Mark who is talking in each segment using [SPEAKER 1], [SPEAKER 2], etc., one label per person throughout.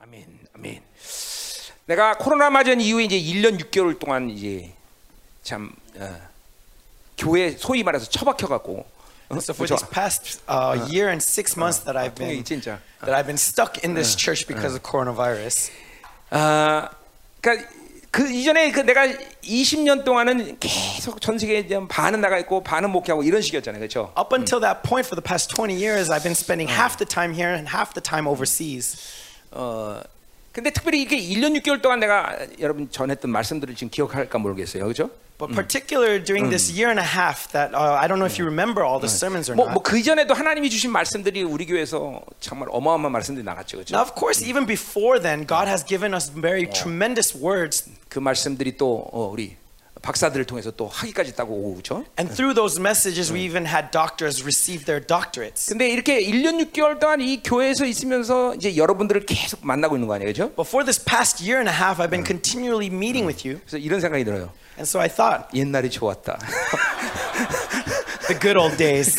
[SPEAKER 1] 아멘. 아멘. 내가 코로나 맞은 이후에 이제 1년 6개월 동안 이제 참 어, 교회 소위 말해서 처박혀 갖고
[SPEAKER 2] So for this past uh, year and six months that I've
[SPEAKER 1] 통해
[SPEAKER 2] been
[SPEAKER 1] 진짜.
[SPEAKER 2] that I've been stuck in this church because of coronavirus.
[SPEAKER 1] 아, 그러니까 그 이전에 그 내가 20년 동안은 계속 전 세계에 이제 반은 나가 있고 반은 목회하고 이런 식이었잖아요. 그렇죠?
[SPEAKER 2] Up until that point, for the past 20 years, I've been spending half the time here and half the time overseas.
[SPEAKER 1] 어. 근데 특별히 이렇게 1년 6개월 동안 내가 여러분 전했던 말씀들을 지금 기억할까 모르겠어요. 그렇죠?
[SPEAKER 2] But particular during this year and a half, that uh, I don't know if you remember all the sermons or
[SPEAKER 1] 뭐,
[SPEAKER 2] not.
[SPEAKER 1] 뭐 그 전에도 하나님이 주신 말씀들이 우리 교회에서 정말 어마어마한 말씀들이 나갔죠. 그렇죠?
[SPEAKER 2] Now, of course, even before then, God has given us very tremendous words,
[SPEAKER 1] 그 말씀들이 또 어, 우리 박사들을 통해서 또 학위까지 따고 오고 그렇죠?
[SPEAKER 2] and through those messages, we even had doctors receive their doctorates.
[SPEAKER 1] 근데 이렇게 1년 6개월 동안 이 교회에서 있으면서 이제 여러분들을 계속 만나고 있는 거 아니에요. 그렇죠?
[SPEAKER 2] But for this past year and a half, I've been continually meeting with you,
[SPEAKER 1] 그래서 이런 생각이 들어요.
[SPEAKER 2] and so I thought,
[SPEAKER 1] 옛날이 좋았다.
[SPEAKER 2] the good old days.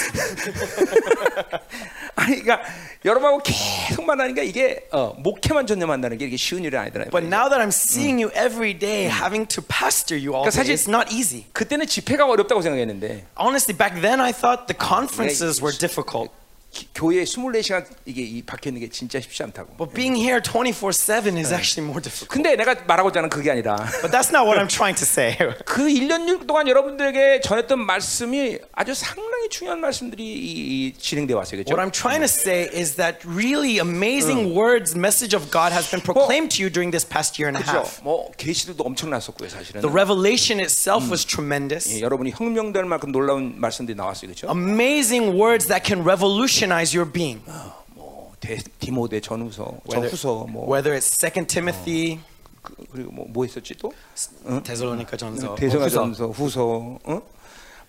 [SPEAKER 1] 아니 그러니까 여러분하고 계속 만나니까 이게 어, 목회만 전혀 만나는 게 이게 쉬운 일이 아니더라고요.
[SPEAKER 2] But now that I'm seeing you every day, having to pastor you all
[SPEAKER 1] 그러니까 사실-
[SPEAKER 2] day, it's not easy.
[SPEAKER 1] 그때는 집회가 어렵다고 생각했는데
[SPEAKER 2] Honestly, back then I thought the conferences were difficult.
[SPEAKER 1] 기- 교회에 24시간 이게 이 박혀 있는 게 진짜 쉽지 않다고.
[SPEAKER 2] But being here 24 7 is actually more difficult.
[SPEAKER 1] 근데 내가 말하고자 하는 그게 아니라
[SPEAKER 2] But that's not what I'm trying to say.
[SPEAKER 1] 그 1년 6 동안 여러분들에게 전했던 말씀이 아주 상당히 중요한 말씀들이 이- 이 진행돼 왔어요.
[SPEAKER 2] What
[SPEAKER 1] 그렇죠?
[SPEAKER 2] I'm trying to say is that really amazing words, message of God has been proclaimed to you during this past year and a half.
[SPEAKER 1] 그렇죠. 뭐 계시들도 엄청났었고요, 사실은.
[SPEAKER 2] The revelation itself was tremendous.
[SPEAKER 1] 예, 여러분이 혁명될 만큼 놀라운 말씀들이 나왔어요.
[SPEAKER 2] Um,
[SPEAKER 1] 그렇죠?
[SPEAKER 2] Amazing words that can revolutionize your being.
[SPEAKER 1] 뭐 대, 디모데 전후서,
[SPEAKER 2] Whether,
[SPEAKER 1] 저후서 뭐
[SPEAKER 2] whether it's Second Timothy,
[SPEAKER 1] 그, 그리고 뭐, 뭐 했었지 또?
[SPEAKER 2] Thessalonica, 전서,
[SPEAKER 1] 대성화
[SPEAKER 2] 어, 뭐 후서.
[SPEAKER 1] 전서, 후서. 응?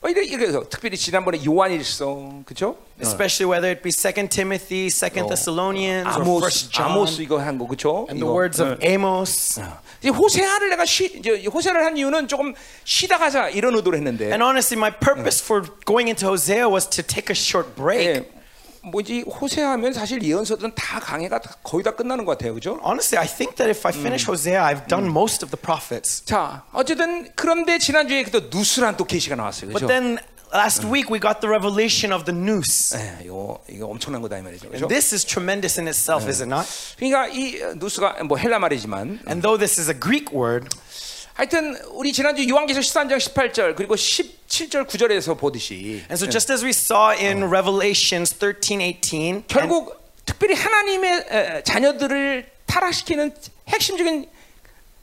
[SPEAKER 1] 뭐 이래 이래서 특별히 지난번에 요한일서. 그렇죠?
[SPEAKER 2] especially whether it be Second Timothy, Second Thessalonians, or
[SPEAKER 1] 아모스,
[SPEAKER 2] First John,
[SPEAKER 1] 아모스 이거 한 거 그렇죠?
[SPEAKER 2] and the words of Amos.
[SPEAKER 1] 이제 호세아를 내가 쉬, 이제 호세아를 한 이유는 조금 쉬다 가자 이런 의도로 했는데
[SPEAKER 2] And honestly, my purpose for going into Hosea was to take a short break.
[SPEAKER 1] 예, 뭐지 호세아하면 사실 예언서들은 다 강해가 다- 거의 다 끝나는 것 같아요, 그죠?
[SPEAKER 2] Honestly, I think that if I finish Hosea, I've done most of the prophets.
[SPEAKER 1] 자, 어쨌든 그런데 지난주에 또 누스란 또 계시가 나왔어요,
[SPEAKER 2] But
[SPEAKER 1] 그죠?
[SPEAKER 2] then last week we got the revelation of the noose.
[SPEAKER 1] 예, 이거 이거 엄청난 거다 이 말이죠, 그죠?
[SPEAKER 2] This is tremendous in itself, is it not?
[SPEAKER 1] 그러니까 이 어, 누스가 뭐 헬라 말이지만
[SPEAKER 2] And though this is a Greek word,
[SPEAKER 1] 하여튼 우리 지난주 요한계시록 13장 18절 그리고 17절 9절에서 보듯이
[SPEAKER 2] and so just as we saw in Revelations 13, 18, and
[SPEAKER 1] 결국 특별히 하나님의 에, 에, 자녀들을 타락시키는 핵심적인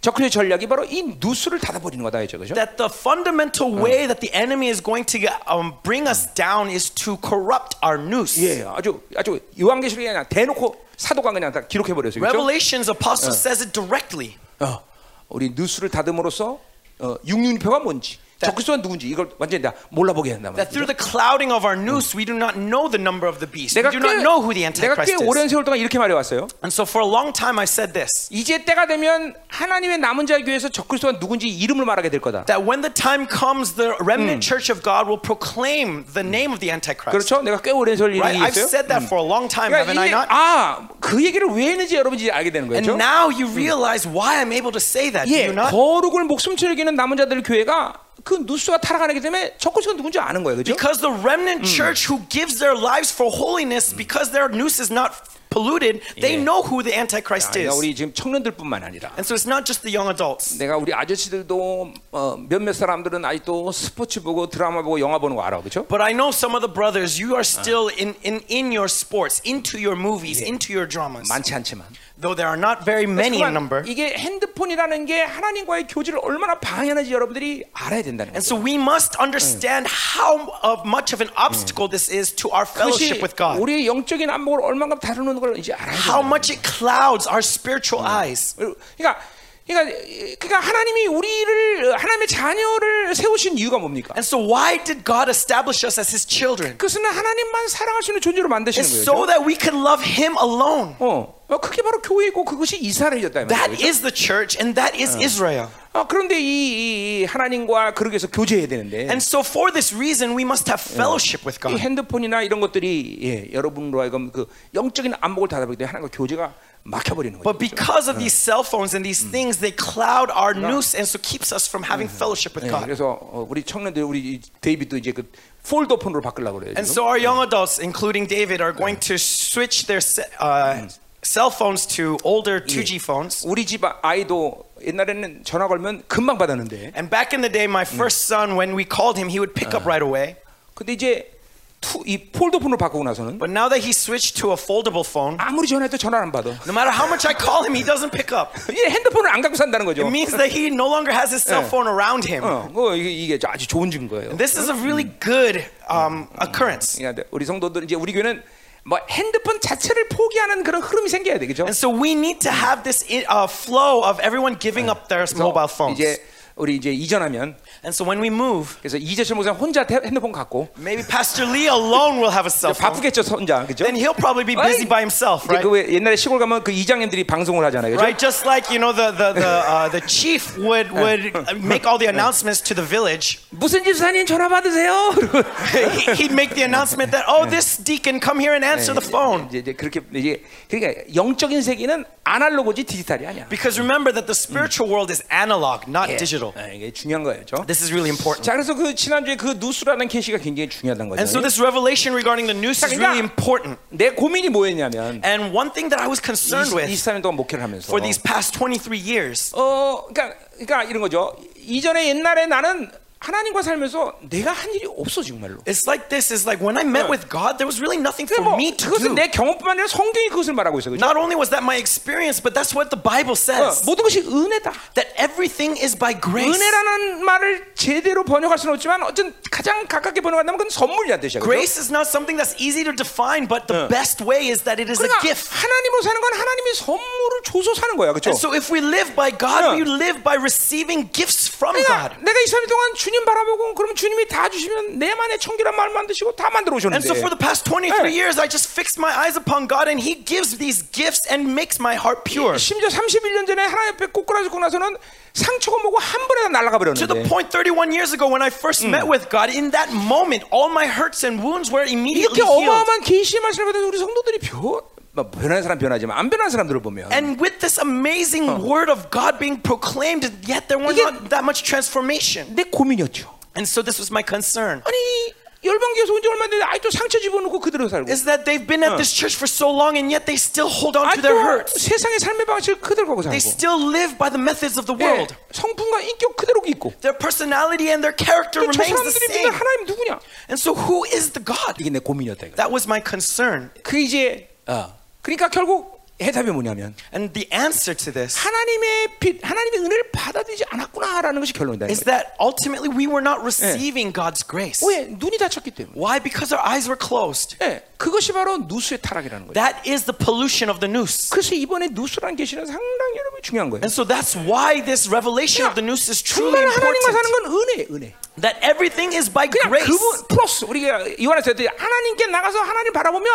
[SPEAKER 1] 적그리스도의 전략이 바로 이 누수를 닫아버리는 거다 그죠 그죠?
[SPEAKER 2] that the fundamental
[SPEAKER 1] Mm.
[SPEAKER 2] way that the enemy is going to get- um, bring us down is to corrupt our noose.
[SPEAKER 1] 예, 아주 아주 요한계시록이 그냥 대놓고 사도가 그냥 다 기록해 버렸어요. 그렇죠?
[SPEAKER 2] Revelations apostle
[SPEAKER 1] Uh.
[SPEAKER 2] says it directly.
[SPEAKER 1] 어, 우리 누수를 닫음으로써 어, 육륜표가 뭔지, 적그리스도가 누군지 이걸 완전히 다 몰라보게 한단 말이에요.
[SPEAKER 2] That through the clouding of our noose, we do not know the number of the beast.
[SPEAKER 1] Mm.
[SPEAKER 2] We
[SPEAKER 1] 내가
[SPEAKER 2] do not know who the
[SPEAKER 1] 꽤, 내가
[SPEAKER 2] Antichrist
[SPEAKER 1] 꽤 오랜
[SPEAKER 2] is.
[SPEAKER 1] 세월 동안 이렇게 말해왔어요.
[SPEAKER 2] And so for a long time, I said this
[SPEAKER 1] 이제 때가 되면 하나님의 남은 자 교회에서 적그리스도가 누군지 이름을 말하게 될 거다.
[SPEAKER 2] that when the time comes, the remnant church of God will proclaim the name of the Antichrist.
[SPEAKER 1] Mm. 그렇죠? 내가 꽤 오랜 세월
[SPEAKER 2] Right? I've
[SPEAKER 1] 얘기했어요.
[SPEAKER 2] said that for a long time,
[SPEAKER 1] 그러니까
[SPEAKER 2] haven't I
[SPEAKER 1] 이게
[SPEAKER 2] not?
[SPEAKER 1] 아그 얘기를 왜 했는지 여러분이 이제 알게 되는 거예요.
[SPEAKER 2] And
[SPEAKER 1] 그렇죠?
[SPEAKER 2] now you realize why I'm able to say that, do
[SPEAKER 1] 예,
[SPEAKER 2] you not?
[SPEAKER 1] 거룩을 목숨처럼 여기는 남은 자들 교회가 그 누수가 타락하기 때문에 적그리스도가 누군지 아는 거예요. 그렇죠?
[SPEAKER 2] Because the remnant church who gives their lives for holiness, because their noose is not polluted, they
[SPEAKER 1] Yeah.
[SPEAKER 2] know who the Antichrist
[SPEAKER 1] 내가
[SPEAKER 2] is.
[SPEAKER 1] 우리 지금 청년들뿐만 아니라
[SPEAKER 2] And so it's not just the young adults.
[SPEAKER 1] 내가 우리 아저씨들도 어, 몇몇 사람들은 아직도 스포츠 보고 드라마 보고 영화 보는 거 알아. 그렇죠?
[SPEAKER 2] But I know some of the brothers, you are still in, in, in your sports, into your movies, into your dramas.
[SPEAKER 1] 많지 않지만
[SPEAKER 2] Though there are not very many
[SPEAKER 1] 그만
[SPEAKER 2] in number.
[SPEAKER 1] 이게 핸드폰이라는 게 하나님과의 교제를 얼마나 방해하는지 여러분들이 알아야 된다는
[SPEAKER 2] And
[SPEAKER 1] 거죠.
[SPEAKER 2] so we must understand how of much of an obstacle this is to our
[SPEAKER 1] 그것이
[SPEAKER 2] fellowship with God.
[SPEAKER 1] 우리의 영적인 안목을 얼마큼 다루는 걸 이제 알아야
[SPEAKER 2] How
[SPEAKER 1] 된다.
[SPEAKER 2] much it clouds our spiritual eyes.
[SPEAKER 1] 그리고- 그러니까 그러니까 그러니까 하나님이 우리를 하나님의 자녀를 세우신 이유가 뭡니까?
[SPEAKER 2] And so why did God establish us as his children?
[SPEAKER 1] 그것은 하나님만 사랑할 수 있는 존재로 만드시는 거예요.
[SPEAKER 2] It's so that we could love him alone.
[SPEAKER 1] 어, 어, 그게 바로 교회이고 그것이 이스라엘이었다 이
[SPEAKER 2] That
[SPEAKER 1] 말이에요.
[SPEAKER 2] is the church and that is Israel.
[SPEAKER 1] 어, 그런데 이, 이- 이 하나님과 그러기 위해서 교제해야 되는데
[SPEAKER 2] And so for this reason, we must have fellowship
[SPEAKER 1] 이
[SPEAKER 2] with God.
[SPEAKER 1] 핸드폰이나 이런 것들이 예, 여러분으로 하여금 그 영적인 안목을 닫아버리기 때문에 하나님과 교제가 막혀버리는 거예요.
[SPEAKER 2] But because of these cell phones and these things, they cloud our news and so keeps us from having fellowship with
[SPEAKER 1] 예,
[SPEAKER 2] God.
[SPEAKER 1] 그래서 어, 우리 청년들 우리 이 데이비도 이제 그 폴더폰으로 바꾸려고 그래요.
[SPEAKER 2] And
[SPEAKER 1] 지금.
[SPEAKER 2] so our young adults, including David, are going to switch their se- uh, cell phones to older 2G phones.
[SPEAKER 1] 우리 집 아- 아이도 옛날에는 전화 걸면 금방 받았는데
[SPEAKER 2] And back in the day, my first son, when we called him, he would pick up right away.
[SPEAKER 1] 근데 이제 투, 이 폴더폰으로 바꾸고 나서는
[SPEAKER 2] But now that he switched to a foldable phone,
[SPEAKER 1] 아무리 전화해도 전화를 안 받아.
[SPEAKER 2] no matter how much I call him, he doesn't pick up.
[SPEAKER 1] 이제 핸드폰을 안 갖고 산다는 거죠.
[SPEAKER 2] It means that he no longer has his cell
[SPEAKER 1] Yeah. Oh.
[SPEAKER 2] phone around him.
[SPEAKER 1] 어, 그거 이게, 이게 아주 좋은 증거예요.
[SPEAKER 2] This is a really good um, occurrence.
[SPEAKER 1] 그러니까 우리 성도들 이제 우리 교회는 뭐 핸드폰 자체를 포기하는 그런 흐름이 생겨야 되겠죠.
[SPEAKER 2] And so we need to have this i- uh, flow of everyone giving up their mobile phones.
[SPEAKER 1] 이제 우리 이제 이전하면
[SPEAKER 2] And so when we move,
[SPEAKER 1] 그래서 이재철 목사 혼자 태- 핸드폰 갖고
[SPEAKER 2] maybe Pastor Lee alone will have a cell phone.
[SPEAKER 1] 바쁘겠죠 혼자 그죠?
[SPEAKER 2] Then he'll probably be busy by himself,
[SPEAKER 1] 이제
[SPEAKER 2] right?
[SPEAKER 1] 그왜 옛날에 시골 가면 그 이장님들이 방송을 하잖아요, 그죠?
[SPEAKER 2] Right, just like you know the the the, uh, the chief would would make all the announcements to the village.
[SPEAKER 1] 무슨 집사님 전화 받으세요? 그러고
[SPEAKER 2] He- He'd make the announcement that oh this deacon come here and answer the phone.
[SPEAKER 1] 이제, 이제 그렇게 이제 그러니까 영적인 세계는 아날로그지 디지털이 아니야.
[SPEAKER 2] Because remember that the spiritual world is analog, not digital.
[SPEAKER 1] 예, 이게 중요한 거예요, 그죠?
[SPEAKER 2] This is really important.
[SPEAKER 1] 자, 그래서 그 지난주에 그 누수라는 캐시가 굉장히 중요하다는 거죠.
[SPEAKER 2] And so this revelation regarding the noose is really important.
[SPEAKER 1] 내 고민이 뭐였냐면
[SPEAKER 2] And one thing that I was concerned with
[SPEAKER 1] 24년 동안 목회를 하면서
[SPEAKER 2] for these past 23 years
[SPEAKER 1] 어, 그러니까, 그러니까 이런 거죠. 이전에 옛날에 나는 하나님과 살면서 내가 한 일이 없어 정말로.
[SPEAKER 2] It's like this is like when I met with God, there was really nothing
[SPEAKER 1] 그러니까
[SPEAKER 2] for
[SPEAKER 1] 뭐
[SPEAKER 2] me to
[SPEAKER 1] 그것은
[SPEAKER 2] do.
[SPEAKER 1] 내 경험뿐만 아니라 성경이 그것을 말하고 있어, 그죠?
[SPEAKER 2] Not only was that my experience, but that's what the
[SPEAKER 1] 어,
[SPEAKER 2] Bible says.
[SPEAKER 1] 모든 것이 은혜다.
[SPEAKER 2] That everything is by grace.
[SPEAKER 1] 은혜라는 말을 제대로 번역할 수는 없지만 어쨌든 가장 가깝게 번역한다면 그건 선물이란 뜻이야. 그죠?
[SPEAKER 2] Grace is not something that's easy to define, but the best way is that it is a
[SPEAKER 1] 그러니까
[SPEAKER 2] gift.
[SPEAKER 1] 하나님으로 사는 건 하나님이 선물을 줘서 사는 거야, 그렇죠?
[SPEAKER 2] And so if we live by
[SPEAKER 1] Yeah.
[SPEAKER 2] God, we live by receiving gifts from
[SPEAKER 1] 그러니까
[SPEAKER 2] God.
[SPEAKER 1] 내가 23일 동안 주님 바라보고 그럼 주님이 다 주시면 내만의 청결한 마음 만드시고 다 만들어
[SPEAKER 2] And
[SPEAKER 1] 오셨는데
[SPEAKER 2] so for the past 23
[SPEAKER 1] Yeah.
[SPEAKER 2] years, I just fixed my eyes upon God, and He gives these gifts and makes my heart pure.
[SPEAKER 1] 심지어 31년 전에 하나님 앞에 꼬꾸라지고 나서는 상처가 뭐고 한 번에 다 날아가
[SPEAKER 2] To the
[SPEAKER 1] 버렸는데
[SPEAKER 2] point 31 years ago when I first met with God, in that moment, all my hurts and wounds were immediately
[SPEAKER 1] 이렇게
[SPEAKER 2] healed.
[SPEAKER 1] 어마어마한 계시의 말씀을 받아서 우리 성도들이 변 뭐, 변한 사람 변하지만 안 변한 사람들을 보면
[SPEAKER 2] And with this amazing word of God being proclaimed, yet there were
[SPEAKER 1] 이게-
[SPEAKER 2] not that much transformation.
[SPEAKER 1] 내 고민이었죠.
[SPEAKER 2] And so this was my concern.
[SPEAKER 1] 아니 열방교에서 온 지 얼마 안 됐는데 아직도 상처 집어넣고 그대로 살고
[SPEAKER 2] Is that they've been at this church for so long and yet they still hold on to their
[SPEAKER 1] 아직도
[SPEAKER 2] hurts.
[SPEAKER 1] 세상의 삶의 방식을 그대로 갖고 살고
[SPEAKER 2] They still live by the methods of the
[SPEAKER 1] 예,
[SPEAKER 2] world.
[SPEAKER 1] 성품과 인격 그대로 있고 그러니까
[SPEAKER 2] Their personality and their character
[SPEAKER 1] 저
[SPEAKER 2] remains the
[SPEAKER 1] 사람들이 믿는
[SPEAKER 2] same.
[SPEAKER 1] 하나님 누구냐?
[SPEAKER 2] And so who is the God?
[SPEAKER 1] 이게 내 고민이었다 이거.
[SPEAKER 2] That was my concern.
[SPEAKER 1] 그 이제 어. 그러니까 결국 해답이 뭐냐면
[SPEAKER 2] And the answer to this
[SPEAKER 1] 하나님의 빛, 하나님의 은혜를 받아들이지 않았구나라는 것이 결론이다.
[SPEAKER 2] is that ultimately we were not receiving God's grace.
[SPEAKER 1] 왜 눈이 다쳤기 때문에.
[SPEAKER 2] Why? Because our eyes were closed.
[SPEAKER 1] 예, 그것이 바로 누수의 타락이라는 거예요.
[SPEAKER 2] That is the pollution of the noose.
[SPEAKER 1] 그래서 이번에 누수라는 계시는 상당히 여러분 중요한 거예요.
[SPEAKER 2] And so that's why this revelation of the noose is truly
[SPEAKER 1] 정말 하나님과 사는
[SPEAKER 2] important.
[SPEAKER 1] 건 은혜, 은혜.
[SPEAKER 2] That everything is by
[SPEAKER 1] 그냥
[SPEAKER 2] grace.
[SPEAKER 1] 그분 플러스 우리가 이완에서 했듯이 하나님께 나가서 하나님 바라보면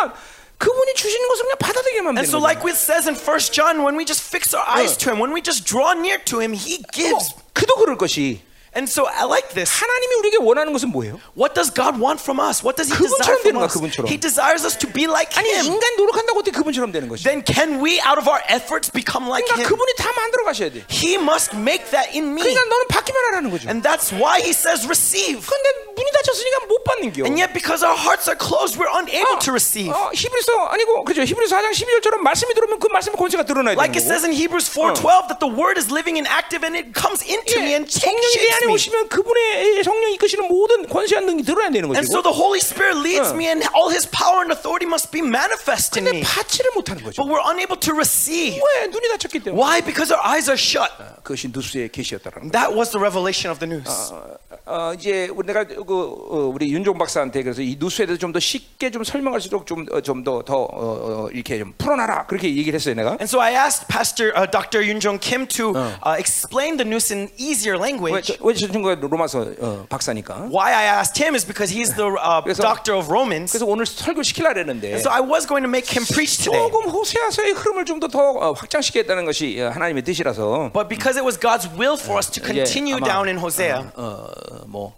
[SPEAKER 1] 그분이 주시는 것을 그냥 받아들이기만
[SPEAKER 2] And
[SPEAKER 1] 되는
[SPEAKER 2] so,
[SPEAKER 1] 거예요.
[SPEAKER 2] like it says in First John, when we just fix our eyes to Him, when we just draw near to Him, He gives.
[SPEAKER 1] 뭐, 그도 그럴 것이
[SPEAKER 2] And so, I like this.
[SPEAKER 1] 하나님이 우리에게 원하는 것은 뭐예요?
[SPEAKER 2] What does God want from us? What does He
[SPEAKER 1] 그분처럼
[SPEAKER 2] desire from
[SPEAKER 1] 되는 거야,
[SPEAKER 2] us?
[SPEAKER 1] 그분처럼.
[SPEAKER 2] He desires us to be like
[SPEAKER 1] 아니
[SPEAKER 2] Him.
[SPEAKER 1] 인간 노력한다고 어떻게 그분처럼 되는 것이?
[SPEAKER 2] Then, can we, out of our efforts, become like
[SPEAKER 1] 그러니까
[SPEAKER 2] Him?
[SPEAKER 1] 그분이 다 만들어 가셔야 돼.
[SPEAKER 2] He must make that in me.
[SPEAKER 1] 그러니까 너는 받기만 하라는 거죠.
[SPEAKER 2] And that's why He says, receive.
[SPEAKER 1] 근데 문이 닫혔으니까 못 받는 겨.
[SPEAKER 2] And yet, because our hearts are closed, we're
[SPEAKER 1] Oh.
[SPEAKER 2] unable to receive.
[SPEAKER 1] 어, 히브리서 아니고 그죠? 히브리서 4장 12절처럼 말씀이 들어오면 그 말씀의 권세가 드러나야 되는
[SPEAKER 2] Like it
[SPEAKER 1] 거고.
[SPEAKER 2] says in Hebrews 4:12, that the word is living and active, and it comes into
[SPEAKER 1] 예,
[SPEAKER 2] me and
[SPEAKER 1] 성령이 내 안에
[SPEAKER 2] shapes me.
[SPEAKER 1] 오시면 그분의 성령이 이끄시는 모든 권세와 능이 드러나야 되는
[SPEAKER 2] And so
[SPEAKER 1] 거죠.
[SPEAKER 2] the Holy Spirit
[SPEAKER 1] Uh.
[SPEAKER 2] leads me, and all His power and authority must be manifest in
[SPEAKER 1] 근데
[SPEAKER 2] me.
[SPEAKER 1] 받지를 못하는 거죠.
[SPEAKER 2] But we're unable to receive.
[SPEAKER 1] 왜 눈이 닫혔기 때문에?
[SPEAKER 2] Why? Because our eyes are shut.
[SPEAKER 1] 그것이 누수의 계시였다라는 거.
[SPEAKER 2] That was the revelation of the news.
[SPEAKER 1] 어, 어, 이제 우리 내가 그 어, 우리 윤종 박사한테 그래서 이 누수에 대해서 좀 더 쉽게 좀 설명할수록 좀좀더더 어, 어, 이렇게 좀 풀어놔라 그렇게 얘기를 했어요 내가.
[SPEAKER 2] And so I asked Pastor uh, Dr. Yoon Jong Kim to uh, explain the news in easier language.
[SPEAKER 1] 왜저 친구가 로마서 어, 박사니까.
[SPEAKER 2] Why I asked him is because he's the uh,
[SPEAKER 1] 그래서-
[SPEAKER 2] doctor of Romans.
[SPEAKER 1] 그래서 오늘 설교 시키려 했는데.
[SPEAKER 2] So I was going to make him preach today.
[SPEAKER 1] 조금 호세아서의 흐름을 좀 더 더 확장시키겠다는 것이 어, 하나님의 뜻이라서
[SPEAKER 2] But because it was God's will for us to
[SPEAKER 1] 이제
[SPEAKER 2] continue
[SPEAKER 1] 아마,
[SPEAKER 2] down in Hosea,
[SPEAKER 1] 어, 어, 뭐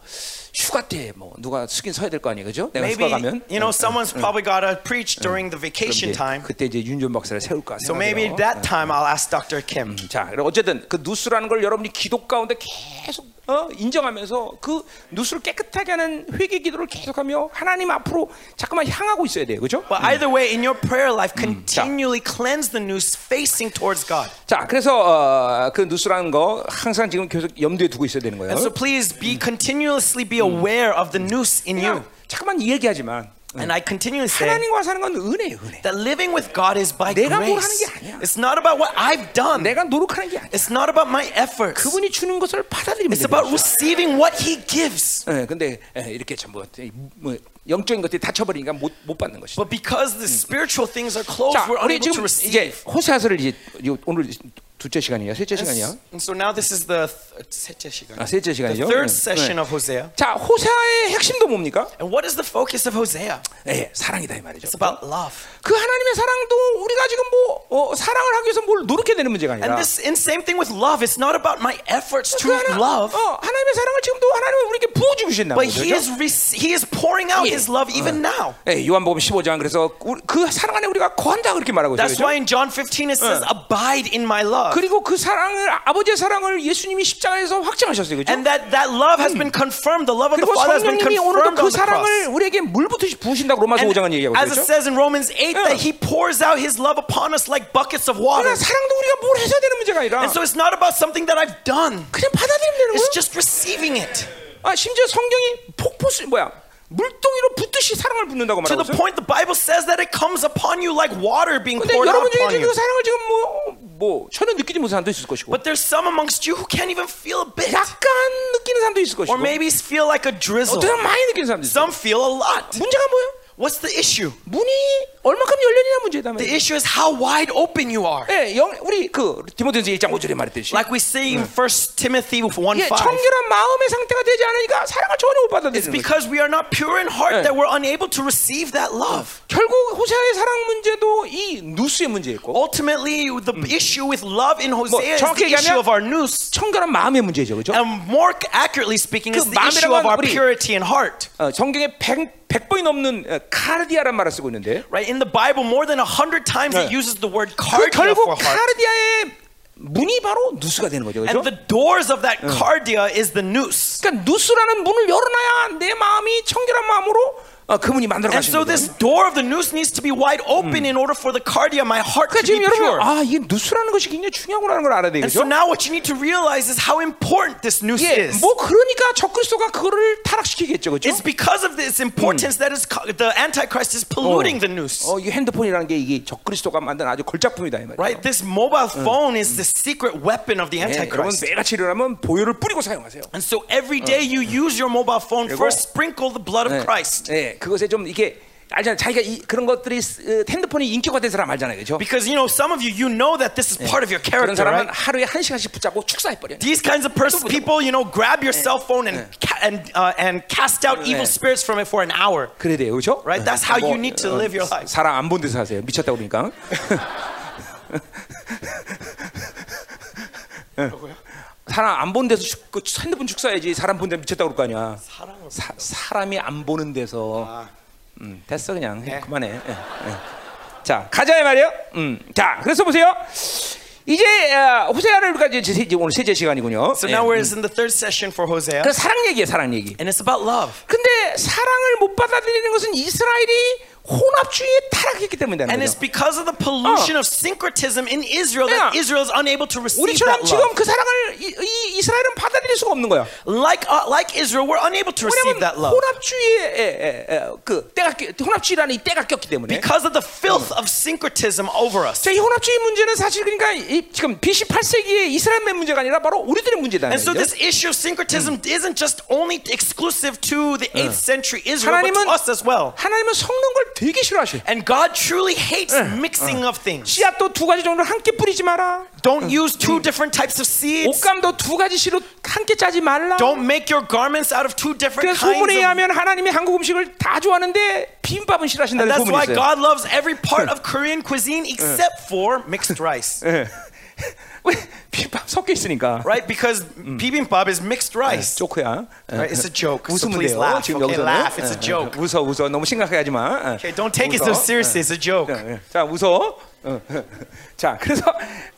[SPEAKER 1] 휴가 때 뭐 누가 스긴 서야 될 거 아니에요, 그죠? 내가 휴가
[SPEAKER 2] Maybe
[SPEAKER 1] 가면
[SPEAKER 2] you know someone's
[SPEAKER 1] uh.
[SPEAKER 2] probably gotta preach during the vacation
[SPEAKER 1] 이제
[SPEAKER 2] time.
[SPEAKER 1] 그때 이제 윤 전 박사를 세울까
[SPEAKER 2] So maybe
[SPEAKER 1] 생각해요.
[SPEAKER 2] that time I'll ask Dr. Kim.
[SPEAKER 1] 자, 그럼 어쨌든 그 누스라는 걸 여러분이 기도 가운데 계속 어? 인정하면서 그 누스를 깨끗하게 하는 회개 기도를 계속하며 하나님 앞으로 자꾸만 향하고 있어야 돼요, 그죠?
[SPEAKER 2] But either way, in your prayer
[SPEAKER 1] Mm.
[SPEAKER 2] life, continually cleanse the noose facing towards God.
[SPEAKER 1] 자, 그래서 어, 그 누스라는 거 항상 지금 계속 염두에 두고 있어야 되는 거예요.
[SPEAKER 2] And so please
[SPEAKER 1] Mm.
[SPEAKER 2] be continuously be aware of the noose in you.
[SPEAKER 1] 그냥 자꾸만 얘기하지만
[SPEAKER 2] And I continually say
[SPEAKER 1] 하나님과 사는 건 은혜예요, 은혜.
[SPEAKER 2] that living with God is by
[SPEAKER 1] Mm. 내가 뭘
[SPEAKER 2] grace.
[SPEAKER 1] 하는 게 아니야.
[SPEAKER 2] It's not about what I've done.
[SPEAKER 1] 내가 노력하는 게 아니야.
[SPEAKER 2] It's not about my efforts.
[SPEAKER 1] 그분이 주는 것을 받아들이면
[SPEAKER 2] It's
[SPEAKER 1] 되는
[SPEAKER 2] about
[SPEAKER 1] 거죠.
[SPEAKER 2] receiving what He gives.
[SPEAKER 1] 예, 근데 예, 이렇게 전부 이- 뭐 영적인 것들이 닫혀버리니까 못, 못 받는 것이죠.
[SPEAKER 2] But because the spiritual things are closed,
[SPEAKER 1] Hmm. 자,
[SPEAKER 2] we're
[SPEAKER 1] 우리
[SPEAKER 2] unable to
[SPEAKER 1] 지금
[SPEAKER 2] receive.
[SPEAKER 1] 이제 호세아서를 이제 요- 오늘 둘째 시간이야, 셋째 시간이야.
[SPEAKER 2] And so now this is the th- 셋째 시간.
[SPEAKER 1] 아, 셋째 시간이죠.
[SPEAKER 2] The
[SPEAKER 1] 네,
[SPEAKER 2] third session
[SPEAKER 1] 네.
[SPEAKER 2] of Hosea.
[SPEAKER 1] 자, 호세아의 핵심도 뭡니까?
[SPEAKER 2] And what is the focus of Hosea?
[SPEAKER 1] 예, 사랑이다 이 말이죠.
[SPEAKER 2] It's about love.
[SPEAKER 1] 그 하나님의 사랑도 우리가 지금 뭐 어, 사랑을 하기 위해서 뭘 노력해야 되는 문제가
[SPEAKER 2] And
[SPEAKER 1] 아니라
[SPEAKER 2] this and same thing with love. It's not about my efforts to
[SPEAKER 1] 그 하나,
[SPEAKER 2] love,
[SPEAKER 1] 어, 하나님의 사랑을 지금도 하나님은 우리에게 부어주신다는
[SPEAKER 2] but
[SPEAKER 1] 거죠.
[SPEAKER 2] He is rec- He is pouring out
[SPEAKER 1] 예.
[SPEAKER 2] His love even now.
[SPEAKER 1] 예, 요한복음 15장 그래서 우리- 그 사랑 안에 우리가 거한다 그렇게 말하고 있어요.
[SPEAKER 2] That's
[SPEAKER 1] 그죠?
[SPEAKER 2] why in John 15 it says, "Abide in my love,"
[SPEAKER 1] 그리고 그 사랑을 아버지의 사랑을 예수님이 십자가에서 확증하셨어요. 그죠?
[SPEAKER 2] and that that love has been confirmed. The love of the
[SPEAKER 1] 그리고
[SPEAKER 2] Father has been
[SPEAKER 1] 성령님이 오늘도
[SPEAKER 2] confirmed
[SPEAKER 1] 그
[SPEAKER 2] on the cross.
[SPEAKER 1] 사랑을 우리에게 물부터 부으신다고 로마서 5장은 얘기하고
[SPEAKER 2] as it
[SPEAKER 1] 있죠.
[SPEAKER 2] says in Romans 8,
[SPEAKER 1] Yeah.
[SPEAKER 2] that he pours out his love upon us like buckets of water.
[SPEAKER 1] 그러나 사랑도 우리가 뭘 해서 되는 문제가 아니라
[SPEAKER 2] And so it's not about something that I've done,
[SPEAKER 1] 그냥 받아들이면 되는 거예요.
[SPEAKER 2] it's just receiving it.
[SPEAKER 1] 아, 심지어 성경이 폭포 수 뭐야 물동이로 붓듯이 사랑을 붓는다고
[SPEAKER 2] To
[SPEAKER 1] 말하고
[SPEAKER 2] the
[SPEAKER 1] 있어요.
[SPEAKER 2] point, the Bible says that it comes upon you like water being
[SPEAKER 1] 근데
[SPEAKER 2] poured out
[SPEAKER 1] 여러분 중에
[SPEAKER 2] upon
[SPEAKER 1] 지금 그
[SPEAKER 2] you.
[SPEAKER 1] 사랑을 지금 뭐뭐 전혀 느끼지 못하는 사람도 있을 것이고
[SPEAKER 2] But there's some amongst you who can't even feel a bit,
[SPEAKER 1] 약간 느끼는 사람도 있을 것이고
[SPEAKER 2] or maybe feel like a drizzle.
[SPEAKER 1] 어떤 사람 많이 느끼는 사람도 있어.
[SPEAKER 2] Some feel a lot.
[SPEAKER 1] 문제가 뭐예요?
[SPEAKER 2] What's the issue?
[SPEAKER 1] 문이 얼마큼 열렸냐 문제다
[SPEAKER 2] The
[SPEAKER 1] 말이에요.
[SPEAKER 2] issue is how wide open you are.
[SPEAKER 1] 예, 영, 우리 그 디모데전서 1장 5절에 말했듯이
[SPEAKER 2] Like we see in 1 Timothy 1
[SPEAKER 1] 예,
[SPEAKER 2] 5.
[SPEAKER 1] 청결한 마음의 상태가 되지 않으니까 사랑을 전혀 못
[SPEAKER 2] It's
[SPEAKER 1] 받아들이는 거죠.
[SPEAKER 2] because we are not pure in heart
[SPEAKER 1] Yeah.
[SPEAKER 2] that we're unable to receive that love.
[SPEAKER 1] 결국 호세아의 사랑 문제도 이 누스의 문제였고
[SPEAKER 2] Ultimately, the issue with love in Hosea is
[SPEAKER 1] 정확히
[SPEAKER 2] the
[SPEAKER 1] 얘기하면-
[SPEAKER 2] issue of our noose.
[SPEAKER 1] 청결한 마음의 문제죠, 그렇죠? 그죠?
[SPEAKER 2] And more accurately speaking, is the
[SPEAKER 1] 마음이라고
[SPEAKER 2] issue of
[SPEAKER 1] 하는
[SPEAKER 2] our
[SPEAKER 1] 우리-
[SPEAKER 2] purity in heart.
[SPEAKER 1] 어, 성경에 100, 100번이 넘는 어, 카르디아란 말을 쓰고 있는데
[SPEAKER 2] Right? In the Bible, more than a hundred times it
[SPEAKER 1] Yeah.
[SPEAKER 2] uses the word
[SPEAKER 1] 그
[SPEAKER 2] cardia
[SPEAKER 1] 결국
[SPEAKER 2] for heart.
[SPEAKER 1] 카르디아의 문이 바로 누스가 되는 거죠, 그죠?
[SPEAKER 2] And the doors of that cardia is the noose.
[SPEAKER 1] 그러니까 누스라는 문을 열어놔야 내 마음이 청결한 마음으로 어, 그분이 만들어
[SPEAKER 2] And
[SPEAKER 1] 가시는
[SPEAKER 2] so
[SPEAKER 1] 거예요.
[SPEAKER 2] this door of the noose needs to be wide open in order for the cardia, my heart, to
[SPEAKER 1] 그러니까 지금
[SPEAKER 2] be pure.
[SPEAKER 1] 여러분 아 이게 누스라는 것이 굉장히 중요하구나라는 걸 알아야
[SPEAKER 2] And so
[SPEAKER 1] 되겠죠?
[SPEAKER 2] now what you need to realize is how important this noose
[SPEAKER 1] 예,
[SPEAKER 2] is.
[SPEAKER 1] 뭐 그러니까 적그리스도가 그거를 타락시키겠죠, 그렇죠? 그죠?
[SPEAKER 2] It's because of this importance that is co- the Antichrist is polluting the noose.
[SPEAKER 1] 어, 이 핸드폰이라는 게 이게 적그리스도가 만든 아주 걸작품이다 이 말이에요.
[SPEAKER 2] Right? This mobile phone is the secret weapon of the Mm.
[SPEAKER 1] 예, 여러분
[SPEAKER 2] Antichrist.
[SPEAKER 1] 매일같이 일어나면 보혈을 뿌리고 사용하세요.
[SPEAKER 2] And so every day you use your mobile phone,
[SPEAKER 1] 그리고-
[SPEAKER 2] first sprinkle the blood of Christ.
[SPEAKER 1] 예, 그것에 좀 이게 알잖아요. 자기가 이, 그런 것들이 쓰- 어, 핸드폰이 인기가 된 사람 알잖아요, 그죠?
[SPEAKER 2] Because you know, some of you, you know that this is part of your
[SPEAKER 1] 그런
[SPEAKER 2] character,
[SPEAKER 1] 사람은
[SPEAKER 2] right?
[SPEAKER 1] 하루에 한 시간씩 붙잡고 축사해버려요.
[SPEAKER 2] These kinds of pers-
[SPEAKER 1] 또 붙잡고.
[SPEAKER 2] people, you know, grab your cell phone and ca- and uh, and cast out
[SPEAKER 1] 네.
[SPEAKER 2] evil spirits from it for an hour.
[SPEAKER 1] 그래야 돼요, 그죠?
[SPEAKER 2] Right? That's how you need to live your life.
[SPEAKER 1] 사람 안 본 데서 사세요. 미쳤다 그러니까. 예. 사람 안 본 데서 축, 그 핸드폰 축사해야지 사람 본 데서 미쳤다 그럴 거 아니야.
[SPEAKER 2] 사람을
[SPEAKER 1] 사, 사람이 안 보는 데서 음, 됐어 그냥 해,
[SPEAKER 2] 아. 네.
[SPEAKER 1] 그만해. 예, 예. 자 가자 이 말이요. 음, 자 그래서 보세요. 이제 어, 호세아를 우리가 이제, 세- 이제 오늘 세제 시간이군요.
[SPEAKER 2] So
[SPEAKER 1] 예.
[SPEAKER 2] now we're in the third session for Hosea,
[SPEAKER 1] 그래서 사랑 얘기예요, 사랑 얘기.
[SPEAKER 2] and it's about love.
[SPEAKER 1] 근데 사랑을 못 받아들이는 것은 이스라엘이 혼합주의에 타락했기 때문이라는
[SPEAKER 2] And it's
[SPEAKER 1] 거죠.
[SPEAKER 2] because of the pollution
[SPEAKER 1] 어.
[SPEAKER 2] of syncretism in Israel that
[SPEAKER 1] Yeah.
[SPEAKER 2] Israel is unable to receive
[SPEAKER 1] 우리처럼
[SPEAKER 2] that love.
[SPEAKER 1] 지금 그 사랑을 이, 이 이스라엘은 받아들일 수가 없는 거야.
[SPEAKER 2] Like uh, like Israel, we're unable to receive that
[SPEAKER 1] 왜냐면
[SPEAKER 2] love
[SPEAKER 1] 혼합주의의 예, 예, 예, 그 때가 껴- 혼합주의라는 이 때가 꼈기 때문에.
[SPEAKER 2] because of the filth of syncretism over us.
[SPEAKER 1] 자, 이 혼합주의 문제는 사실 그러니까 이, 지금 BC 8세기의 이스라엘의 문제가 아니라 바로 우리들의 문제다.
[SPEAKER 2] And so this issue of syncretism isn't just only exclusive to the 8th century Israel, but
[SPEAKER 1] 하나님은
[SPEAKER 2] to us as well.
[SPEAKER 1] 하나님은 섞는 걸 되게 싫어하셔. 요
[SPEAKER 2] And God truly hates mixing of things.
[SPEAKER 1] 씨앗도 두 가지 정도를 함께 뿌리지 마라.
[SPEAKER 2] Don't use two different types of seeds.
[SPEAKER 1] 옷감도 두 가지 씨로 함께 짜지 말라.
[SPEAKER 2] Don't make your garments out of two different
[SPEAKER 1] 그래서 소문에
[SPEAKER 2] kinds of
[SPEAKER 1] 의하면 하나님이 한국 음식을 다 좋아하는데 비빔밥은 싫어하신다는
[SPEAKER 2] That's
[SPEAKER 1] 소문이
[SPEAKER 2] why
[SPEAKER 1] 있어요.
[SPEAKER 2] God loves every part of Korean cuisine except for mixed rice.
[SPEAKER 1] 예. 왜 비빔밥 섞여 있으니까.
[SPEAKER 2] right? Because bibimbap is mixed rice.
[SPEAKER 1] 조크야. 예.
[SPEAKER 2] Right, it's a joke. So
[SPEAKER 1] 웃으면
[SPEAKER 2] please
[SPEAKER 1] 돼요.
[SPEAKER 2] laugh.
[SPEAKER 1] 지금
[SPEAKER 2] Okay,
[SPEAKER 1] 여기서는.
[SPEAKER 2] laugh. It's a
[SPEAKER 1] 예,
[SPEAKER 2] joke.
[SPEAKER 1] 예. 웃어 웃어. 너무 심각하게 하지 마. 예.
[SPEAKER 2] Okay, don't take it so
[SPEAKER 1] 웃어.
[SPEAKER 2] seriously. It's a joke.
[SPEAKER 1] 예, 예. 자 웃어. 어. 자 그래서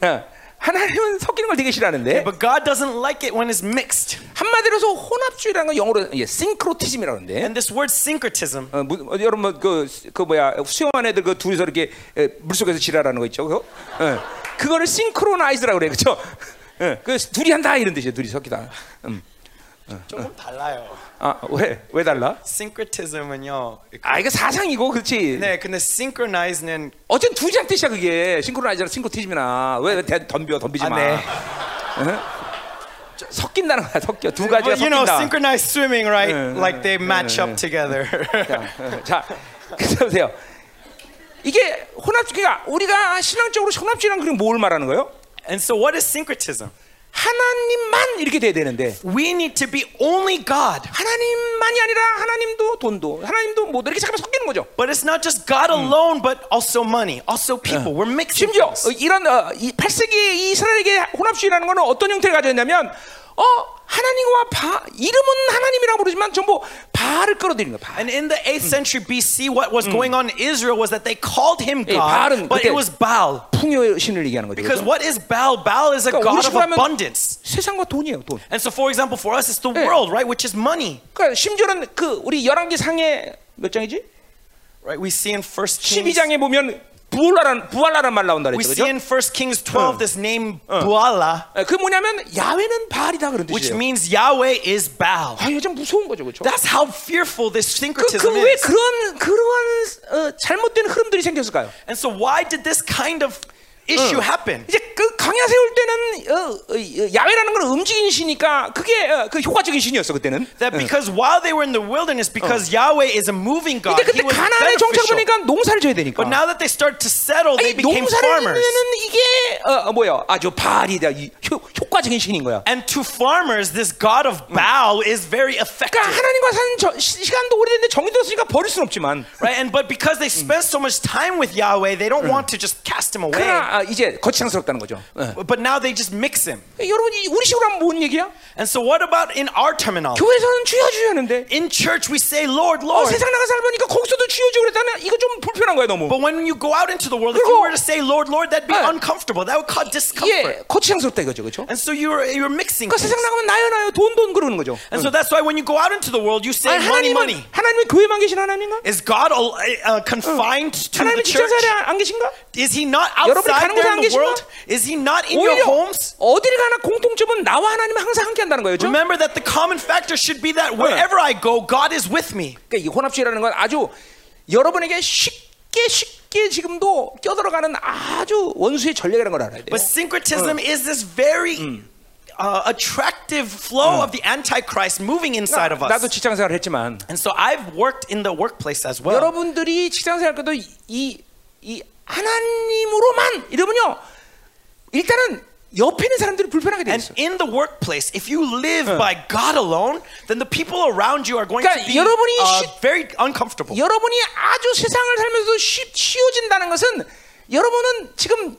[SPEAKER 1] 예. 하나님은 섞이는 걸 되게 싫어하는데
[SPEAKER 2] But God doesn't like it when it's mixed.
[SPEAKER 1] 한마디로서 혼합주의라는 건 영어로 예, 싱크로티즘이라는데.
[SPEAKER 2] And this word syncretism.
[SPEAKER 1] 어, 무- 어, 여러분 뭐그 그 뭐야 수영한 애들 그 둘이서 이렇게 에, 물속에서 지랄하는 거 있죠 그거 예. 그거를 싱크로나이즈라고 그래 그렇죠 그 둘이 한다 이런 뜻이에요 둘이 섞이다 음.
[SPEAKER 2] 조금 달라요.
[SPEAKER 1] 아왜왜 달라
[SPEAKER 2] Syncretism은요.
[SPEAKER 1] 아 이거 사상이고 그렇지
[SPEAKER 2] 네, 근데 synchronize는
[SPEAKER 1] 어쨌든 둘이 한 뜻이야 그게 싱크로나이즈나 싱크로티즘이나 왜 대- 덤벼 덤비지
[SPEAKER 2] 아,
[SPEAKER 1] 마
[SPEAKER 2] 네.
[SPEAKER 1] 응? 섞인다는 거야 섞여 두 가지가
[SPEAKER 2] Well, 어, you know,
[SPEAKER 1] 섞인다
[SPEAKER 2] synchronized swimming, right?
[SPEAKER 1] 네, 네,
[SPEAKER 2] like they
[SPEAKER 1] 네,
[SPEAKER 2] match
[SPEAKER 1] 네,
[SPEAKER 2] up together.
[SPEAKER 1] 자, 자, 그래서 보세요. 이게 혼합주의가 우리가 신앙적으로 혼합주의란 그럼 뭘 말하는 거예요?
[SPEAKER 2] and so what is syncretism?
[SPEAKER 1] 하나님만 이렇게 돼야 되는데
[SPEAKER 2] We need to be only God.
[SPEAKER 1] 하나님만이 아니라 하나님도 돈도 하나님도 모두 이렇게 잠깐 섞이는 거죠.
[SPEAKER 2] But it's not just God alone, but also money, also people. We're mixing
[SPEAKER 1] Hmm. 심지어
[SPEAKER 2] things.
[SPEAKER 1] 어, 이런 어, 이 8세기 이스라엘에게 혼합주의라는 거는 어떤 형태를 가졌냐면 어 하나님과 바 이름은 하나님이라고 부르지만 전부 바를 끌어들이는 거야. 바.
[SPEAKER 2] And in the 8th
[SPEAKER 1] Hmm.
[SPEAKER 2] century BC, what was going on in Israel was that they called him
[SPEAKER 1] 예,
[SPEAKER 2] God,
[SPEAKER 1] Hmm. 바알은
[SPEAKER 2] but
[SPEAKER 1] 그때-
[SPEAKER 2] it was Baal.
[SPEAKER 1] 풍요의 신을 얘기하는 거죠.
[SPEAKER 2] Because
[SPEAKER 1] 그죠?
[SPEAKER 2] what is Baal? Baal is a
[SPEAKER 1] 그러니까 우리
[SPEAKER 2] God of
[SPEAKER 1] 식으로 하면
[SPEAKER 2] abundance.
[SPEAKER 1] 세상과 돈이에요, 돈.
[SPEAKER 2] And so, for example, for us, it's the
[SPEAKER 1] 예.
[SPEAKER 2] world, right? Which is money,
[SPEAKER 1] 그러니까 심지어는 그 우리 열왕기 상에 몇 장이지?
[SPEAKER 2] right? We see in First Kings.
[SPEAKER 1] 12장에 보면 부활라란 부활라란 말 나온다
[SPEAKER 2] We
[SPEAKER 1] 그랬죠. 그죠?
[SPEAKER 2] see in First Kings 12 this name Buala,
[SPEAKER 1] 예, 그 뭐냐면 야훼는 바알이다 그런
[SPEAKER 2] which
[SPEAKER 1] 뜻이에요.
[SPEAKER 2] means Yahweh is Baal.
[SPEAKER 1] 아, 요즘 무서운 거죠, 그렇죠?
[SPEAKER 2] That's how fearful this syncretism
[SPEAKER 1] 그왜
[SPEAKER 2] is.
[SPEAKER 1] 그런 그러한 어, 잘못된 흐름들이 생겼을까요?
[SPEAKER 2] And so, why did this kind of issue happen?
[SPEAKER 1] 이제 그 강야 세울 때는 어, 어, 어, 야훼라는 건 움직이는 신이니까 그게 어, 그 효과적인 신이었어 그때는.
[SPEAKER 2] That because while they were in the wilderness, because Yahweh is a moving God,
[SPEAKER 1] 근데
[SPEAKER 2] He
[SPEAKER 1] 그때
[SPEAKER 2] was
[SPEAKER 1] 가나안에
[SPEAKER 2] beneficial.
[SPEAKER 1] 정착하니까 농사를 져야 되니까.
[SPEAKER 2] But now that they start to settle, they
[SPEAKER 1] 아니,
[SPEAKER 2] became
[SPEAKER 1] 농사를 지으면
[SPEAKER 2] farmers.
[SPEAKER 1] 이게 어, 어, 뭐야? 아주 발이다. 이 효, 효과적인 신인 거야.
[SPEAKER 2] And to farmers, this God of Baal is very
[SPEAKER 1] 그러니까
[SPEAKER 2] effective.
[SPEAKER 1] 하나님과 사는 저, 시- 시간도 오래됐는데 정이 들었으니까 버릴 순 없지만.
[SPEAKER 2] Right? And but because they spend so much time with Yahweh, they don't want to just cast him away.
[SPEAKER 1] 그러나 아, 이제 거창스럽다는 거죠. 예.
[SPEAKER 2] But now they just mix him.
[SPEAKER 1] 여러분 이 우리 식으로 하면 뭔 얘기야?
[SPEAKER 2] And so what about in our terminology?
[SPEAKER 1] 교회에서는 주여 주여 하는데
[SPEAKER 2] In church we say Lord,
[SPEAKER 1] 어,
[SPEAKER 2] Lord.
[SPEAKER 1] 세상 나가 살보니까 거기서도 주여 주여 그랬다면 이거 좀 불편한 거야 너무.
[SPEAKER 2] But when you go out into the world, if you
[SPEAKER 1] 그리고-
[SPEAKER 2] were to say Lord, Lord, that'd be
[SPEAKER 1] 네.
[SPEAKER 2] uncomfortable. That would cause
[SPEAKER 1] 이게
[SPEAKER 2] discomfort.
[SPEAKER 1] 거창스럽다 이거죠, 그렇죠?
[SPEAKER 2] And so you're you're mixing.
[SPEAKER 1] 그러니까
[SPEAKER 2] things.
[SPEAKER 1] 세상 나가면 나요 나요 돈 돈 그러는 거죠. 어.
[SPEAKER 2] And so that's why when you go out into the world, you say
[SPEAKER 1] 아니,
[SPEAKER 2] money,
[SPEAKER 1] 하나님은
[SPEAKER 2] money.
[SPEAKER 1] 하나님은 교회만 계신 하나님인가?
[SPEAKER 2] Is God al- uh, confined to the
[SPEAKER 1] 하나님은 직장
[SPEAKER 2] church?
[SPEAKER 1] 생활에 안 계신가?
[SPEAKER 2] Is he not
[SPEAKER 1] 여러분이
[SPEAKER 2] outside
[SPEAKER 1] 가는 곳에
[SPEAKER 2] there in
[SPEAKER 1] 안
[SPEAKER 2] the
[SPEAKER 1] 계신가?
[SPEAKER 2] world? Is he not in your
[SPEAKER 1] 오히려
[SPEAKER 2] homes?
[SPEAKER 1] 어디를 가나 공통점은 나와 하나님은 항상 함께 한다는 거예요. 그렇죠?
[SPEAKER 2] Remember that the common factor should be that wherever I go, God is with me.
[SPEAKER 1] 그러니까 이 혼합주의라는 건 아주 여러분에게 쉽게 쉽게 지금도 껴들어가는 아주 원수의 전략이라는 걸 알아야 돼요.
[SPEAKER 2] But syncretism is this very uh, attractive flow of the Antichrist moving inside of
[SPEAKER 1] 나도
[SPEAKER 2] us.
[SPEAKER 1] 직장 생활을 했지만
[SPEAKER 2] And so I've worked in the workplace as well.
[SPEAKER 1] 여러분들이 직장 생활 때도 이, 이 하나님으로만 이러면요 일단은 옆에 있는 사람들이 불편하게 돼
[SPEAKER 2] And
[SPEAKER 1] 있어.
[SPEAKER 2] in the workplace, if you live by God alone, then the people around you are going to
[SPEAKER 1] 그러니까
[SPEAKER 2] be
[SPEAKER 1] 여러분이
[SPEAKER 2] uh,
[SPEAKER 1] 시-
[SPEAKER 2] very uncomfortable.
[SPEAKER 1] 여러분이 아주 세상을 살면서 쉬, 쉬워진다는 것은 여러분은 지금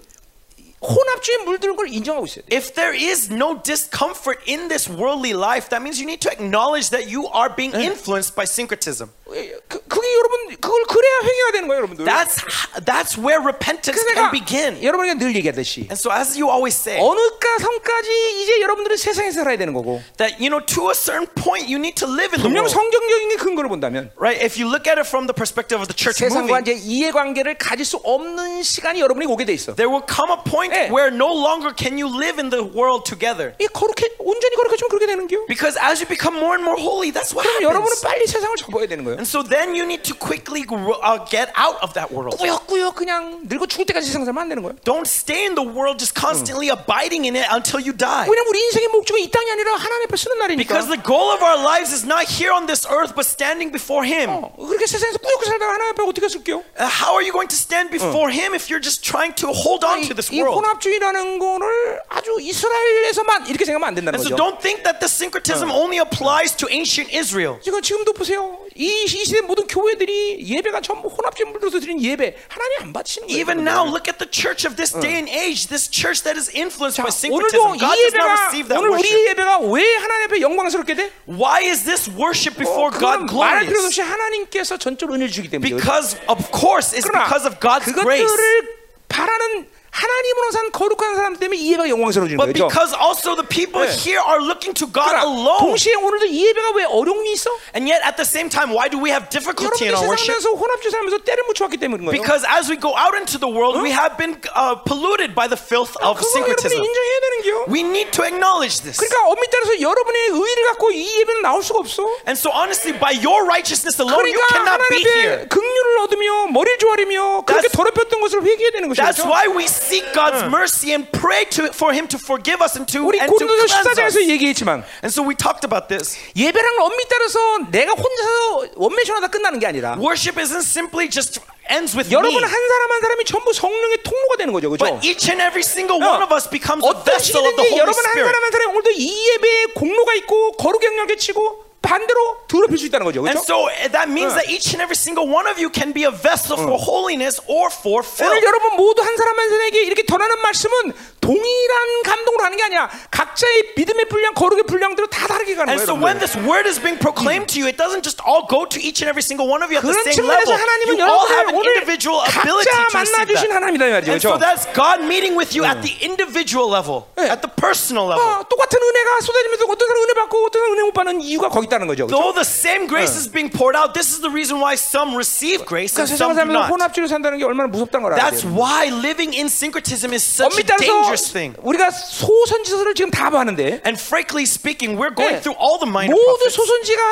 [SPEAKER 1] 혼합주의 물드는 걸 인정하고 있어요.
[SPEAKER 2] If there is no discomfort in this worldly life, that means you need to acknowledge that you are being influenced by syncretism.
[SPEAKER 1] 그, 그게 여러분 그걸 그래야 회개가 되는 거예요, 여러분들.
[SPEAKER 2] That's that's where repentance
[SPEAKER 1] 그래서
[SPEAKER 2] can
[SPEAKER 1] 내가
[SPEAKER 2] begin.
[SPEAKER 1] 여러분에게 늘 얘기하듯이
[SPEAKER 2] And so, as you always say,
[SPEAKER 1] Oh. 어느가 성까지 이제 여러분들은 세상에서 살아야 되는 거고
[SPEAKER 2] that you know, to a certain point, you need to live in the
[SPEAKER 1] 분명
[SPEAKER 2] world,
[SPEAKER 1] 성경적인 게 근거를 본다면
[SPEAKER 2] right? If you look at it from the perspective of the church
[SPEAKER 1] 세상과
[SPEAKER 2] moving,
[SPEAKER 1] 이제 이해관계를 가질 수 없는 시간이 여러분이 오게 돼 있어.
[SPEAKER 2] there will come a point
[SPEAKER 1] 예.
[SPEAKER 2] where no longer can you live in the world together,
[SPEAKER 1] 이 거룩해 온전히 거룩해지면 그렇게 되는 겨.
[SPEAKER 2] because as you become more and more holy, that's what
[SPEAKER 1] 그럼 여러분은
[SPEAKER 2] happens.
[SPEAKER 1] 빨리 세상을 접어야 되는 거예요.
[SPEAKER 2] And so then you need to quickly uh, get out of that world.
[SPEAKER 1] 꾸역꾸역 그냥 늙어 죽을 때까지 세상 살면 안 되는 거예요.
[SPEAKER 2] Don't stay in the world just constantly abiding in it until you die.
[SPEAKER 1] 왜냐면 우리 인생의 목적은 이 땅이 아니라 하나님 앞에 쓰는 날이니까.
[SPEAKER 2] Because the goal of our lives is not here on this earth, but standing before Him.
[SPEAKER 1] 어, 그렇게 세상에서 꾸역꾸역 살다가 하나님 앞에 어떻게 쓸게요?
[SPEAKER 2] Uh, How are you going to stand before him if you're just trying to hold
[SPEAKER 1] 이,
[SPEAKER 2] on to this
[SPEAKER 1] 이
[SPEAKER 2] world?
[SPEAKER 1] 혼합주의라는 거를 아주 아주 이스라엘에서만 이렇게 생각하면 안 된다는
[SPEAKER 2] And so
[SPEAKER 1] 거죠.
[SPEAKER 2] don't think that the syncretism only applies to ancient Israel.
[SPEAKER 1] 지금 지금도 보세요. 이, 이 시대 모든 교회들이 예배가 전부 혼합제물로서 드리는 예배 하나님 안 받으시는 거예요.
[SPEAKER 2] Even now, look at the church of this day and age, this church that is influenced by
[SPEAKER 1] 오늘도
[SPEAKER 2] syncretism.
[SPEAKER 1] 이
[SPEAKER 2] God does not
[SPEAKER 1] 예배가
[SPEAKER 2] receive that
[SPEAKER 1] 오늘
[SPEAKER 2] worship.
[SPEAKER 1] 우리 예배가 왜 하나님 앞에 영광스럽게 돼?
[SPEAKER 2] Why is this worship
[SPEAKER 1] 어,
[SPEAKER 2] before
[SPEAKER 1] 그건
[SPEAKER 2] God
[SPEAKER 1] 말할 필요
[SPEAKER 2] glorious?
[SPEAKER 1] 없이 하나님께서 전적으로 은혜를 주기 때문이에요.
[SPEAKER 2] Because, of course, it's
[SPEAKER 1] 그러나
[SPEAKER 2] because of God's grace.
[SPEAKER 1] 그것들을 바라는 하나님으로 산 거룩한 사람 때문에 이 예배가 영광스러워지는
[SPEAKER 2] But
[SPEAKER 1] 거죠.
[SPEAKER 2] because also the people
[SPEAKER 1] 네.
[SPEAKER 2] here are looking to God
[SPEAKER 1] 그러나
[SPEAKER 2] alone.
[SPEAKER 1] 동시에 오늘도 이 예배가 왜 어려움이 있어?
[SPEAKER 2] And yet, at the same time, why do we have difficulty
[SPEAKER 1] 여러분이
[SPEAKER 2] in our worship?
[SPEAKER 1] 세상에서 혼합주 살면서 때를 묻혀왔기 때문인 거예요.
[SPEAKER 2] Because as we go out into the world, we have been uh, polluted by the filth
[SPEAKER 1] 그거
[SPEAKER 2] of
[SPEAKER 1] 여러분이
[SPEAKER 2] syncretism.
[SPEAKER 1] 인정해야 되는 게요.
[SPEAKER 2] We need to acknowledge this.
[SPEAKER 1] 그러니까 엄밀히 따라서 여러분의 의를 갖고 이 예배는 나올 수가 없어.
[SPEAKER 2] And so, honestly, by your righteousness alone, you
[SPEAKER 1] 그러니까
[SPEAKER 2] cannot be
[SPEAKER 1] 하나님의
[SPEAKER 2] here.
[SPEAKER 1] 긍휼을 얻으며 머리를 조아리며 그렇게
[SPEAKER 2] That's-
[SPEAKER 1] 더럽혔던 것을 회개해야 되는
[SPEAKER 2] That's
[SPEAKER 1] 것이죠.
[SPEAKER 2] why we seek God's mercy and pray to, for Him to forgive us and to,
[SPEAKER 1] 우리
[SPEAKER 2] and to
[SPEAKER 1] 고린도서
[SPEAKER 2] cleanse us.
[SPEAKER 1] 14장에서 얘기했지만
[SPEAKER 2] And so we talked about this.
[SPEAKER 1] 예배랑 엄밀히 따라서 내가 혼자서 원맨션하다 끝나는 게 아니라
[SPEAKER 2] Worship isn't simply just ends with me,
[SPEAKER 1] 여러분 한 사람 한 사람이 전부 성령의 통로가 되는 거죠. 그렇죠?
[SPEAKER 2] but each and every single one of us becomes a
[SPEAKER 1] 어떤
[SPEAKER 2] vessel of the
[SPEAKER 1] 시기든지
[SPEAKER 2] Holy
[SPEAKER 1] 여러분 한
[SPEAKER 2] Spirit.
[SPEAKER 1] 사람 한 사람이 오늘도 이 예배에 공로가 있고 거룩 영역에 치고 반대로 더럽힐 수 있다는 거죠.
[SPEAKER 2] And
[SPEAKER 1] 그렇죠?
[SPEAKER 2] so eh, that means that each and every single one of you can be a vessel for holiness or for
[SPEAKER 1] 오늘
[SPEAKER 2] filth.
[SPEAKER 1] 여러분 모두 한 사람 한 사람에게 이렇게 전하는 말씀은 동일한 감동으로 하는 게 아니야. 각자의 믿음의 분량, 거룩의 분량대로 다 다르게 가는
[SPEAKER 2] And
[SPEAKER 1] 거예요.
[SPEAKER 2] so when
[SPEAKER 1] 여러분들.
[SPEAKER 2] this word is being proclaimed to you, it doesn't just all go to each and every single one of you at the
[SPEAKER 1] 그런
[SPEAKER 2] same
[SPEAKER 1] 측면에서
[SPEAKER 2] level.
[SPEAKER 1] 하나님은
[SPEAKER 2] You all have
[SPEAKER 1] 여러분을
[SPEAKER 2] an
[SPEAKER 1] 오늘
[SPEAKER 2] individual ability
[SPEAKER 1] 각자
[SPEAKER 2] to
[SPEAKER 1] 만나
[SPEAKER 2] receive
[SPEAKER 1] 주신
[SPEAKER 2] that.
[SPEAKER 1] 하나님이다 이 말이죠.
[SPEAKER 2] And so
[SPEAKER 1] 그렇죠?
[SPEAKER 2] that's God meeting with you at the individual level,
[SPEAKER 1] 네.
[SPEAKER 2] at the personal level.
[SPEAKER 1] 어, 똑같은 은혜가 쏟아지면서 어떤 사람 은혜 받고 어떤 사람 은혜 못 받는 이유가 거기 있다는 거죠. 그렇죠?
[SPEAKER 2] Though the same grace is being poured out, this is the reason why some receive grace
[SPEAKER 1] 그러니까
[SPEAKER 2] and
[SPEAKER 1] 세상
[SPEAKER 2] some do
[SPEAKER 1] 사람들은
[SPEAKER 2] not.
[SPEAKER 1] 혼합주의로 산다는 게 얼마나 무섭다는 걸 알아야
[SPEAKER 2] That's
[SPEAKER 1] 돼요.
[SPEAKER 2] why living in syncretism is such a
[SPEAKER 1] 엄밀히
[SPEAKER 2] dangerous
[SPEAKER 1] 따라서
[SPEAKER 2] thing.
[SPEAKER 1] 우리가 소선지서를 지금 다 봤는데
[SPEAKER 2] And frankly speaking, we're
[SPEAKER 1] 네.
[SPEAKER 2] going through all the minor
[SPEAKER 1] 모두
[SPEAKER 2] prophets.
[SPEAKER 1] 소선지가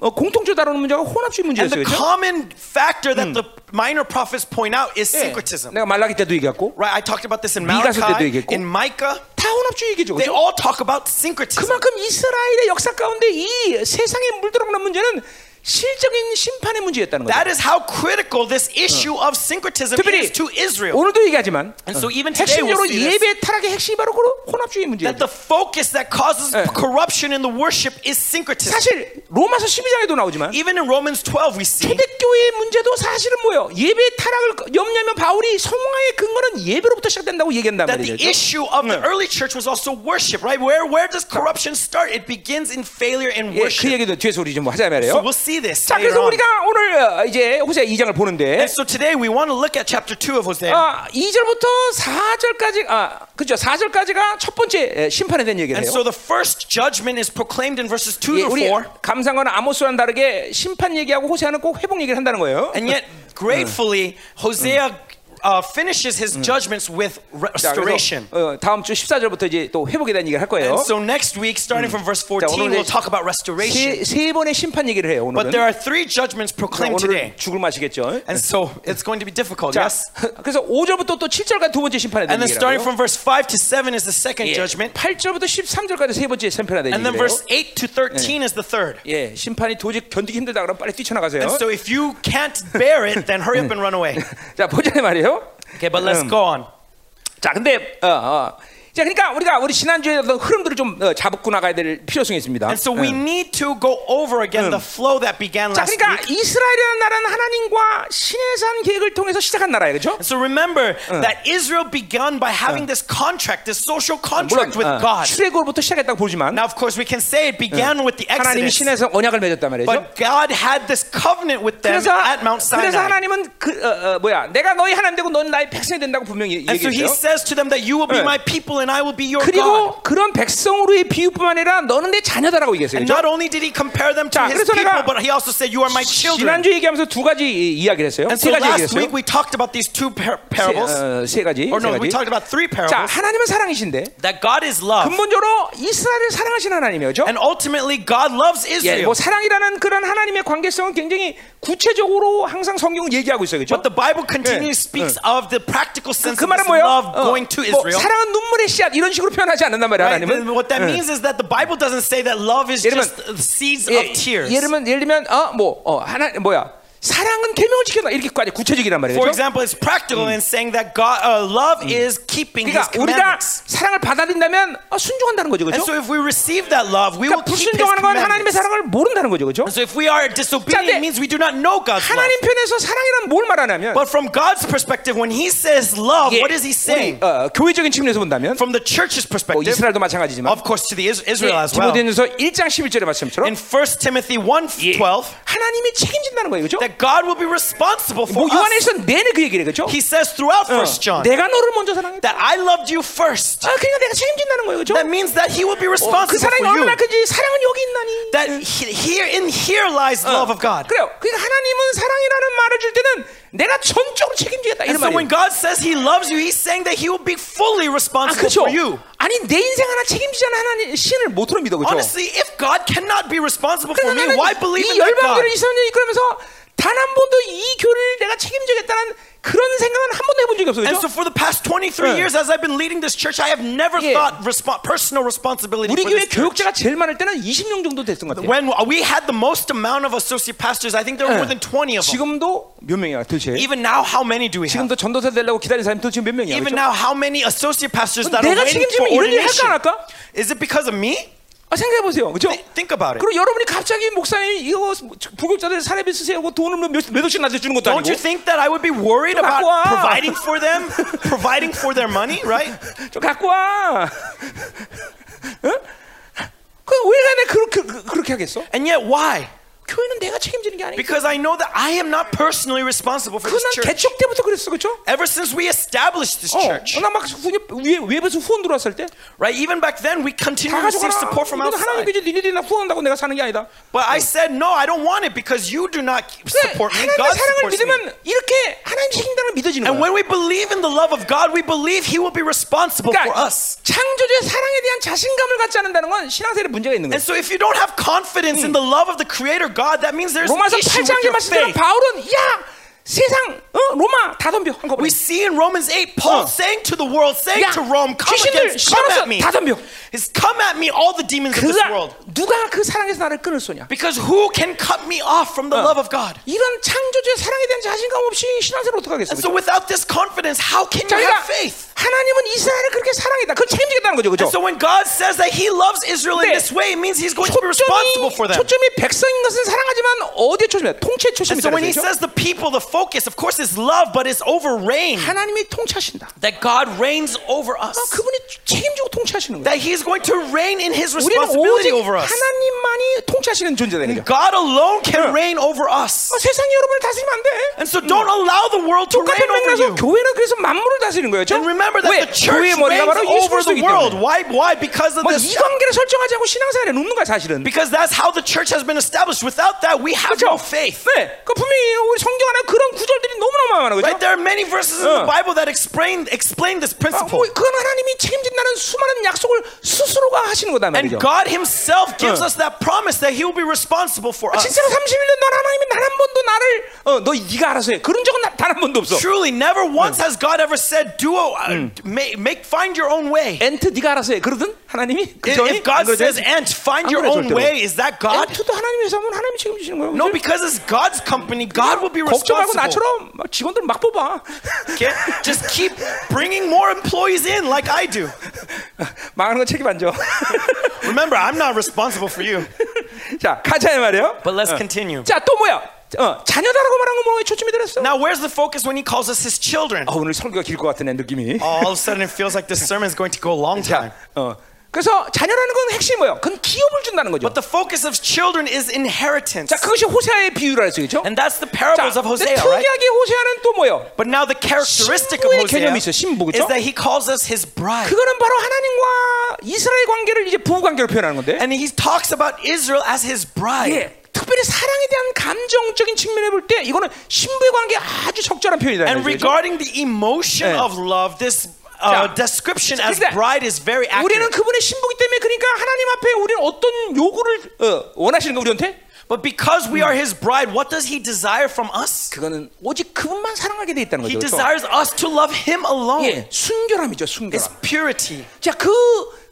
[SPEAKER 1] 어, 공통적으로 다루는 문제가 혼합주의
[SPEAKER 2] And
[SPEAKER 1] 문제였어요.
[SPEAKER 2] the
[SPEAKER 1] 그렇죠?
[SPEAKER 2] common factor that the minor prophets point out is
[SPEAKER 1] 예.
[SPEAKER 2] syncretism.
[SPEAKER 1] 내가 말라기 때도 얘기했고
[SPEAKER 2] Right, I talked about this in
[SPEAKER 1] 미가 쓸 때도
[SPEAKER 2] Malachi,
[SPEAKER 1] 얘기했고.
[SPEAKER 2] in Micah.
[SPEAKER 1] 다 혼합주의 얘기죠.
[SPEAKER 2] They
[SPEAKER 1] 그렇죠?
[SPEAKER 2] all talk about syncretism.
[SPEAKER 1] 그만큼 이스라엘의 역사 가운데 이 세상에 물들어가는 문제는 실적인 심판의 문제였다는 거죠.
[SPEAKER 2] That is how critical this issue of syncretism
[SPEAKER 1] 특별히
[SPEAKER 2] is to Israel.
[SPEAKER 1] 오늘도 얘기하지만
[SPEAKER 2] And so even today we'll
[SPEAKER 1] 핵심적으로
[SPEAKER 2] see this,
[SPEAKER 1] 예배 타락의 핵심이 바로 그 혼합주의 문제예요.
[SPEAKER 2] that the focus that causes
[SPEAKER 1] 예.
[SPEAKER 2] corruption in the worship is syncretism.
[SPEAKER 1] 사실 로마서 12장에도 나오지만
[SPEAKER 2] Even in Romans 12 we see
[SPEAKER 1] 초대교회의 문제도 사실은 뭐예요? 예배 타락을 염려하면 바울이 성화의 근거는 예배로부터 시작된다고 얘기한단
[SPEAKER 2] that
[SPEAKER 1] 말이죠.
[SPEAKER 2] the
[SPEAKER 1] 그렇죠?
[SPEAKER 2] issue of the early church was also worship, right? Where where does corruption start? It begins in failure in
[SPEAKER 1] 예, 그
[SPEAKER 2] worship.
[SPEAKER 1] 얘기도 뒤에서 우리 좀 하자 말이에요.
[SPEAKER 2] So we'll see this
[SPEAKER 1] 자,
[SPEAKER 2] later
[SPEAKER 1] 그래서
[SPEAKER 2] on.
[SPEAKER 1] 우리가 오늘 어, 이제 호세 2장을 보는데
[SPEAKER 2] And so today we want to look at chapter 2 of Hosea.
[SPEAKER 1] 아, 2절부터 4절까지 아, 그죠. 4절까지가 첫 번째 예, 심판에 대한 얘기를
[SPEAKER 2] And
[SPEAKER 1] 해요.
[SPEAKER 2] so the first judgment is proclaimed in verses 2
[SPEAKER 1] 예,
[SPEAKER 2] to
[SPEAKER 1] 우리
[SPEAKER 2] 4.
[SPEAKER 1] 감상과는 아모스와는 다르게 심판 얘기하고 호세아는 꼭 회복 얘기를 한다는 거예요.
[SPEAKER 2] And yet, gratefully, Hosea uh, finishes his judgments with
[SPEAKER 1] 자, 그래서,
[SPEAKER 2] restoration.
[SPEAKER 1] 어, 다음 주 14절부터 이제 또 회복에 대한 얘기를 할 거예요.
[SPEAKER 2] And so next week, starting from verse
[SPEAKER 1] 자,
[SPEAKER 2] 14,
[SPEAKER 1] 오늘
[SPEAKER 2] we'll
[SPEAKER 1] 이제
[SPEAKER 2] talk about restoration.
[SPEAKER 1] 세, 세 번의 심판 얘기를 해요.
[SPEAKER 2] But
[SPEAKER 1] 오늘은
[SPEAKER 2] there are three judgments proclaimed today.
[SPEAKER 1] 오늘 죽을 맛이겠죠.
[SPEAKER 2] And so it's going to be difficult,
[SPEAKER 1] 자,
[SPEAKER 2] yes?
[SPEAKER 1] 그래서 5절부터 또 7절까지 두 번째 심판에 대한
[SPEAKER 2] And then
[SPEAKER 1] 얘기를
[SPEAKER 2] starting
[SPEAKER 1] 해요. 예.
[SPEAKER 2] from verse 5 to 7 is the second judgment.
[SPEAKER 1] 8절부터 13절까지 세 번째 심판에 대한
[SPEAKER 2] And then
[SPEAKER 1] 얘기를 해요.
[SPEAKER 2] verse 8 to 13 is the third.
[SPEAKER 1] 예, 심판이 도저히 견디기 힘들다 그러면 빨리 뛰쳐나가세요.
[SPEAKER 2] And so if you can't bear it, then hurry up and run away. Mm.
[SPEAKER 1] 자, 보자 말이에요.
[SPEAKER 2] Okay, but let's
[SPEAKER 1] 음.
[SPEAKER 2] go on.
[SPEAKER 1] 자, 근데 어, 어. 자, 그러니까 우리가 우리 지난주에 어떤 흐름들을 좀 어, 잡고 나가야 될 필요성이 있습니다.
[SPEAKER 2] And so we
[SPEAKER 1] 음.
[SPEAKER 2] need to go over again the flow that began
[SPEAKER 1] 자,
[SPEAKER 2] last week.
[SPEAKER 1] 그러니까 이스라엘이라는 나라는 하나님과 신의 산 계획을 통해서 시작한 나라예요. 그렇죠?
[SPEAKER 2] So remember that Israel began by having this contract, this social
[SPEAKER 1] 물론
[SPEAKER 2] contract with
[SPEAKER 1] 어,
[SPEAKER 2] God.
[SPEAKER 1] 출애굽부터 시작했다고 보지만
[SPEAKER 2] Now, of course, we can say it began with the
[SPEAKER 1] 하나님이
[SPEAKER 2] Exodus,
[SPEAKER 1] 신에서 언약을 맺었단 말이죠.
[SPEAKER 2] but God had this covenant with them
[SPEAKER 1] 그래서,
[SPEAKER 2] at Mount
[SPEAKER 1] 그래서
[SPEAKER 2] Sinai.
[SPEAKER 1] 하나님은 그, 어, 어, 뭐야 내가 너희 하나님 되고 넌 나의 백성이 된다고 분명히
[SPEAKER 2] And so He
[SPEAKER 1] 얘기했어요.
[SPEAKER 2] says to them that you will
[SPEAKER 1] 네.
[SPEAKER 2] be my people and I will be your God.
[SPEAKER 1] 그리고 그런 백성으로의 비유뿐만 아니라 너는 내 자녀다라고 얘기했어요.
[SPEAKER 2] And
[SPEAKER 1] 그렇죠?
[SPEAKER 2] not only did He compare them to
[SPEAKER 1] 자,
[SPEAKER 2] His
[SPEAKER 1] 그래서
[SPEAKER 2] people,
[SPEAKER 1] 내가
[SPEAKER 2] but He also said, "You are my children."
[SPEAKER 1] 지난주 얘기하면서 두 가지 이- 이야기를 했어요.
[SPEAKER 2] And so
[SPEAKER 1] 세 가지
[SPEAKER 2] last
[SPEAKER 1] 얘기했어요.
[SPEAKER 2] week we talked about these two par- parables,
[SPEAKER 1] 세, 어, 세 가지. 세
[SPEAKER 2] or no, we
[SPEAKER 1] 가지.
[SPEAKER 2] talked about three
[SPEAKER 1] 자,
[SPEAKER 2] parables.
[SPEAKER 1] 하나님은 사랑이신데
[SPEAKER 2] That God is love,
[SPEAKER 1] 근본적으로 이스라엘을 사랑하신 하나님이에요. 그렇죠?
[SPEAKER 2] and ultimately God loves
[SPEAKER 1] 예, 뭐
[SPEAKER 2] Israel.
[SPEAKER 1] 사랑이라는 그런 하나님의 관계성은 굉장히 구체적으로 항상 성경은 얘기하고 있어요. 그렇죠?
[SPEAKER 2] But the Bible continually speaks of the practical sense
[SPEAKER 1] 그
[SPEAKER 2] of this
[SPEAKER 1] 말은 뭐예요?
[SPEAKER 2] love
[SPEAKER 1] 어,
[SPEAKER 2] going to
[SPEAKER 1] 뭐
[SPEAKER 2] Israel.
[SPEAKER 1] 사랑은 눈물의 씨앗 이런 식으로 표현하지 않는단 말이에요.
[SPEAKER 2] Right?
[SPEAKER 1] 하나님은.
[SPEAKER 2] Then What that
[SPEAKER 1] 응.
[SPEAKER 2] means is that the Bible doesn't say that love is
[SPEAKER 1] 예를
[SPEAKER 2] just the seeds
[SPEAKER 1] 예,
[SPEAKER 2] of tears.
[SPEAKER 1] 예를 들면 예를 들면 어뭐 어, 하나 뭐야 사랑은 계명을 지킨다 이렇게까지 구체적이란 말이에요.
[SPEAKER 2] For
[SPEAKER 1] 그렇죠?
[SPEAKER 2] example, it's practical in saying that God, uh, love is keeping His
[SPEAKER 1] 그러니까 우리가
[SPEAKER 2] commandments.
[SPEAKER 1] 사랑을 받아들인다면 아, 순종한다는 거죠,
[SPEAKER 2] And
[SPEAKER 1] 그렇죠?
[SPEAKER 2] so if we receive that love, we will
[SPEAKER 1] 그러니까
[SPEAKER 2] keep His
[SPEAKER 1] 불순종하는 건 하나님의
[SPEAKER 2] commandments.
[SPEAKER 1] 사랑을 모른다는 거죠, 그렇죠?
[SPEAKER 2] And so if we are
[SPEAKER 1] 자,
[SPEAKER 2] disobedient,
[SPEAKER 1] 근데
[SPEAKER 2] it means we do not know God's love.
[SPEAKER 1] 하나님 편에서 사랑이란 뭘 말하냐면
[SPEAKER 2] But from God's perspective, when He says love,
[SPEAKER 1] 이게
[SPEAKER 2] what is He
[SPEAKER 1] 우리,
[SPEAKER 2] saying?
[SPEAKER 1] 어, 교회적인 측면에서 본다면
[SPEAKER 2] From the church's
[SPEAKER 1] 뭐
[SPEAKER 2] perspective,
[SPEAKER 1] 이스라엘도 마찬가지지만 예,
[SPEAKER 2] of course, to the Is- Israel as well.
[SPEAKER 1] 디모데전서 1장 11절의 말씀처럼
[SPEAKER 2] In 1 Timothy 1
[SPEAKER 1] 예,
[SPEAKER 2] 12,
[SPEAKER 1] 하나님이 책임진다는 거예요, 그렇죠?
[SPEAKER 2] that God will be
[SPEAKER 1] 뭐
[SPEAKER 2] responsible for us.
[SPEAKER 1] 요한에서 내내 그 얘기를 그렇죠?
[SPEAKER 2] He says throughout
[SPEAKER 1] Uh.
[SPEAKER 2] 1 John
[SPEAKER 1] 내가 너를 먼저 사랑했다.
[SPEAKER 2] that I loved you
[SPEAKER 1] 아,
[SPEAKER 2] first.
[SPEAKER 1] 그러니까 내가 책임진다는 거예요, 그렇죠?
[SPEAKER 2] That means that He will be
[SPEAKER 1] 그
[SPEAKER 2] responsible
[SPEAKER 1] 사랑이
[SPEAKER 2] for you.
[SPEAKER 1] 얼마나 큰지 사랑은 여기 있나니.
[SPEAKER 2] That he- here in here lies
[SPEAKER 1] Uh.
[SPEAKER 2] the love of God.
[SPEAKER 1] 그래요. 그러니까 하나님은 사랑이라는 말을 줄 때는 내가 전적으로 책임지겠다 이런
[SPEAKER 2] And so when
[SPEAKER 1] 말이에요.
[SPEAKER 2] God says He loves you, He's saying that He will be
[SPEAKER 1] 아,
[SPEAKER 2] fully responsible
[SPEAKER 1] 그렇죠.
[SPEAKER 2] for you.
[SPEAKER 1] 아니 내 인생 하나 책임지지 않은 하나님 신을 못 들어 믿어, 그렇죠?
[SPEAKER 2] Honestly, if God cannot be responsible for me,
[SPEAKER 1] 그러니까
[SPEAKER 2] why
[SPEAKER 1] 나는
[SPEAKER 2] believe
[SPEAKER 1] 이
[SPEAKER 2] in that God?
[SPEAKER 1] 열방교를 20년 이끌면서 단 한 번도 이 교를 내가 책임지겠다는 그런 생각은 한 번도 해본 적이 없어요.
[SPEAKER 2] And
[SPEAKER 1] 그렇죠?
[SPEAKER 2] so for the past 23
[SPEAKER 1] Yeah.
[SPEAKER 2] years, as I've been leading this church, I have never
[SPEAKER 1] Yeah.
[SPEAKER 2] thought respo- personal responsibility
[SPEAKER 1] 우리
[SPEAKER 2] for
[SPEAKER 1] 교회
[SPEAKER 2] this church.
[SPEAKER 1] 교육자가 제일 많을 때는 20명 정도 됐던 것 같아요.
[SPEAKER 2] When we had the most amount of associate pastors, I think there were more than 20 of them.
[SPEAKER 1] 지금도 몇 명이야 도대체?
[SPEAKER 2] Even now, how many do we have?
[SPEAKER 1] 지금도 전도사 되려고 기다리는 사람이 도대체 몇 명이야? 그렇죠?
[SPEAKER 2] Even now, how many associate pastors that are
[SPEAKER 1] 내가
[SPEAKER 2] waiting for
[SPEAKER 1] 책임지면 이런 일 할까 안
[SPEAKER 2] ordination? 네.
[SPEAKER 1] 할까?
[SPEAKER 2] Is it because of me?
[SPEAKER 1] 아, 생각해보세요. 그죠?
[SPEAKER 2] Think about it.
[SPEAKER 1] 그리고 여러분이 갑자기 목사님 이거 부교자들 사례비 쓰세요고 뭐 돈을 몇, 몇 억씩 낮춰 주는 것도
[SPEAKER 2] Don't you
[SPEAKER 1] 아니고
[SPEAKER 2] think that I would be worried
[SPEAKER 1] 좀 갖고 와.
[SPEAKER 2] about providing for them, providing for their money, right?
[SPEAKER 1] 좀 갖고 와. 응? 그왜 내가 그렇게 그- 그렇게 하겠어?
[SPEAKER 2] And yet, why?
[SPEAKER 1] 교회는 내가 책임지는 게 아니고.
[SPEAKER 2] Because I know that I am not personally responsible for this
[SPEAKER 1] 그난
[SPEAKER 2] church.
[SPEAKER 1] 개척 때부터 그랬어, 그렇죠?
[SPEAKER 2] Ever since we established this church,
[SPEAKER 1] 어, 나막 위에 외부에서 후원 들어왔을 때,
[SPEAKER 2] right? Even back then, we continued
[SPEAKER 1] 다
[SPEAKER 2] to receive
[SPEAKER 1] 가져가라.
[SPEAKER 2] support from
[SPEAKER 1] 이건
[SPEAKER 2] outside.
[SPEAKER 1] 하나님께서 니네들이나 후원한다고 내가 사는 게 아니다.
[SPEAKER 2] But I said, no, I don't want it because you do not
[SPEAKER 1] 근데
[SPEAKER 2] support me.
[SPEAKER 1] 하나님의
[SPEAKER 2] God
[SPEAKER 1] 사랑을
[SPEAKER 2] supports me.
[SPEAKER 1] 믿으면 이렇게 하나님 책임다는 걸 믿어지는
[SPEAKER 2] And
[SPEAKER 1] 거야.
[SPEAKER 2] when we believe in the love of God, we believe He will be responsible for
[SPEAKER 1] 그러니까
[SPEAKER 2] us.
[SPEAKER 1] 창조주의 사랑에 대한 자신감을 갖지 않는다는 건 신앙생활에 문제가 있는 거야.
[SPEAKER 2] And so, if you don't have confidence in the love of the Creator God, that means there's an
[SPEAKER 1] 로마서
[SPEAKER 2] issue with
[SPEAKER 1] 8장에
[SPEAKER 2] your
[SPEAKER 1] 말씀대로
[SPEAKER 2] faith.
[SPEAKER 1] 바울은 야 세상 어 로마 다 덤벼 한꺼번에
[SPEAKER 2] We see in Romans 8, Paul
[SPEAKER 1] 어.
[SPEAKER 2] saying to the world, saying
[SPEAKER 1] 야
[SPEAKER 2] to Rome, come
[SPEAKER 1] 귀신들
[SPEAKER 2] against, come at me.
[SPEAKER 1] 시원해서 다 덤벼
[SPEAKER 2] Is come at me, all the demons of this
[SPEAKER 1] 그가
[SPEAKER 2] world.
[SPEAKER 1] 누가 그 사랑에서 나를 끊을 소냐
[SPEAKER 2] Because who can cut me off from the love of God?
[SPEAKER 1] 이런 창조주의 사랑에 대한 자신감 없이 신앙생활 어떻게 하겠어
[SPEAKER 2] And so, without this confidence, how can you
[SPEAKER 1] 그러니까
[SPEAKER 2] have faith?
[SPEAKER 1] 하나님은 이스라엘을 그렇게 사랑했다 그걸 책임지겠다는 거죠
[SPEAKER 2] And so,
[SPEAKER 1] 그죠
[SPEAKER 2] when God says that He loves Israel in
[SPEAKER 1] 근데
[SPEAKER 2] this way, it means He's going to be responsible for
[SPEAKER 1] 초점이,
[SPEAKER 2] them.
[SPEAKER 1] 초점이 백성인 것은 사랑하지만 어디에 초점이야 통치에 초점이
[SPEAKER 2] And so, when He
[SPEAKER 1] 있다는 거죠
[SPEAKER 2] says the people, the focus, of course, is love, but it's over reign.
[SPEAKER 1] 하나님이 통치하신다
[SPEAKER 2] That God reigns over
[SPEAKER 1] 아,
[SPEAKER 2] us.
[SPEAKER 1] 그분이 책임지고 통치하시는 거야
[SPEAKER 2] That He's going to reign in His
[SPEAKER 1] 우리는 오직
[SPEAKER 2] responsibility over us.
[SPEAKER 1] 하나님만이 통치하시는 존재다 이거죠
[SPEAKER 2] God alone
[SPEAKER 1] Yeah.
[SPEAKER 2] can reign over us.
[SPEAKER 1] 어, 세상이 여러분을 다스리면 안 돼. 어,
[SPEAKER 2] And so don't
[SPEAKER 1] Hmm.
[SPEAKER 2] allow the world to
[SPEAKER 1] 똑같은
[SPEAKER 2] reign over
[SPEAKER 1] 맥락에서
[SPEAKER 2] you.
[SPEAKER 1] 교회는 그래서 만물을 다스리는 거예요. 그렇죠?
[SPEAKER 2] And remember
[SPEAKER 1] 왜?
[SPEAKER 2] that the church
[SPEAKER 1] 교회의 머리가 바로
[SPEAKER 2] reigns
[SPEAKER 1] 예수
[SPEAKER 2] over
[SPEAKER 1] 그리스도이기
[SPEAKER 2] the world.
[SPEAKER 1] 때문에.
[SPEAKER 2] Why? Why? Because of
[SPEAKER 1] 뭐이
[SPEAKER 2] this.
[SPEAKER 1] 관계를 설정하지 않고 신앙생활에 놓는 거야 사실은.
[SPEAKER 2] Because that's how the church has been established. Without that, we have no faith.
[SPEAKER 1] 네, 그 분명히 우리 성경 안에 그런 구절들이 너무너무 많아요,
[SPEAKER 2] Right?
[SPEAKER 1] 그렇죠?
[SPEAKER 2] There are many verses in
[SPEAKER 1] Yeah. Ah,
[SPEAKER 2] the Bible that explain explain this
[SPEAKER 1] 아, 뭐,
[SPEAKER 2] principle.
[SPEAKER 1] 그건 하나님이 책임진다는 수많은 약속을 스스로가 하시는 거다 말이죠.
[SPEAKER 2] And God Himself gives
[SPEAKER 1] Yeah.
[SPEAKER 2] us that promise that He will be responsible for
[SPEAKER 1] 아,
[SPEAKER 2] us.
[SPEAKER 1] 진짜로 31년 넌 하나님이 단 한 번도 나를 어, 너 네가 알아서 해. 그런 적은 단 한 번도 없어.
[SPEAKER 2] Truly, never once has God ever said, "Do uh, make, make find your own way."
[SPEAKER 1] 엔트 네가 알아서 해. 그러든 하나님이
[SPEAKER 2] If,
[SPEAKER 1] 그죠?
[SPEAKER 2] if God
[SPEAKER 1] 안 그러죠?
[SPEAKER 2] says, "Ant, find
[SPEAKER 1] 안
[SPEAKER 2] your
[SPEAKER 1] 그래,
[SPEAKER 2] own
[SPEAKER 1] 절대로.
[SPEAKER 2] way," is that God?
[SPEAKER 1] 엔트도 하나님의 회사면 하나님이 책임지시는 거예요.
[SPEAKER 2] No, because it's God's company. God will be
[SPEAKER 1] 걱정 말고
[SPEAKER 2] responsible.
[SPEAKER 1] 나처럼 막 직원들 막 뽑아.
[SPEAKER 2] Okay? Just keep bringing more employees in like I do.
[SPEAKER 1] 망하는 건 책임 안 져.
[SPEAKER 2] Remember, I'm not responsible for you.
[SPEAKER 1] 자, 가자 이 말이에요.
[SPEAKER 2] But let's continue.
[SPEAKER 1] 자, 또 뭐야? 어, 자녀다라고 말한 거 뭐에 초점이 들었어?
[SPEAKER 2] Now, where's the focus when he calls us his children?
[SPEAKER 1] 아, 오늘 설교가 길 것 같은 느낌이.
[SPEAKER 2] Oh, all of a sudden, it feels like this sermon is going to go a long time.
[SPEAKER 1] 자, 어. 그래서 자녀라는 건 핵심이 뭐예요? 그건 기업을 준다는 거죠.
[SPEAKER 2] But the focus of children is inheritance.
[SPEAKER 1] 자, 그것이 호세아의 비유라고 했죠. 그렇죠?
[SPEAKER 2] And that's the
[SPEAKER 1] 자,
[SPEAKER 2] parables of
[SPEAKER 1] 근데
[SPEAKER 2] Hosea, right?
[SPEAKER 1] 특이하게 호세아는 또 뭐예요?
[SPEAKER 2] But now, the characteristic of
[SPEAKER 1] 신부의
[SPEAKER 2] Hosea
[SPEAKER 1] 개념이 있어요, 신부, 그쵸?
[SPEAKER 2] is that he calls us his bride.
[SPEAKER 1] 그거는 바로 하나님과 이스라엘 관계를 이제 부부 관계로 표현하는 건데.
[SPEAKER 2] And he talks about Israel as his bride.
[SPEAKER 1] 예. 특별히 사랑에 대한 감정적인 측면에 볼 때 이거는 신부의 관계 아주 적절한 표현이다.
[SPEAKER 2] And
[SPEAKER 1] 이거죠, 그렇죠?
[SPEAKER 2] regarding the emotion
[SPEAKER 1] Yeah.
[SPEAKER 2] of love, this uh,
[SPEAKER 1] 자,
[SPEAKER 2] description as
[SPEAKER 1] 그러니까
[SPEAKER 2] bride is very
[SPEAKER 1] 우리는
[SPEAKER 2] accurate.
[SPEAKER 1] 그분의 신부기 때문에 그러니까 하나님 앞에 우리는 어떤 요구를 어, 원하시는 거 우리한테?
[SPEAKER 2] But because we are his bride, what does he desire from us?
[SPEAKER 1] 그거는 오직 그분만 사랑하게 돼 있다는
[SPEAKER 2] He
[SPEAKER 1] 거죠. 그렇죠?
[SPEAKER 2] desires us to love him alone.
[SPEAKER 1] 예, 순결함이죠,
[SPEAKER 2] It's
[SPEAKER 1] 순결함.
[SPEAKER 2] purity.
[SPEAKER 1] 자, 그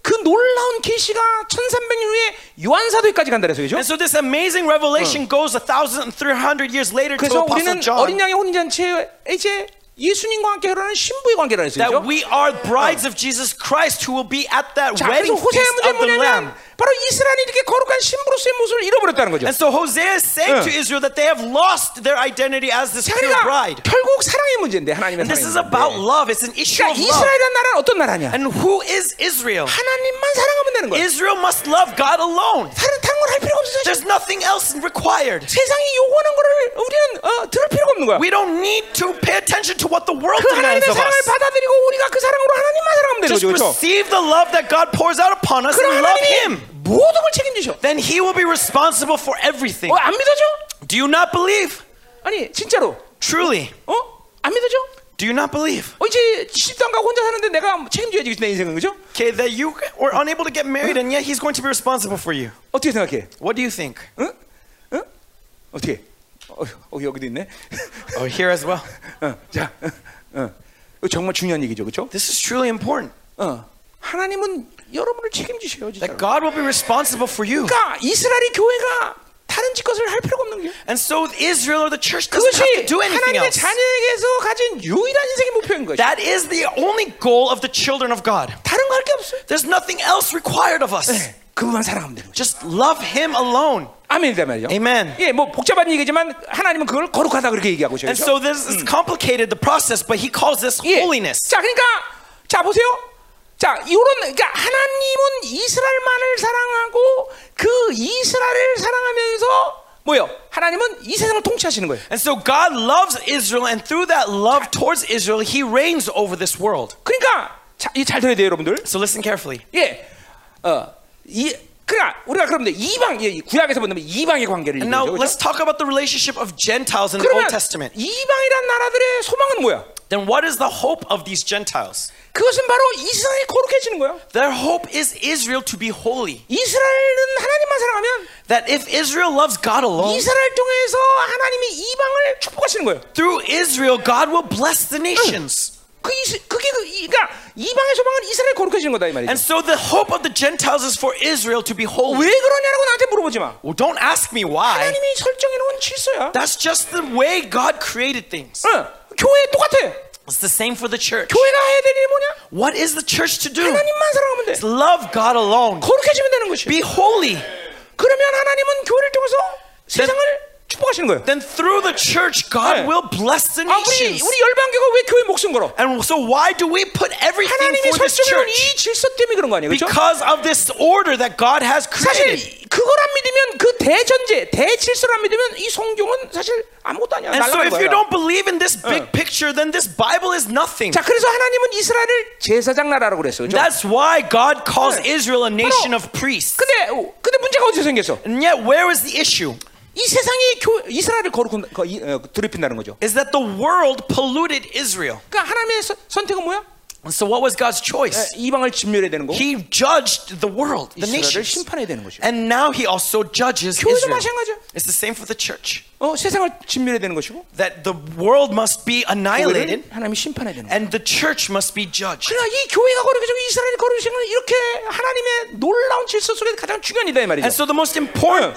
[SPEAKER 1] 그 놀라운 계시가 1300년 후에 요한사도에까지 간다 그래서 그죠?
[SPEAKER 2] And so this amazing revelation goes a thousand three hundred years later to
[SPEAKER 1] 그래서
[SPEAKER 2] Apostle
[SPEAKER 1] 우리는 어린
[SPEAKER 2] John
[SPEAKER 1] 양의 혼인잔치에 이제 예수님과 함께 흐르는 신부의 관계라는
[SPEAKER 2] that
[SPEAKER 1] 거죠.
[SPEAKER 2] we are brides of Jesus Christ who will be at that
[SPEAKER 1] 자, 그래서
[SPEAKER 2] wedding
[SPEAKER 1] 호세의
[SPEAKER 2] feast
[SPEAKER 1] 문제는
[SPEAKER 2] of the Lamb.
[SPEAKER 1] 뭐냐면 바로 이스라엘이 이렇게 거룩한 신부로서의 모습을 잃어버렸다는 거죠.
[SPEAKER 2] And so Hosea is saying
[SPEAKER 1] Yeah.
[SPEAKER 2] to Israel that they have lost their identity as this
[SPEAKER 1] 자,
[SPEAKER 2] pure
[SPEAKER 1] 그러니까
[SPEAKER 2] bride.
[SPEAKER 1] 결국 사랑의 문제인데 하나님의
[SPEAKER 2] And this is
[SPEAKER 1] 사랑의
[SPEAKER 2] about
[SPEAKER 1] 문제.
[SPEAKER 2] love. It's an issue
[SPEAKER 1] 그러니까
[SPEAKER 2] of love.
[SPEAKER 1] 이스라엘이라는 나라는 어떤 나라냐?
[SPEAKER 2] And who is Israel?
[SPEAKER 1] 하나님만 사랑하면 되는 거예요.
[SPEAKER 2] Israel must love God alone.
[SPEAKER 1] 다른 다른 걸할 필요가 없어요.
[SPEAKER 2] There's nothing else required.
[SPEAKER 1] 세상이 요구하는 거를 우리는 어, 들을 필요가 없는 거야.
[SPEAKER 2] We don't need to pay attention to what the world
[SPEAKER 1] 그
[SPEAKER 2] demands
[SPEAKER 1] 하나님의
[SPEAKER 2] of
[SPEAKER 1] 사랑을
[SPEAKER 2] us.
[SPEAKER 1] 받아들이고 우리가 그 사랑으로 하나님만 사랑하면 되는 거죠.
[SPEAKER 2] Just
[SPEAKER 1] 그렇죠?
[SPEAKER 2] receive the love that God pours out upon us
[SPEAKER 1] 그럼
[SPEAKER 2] and love
[SPEAKER 1] 하나님이
[SPEAKER 2] Him.
[SPEAKER 1] 모든 걸 책임지셔.
[SPEAKER 2] Then He will be responsible for everything.
[SPEAKER 1] 어, 안 믿어져?
[SPEAKER 2] Do you not believe?
[SPEAKER 1] 아니 진짜로
[SPEAKER 2] Truly.
[SPEAKER 1] 어? 안 믿어져?
[SPEAKER 2] Do you not believe?
[SPEAKER 1] 어, 이제 시집도 안 가고 혼자 사는데 내가 책임져야지 내 인생은 그죠?
[SPEAKER 2] Okay, that you were unable to get married and yet He's going to be responsible for you.
[SPEAKER 1] 어떻게 생각해?
[SPEAKER 2] What do you think?
[SPEAKER 1] 응? 응? 어떻게? 어, 어 여기도 있네.
[SPEAKER 2] Oh, here as well.
[SPEAKER 1] 어, 자, 어, 어. 이거 정말 중요한 얘기죠, 그렇죠?
[SPEAKER 2] This is truly important.
[SPEAKER 1] 어, 하나님은 여러분을 책임지셔요, 진짜.
[SPEAKER 2] That God will be responsible for you.
[SPEAKER 1] 그러니까 이스라엘의 교회가 다른 짓것을 할 필요가 없는 게
[SPEAKER 2] And so Israel or the church doesn't
[SPEAKER 1] 그것이
[SPEAKER 2] have to do anything
[SPEAKER 1] 하나님의
[SPEAKER 2] else.
[SPEAKER 1] 자녀에게서 가진 유일한 인생의 목표인 거죠.
[SPEAKER 2] That is the only goal of the children of God.
[SPEAKER 1] 다른 거 할 게 없어요.
[SPEAKER 2] There's nothing else required of us.
[SPEAKER 1] 네, 그분만 사랑하면 되는 거죠.
[SPEAKER 2] Just love Him alone.
[SPEAKER 1] 아멘이다 말이죠.
[SPEAKER 2] Amen.
[SPEAKER 1] 예, 뭐 복잡한 얘기지만 하나님은 그걸 거룩하다 그렇게 얘기하고 있어요.
[SPEAKER 2] And
[SPEAKER 1] 그렇죠?
[SPEAKER 2] so this is complicated the process, but He calls this
[SPEAKER 1] 예.
[SPEAKER 2] holiness.
[SPEAKER 1] 자, 그러니까 자 보세요. 자, 요런 그러니까 하나님은 이스라엘만을 사랑하고 그 이스라엘을 사랑하면서 뭐요? 하나님은 이 세상을 통치하시는 거예요.
[SPEAKER 2] And so God loves Israel, and through that love towards Israel, He reigns over this world.
[SPEAKER 1] 그러니까 자, 이잘 들어야 돼요, 여러분들.
[SPEAKER 2] So listen carefully.
[SPEAKER 1] 예. 어, 이 그러니까 우리가 그럼 이제 이방 예, 구약에서 본다면 이방의 관계를
[SPEAKER 2] And now
[SPEAKER 1] 얘기하죠. 그렇죠?
[SPEAKER 2] let's talk about the relationship of Gentiles in the
[SPEAKER 1] 그러면
[SPEAKER 2] Old Testament.
[SPEAKER 1] 이방이란 나라들의 소망은 뭐야?
[SPEAKER 2] Then what is the hope of these Gentiles?
[SPEAKER 1] 그것은 바로 이스라엘이 거룩해지는 거예요.
[SPEAKER 2] Their hope is Israel to be holy.
[SPEAKER 1] 이스라엘은 하나님만 사랑하면
[SPEAKER 2] That if Israel loves God alone,
[SPEAKER 1] 이스라엘 통해서 하나님이 이방을 축복하시는 거예요.
[SPEAKER 2] through Israel, God will bless the nations.
[SPEAKER 1] 그 이스, 그게 그 이- 그러니까 이방의 소망은 이스라엘 거룩해지는 거다 이 말이죠.
[SPEAKER 2] And so the hope of the Gentiles is for Israel to be
[SPEAKER 1] 왜
[SPEAKER 2] holy.
[SPEAKER 1] 그러냐라고 나한테 물어보지 마.
[SPEAKER 2] Well, don't ask me why.
[SPEAKER 1] 하나님이 설정해 놓은 질서야.
[SPEAKER 2] That's just the way God created things.
[SPEAKER 1] 어, 교회 똑같아.
[SPEAKER 2] It's the same for the church.
[SPEAKER 1] 교회가 해야 될 일이 뭐냐?
[SPEAKER 2] What is the church to do?
[SPEAKER 1] 하나님만 사랑하면 돼.
[SPEAKER 2] It's love God alone.
[SPEAKER 1] 거룩해지면 되는 것이.
[SPEAKER 2] Be holy.
[SPEAKER 1] 그러면 하나님은 교회를 통해서 세상을 축복하시는 거예요.
[SPEAKER 2] Then through the church, God
[SPEAKER 1] Yeah. Oh,
[SPEAKER 2] will bless the
[SPEAKER 1] 아, 우리
[SPEAKER 2] nations.
[SPEAKER 1] 우리 열방교가 왜 교회 목숨 걸어?
[SPEAKER 2] And so why do we put everything
[SPEAKER 1] 하나님이
[SPEAKER 2] for this
[SPEAKER 1] 설정해 놓은
[SPEAKER 2] church?
[SPEAKER 1] 이 질서 때문에 그런 거 아니에요? 그렇죠?
[SPEAKER 2] Because of this order that God has created.
[SPEAKER 1] 사실 그걸 안 믿으면 그 대전제, 대질서를 안 믿으면 이 성경은 사실 아무것도 아니야.
[SPEAKER 2] And so
[SPEAKER 1] 날라가는
[SPEAKER 2] if you
[SPEAKER 1] 거야.
[SPEAKER 2] don't believe in this big picture, then this Bible is nothing.
[SPEAKER 1] 자, 그래서 하나님은 이스라엘을 제사장 나라라고 그랬어요. 그렇죠?
[SPEAKER 2] That's why God calls
[SPEAKER 1] Yeah.
[SPEAKER 2] Israel a nation
[SPEAKER 1] 바로-
[SPEAKER 2] of priests.
[SPEAKER 1] 근데 근데 문제가 어디서 생겼어?
[SPEAKER 2] And yet, where is the issue?
[SPEAKER 1] 이 세상이 교, 이스라엘을 거룩한 거- 이- 어, 드럽힌다는 거죠.
[SPEAKER 2] Is that the world polluted Israel.
[SPEAKER 1] 그러니까 하나님의 서- 선택은 뭐야?
[SPEAKER 2] And so, what was God's choice?
[SPEAKER 1] 이방을 진멸해야 되는 거고
[SPEAKER 2] He judged the world, the
[SPEAKER 1] 이스라엘을
[SPEAKER 2] nations.
[SPEAKER 1] 심판해야 되는 것이고
[SPEAKER 2] And now he also judges
[SPEAKER 1] 교회도
[SPEAKER 2] Israel.
[SPEAKER 1] 마찬가지야.
[SPEAKER 2] It's the same for the church.
[SPEAKER 1] 어, 세상을 진멸해야 되는 것이고
[SPEAKER 2] That the world must be annihilated
[SPEAKER 1] 교회는 하나님이 심판해야 되는 거예요.
[SPEAKER 2] and the church must be judged.
[SPEAKER 1] 그러니까 이 교회가 거룩해지고 이스라엘이 거룩해지는 건 이렇게 하나님의 놀라운 질서 속에 가장 중요한 이다 이 말이죠.
[SPEAKER 2] And so the most important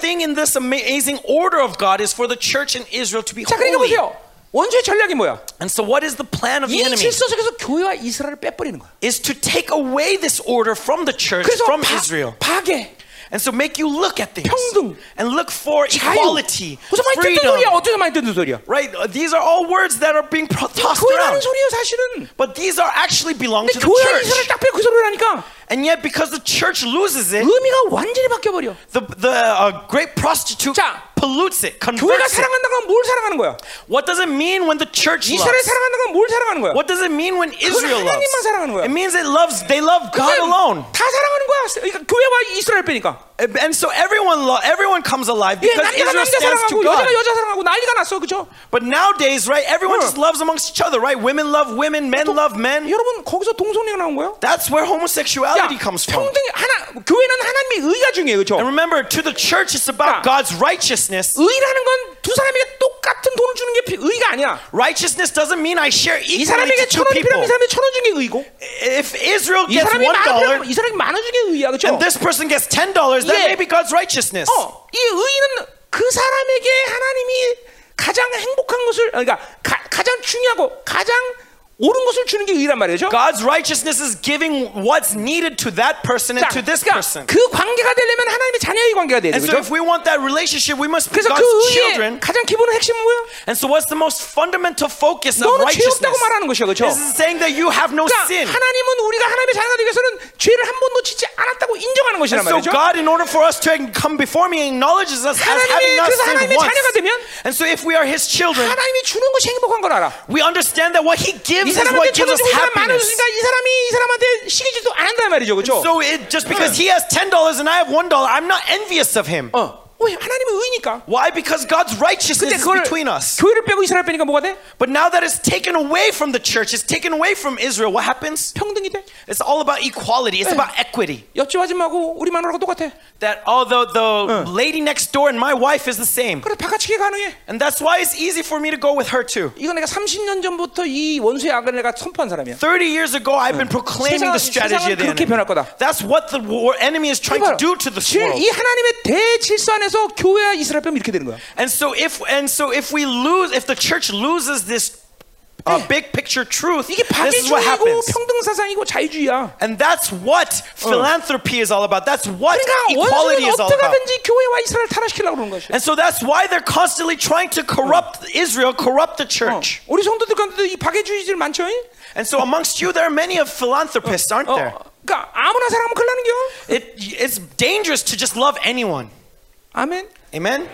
[SPEAKER 1] Yeah.
[SPEAKER 2] thing in this amazing order of God is for the church in Israel to be
[SPEAKER 1] 자, 그러니까
[SPEAKER 2] holy.
[SPEAKER 1] 보세요. 원수의 전략이 뭐야?
[SPEAKER 2] And so what is the plan of
[SPEAKER 1] 이
[SPEAKER 2] the enemy?
[SPEAKER 1] 질서 속에서 교회와 이스라엘을 빼버리는 거야.
[SPEAKER 2] Is to take away this order from the church,
[SPEAKER 1] 그래서
[SPEAKER 2] from
[SPEAKER 1] 파-
[SPEAKER 2] Israel.
[SPEAKER 1] 파괴,
[SPEAKER 2] And so make you look at things
[SPEAKER 1] 평등,
[SPEAKER 2] and look for
[SPEAKER 1] 자유.
[SPEAKER 2] equality,
[SPEAKER 1] 그래서 많이 듣는
[SPEAKER 2] freedom.
[SPEAKER 1] 소리야. 어쩌다 많이 듣는 소리야.
[SPEAKER 2] Right? Uh, These are all words that are being pro- tossed
[SPEAKER 1] 교회라는
[SPEAKER 2] around.
[SPEAKER 1] 소리예요, 사실은.
[SPEAKER 2] But these are actually belong to
[SPEAKER 1] 근데
[SPEAKER 2] the
[SPEAKER 1] 교회와
[SPEAKER 2] church.
[SPEAKER 1] 이스라엘 딱 빼고 그 소리를 하니까
[SPEAKER 2] And yet, because the church loses it,
[SPEAKER 1] 의미가 완전히 바뀌어 버려.
[SPEAKER 2] the, the uh, great prostitute
[SPEAKER 1] 자,
[SPEAKER 2] pollutes it,
[SPEAKER 1] 교회가
[SPEAKER 2] converts it.
[SPEAKER 1] 사랑한다는 건 뭘 사랑하는 거야?
[SPEAKER 2] What does it mean when the church
[SPEAKER 1] 이스라엘
[SPEAKER 2] loves?
[SPEAKER 1] 사랑한다는 건 뭘 사랑하는 거야?
[SPEAKER 2] What does it mean when Israel loves?
[SPEAKER 1] 하나님만 사랑하는 거야.
[SPEAKER 2] It means it loves. They love God
[SPEAKER 1] 그건
[SPEAKER 2] alone.
[SPEAKER 1] 다 사랑하는 거야. 그러니까 교회와 이스라엘 빼니까.
[SPEAKER 2] And so everyone, lo- everyone comes
[SPEAKER 1] 예,
[SPEAKER 2] alive because
[SPEAKER 1] 난리가
[SPEAKER 2] Israel
[SPEAKER 1] 남자
[SPEAKER 2] stands to
[SPEAKER 1] 사랑하고
[SPEAKER 2] God.
[SPEAKER 1] 여자가 여자 사랑하고 난리가 났어, 그죠?
[SPEAKER 2] But nowadays, right, everyone
[SPEAKER 1] 어.
[SPEAKER 2] just loves amongst each other, right? Women love women, men love men.
[SPEAKER 1] 여러분 거기서 동성애가 나온 거예요?
[SPEAKER 2] That's where
[SPEAKER 1] 야,
[SPEAKER 2] homosexuality comes from.
[SPEAKER 1] 평등이 하나 교회는 하나님의 의가 중요해요, 그죠?
[SPEAKER 2] And remember, to the church, it's about
[SPEAKER 1] 야.
[SPEAKER 2] God's righteousness.
[SPEAKER 1] 의라는 건 두 사람에게 똑같은 돈을 주는 게 피- 의가 아니야.
[SPEAKER 2] Righteousness doesn't mean I share
[SPEAKER 1] 이
[SPEAKER 2] equally
[SPEAKER 1] 사람에게
[SPEAKER 2] to two
[SPEAKER 1] 천 원이
[SPEAKER 2] people.
[SPEAKER 1] 필요하면 이 사람이 천원 주는 게 의고,
[SPEAKER 2] If Israel
[SPEAKER 1] 이
[SPEAKER 2] gets
[SPEAKER 1] 사람이
[SPEAKER 2] one
[SPEAKER 1] 만
[SPEAKER 2] dollar
[SPEAKER 1] 원이 사람이 만원 주는 게 의야, 그죠?
[SPEAKER 2] and this person gets ten dollars, that
[SPEAKER 1] Yeah. Oh.
[SPEAKER 2] may be God's righteousness.
[SPEAKER 1] 어, 이 의는 그 사람에게 하나님이 가장 행복한 것을, 아니, 그러니까 가, 가장 중요하고 가장 옳은 것을 주는 게 의란 말이죠.
[SPEAKER 2] God's righteousness is giving what's needed to that person and
[SPEAKER 1] 자,
[SPEAKER 2] to this
[SPEAKER 1] 그러니까
[SPEAKER 2] person.
[SPEAKER 1] 그 관계가 되려면 하나님의 자녀의 관계가 돼야
[SPEAKER 2] And so, if
[SPEAKER 1] 되죠.
[SPEAKER 2] we want that relationship, we must be
[SPEAKER 1] 그래서 그 의의
[SPEAKER 2] God's children.
[SPEAKER 1] 가장 기본은 핵심은 뭐야?
[SPEAKER 2] And so, what's the most fundamental focus of
[SPEAKER 1] 너는 죄
[SPEAKER 2] righteousness?
[SPEAKER 1] 없다고 말하는 것이야, 그렇죠?
[SPEAKER 2] This is saying that you have no sin.
[SPEAKER 1] 그러니까 하나님은 우리가 하나님의 자녀가 되기 위해서는 죄를 한 번도 짓지 않았다고 인정하는 것이란
[SPEAKER 2] So
[SPEAKER 1] 말이죠.
[SPEAKER 2] God, in order for us to come before me, acknowledges us as having
[SPEAKER 1] 하나님의
[SPEAKER 2] not
[SPEAKER 1] 그래서
[SPEAKER 2] sinned
[SPEAKER 1] 하나님의 자녀가
[SPEAKER 2] once.
[SPEAKER 1] 되면
[SPEAKER 2] And so, if we are His children,
[SPEAKER 1] 하나님이 주는 것이 행복한 걸 알아.
[SPEAKER 2] we understand that what He gives
[SPEAKER 1] 이
[SPEAKER 2] is what
[SPEAKER 1] 사람한테
[SPEAKER 2] gives
[SPEAKER 1] 천원
[SPEAKER 2] us
[SPEAKER 1] 주고 이 사람 만원
[SPEAKER 2] happiness.
[SPEAKER 1] 주니까 이 사람이 이 사람한테 시기지도 않는단 말이죠, 그렇죠?
[SPEAKER 2] So it, just because he has ten dollars and I have one dollar, I'm not envious of him.
[SPEAKER 1] 어, 왜 하나님의 의니까?
[SPEAKER 2] Why? Because God's righteousness
[SPEAKER 1] 근데
[SPEAKER 2] is
[SPEAKER 1] 그걸
[SPEAKER 2] between us.
[SPEAKER 1] 교회를 빼고 이스라엘 빼니까 뭐가 돼?
[SPEAKER 2] But now that it's taken away from the church, it's taken away from Israel. What happens?
[SPEAKER 1] 평등이 돼?
[SPEAKER 2] It's all about equality. It's about equity.
[SPEAKER 1] 옆집 아줌마하고 우리 마누라가 똑같아.
[SPEAKER 2] That although the lady next door and my wife is the same,
[SPEAKER 1] 그래 바깥치기 가능해.
[SPEAKER 2] and that's why it's easy for me to go with her too.
[SPEAKER 1] 이건 내가 30년 전부터 이 원수의 악을 내가 선포한 사람이야.
[SPEAKER 2] 30 years ago, I've been proclaiming the
[SPEAKER 1] 세상은-
[SPEAKER 2] strategy of the
[SPEAKER 1] 세상은 그렇게 변할
[SPEAKER 2] enemy.
[SPEAKER 1] 거다.
[SPEAKER 2] That's what the war enemy is trying
[SPEAKER 1] 이봐라.
[SPEAKER 2] to do to this
[SPEAKER 1] 질-
[SPEAKER 2] world.
[SPEAKER 1] 이 하나님의 대질서 안에서 교회와 이스라엘 빼면 이렇게 되는 거야.
[SPEAKER 2] And so if and so if we lose, if the church loses this uh, big picture truth,
[SPEAKER 1] 이게
[SPEAKER 2] this is what
[SPEAKER 1] 박해주의고
[SPEAKER 2] happens.
[SPEAKER 1] 평등 사상이고 자유주의야.
[SPEAKER 2] And that's what philanthropy is all about. That's what
[SPEAKER 1] 그러니까
[SPEAKER 2] equality
[SPEAKER 1] 원수는
[SPEAKER 2] is all about.
[SPEAKER 1] 어떻게든지 교회와 이스라엘 타락시키려고 그러는 것이야.
[SPEAKER 2] And so that's why they're constantly trying to corrupt Israel, corrupt the
[SPEAKER 1] 어.
[SPEAKER 2] church.
[SPEAKER 1] 우리 성도들 가운데도 이 박해주의질 많죠? 잉?
[SPEAKER 2] And so amongst you, there are many of philanthropists, aren't
[SPEAKER 1] 어,
[SPEAKER 2] there?
[SPEAKER 1] 그러니까 아무나 사랑하면 큰일 나는 겨.
[SPEAKER 2] It, it's dangerous to just love anyone.
[SPEAKER 1] 아멘.
[SPEAKER 2] Amen.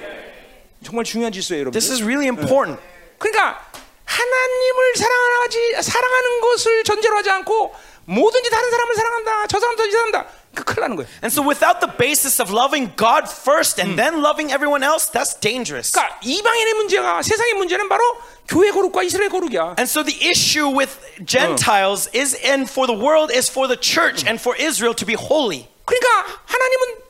[SPEAKER 1] 정말 중요한 질서예요, 여러분.
[SPEAKER 2] This is really important.
[SPEAKER 1] 그러니까 하나님을 사랑하지 사랑하는 것을 전제로 하지 않고 뭐든지 다른 사람을 사랑한다. 저 사람도 이 사람다. 그 큰일 나는 거예요.
[SPEAKER 2] And so without the basis of loving God first and then loving everyone else, that's dangerous.
[SPEAKER 1] 그러니까 이방인의 문제가 세상의 문제는 바로 교회 거룩과 이스라엘 거룩이야.
[SPEAKER 2] And so the issue with Gentiles is, and for the world is for the church and for Israel to be holy.
[SPEAKER 1] 그러니까 하나님은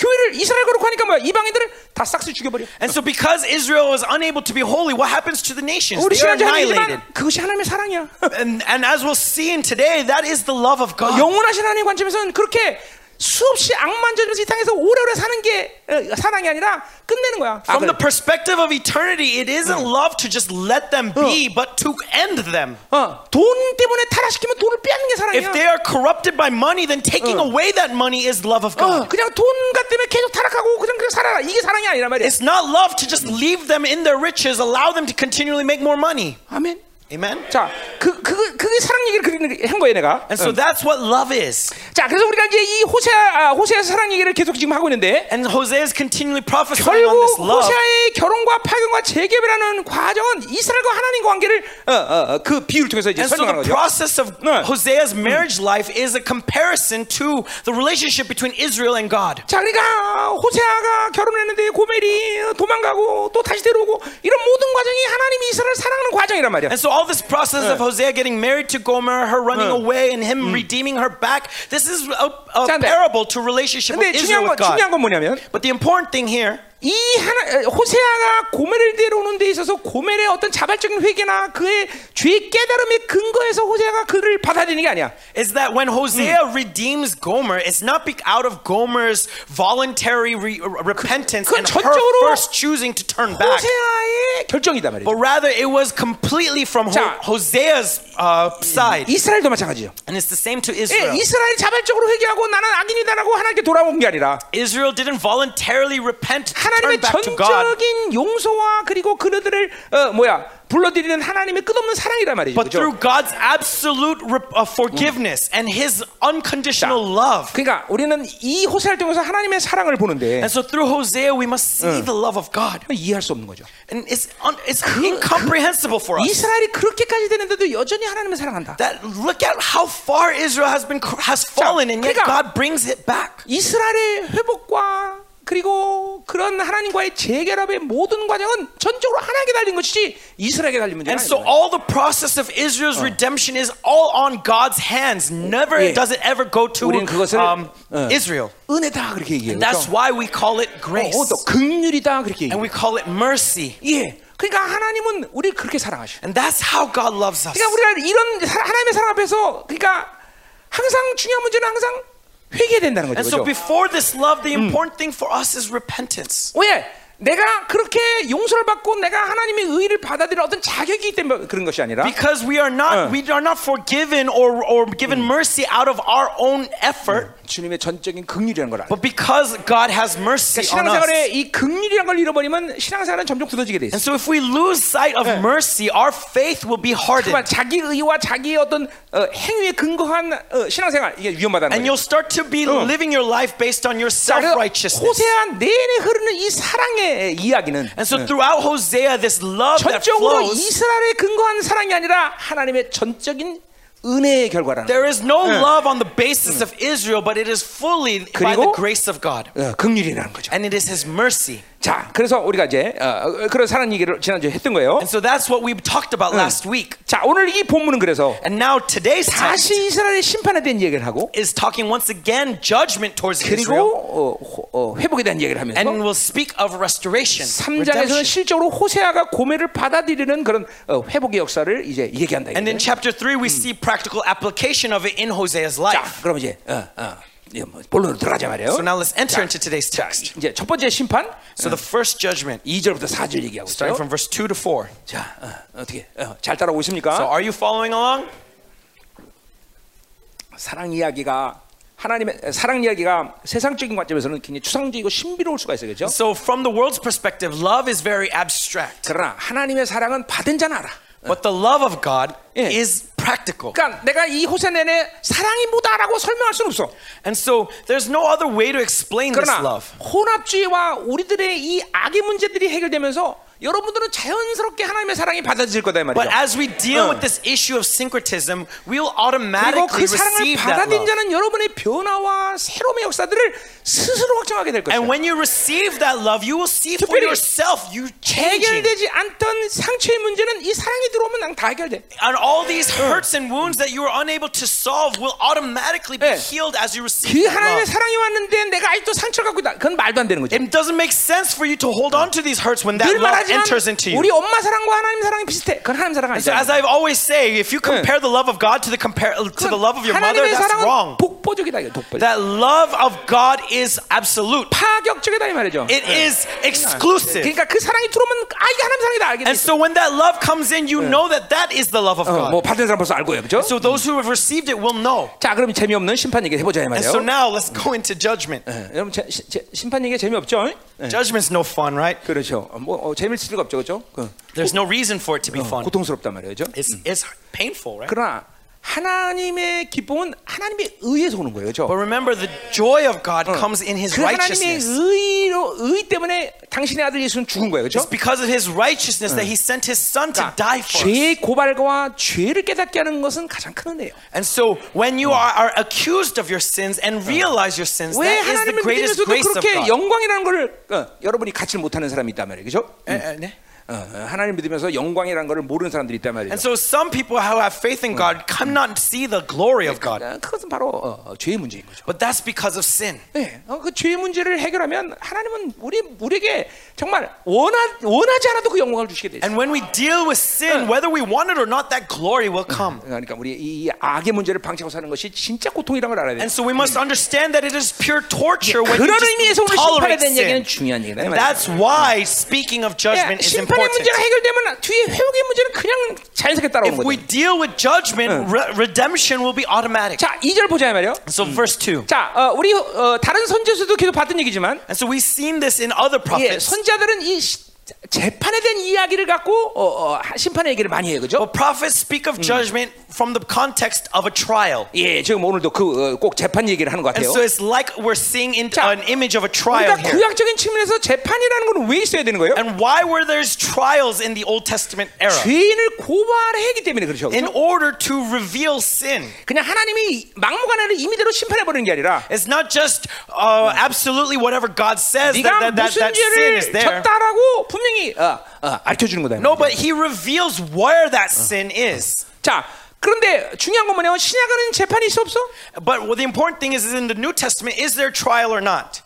[SPEAKER 1] 교회를 이스라엘 거룩하니까 뭐야? 이방인들을 다 싹쓸이 죽여버려.
[SPEAKER 2] And so because Israel is unable to be holy, what happens to the nations?
[SPEAKER 1] 우리
[SPEAKER 2] They are
[SPEAKER 1] 신앙자
[SPEAKER 2] annihilated. 아.
[SPEAKER 1] 하나님이지만 그것이 하나님의 사랑이야.
[SPEAKER 2] And, and as we'll see in today, that is the love of God.
[SPEAKER 1] 영원하신 하나님 의 관점에서는 그렇게 수없이 악만 저지면서 이 땅에서 오래오래 사는 게 어, 사랑이 아니라 끝내는 거야.
[SPEAKER 2] From the
[SPEAKER 1] 악을.
[SPEAKER 2] perspective of eternity, it isn't love to just let them be, but to end them.
[SPEAKER 1] 어, 돈 때문에 타락시키면 돈을 빼앗는 게
[SPEAKER 2] If they
[SPEAKER 1] 사랑이야.
[SPEAKER 2] are corrupted by money, then taking away that money is love of
[SPEAKER 1] 어,
[SPEAKER 2] God.
[SPEAKER 1] 그냥 돈가 때문에 계속 타락하고 그냥 그냥 살아라. 이게 사랑이 아니란 말이야.
[SPEAKER 2] It's not love to just leave them in their riches, allow them to continually make more money.
[SPEAKER 1] 아멘.
[SPEAKER 2] Amen?
[SPEAKER 1] 자, 그, 그, 그게 사랑 얘기를 그리는 한 거예요, 내가.
[SPEAKER 2] And so that's what love is.
[SPEAKER 1] 자, 그래서 우리가 이제 이 호세, 아, 호세의 사랑 얘기를 계속 지금 하고 있는데,
[SPEAKER 2] And Hosea is continually prophesying on
[SPEAKER 1] 결국
[SPEAKER 2] this love.
[SPEAKER 1] 호세아의 결혼과 파견과 재개발하는 과정은 이스라엘과 하나님과 관계를 어, 어, 어, 그 비유를 통해서 이제
[SPEAKER 2] And so
[SPEAKER 1] 설명하는
[SPEAKER 2] the
[SPEAKER 1] 거죠.
[SPEAKER 2] process of
[SPEAKER 1] 네.
[SPEAKER 2] Hosea's marriage life is a comparison to the relationship between Israel and God.
[SPEAKER 1] 자, 그러니까 호세아가 결혼했는데 고멜이 도망가고 또 다시 데려오고 이런 모든 과정이 하나님이 이스라엘 사랑하는 과정이란 말이야.
[SPEAKER 2] And so all this process of Hosea getting married to Gomer, her running away, and him redeeming her back, this is a, a
[SPEAKER 1] 자, 근데-
[SPEAKER 2] parable to relationship of
[SPEAKER 1] 근데 중요한
[SPEAKER 2] Israel
[SPEAKER 1] 건
[SPEAKER 2] with God.
[SPEAKER 1] 중요한 건 뭐냐면
[SPEAKER 2] But the important thing here
[SPEAKER 1] 이 하나 에, 호세아가 고멜을 데려오는 데 있어서 고멜의 어떤 자발적인 회개나 그의 죄의 깨달음에 근거해서 호세아가 그를 받아들이는 게 아니야.
[SPEAKER 2] is that when Hosea redeems Gomer, it's not be- out of Gomer's voluntary re- repentance
[SPEAKER 1] 그-
[SPEAKER 2] and
[SPEAKER 1] 전적으로
[SPEAKER 2] her first choosing to turn back.
[SPEAKER 1] 호세아의 결정이다 말이야.
[SPEAKER 2] But rather, it was completely from Ho-
[SPEAKER 1] 자.
[SPEAKER 2] Hosea's uh, side.
[SPEAKER 1] 이스라엘도 마찬가지죠.
[SPEAKER 2] And it's the same to
[SPEAKER 1] 예,
[SPEAKER 2] Israel.
[SPEAKER 1] 이스라엘이 자발적으로 회개하고 나는 악인이다라고 하나님께 돌아온 게 아니라
[SPEAKER 2] Israel didn't voluntarily repent to turn
[SPEAKER 1] 하나님의
[SPEAKER 2] back to God.
[SPEAKER 1] 전적인 용서와 그리고 그들을 어, 뭐야 불러들이는 하나님의 끝없는 사랑이란 말이죠.
[SPEAKER 2] But
[SPEAKER 1] 그죠?
[SPEAKER 2] through God's absolute rep- uh, forgiveness and His unconditional love.
[SPEAKER 1] 그러니까 우리는 이 호세를 통해서 하나님의 사랑을 보는데
[SPEAKER 2] And so through Hosea, we must see the love of God.
[SPEAKER 1] 이해할 수 없는 거죠.
[SPEAKER 2] And it's, un- it's incomprehensible for us.
[SPEAKER 1] 이스라엘이 그렇게까지 됐는데도 여전히 하나님을 사랑한다.
[SPEAKER 2] That look at how far Israel has been cr- has fallen, and yet
[SPEAKER 1] 그러니까-
[SPEAKER 2] God brings it back.
[SPEAKER 1] 이스라엘의 회복과 그리고 그런 하나님과의 재결합의 모든 과정은 전적으로 하나님께 달린 것이지 이스라엘에게 달린 문제가
[SPEAKER 2] And so
[SPEAKER 1] 아니에요.
[SPEAKER 2] all the process of Israel's redemption is all on God's hands. Never
[SPEAKER 1] 예.
[SPEAKER 2] does it ever go to
[SPEAKER 1] 우리는 그것을
[SPEAKER 2] um,
[SPEAKER 1] 어.
[SPEAKER 2] Israel.
[SPEAKER 1] 은혜다 그렇게 얘기해요. 그렇죠?
[SPEAKER 2] That's why we call it grace.
[SPEAKER 1] 어, 또 극률이다 그렇게
[SPEAKER 2] And
[SPEAKER 1] 얘기해요.
[SPEAKER 2] we call it mercy.
[SPEAKER 1] 예. 그러니까 하나님은 우리를 그렇게 사랑하셔.
[SPEAKER 2] And that's how God loves us.
[SPEAKER 1] 그러니까 우리가 이런 사- 하나님의 사랑 앞에서 그러니까 항상 중요한 문제는 항상 회개된다는
[SPEAKER 2] And
[SPEAKER 1] 거죠.
[SPEAKER 2] so
[SPEAKER 1] 그렇죠?
[SPEAKER 2] before this love, the important thing for us is repentance.
[SPEAKER 1] 왜? 내가 그렇게 용서를 받고 내가 하나님의 의를 받아들일 어떤 자격이 있기 때문에 그런 것이 아니라
[SPEAKER 2] Because we are
[SPEAKER 1] Uh.
[SPEAKER 2] not we are not forgiven or, or given mercy out of our own effort,
[SPEAKER 1] 주님의 전적인 극률이라는 걸 알아.
[SPEAKER 2] but because God has mercy on
[SPEAKER 1] 신앙생활에
[SPEAKER 2] us.
[SPEAKER 1] 이 극률이란 걸 잃어버리면 신앙생활은 점점 굳어지게 돼 있어.
[SPEAKER 2] And so if we lose sight of mercy, our faith will be
[SPEAKER 1] 그만
[SPEAKER 2] hardened.
[SPEAKER 1] 자기 의와 자기의 어떤 어, 행위에 근거한 어, 신앙생활 이게 위험하다는 거예요.
[SPEAKER 2] And you'll start to be living your life based on your
[SPEAKER 1] 자, 그래서
[SPEAKER 2] self-righteousness.
[SPEAKER 1] 호세아 내내 흐르는 이 사랑의 이야기는 네.
[SPEAKER 2] And so throughout Hosea, this love that
[SPEAKER 1] 전적으로
[SPEAKER 2] flows,
[SPEAKER 1] 이스라엘에 근거한 사랑이 아니라 하나님의 전적인 은혜의 결과라는 거예요.
[SPEAKER 2] there is no love on the basis of Israel, but it is fully by the
[SPEAKER 1] 그리고-
[SPEAKER 2] grace of God.
[SPEAKER 1] 어, 극률이라는 거죠.
[SPEAKER 2] And it is his mercy.
[SPEAKER 1] 자, 그래서 우리가 이제 어, 어, 그런 사랑 얘기를 지난주에 했던 거예요.
[SPEAKER 2] And so that's what we talked about
[SPEAKER 1] Mm.
[SPEAKER 2] last week.
[SPEAKER 1] 자, 오늘 이 본문은 그래서
[SPEAKER 2] And now today's text
[SPEAKER 1] 다시 이스라엘의 심판에 대한 얘기를 하고
[SPEAKER 2] is talking once again judgment towards
[SPEAKER 1] 그리고
[SPEAKER 2] Israel.
[SPEAKER 1] 어, 호- 어, 회복에 대한 얘기를 하면서
[SPEAKER 2] And we'll speak of restoration.
[SPEAKER 1] 3장에서는
[SPEAKER 2] redemption.
[SPEAKER 1] 실적으로 호세아가 고매를 받아들이는 그런 어, 회복의 역사를 이제 얘기한다.
[SPEAKER 2] And in
[SPEAKER 1] 이거죠.
[SPEAKER 2] chapter 3,
[SPEAKER 1] Mm.
[SPEAKER 2] we see practical application of it in Hosea's
[SPEAKER 1] 자,
[SPEAKER 2] life.
[SPEAKER 1] 그럼 이제 어, 어, 이제 뭐 본론으로 들어가자 말이에요.
[SPEAKER 2] So now let's enter into today's text.
[SPEAKER 1] 이제 첫 번째 심판
[SPEAKER 2] So the first judgment,
[SPEAKER 1] 2절부터 4절 얘기하고 있어요.
[SPEAKER 2] starting from verse 2 to 4.
[SPEAKER 1] 자, 어, 어떻게 어, 잘 따라오고
[SPEAKER 2] So
[SPEAKER 1] 있습니까?
[SPEAKER 2] are you following along?
[SPEAKER 1] 사랑 이야기가 하나님의 에, 사랑 이야기가 세상적인 관점에서는 굉장히 추상적이고 신비로울 수가 있어요, 그렇죠?
[SPEAKER 2] So from the world's perspective, love is very abstract.
[SPEAKER 1] 그러나 하나님의 사랑은 받은 자는 알아.
[SPEAKER 2] But the love of God
[SPEAKER 1] Yeah.
[SPEAKER 2] is practical.
[SPEAKER 1] 그러니까 내가 이 호세 내내 사랑이 뭐다라고 설명할 수는 없어.
[SPEAKER 2] And so there's no other way to explain this
[SPEAKER 1] 그러나
[SPEAKER 2] love.
[SPEAKER 1] 혼합주의와 우리들의 이 악의 문제들이 해결되면서 여러분들은 자연스럽게 하나님의 사랑이 받아들일 거다 이
[SPEAKER 2] But
[SPEAKER 1] 말이죠.
[SPEAKER 2] as we
[SPEAKER 1] Uh.
[SPEAKER 2] deal with this issue of syncretism, we'll
[SPEAKER 1] 그리고 그
[SPEAKER 2] automatically
[SPEAKER 1] 사랑을
[SPEAKER 2] receive that
[SPEAKER 1] 받아들인
[SPEAKER 2] love.
[SPEAKER 1] 자는 여러분의 변화와 새로움의 역사들을 스스로 확정하게 될 것이다.
[SPEAKER 2] And when you receive that love, you will see for
[SPEAKER 1] 특별히
[SPEAKER 2] yourself you changing.
[SPEAKER 1] 해결되지 않던 상처의 문제는 이 사랑이 들어오면 난 다 해결돼.
[SPEAKER 2] And all these hurts and wounds that you are unable to solve will automatically be
[SPEAKER 1] Yeah.
[SPEAKER 2] healed as you receive
[SPEAKER 1] 그
[SPEAKER 2] that
[SPEAKER 1] 하나님의
[SPEAKER 2] love.
[SPEAKER 1] 사랑이 왔는데 내가 아직도 상처를 갖고 있다. 그건 말도 안 되는 거죠.
[SPEAKER 2] It doesn't make sense for you to hold on to these hurts when that
[SPEAKER 1] 늘
[SPEAKER 2] love
[SPEAKER 1] 말하지만
[SPEAKER 2] enters into you.
[SPEAKER 1] 우리 엄마 사랑과 하나님 사랑이 비슷해. 그건 하나님 사랑
[SPEAKER 2] So as
[SPEAKER 1] 아니야.
[SPEAKER 2] I've always say, if you compare the love of God to the compare to the love of your mother,
[SPEAKER 1] 하나님의
[SPEAKER 2] that's
[SPEAKER 1] 사랑은
[SPEAKER 2] wrong.
[SPEAKER 1] 독보적이다. 이거 독보적.
[SPEAKER 2] That love of God is absolute.
[SPEAKER 1] 파격적이다 이 말이죠.
[SPEAKER 2] It is exclusive.
[SPEAKER 1] 그러니까 그 사랑이 들어오면 아 이게 하나님 사랑이다 알게 돼.
[SPEAKER 2] And so when that love comes in, you know that that is the love of
[SPEAKER 1] 어, 뭐
[SPEAKER 2] God.
[SPEAKER 1] 받은 사람 벌써 알고요, 그죠?
[SPEAKER 2] So those who have received it will know.
[SPEAKER 1] 자, 그럼 재미없는 심판 얘기 해보자 이
[SPEAKER 2] And
[SPEAKER 1] 말이에요.
[SPEAKER 2] so now let's go into judgment.
[SPEAKER 1] 예, 여러분 제- 시- 제- 심판 얘기 재미없죠? 예.
[SPEAKER 2] Judgment's no fun, right?
[SPEAKER 1] 그렇죠. 어, 뭐 어, 재미있을 수가 없죠, 그죠? 그,
[SPEAKER 2] There's no reason for it to
[SPEAKER 1] Oh.
[SPEAKER 2] be fun.
[SPEAKER 1] 고통스럽단 말이에요, 그죠?
[SPEAKER 2] It's it's painful, right?
[SPEAKER 1] 그러나 하나님의 기쁨은 하나님의 의에서 오는 거예요, 그죠?
[SPEAKER 2] But remember, the joy of God
[SPEAKER 1] Uh.
[SPEAKER 2] comes in His
[SPEAKER 1] 그 하나님의
[SPEAKER 2] righteousness.
[SPEAKER 1] 의로 의 때문에 당신의 아들 예수는 죽은 거예요,
[SPEAKER 2] It's
[SPEAKER 1] 그죠? 그러니까
[SPEAKER 2] because of His righteousness
[SPEAKER 1] Uh.
[SPEAKER 2] that He sent His Son to die for us.
[SPEAKER 1] 죄의 고발과 죄를 깨닫게 하는 것은 가장 큰 은혜예요.
[SPEAKER 2] And so, when you
[SPEAKER 1] Mm.
[SPEAKER 2] are, are accused of your sins and realize your sins,
[SPEAKER 1] 왜
[SPEAKER 2] that is the
[SPEAKER 1] Uh. 하나님을
[SPEAKER 2] greatest
[SPEAKER 1] 믿으면서도
[SPEAKER 2] grace of
[SPEAKER 1] 그렇게
[SPEAKER 2] God.
[SPEAKER 1] 영광이라는 걸 어, 여러분이 갖지 못하는 사람이 있단 말이에요, 그죠?
[SPEAKER 2] 에, 에, 네.
[SPEAKER 1] 어, 어, 하나님 믿으면서 영광이라는 것을 모르는 사람들이 있단 말이죠.
[SPEAKER 2] And so, some people who have faith in God cannot see the glory of God.
[SPEAKER 1] 어, 그것은 바로 어, 어, 죄의 문제인 거죠.
[SPEAKER 2] But that's because of sin.
[SPEAKER 1] 네, 어, 그 죄의 문제를 해결하면 하나님은 우리 우리에게 정말 원하 원하지 않아도 그 영광을 주시게 돼 있어요.
[SPEAKER 2] And when we deal with sin, whether we want it or not, that glory will come.
[SPEAKER 1] 그러니까 우리 이 악의 문제를 방치하고 사는 것이 진짜 고통이라는 걸 알아야 돼요.
[SPEAKER 2] And so we must understand that it is pure torture when you
[SPEAKER 1] 그런 의미에서
[SPEAKER 2] just
[SPEAKER 1] 오늘 심판에
[SPEAKER 2] tolerate
[SPEAKER 1] 대한 얘기는
[SPEAKER 2] sin.
[SPEAKER 1] 중요한 얘기다. 이 말이에요.
[SPEAKER 2] That's why speaking of
[SPEAKER 1] 예,
[SPEAKER 2] judgment is
[SPEAKER 1] 심판의
[SPEAKER 2] important.
[SPEAKER 1] 문제가 해결되면 뒤에 회복의 문제는 그냥 자연스럽게 따라오는
[SPEAKER 2] If we
[SPEAKER 1] 거죠.
[SPEAKER 2] deal with judgment, re- redemption will be automatic.
[SPEAKER 1] 자, 2절 보자 이 말이요.
[SPEAKER 2] So verse 2.
[SPEAKER 1] 자, 어, 우리 어, 다른 선지서도 계속 봤던 얘기지만
[SPEAKER 2] And so we've seen this in other
[SPEAKER 1] 예,
[SPEAKER 2] prophets.
[SPEAKER 1] 선자들은 이 시- 재판에 대한 이야기를 갖고 어, 어, 심판의 얘기를 많이 해요, 그죠?
[SPEAKER 2] But prophets speak of judgment from the context of a trial.
[SPEAKER 1] 예, 지금 오늘도 그 꼭 재판 얘기를 하는 것
[SPEAKER 2] And
[SPEAKER 1] 같아요.
[SPEAKER 2] so it's like we're seeing in,
[SPEAKER 1] 자,
[SPEAKER 2] an image of a trial
[SPEAKER 1] 우리가
[SPEAKER 2] here.
[SPEAKER 1] 구약적인 측면에서 재판이라는 건 왜 있어야 되는 거예요?
[SPEAKER 2] And why were there trials in the Old Testament era?
[SPEAKER 1] 죄인을 고발하기 때문에 그렇죠.
[SPEAKER 2] In
[SPEAKER 1] 그죠?
[SPEAKER 2] order to reveal sin.
[SPEAKER 1] 그냥 하나님이 막무가내로 임의대로 심판해 버리는 게 아니라
[SPEAKER 2] It's not just uh, absolutely whatever God says that,
[SPEAKER 1] 네가
[SPEAKER 2] that, that,
[SPEAKER 1] 무슨
[SPEAKER 2] that sin is
[SPEAKER 1] 죄를
[SPEAKER 2] there.
[SPEAKER 1] 졌다라고 분명히 어, 어, 알려 주는 거다.
[SPEAKER 2] No, but He reveals where that sin is.
[SPEAKER 1] 자, 그런데 중요한 건 뭐냐면 신약은 재판이 있어 없어?
[SPEAKER 2] But what the important thing is, is in the New Testament, is there trial or not?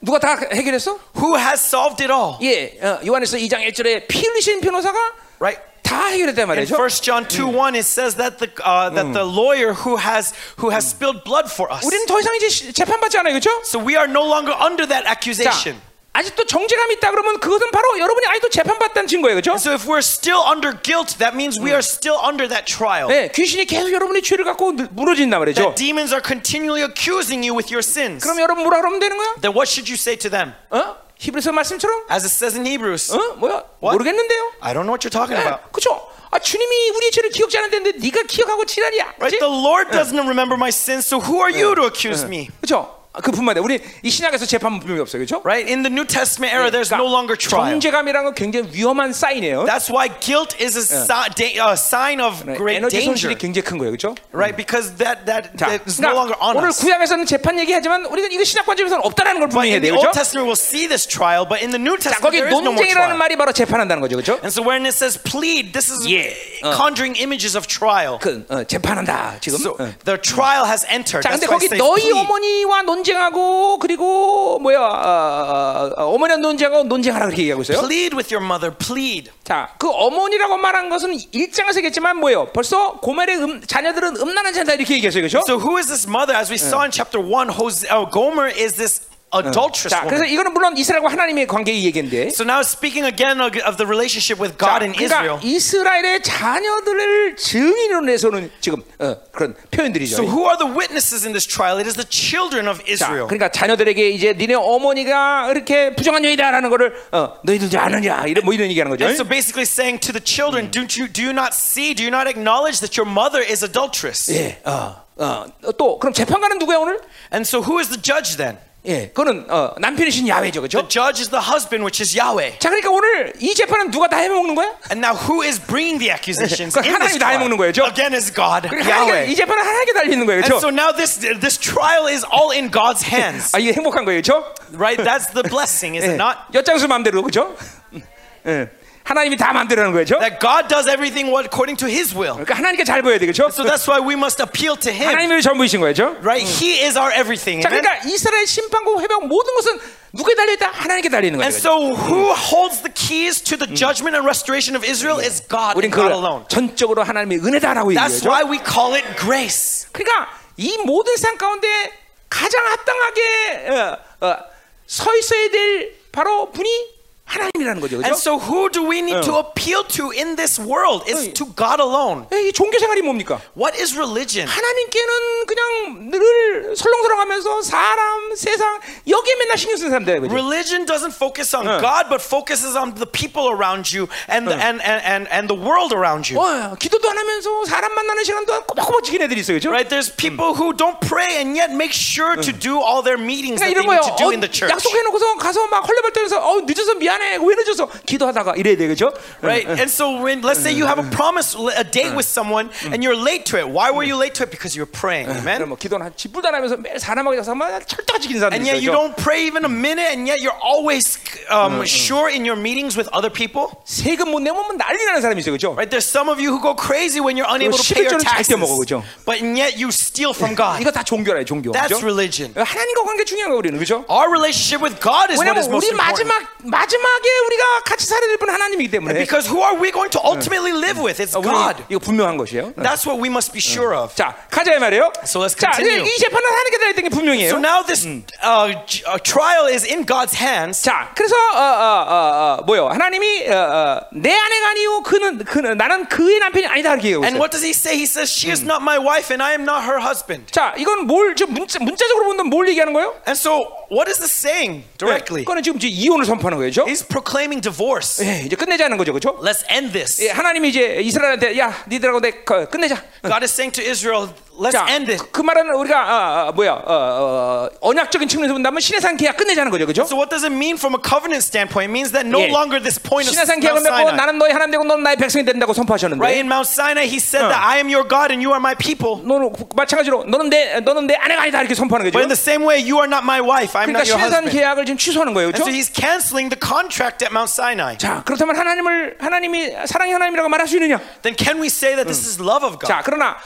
[SPEAKER 1] 누가 다 해결했어?
[SPEAKER 2] Who has solved it all?
[SPEAKER 1] 예, 어, 요한에서 2장 1절에 피 흘리신 변호사가
[SPEAKER 2] Right?
[SPEAKER 1] 다 해결했단
[SPEAKER 2] In
[SPEAKER 1] 말이죠.
[SPEAKER 2] 1 John 2 1, it says that the, uh, that the lawyer who has, who has spilled blood for us.
[SPEAKER 1] 우리는 더 이상 이제 시- 재판받지 않아요, 그렇죠?
[SPEAKER 2] So we are no longer under that
[SPEAKER 1] 자,
[SPEAKER 2] accusation.
[SPEAKER 1] 아직도 정죄감이 있다 그러면 그것은 바로 여러분이 아직도 재판받다는 증거예요, 그렇죠?
[SPEAKER 2] So if we're still under guilt, that means we are still under that trial.
[SPEAKER 1] 네, 귀신이 계속 여러분의 죄를 갖고 늘- 무너진단 말이죠.
[SPEAKER 2] That demons are continually accusing you with your sins.
[SPEAKER 1] 그럼 여러분 뭐라 그러면 되는 거야?
[SPEAKER 2] Then what should you say to them?
[SPEAKER 1] 어? 히브리서 말씀처럼?
[SPEAKER 2] As it says in Hebrews,
[SPEAKER 1] 어? 뭐야? 모르겠는데요.
[SPEAKER 2] I don't know what you're talking
[SPEAKER 1] 네,
[SPEAKER 2] about.
[SPEAKER 1] 그렇죠? 아, 주님이 우리의 죄를 기억지 않는데 네가 기억하고 지랄이야.
[SPEAKER 2] Right? The Lord doesn't remember my sins, so who are you to accuse me?
[SPEAKER 1] 그렇죠? 그뿐만 아니라 우리 이 신약에서 재판 분명히 없어요, 그렇죠?
[SPEAKER 2] Right? In the New Testament era, there's no longer trial.
[SPEAKER 1] 정죄감이라는 건 굉장히 위험한 사인이에요.
[SPEAKER 2] That's why guilt is a si- da- a sign of
[SPEAKER 1] 네,
[SPEAKER 2] great
[SPEAKER 1] 에너지
[SPEAKER 2] danger.
[SPEAKER 1] 손실이 굉장히 큰 거예요, 그렇죠?
[SPEAKER 2] Right? Because that that,
[SPEAKER 1] 자, 그러니까
[SPEAKER 2] that is no longer on
[SPEAKER 1] 오늘
[SPEAKER 2] us.
[SPEAKER 1] 구약에서는 재판 얘기하지만 우리는 이거 신약 관점에서는 없다라는 걸 분명히 해야
[SPEAKER 2] In the
[SPEAKER 1] 돼요, 그렇죠?
[SPEAKER 2] Old Testament, we'll see this trial, but in the New
[SPEAKER 1] 자,
[SPEAKER 2] Testament,
[SPEAKER 1] 거기
[SPEAKER 2] there is no more
[SPEAKER 1] 논쟁이라는
[SPEAKER 2] trial.
[SPEAKER 1] 말이 바로 재판한다는 거죠, 그렇죠?
[SPEAKER 2] And so when it says plead, this is
[SPEAKER 1] Yeah. Uh.
[SPEAKER 2] conjuring images of trial.
[SPEAKER 1] 그 어, 재판한다 지금.
[SPEAKER 2] So
[SPEAKER 1] 어.
[SPEAKER 2] the trial has entered.
[SPEAKER 1] 자,
[SPEAKER 2] That's
[SPEAKER 1] 근데
[SPEAKER 2] why it
[SPEAKER 1] 거기
[SPEAKER 2] says
[SPEAKER 1] 너희
[SPEAKER 2] plead.
[SPEAKER 1] 어머니와 논쟁하고 그리고 뭐야 아, 어, 어, 어머니와 논쟁하고 논쟁하라 그렇게 얘기하고 있어요.
[SPEAKER 2] Plead with your mother, plead.
[SPEAKER 1] 자, 그 어머니라고 말한 것은 일장에서 얘기했지만 뭐예요? 벌써 고멜의 음, 자녀들은 음란한 자다 이렇게 얘기했어요, 그렇죠?
[SPEAKER 2] So who is this mother? As we
[SPEAKER 1] Uh.
[SPEAKER 2] saw in chapter 1, Hose, oh, Gomer is this adulterous
[SPEAKER 1] 자, 그래서
[SPEAKER 2] woman.
[SPEAKER 1] 이거는 물론 이스라엘과 하나님의 관계의 얘기인데.
[SPEAKER 2] So now speaking again of, of the relationship with
[SPEAKER 1] 자,
[SPEAKER 2] God and
[SPEAKER 1] 그러니까
[SPEAKER 2] Israel.
[SPEAKER 1] 이스라엘의 자녀들을 증인으로 내서는 지금 어, 그런 표현들이죠.
[SPEAKER 2] So who are the witnesses in this trial? It is the children of
[SPEAKER 1] 자,
[SPEAKER 2] Israel.
[SPEAKER 1] 그러니까 자녀들에게 이제 니네 어머니가 이렇게 부정한 여인이다라는 거를 어, 너희들도 아느냐 이런 뭐 이런 얘기하는 거죠.
[SPEAKER 2] And so basically saying to the children, don't you do you not see, do you not acknowledge that your mother is adulterous?
[SPEAKER 1] 예, 어, 어, 또 그럼 재판관은 누구야 오늘?
[SPEAKER 2] And so who is the judge then?
[SPEAKER 1] 예, 그거는 어, 남편이신 야훼죠,
[SPEAKER 2] The
[SPEAKER 1] 그렇죠?
[SPEAKER 2] judge is the husband, which is Yahweh.
[SPEAKER 1] 자, 그러니까 오늘 이 재판은 누가 다 해먹는 거야?
[SPEAKER 2] And now who is bringing the accusations?
[SPEAKER 1] 그러니까
[SPEAKER 2] in
[SPEAKER 1] 하나님이 다
[SPEAKER 2] this trial?
[SPEAKER 1] 해먹는 거예요, 그죠?
[SPEAKER 2] Again is God,
[SPEAKER 1] 그러니까 하나님께-
[SPEAKER 2] Yahweh.
[SPEAKER 1] 이 재판은 하나님께 달려 있는 거예요,
[SPEAKER 2] And so
[SPEAKER 1] 그렇죠?
[SPEAKER 2] now this this trial is all in God's hands,
[SPEAKER 1] 아, 이게 행복한 거예요, 그렇죠? 예.
[SPEAKER 2] right? That's the blessing, is it not?
[SPEAKER 1] 엿장수 마음대로, 그렇죠? 예, 하나님이 다 마음대로 하는 거예요, 그렇죠?
[SPEAKER 2] That God does everything what according to His will.
[SPEAKER 1] 그러니까 하나님께 잘 보여야 되겠죠?
[SPEAKER 2] So that's why we must appeal to Him,
[SPEAKER 1] 하나님이 전부이신 거예요, 그렇죠?
[SPEAKER 2] right? He is our everything.
[SPEAKER 1] 자,
[SPEAKER 2] amen?
[SPEAKER 1] 그러니까 이스라엘 심판과 회복 모든 것은 누구에 달려 있다? 하나님께 달려 있는 거예요.
[SPEAKER 2] And so who holds the keys to the judgment and restoration of Israel is God,
[SPEAKER 1] 우린
[SPEAKER 2] and God
[SPEAKER 1] 그걸
[SPEAKER 2] alone.
[SPEAKER 1] 전적으로 하나님의 은혜다라고
[SPEAKER 2] That's
[SPEAKER 1] 얘기하죠.
[SPEAKER 2] why we call it grace.
[SPEAKER 1] 그러니까 이 모든 상 가운데 가장 합당하게 어, 어, 서 있어야 될 바로 분이 하나님이라는 거죠.
[SPEAKER 2] And
[SPEAKER 1] 그렇죠?
[SPEAKER 2] so who do we need to appeal to in this world? It's to God alone.
[SPEAKER 1] 예, 이 종교 생활이 뭡니까?
[SPEAKER 2] What is religion?
[SPEAKER 1] 하나님께는 그냥 늘 설렁설렁하면서 사람, 세상 여기에 맨날 신경 쓰는 사람들 그죠?
[SPEAKER 2] Religion doesn't focus on God, but focuses on the people around you and the, and, and, and, and the world around you.
[SPEAKER 1] 어, 기도도 안 하면서 사람 만나는 시간도 꼬박꼬박 지킨 애들이 있어요, 그죠?
[SPEAKER 2] Right? There's people who don't pray and yet make sure
[SPEAKER 1] Hmm.
[SPEAKER 2] to do all their meetings that
[SPEAKER 1] 그러니까
[SPEAKER 2] they
[SPEAKER 1] 이런 거예요.
[SPEAKER 2] need to do in the
[SPEAKER 1] 어,
[SPEAKER 2] church.
[SPEAKER 1] 약속해놓고서 가서 막 헐레벌떡해서 어, 늦어서 미안해, 왜 늦어서 기도하다가 이래야 되겠죠?
[SPEAKER 2] Right?
[SPEAKER 1] Hmm.
[SPEAKER 2] And so when let's say you have a promise a date with someone
[SPEAKER 1] Hmm.
[SPEAKER 2] and you're late to it. Why were you late to it? Because you were praying.
[SPEAKER 1] 그럼
[SPEAKER 2] Amen.
[SPEAKER 1] 뭐 기도는 한 집불도 안 하면서 매일 사람하고 자서 막 철저히 지키는 사람들
[SPEAKER 2] And yet you
[SPEAKER 1] 있어요. 그죠?
[SPEAKER 2] don't pray even
[SPEAKER 1] Hmm.
[SPEAKER 2] a minute and yet you're always um, sure in your meetings with other people.
[SPEAKER 1] 세금 못 내면 뭐 난리 나는 사람이 있어요, 그죠?
[SPEAKER 2] Right? There's some of you who go crazy when you're unable to pay your
[SPEAKER 1] 십일조는 잘
[SPEAKER 2] taxes.
[SPEAKER 1] 떼먹어, 그죠?
[SPEAKER 2] But yet you steal from God.
[SPEAKER 1] 이거 다 종교라요, 종교.
[SPEAKER 2] That's
[SPEAKER 1] 그죠?
[SPEAKER 2] religion.
[SPEAKER 1] 하나님과 관계 중요한 거 우리는 그죠?
[SPEAKER 2] Our relationship with God is what
[SPEAKER 1] 왜냐면
[SPEAKER 2] is most
[SPEAKER 1] 우리
[SPEAKER 2] important.
[SPEAKER 1] 마지막 마지막에 우리가 같이 살아야 될 분은 하나님이기 때문에
[SPEAKER 2] Because who are we going to ultimately live with? It's
[SPEAKER 1] 우리
[SPEAKER 2] God.
[SPEAKER 1] 이거 분명한 것이에요.
[SPEAKER 2] That's what we must be sure of.
[SPEAKER 1] 자 가자 이 말이에요.
[SPEAKER 2] So let's
[SPEAKER 1] 자 이제
[SPEAKER 2] continue.
[SPEAKER 1] 이 재판은 하나님께 달려있던 게 분명해요.
[SPEAKER 2] So now this uh, j- uh, trial is in God's hands.
[SPEAKER 1] 자, 그래서 어, 어, 어, 어, 뭐요? 하나님이 어, 어, 내 아내가 아니고 그는 그는 나는 그의 남편이 아니다 이렇게 얘기하고
[SPEAKER 2] And
[SPEAKER 1] 있어요.
[SPEAKER 2] what does he say? He says, She is not my wife and I am not her husband.
[SPEAKER 1] 자, 이건 뭘 지금 문자, 문자적으로 본다면 뭘 얘기하는 거예요?
[SPEAKER 2] And so, what is this saying directly?
[SPEAKER 1] 그거는 지금 이제 이혼을 선포하는 거예요, 그죠
[SPEAKER 2] He's proclaiming divorce.
[SPEAKER 1] 예, 이제 끝내자는 거죠, 그렇죠?
[SPEAKER 2] Let's end this.
[SPEAKER 1] 예, 하나님이 이제 이스라엘한테 야, 니들하고 내 거- 끝내자.
[SPEAKER 2] God is saying to Israel, Let's
[SPEAKER 1] 자,
[SPEAKER 2] end it.
[SPEAKER 1] 그, 그 말은 우리가 어, 어, 뭐야 어, 어, 언약적인 측면에서 본다면 신해상 계약 끝내자는 거죠, 그렇죠?
[SPEAKER 2] So, what does it mean from a covenant standpoint? It means that no
[SPEAKER 1] Yeah.
[SPEAKER 2] longer this point of
[SPEAKER 1] 신해상
[SPEAKER 2] Mount
[SPEAKER 1] 계약을 맺고
[SPEAKER 2] Sinai.
[SPEAKER 1] 나는 너의 하나님 되고 너는 나의 백성이 된다고 선포하셨는데,
[SPEAKER 2] Right in Mount Sinai, he said that I am your God and you are my people.
[SPEAKER 1] 너는 마찬가지로 너는 내 너는 내 아내가 아니다 이렇게 선포하는
[SPEAKER 2] But in
[SPEAKER 1] 거죠.
[SPEAKER 2] the same way, you are not my wife. I'm
[SPEAKER 1] 그러니까
[SPEAKER 2] not your
[SPEAKER 1] 신해상
[SPEAKER 2] husband.
[SPEAKER 1] 계약을 지금 취소하는 거예요,
[SPEAKER 2] And
[SPEAKER 1] 그렇죠?
[SPEAKER 2] so he's canceling the contract at Mount Sinai.
[SPEAKER 1] 자, 그렇다면 하나님을 하나님이 사랑의 하나님이라고 말할 수 있느냐?
[SPEAKER 2] Then can we say that
[SPEAKER 1] Mm.
[SPEAKER 2] this is love of
[SPEAKER 1] 자,
[SPEAKER 2] God?
[SPEAKER 1] 그러나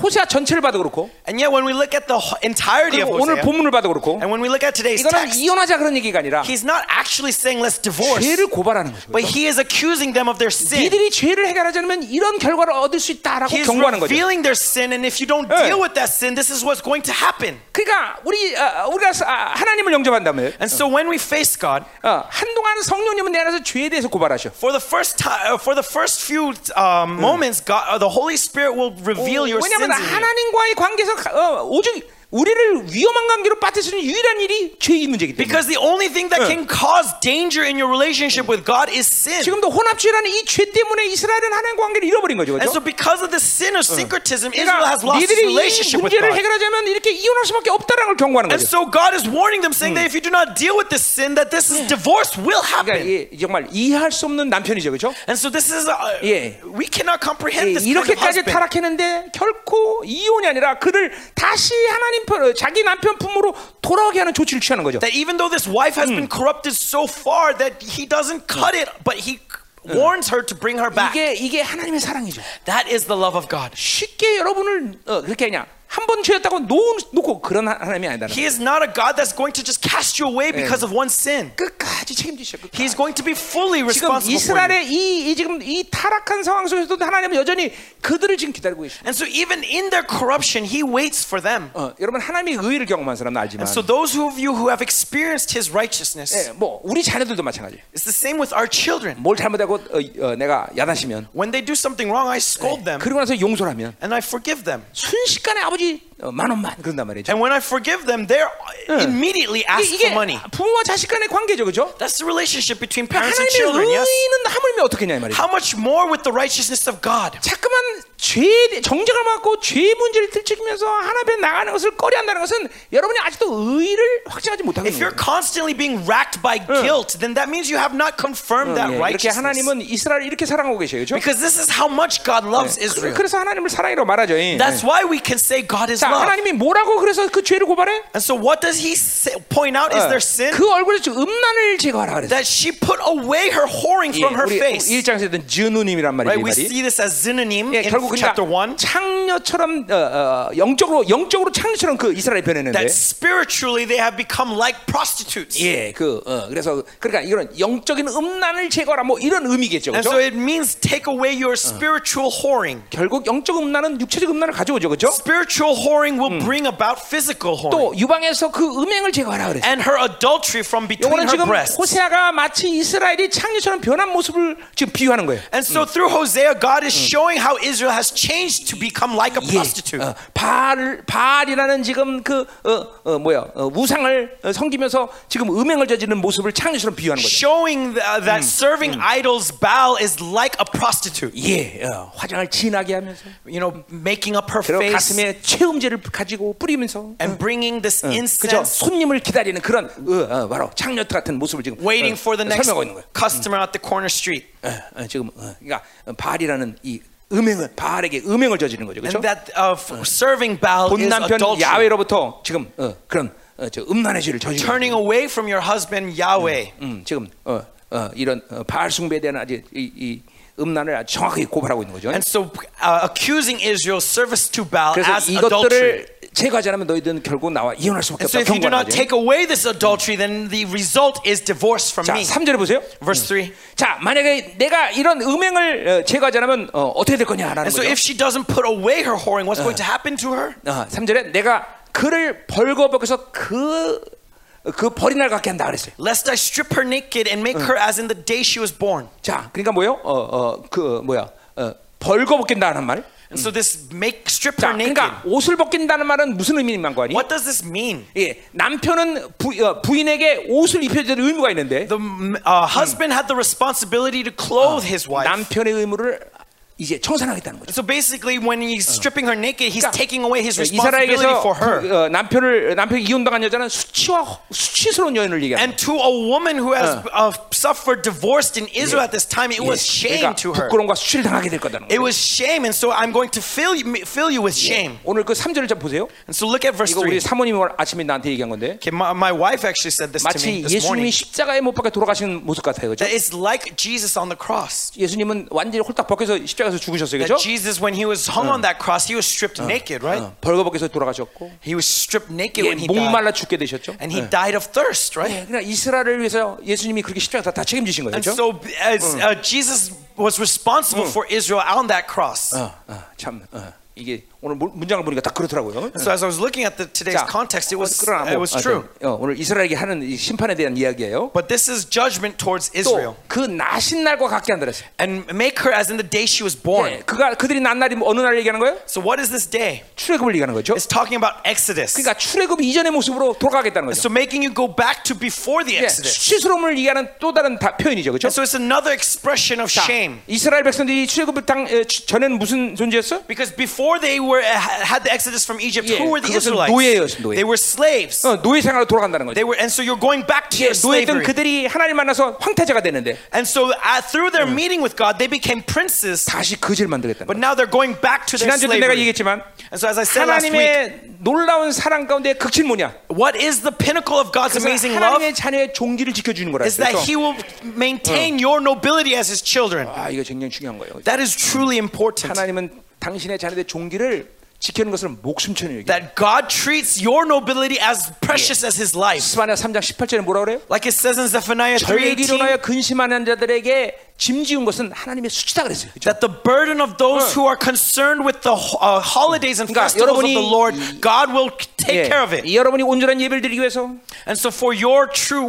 [SPEAKER 1] 호세아 전체를 봐도 그렇고,
[SPEAKER 2] And yet, when we look at the ho- entirety of
[SPEAKER 1] 그리고 오늘
[SPEAKER 2] Hosea,
[SPEAKER 1] 본문을 봐도 그렇고,
[SPEAKER 2] and when we look at today's
[SPEAKER 1] 이거는
[SPEAKER 2] text,
[SPEAKER 1] 이혼하자 그런 얘기가 아니라
[SPEAKER 2] he's not actually saying let's divorce,
[SPEAKER 1] 죄를 고발하는 거죠.
[SPEAKER 2] but he is accusing them of their sin.
[SPEAKER 1] 니들이 죄를 해결하지 않으면 이런 결과를 얻을 수 있다라고
[SPEAKER 2] He is
[SPEAKER 1] 경고하는 거죠.
[SPEAKER 2] revealing their sin, and if you don't
[SPEAKER 1] 예.
[SPEAKER 2] deal with that sin, this is what's going to happen.
[SPEAKER 1] 그러니까 우리 아, 우리가 사- 아, 하나님을 영접한다면
[SPEAKER 2] And so, when we face God,
[SPEAKER 1] 어, 한동안 성령님은 내 안에서 죄에 대해서 고발하셔.
[SPEAKER 2] for the first time, for the first few uh, moments, God, uh, the Holy Spirit will reveal your sins.
[SPEAKER 1] Mm. 왜냐하면
[SPEAKER 2] in you.
[SPEAKER 1] 하나님과의 관계에서 가- 어, 오직 우리를 위험한 관계로 빠뜨리는 유일한 일이 죄의 문제이기 때문에.
[SPEAKER 2] Because the only thing that can cause danger in your relationship with God is sin.
[SPEAKER 1] 지금도 혼합주의라는 이 죄 때문에 이스라엘은 하나님 관계를 잃어버린 거죠.
[SPEAKER 2] And
[SPEAKER 1] 그렇죠?
[SPEAKER 2] so, because of the sin of syncretism, Israel has
[SPEAKER 1] 그러니까
[SPEAKER 2] lost its
[SPEAKER 1] 니들이 이
[SPEAKER 2] relationship with
[SPEAKER 1] 문제를
[SPEAKER 2] God.
[SPEAKER 1] 해결하자면 이렇게 이혼할 수밖에 없다라는 걸 경고하는
[SPEAKER 2] And
[SPEAKER 1] 거죠.
[SPEAKER 2] so, God is warning them, saying that if you do not deal with this sin, that this is divorce will
[SPEAKER 1] 그러니까
[SPEAKER 2] happen.
[SPEAKER 1] 이게 정말 이해할 수 없는 남편이죠, 그렇죠?
[SPEAKER 2] And so, this is uh,
[SPEAKER 1] Yeah.
[SPEAKER 2] we cannot comprehend this.
[SPEAKER 1] 예,
[SPEAKER 2] Kind of
[SPEAKER 1] 이렇게까지
[SPEAKER 2] husband.
[SPEAKER 1] 타락했는데 결코 이혼이 아니라 그를 다시 하나님 편, 자기 남편 품으로 돌아오게 하는 조치를 취하는 거죠.
[SPEAKER 2] That even though this wife has been corrupted so far that he doesn't cut it, but he warns her to bring her back.
[SPEAKER 1] 이게 이게 하나님의 사랑이죠.
[SPEAKER 2] That is the love of God.
[SPEAKER 1] 쉽게 여러분을 어, 그렇게 하냐? 한 번 죄였다고 놓은, 놓고 그런 하- 하나님이 아니다는 거예요.
[SPEAKER 2] He is not a God that's going to just cast you away because of one sin.
[SPEAKER 1] 끝까지 책임지셔. 끝까지.
[SPEAKER 2] He's going to be fully
[SPEAKER 1] 지금
[SPEAKER 2] responsible for you.
[SPEAKER 1] 이스라엘의 이, 이 지금 이 타락한 상황 속에서도 하나님은 여전히 그들을 지금 기다리고 계십니다.
[SPEAKER 2] And so even in their corruption, he waits for them.
[SPEAKER 1] 어, 여러분 하나님의 의를 경험한 사람은 알지만,
[SPEAKER 2] And so those of you who have experienced his righteousness,
[SPEAKER 1] 예, 뭐 우리 자녀들도 마찬가지.
[SPEAKER 2] it's the same with our children.
[SPEAKER 1] 뭘 잘못하고 어, 어, 내가 야단치면,
[SPEAKER 2] When they do something wrong, I scold them
[SPEAKER 1] 그리고 나서 용서를 하면
[SPEAKER 2] and I forgive them.
[SPEAKER 1] 순식간에 아버지 어, 만 원만 그런단 말이죠.
[SPEAKER 2] And when I forgive them, they're immediately
[SPEAKER 1] 이게,
[SPEAKER 2] asked for
[SPEAKER 1] 이게
[SPEAKER 2] money.
[SPEAKER 1] 부모와 자식 간의 관계죠, 그죠?
[SPEAKER 2] That's the relationship between parents and
[SPEAKER 1] 하나님의
[SPEAKER 2] children, yes?
[SPEAKER 1] 의는 하물며 어떻겠냐 이 말이죠.
[SPEAKER 2] How much more with the righteousness of God?
[SPEAKER 1] 자꾸만 죄 정죄를 맡고 죄의 문제를 들추면서 하나 앞에 나가는 것을 꺼려한다는 것은 여러분이 아직도 의를 확증하지 못하고
[SPEAKER 2] If
[SPEAKER 1] 있는
[SPEAKER 2] you're
[SPEAKER 1] 거예요.
[SPEAKER 2] constantly being racked by guilt, then that means you have not confirmed that
[SPEAKER 1] 예, 이렇게
[SPEAKER 2] righteousness.
[SPEAKER 1] 하나님은 이스라엘 이렇게 사랑하고 계셔요, 그렇죠?
[SPEAKER 2] Because this is how much God loves Israel.
[SPEAKER 1] 그래서 하나님을 사랑이라고 말하죠. 예.
[SPEAKER 2] That's why we can say God is
[SPEAKER 1] 자,
[SPEAKER 2] love.
[SPEAKER 1] 하나님이 뭐라고 그래서 그 죄를 고발해?
[SPEAKER 2] And so, what does he say, point out
[SPEAKER 1] Uh,
[SPEAKER 2] is their sin?
[SPEAKER 1] 그 얼굴에 지금 음란을 제거하라 그랬어.
[SPEAKER 2] That she put away her whoring
[SPEAKER 1] 예,
[SPEAKER 2] from her
[SPEAKER 1] 우리
[SPEAKER 2] face.
[SPEAKER 1] 일장에서 했던 지누님이란 말이에요,
[SPEAKER 2] Right?
[SPEAKER 1] 이
[SPEAKER 2] We
[SPEAKER 1] 말이.
[SPEAKER 2] see this as synonym
[SPEAKER 1] 예,
[SPEAKER 2] in
[SPEAKER 1] 결국 그러니까
[SPEAKER 2] chapter 1.
[SPEAKER 1] 창녀처럼 어, 어, 영적으로 영적으로 창녀처럼 그 이스라엘 변했는데
[SPEAKER 2] That spiritually they have become like prostitutes.
[SPEAKER 1] 예, 그 어, 그래서 그러니까 이런 영적인 음란을 제거라 뭐 이런 의미겠죠.
[SPEAKER 2] And
[SPEAKER 1] 그렇죠?
[SPEAKER 2] so it means take away your spiritual whoring.
[SPEAKER 1] 결국 영적 음란은 육체적 음란을 가져오죠. 그렇죠?
[SPEAKER 2] Spiritual whoring will bring about physical whoring.
[SPEAKER 1] 또 유방에서 그 음행을 제거하라 그랬어요.
[SPEAKER 2] And her adultery from
[SPEAKER 1] 이거는
[SPEAKER 2] between her
[SPEAKER 1] 지금
[SPEAKER 2] breasts.
[SPEAKER 1] 호세아가 마치 이스라엘이 창녀처럼 변한 모습을 지금 비유하는 거예요.
[SPEAKER 2] And so through Hosea, God is showing how Israel has changed to become like a
[SPEAKER 1] 예,
[SPEAKER 2] prostitute.
[SPEAKER 1] 어, 바알 바알이라는 지금 그 어, 어, 뭐야 어, 우상을 어, 섬기면서 지금 음행을 저지르는 모습을 창녀처럼 비유하는 거죠.
[SPEAKER 2] Showing th- uh,
[SPEAKER 1] Mm,
[SPEAKER 2] that serving idols, Baal, is like a prostitute.
[SPEAKER 1] 예, 어, 화장을 진하게 하면서
[SPEAKER 2] you know, making up her
[SPEAKER 1] 그리고
[SPEAKER 2] face
[SPEAKER 1] 가슴에 체음제를 가지고 뿌리면서
[SPEAKER 2] and bringing this
[SPEAKER 1] 그죠
[SPEAKER 2] incense,
[SPEAKER 1] 손님을 기다리는 그런 어, 어, 바로 창녀 같은 모습을 지금
[SPEAKER 2] waiting
[SPEAKER 1] 어,
[SPEAKER 2] for the next
[SPEAKER 1] 설명하고 있는 거예요.
[SPEAKER 2] customer at the corner street.
[SPEAKER 1] 어, 어, 지금 어, 그러니까 바알이라는 이 음행을 바알에게 음행을 저지르는 거죠. 그렇죠?
[SPEAKER 2] And that uh, f- serving Baal
[SPEAKER 1] 본
[SPEAKER 2] is
[SPEAKER 1] 남편
[SPEAKER 2] adultery.
[SPEAKER 1] 야외로부터 지금 어, 그런 어, 저 음란의 죄를 저지르는
[SPEAKER 2] Turning away from your husband Yahweh.
[SPEAKER 1] 음, 지금 어, 어, 이런 어, 바알 숭배에 대한 아직 이, 이 음란을 아주 정확하게 고발하고 있는 거죠.
[SPEAKER 2] And so uh, accusing Israel's service to Baal as
[SPEAKER 1] 그래서
[SPEAKER 2] adultery.
[SPEAKER 1] 이것들을 제거하지 않으면 너희들은 결국 나와 이혼할 수밖에
[SPEAKER 2] And so
[SPEAKER 1] 없다.
[SPEAKER 2] if you do
[SPEAKER 1] 경고하는
[SPEAKER 2] not
[SPEAKER 1] 거죠.
[SPEAKER 2] take away this adultery, then the result is divorce from
[SPEAKER 1] 자,
[SPEAKER 2] me.
[SPEAKER 1] 3절에 보세요.
[SPEAKER 2] Verse 3.
[SPEAKER 1] 자, 만약에 내가 이런 음행을 어, 제거하지 않으면 어, 어떻게 될
[SPEAKER 2] And
[SPEAKER 1] 거냐라는
[SPEAKER 2] so
[SPEAKER 1] 거죠.
[SPEAKER 2] if she doesn't put away her whoring, what's going to happen to her?
[SPEAKER 1] 어, 3절에 내가 그를 벌거벗겨서 그, 그그 버린 날 같게 한다 그랬어요.
[SPEAKER 2] Lest I strip her naked and make her as in the day she was born.
[SPEAKER 1] 자, 그러니까 뭐요? 어어그 뭐야? 어 벌거벗긴다는 말.
[SPEAKER 2] And so this make strip
[SPEAKER 1] 자,
[SPEAKER 2] her naked.
[SPEAKER 1] 그러니까 옷을 벗긴다는 말은 무슨 의미인 거아니?
[SPEAKER 2] What does this mean?
[SPEAKER 1] 예, 남편은 부, 어, 부인에게 옷을 입혀줄 의무가 있는데
[SPEAKER 2] The m- uh, husband had the responsibility to clothe his wife.
[SPEAKER 1] 남편의 의무를 이제 청산하겠다는 거죠.
[SPEAKER 2] so basically, when he's stripping her naked, he's
[SPEAKER 1] 그러니까
[SPEAKER 2] taking away
[SPEAKER 1] Eh,
[SPEAKER 2] his responsibility
[SPEAKER 1] 이사라에게서
[SPEAKER 2] for her.
[SPEAKER 1] 그, 어, 남편을 남편이 이혼당한 여자는 수치와 허- 수치스러운 여인을 얘기하는
[SPEAKER 2] And to a woman who has uh, suffered divorced in Israel at this time, it
[SPEAKER 1] 거예요.
[SPEAKER 2] was
[SPEAKER 1] 예,
[SPEAKER 2] shame
[SPEAKER 1] 그러니까
[SPEAKER 2] to her.
[SPEAKER 1] 부끄러움과 수치를 당하게 될 거다는 거예요.
[SPEAKER 2] It was shame, and so I'm going to fill you, fill you with shame.
[SPEAKER 1] 오늘 그 3절을 좀 보세요.
[SPEAKER 2] And so look at verse
[SPEAKER 1] 이거
[SPEAKER 2] 3.
[SPEAKER 1] 우리 사모님이 오늘 아침에 나한테 얘기한 건데
[SPEAKER 2] Okay, my, my wife actually said this to
[SPEAKER 1] 마치
[SPEAKER 2] me this
[SPEAKER 1] 예수님이
[SPEAKER 2] morning.
[SPEAKER 1] 십자가에 못 박혀 돌아가시는 모습 같아요. 그죠?
[SPEAKER 2] That it's like Jesus on the cross.
[SPEAKER 1] 예수님은 완전히 홀딱 벗겨서 십자가에서 죽으셨어요. 그죠?
[SPEAKER 2] That Jesus, when he was hung on that cross, he was stripped naked, right?
[SPEAKER 1] 어, 벌거벗겨서 돌아가셨고
[SPEAKER 2] He was stripped naked
[SPEAKER 1] 예,
[SPEAKER 2] when he died.
[SPEAKER 1] 목말라 죽게 되셨죠.
[SPEAKER 2] And he died of thirst, right?
[SPEAKER 1] 예, 그러니까 이스라엘을 위해서 예수님이 그렇게 십자가에서 다 책임지신 거예요.
[SPEAKER 2] And
[SPEAKER 1] 그죠?
[SPEAKER 2] so as, uh, Jesus was responsible for Israel on that cross.
[SPEAKER 1] 어, 어, 참 어, 이게 오늘 문- 문장을 보니까 다 그렇더라고요.
[SPEAKER 2] So as I was looking at the, today's context, it was,
[SPEAKER 1] 그러나 뭐,
[SPEAKER 2] it was true.
[SPEAKER 1] 하여튼, 어, 오늘 이스라엘에게 하는 이 심판에 대한 이야기예요.
[SPEAKER 2] But this is judgment towards Israel.
[SPEAKER 1] 또 그 나신 날과 같게 한다 그랬어요.
[SPEAKER 2] And make her as in the day she was born.
[SPEAKER 1] 예, 그가 그들이 난 날이 어느 날 얘기하는 거예요?
[SPEAKER 2] So what is this day?
[SPEAKER 1] 출애굽을 얘기하는 거죠.
[SPEAKER 2] It's talking about Exodus.
[SPEAKER 1] 그러니까 출애굽 이전의 모습으로 돌아가겠다는 거죠.
[SPEAKER 2] So making you go back to before the
[SPEAKER 1] 예,
[SPEAKER 2] Exodus.
[SPEAKER 1] 수치스러움을 얘기하는 또 다른 다- 표현이죠, 그렇죠?
[SPEAKER 2] And so it's another expression of shame.
[SPEAKER 1] 이스라엘 백성들이 출애굽 당 에, 추- 전에는 무슨 존재였어?
[SPEAKER 2] Because before they were ha- had the Exodus from Egypt,
[SPEAKER 1] Yeah,
[SPEAKER 2] who were the
[SPEAKER 1] 그것은
[SPEAKER 2] Israelites?
[SPEAKER 1] 노예였어, 노예.
[SPEAKER 2] They were slaves.
[SPEAKER 1] 어, 노예 생활로 돌아간다는 거죠.
[SPEAKER 2] They were, and so you're going back to
[SPEAKER 1] 예,
[SPEAKER 2] your
[SPEAKER 1] 노예던
[SPEAKER 2] slavery.
[SPEAKER 1] 그들이 하나님 만나서 황태자가 되는데
[SPEAKER 2] And so uh, through their
[SPEAKER 1] Hmm.
[SPEAKER 2] meeting with God, they became princes.
[SPEAKER 1] 다시 거지를 만들겠다는 거예요.
[SPEAKER 2] But now they're going back to their
[SPEAKER 1] 지난주도 내가
[SPEAKER 2] slavery.
[SPEAKER 1] 얘기했지만
[SPEAKER 2] And so as I said last week,
[SPEAKER 1] 하나님의 놀라운 사랑 가운데 극치는 뭐냐?
[SPEAKER 2] what is the pinnacle of God's amazing love?
[SPEAKER 1] 하나님의 자녀의 종기를 지켜주는 거라
[SPEAKER 2] Is that
[SPEAKER 1] 했죠.
[SPEAKER 2] He will maintain your nobility as His children.
[SPEAKER 1] 아 이거 굉장히 중요한 거예요.
[SPEAKER 2] That is truly important.
[SPEAKER 1] 하나님은 당신의 자녀의 종기를 지키는 것을 목숨처럼 여기.
[SPEAKER 2] That God treats your nobility as precious as His life.
[SPEAKER 1] 스바냐 3장 18절에 뭐라 그래요?
[SPEAKER 2] Like it says in Zephaniah
[SPEAKER 1] 저희를
[SPEAKER 2] 3:18,
[SPEAKER 1] 일어나여 근심하는 자들에게 짐지운 것은 하나님의 수치다 그랬어요. 그죠?
[SPEAKER 2] that the burden of those who are concerned with the ho- uh, holidays and
[SPEAKER 1] 그러니까
[SPEAKER 2] festivals of
[SPEAKER 1] 여러분이
[SPEAKER 2] the Lord, God will take care of it.
[SPEAKER 1] 예, 여러분이 온전한 예배를 드리기 위해서
[SPEAKER 2] And so for your true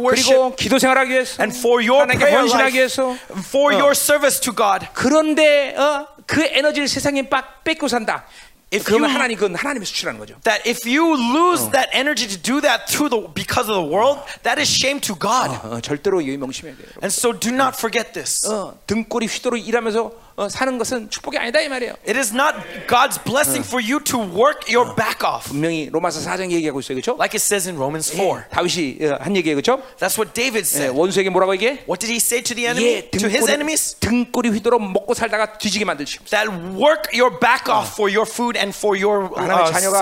[SPEAKER 1] 그리고
[SPEAKER 2] worship
[SPEAKER 1] 기도 생활하기 위해서
[SPEAKER 2] and for your
[SPEAKER 1] 하나님께
[SPEAKER 2] prayer
[SPEAKER 1] 헌신하기 위해서
[SPEAKER 2] life, for your service to God,
[SPEAKER 1] 그런데 어, 그 에너지를 세상에 빡 뺏고 산다.
[SPEAKER 2] If
[SPEAKER 1] 그러면
[SPEAKER 2] you-
[SPEAKER 1] 하나님 그건 하나님의 수치라는 거죠.
[SPEAKER 2] that if you lose that energy to do that through the because of the world, that is shame to God.
[SPEAKER 1] 어, 절대로 이 명심해야 돼요.
[SPEAKER 2] And so do not forget this.
[SPEAKER 1] 어, 등골이 휘도록 일하면서 어, 사는 것은 축복이 아니다 이 말이에요.
[SPEAKER 2] It is not God's blessing for you to work your back off,
[SPEAKER 1] 분명히 로마서 4장 얘기하고 있어요. 그렇죠?
[SPEAKER 2] like it says in Romans 4.
[SPEAKER 1] 다윗이 어, 한 얘기예요. 그렇죠?
[SPEAKER 2] That's what David said.
[SPEAKER 1] 원수에게 뭐라고 얘기해?
[SPEAKER 2] What did he say to the
[SPEAKER 1] 예,
[SPEAKER 2] enemy? To 네. his
[SPEAKER 1] 등골이,
[SPEAKER 2] enemies?
[SPEAKER 1] 등골이 휘도록 먹고 살다가 뒤지게 만들시옵소서.
[SPEAKER 2] That work your back off for your food and for your
[SPEAKER 1] 하나님의
[SPEAKER 2] uh,
[SPEAKER 1] 자녀가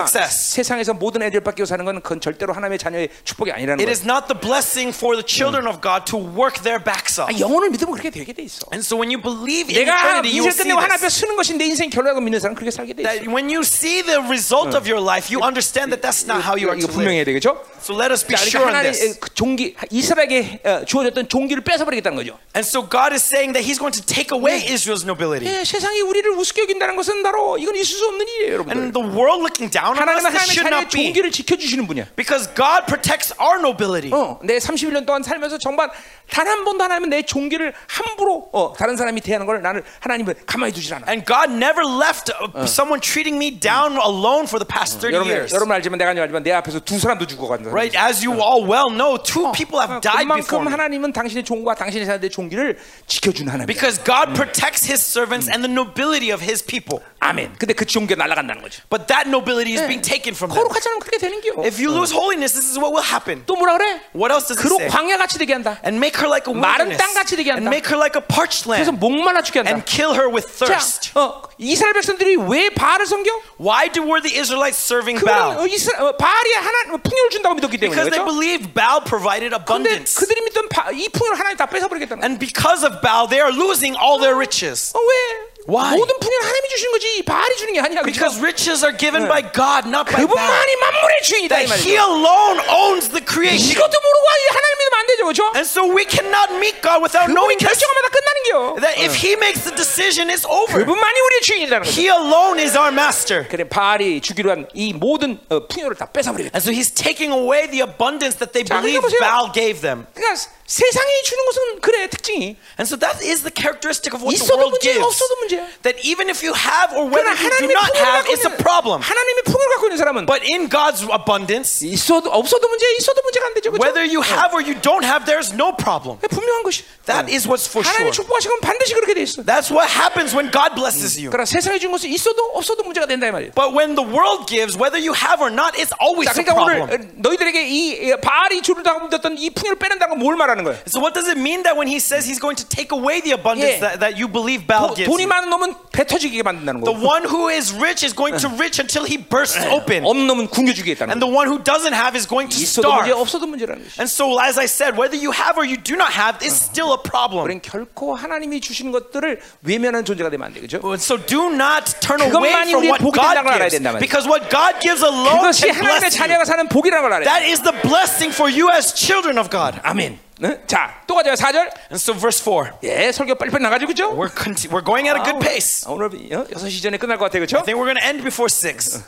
[SPEAKER 1] 아,
[SPEAKER 2] success.
[SPEAKER 1] 세상에서 모든 애들 밖에 사는 건 그건 절대로 하나님의 자녀의 축복이 아니라는
[SPEAKER 2] It
[SPEAKER 1] 거예요.
[SPEAKER 2] is not the blessing for the children of God to work their backs off.
[SPEAKER 1] 아, 영혼을 믿으면 그렇게 되게 돼 있어.
[SPEAKER 2] And so when you believe in
[SPEAKER 1] 내가
[SPEAKER 2] eternity, you
[SPEAKER 1] 인생
[SPEAKER 2] will see
[SPEAKER 1] 끝내고 하나 앞에
[SPEAKER 2] this.
[SPEAKER 1] 쓰는 것이 내 인생 결론이라고 믿는 사람 은 그렇게 살게 돼 있어.
[SPEAKER 2] That when you see the result of your life, you understand that that's not how you
[SPEAKER 1] 이거,
[SPEAKER 2] are
[SPEAKER 1] 이거
[SPEAKER 2] to live.
[SPEAKER 1] 분명해야 되겠죠?
[SPEAKER 2] So let us be
[SPEAKER 1] 그러니까
[SPEAKER 2] sure on
[SPEAKER 1] 하나님
[SPEAKER 2] this.
[SPEAKER 1] 그 종기 이스라엘에게 어, 주어졌던 종기를 뺏어버리겠다는 거죠.
[SPEAKER 2] And so God is saying that He's going to take away Israel's nobility.
[SPEAKER 1] 예, 세상이 우리를 우습게 여긴다는 것은 바로 이건 있을 수 없는 일이에요, 여러분들.
[SPEAKER 2] And the world looking down on us,
[SPEAKER 1] 하나님은
[SPEAKER 2] that
[SPEAKER 1] 하나님의
[SPEAKER 2] should
[SPEAKER 1] 자녀의
[SPEAKER 2] not be.
[SPEAKER 1] 종기를 지켜주시는 분이야.
[SPEAKER 2] Because God protects our nobility.
[SPEAKER 1] 어, 내 31년 동안 살면서 정말 단 한 번도 하나님은 내 종기를 함부로 어, 다른 사람이 대하는 걸 나를 하나님은 가만히 두질 않아.
[SPEAKER 2] And God never left uh, someone treating me down alone for the past 30
[SPEAKER 1] 여러분,
[SPEAKER 2] years.
[SPEAKER 1] 여러분 알지만 내가 알지만 내 앞에서 두 사람도 죽어간다.
[SPEAKER 2] Right? As you all well know, two people
[SPEAKER 1] 어,
[SPEAKER 2] have died before
[SPEAKER 1] 그만큼
[SPEAKER 2] me.
[SPEAKER 1] 하나님은 당신의 종과 당신의 자녀의 종기를 지켜주는 하나님.
[SPEAKER 2] Because God protects His servants and the nobility of His people.
[SPEAKER 1] 아멘. 근데 그 종기가 날아간다는 거죠.
[SPEAKER 2] But that nobility is being taken from them.
[SPEAKER 1] 거룩하지 않으면 그렇게 되는 게요.
[SPEAKER 2] If you lose holiness, this is what will happen.
[SPEAKER 1] 또 뭐라 그래?
[SPEAKER 2] What else does it
[SPEAKER 1] 그로
[SPEAKER 2] say?
[SPEAKER 1] 광야 같이 되게 한다.
[SPEAKER 2] And make her like a wilderness.
[SPEAKER 1] 땅같이 되게
[SPEAKER 2] And
[SPEAKER 1] 한다.
[SPEAKER 2] make her like a parched
[SPEAKER 1] 그래서
[SPEAKER 2] land.
[SPEAKER 1] 목말라 죽게 한다.
[SPEAKER 2] And kill her with
[SPEAKER 1] 자,
[SPEAKER 2] thirst.
[SPEAKER 1] 어, 이스라엘 백성들이 왜 바알을 섬겨?
[SPEAKER 2] Why do were the Israelites serving
[SPEAKER 1] 그거는
[SPEAKER 2] Baal?
[SPEAKER 1] 어, 이스라, 어, 바알이 하나 풍요를 준다고 믿었기 때문에
[SPEAKER 2] Because they
[SPEAKER 1] 그렇죠?
[SPEAKER 2] believed Baal provided
[SPEAKER 1] 근데
[SPEAKER 2] abundance.
[SPEAKER 1] 그들이 믿던 바, 이 풍요를 하나님 다 뺏어버리겠다는 거예요.
[SPEAKER 2] And because of Baal, they are losing all their riches.
[SPEAKER 1] 어, 왜?
[SPEAKER 2] Why?
[SPEAKER 1] 모든 풍요는 하나님이 주시는 거지 이 바알이 주는 게 아니야. 그죠?
[SPEAKER 2] Because riches are given by God, not by man.
[SPEAKER 1] 그분만이 만물의 주인이다 이
[SPEAKER 2] That He
[SPEAKER 1] 말이죠.
[SPEAKER 2] alone owns the creation.
[SPEAKER 1] 이것도 모르고 아, 이 하나님 믿으면 안 되죠, 그렇죠?
[SPEAKER 2] And so we cannot meet God without
[SPEAKER 1] 그분이
[SPEAKER 2] knowing this,
[SPEAKER 1] 결정하마다 끝나는 게요.
[SPEAKER 2] that if He makes the decision, it's over.
[SPEAKER 1] 그분만이 우리의 주인이라는 거죠.
[SPEAKER 2] He alone is our master.
[SPEAKER 1] 그래 바알이 주기로 한 이 모든 어, 풍요를 다 뺏어버리겠다.
[SPEAKER 2] And so He's taking away the abundance that they
[SPEAKER 1] 자,
[SPEAKER 2] believe
[SPEAKER 1] 그러니까 보세요.
[SPEAKER 2] Baal gave them.
[SPEAKER 1] 그러니까 세상이 주는 것은 그래 특징이
[SPEAKER 2] And so that is the characteristic of what the
[SPEAKER 1] 있어도
[SPEAKER 2] world
[SPEAKER 1] 문제야
[SPEAKER 2] gives.
[SPEAKER 1] 없어도 문제야.
[SPEAKER 2] That even if you have or whether
[SPEAKER 1] 그러나
[SPEAKER 2] you do
[SPEAKER 1] 하나님의
[SPEAKER 2] not
[SPEAKER 1] 풍요를
[SPEAKER 2] have,
[SPEAKER 1] 갖고
[SPEAKER 2] it's a
[SPEAKER 1] 있는
[SPEAKER 2] problem.
[SPEAKER 1] 하나님의 풍요를 갖고 있는 사람은
[SPEAKER 2] But in God's abundance,
[SPEAKER 1] 있어도 없어도 문제 있어도 문제가 안 되죠. 그죠?
[SPEAKER 2] whether you have or you don't have, there's no problem.
[SPEAKER 1] 분명한 것이. 예.
[SPEAKER 2] That is what's for
[SPEAKER 1] 하나님
[SPEAKER 2] sure.
[SPEAKER 1] 축복하시면 반드시 그렇게 돼 있어.
[SPEAKER 2] That's what happens when God blesses you.
[SPEAKER 1] 그러나 세상에 준 것은 있어도 없어도 문제가 된다 이 말이에요.
[SPEAKER 2] But when the world gives, whether you have or not, it's always
[SPEAKER 1] 자,
[SPEAKER 2] a
[SPEAKER 1] 그러니까 오늘 어,
[SPEAKER 2] problem.
[SPEAKER 1] 너희들에게 이 어, 바알이 주를 다고 믿었던 이 풍요를 빼낸다는 건 뭘 말하는 거예요?
[SPEAKER 2] So what does it mean that when he says he's going to take away the abundance
[SPEAKER 1] Yeah.
[SPEAKER 2] that, that you believe Baal
[SPEAKER 1] 도-
[SPEAKER 2] gives?
[SPEAKER 1] 돈이
[SPEAKER 2] you?
[SPEAKER 1] 많은 놈은 배 터지게 만든다는
[SPEAKER 2] The
[SPEAKER 1] 거예요.
[SPEAKER 2] one who is rich is going to rich until he bursts open.
[SPEAKER 1] 없는 놈은 굶겨주겠다는
[SPEAKER 2] And
[SPEAKER 1] 거예요.
[SPEAKER 2] the one who doesn't have is going to
[SPEAKER 1] 있어도 문제
[SPEAKER 2] starve.
[SPEAKER 1] 없어도 문제라는 것이.
[SPEAKER 2] And so as I said, whether you have or you do not have is still a problem.
[SPEAKER 1] 우리는 결코 하나님이 주시는 것들을 외면하는 존재가 되면 안 되죠.
[SPEAKER 2] And so do not turn away
[SPEAKER 1] 그것만이
[SPEAKER 2] from
[SPEAKER 1] 우리의
[SPEAKER 2] what
[SPEAKER 1] 복이 된다는 걸
[SPEAKER 2] God
[SPEAKER 1] 알아야
[SPEAKER 2] gives.
[SPEAKER 1] 된단 말이야.
[SPEAKER 2] Because what God gives alone
[SPEAKER 1] 그것이
[SPEAKER 2] can
[SPEAKER 1] 하나님의
[SPEAKER 2] bless you.
[SPEAKER 1] 자녀가 사는 복이라는 걸 알아요.
[SPEAKER 2] That is the blessing for you as children of God.
[SPEAKER 1] 아멘. 네? 자, 또 가자. 4절.
[SPEAKER 2] And so verse 4.
[SPEAKER 1] 예, 설교 빨리빨리 나가지고 그죠?
[SPEAKER 2] We're, conti- we're going at a good pace.
[SPEAKER 1] 아, 오늘 6시 전에 끝날 것 같아요. 그죠?
[SPEAKER 2] I think we're going to end before 6.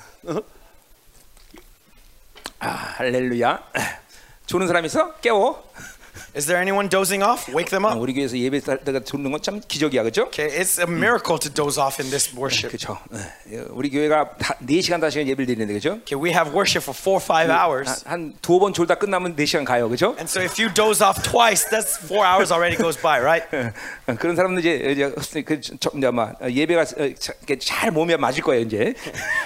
[SPEAKER 1] 아, 할렐루야. 조는 사람 있어? 깨워.
[SPEAKER 2] Is there anyone dozing off? Wake them
[SPEAKER 1] 아,
[SPEAKER 2] up.
[SPEAKER 1] 우리 교회에서 예배 때가 조는 건 참 기적이야. 그죠?
[SPEAKER 2] Okay, it's a miracle to doze off in this worship.
[SPEAKER 1] 그렇죠. 우리 교회가 다, 4시간 5시간 예배를 드리는데 그죠?
[SPEAKER 2] Okay, we have worship for four or five hours.
[SPEAKER 1] 한 두 번 졸다 끝나면 4시간 가요. 그죠?
[SPEAKER 2] And so if you doze off twice, that's four hours already goes by, right?
[SPEAKER 1] 어, 그런 사람들 이제 이제 그 저- 이제 아마 예배가 어, 자- 이렇게 잘 몸에 맞을 거예요, 이제.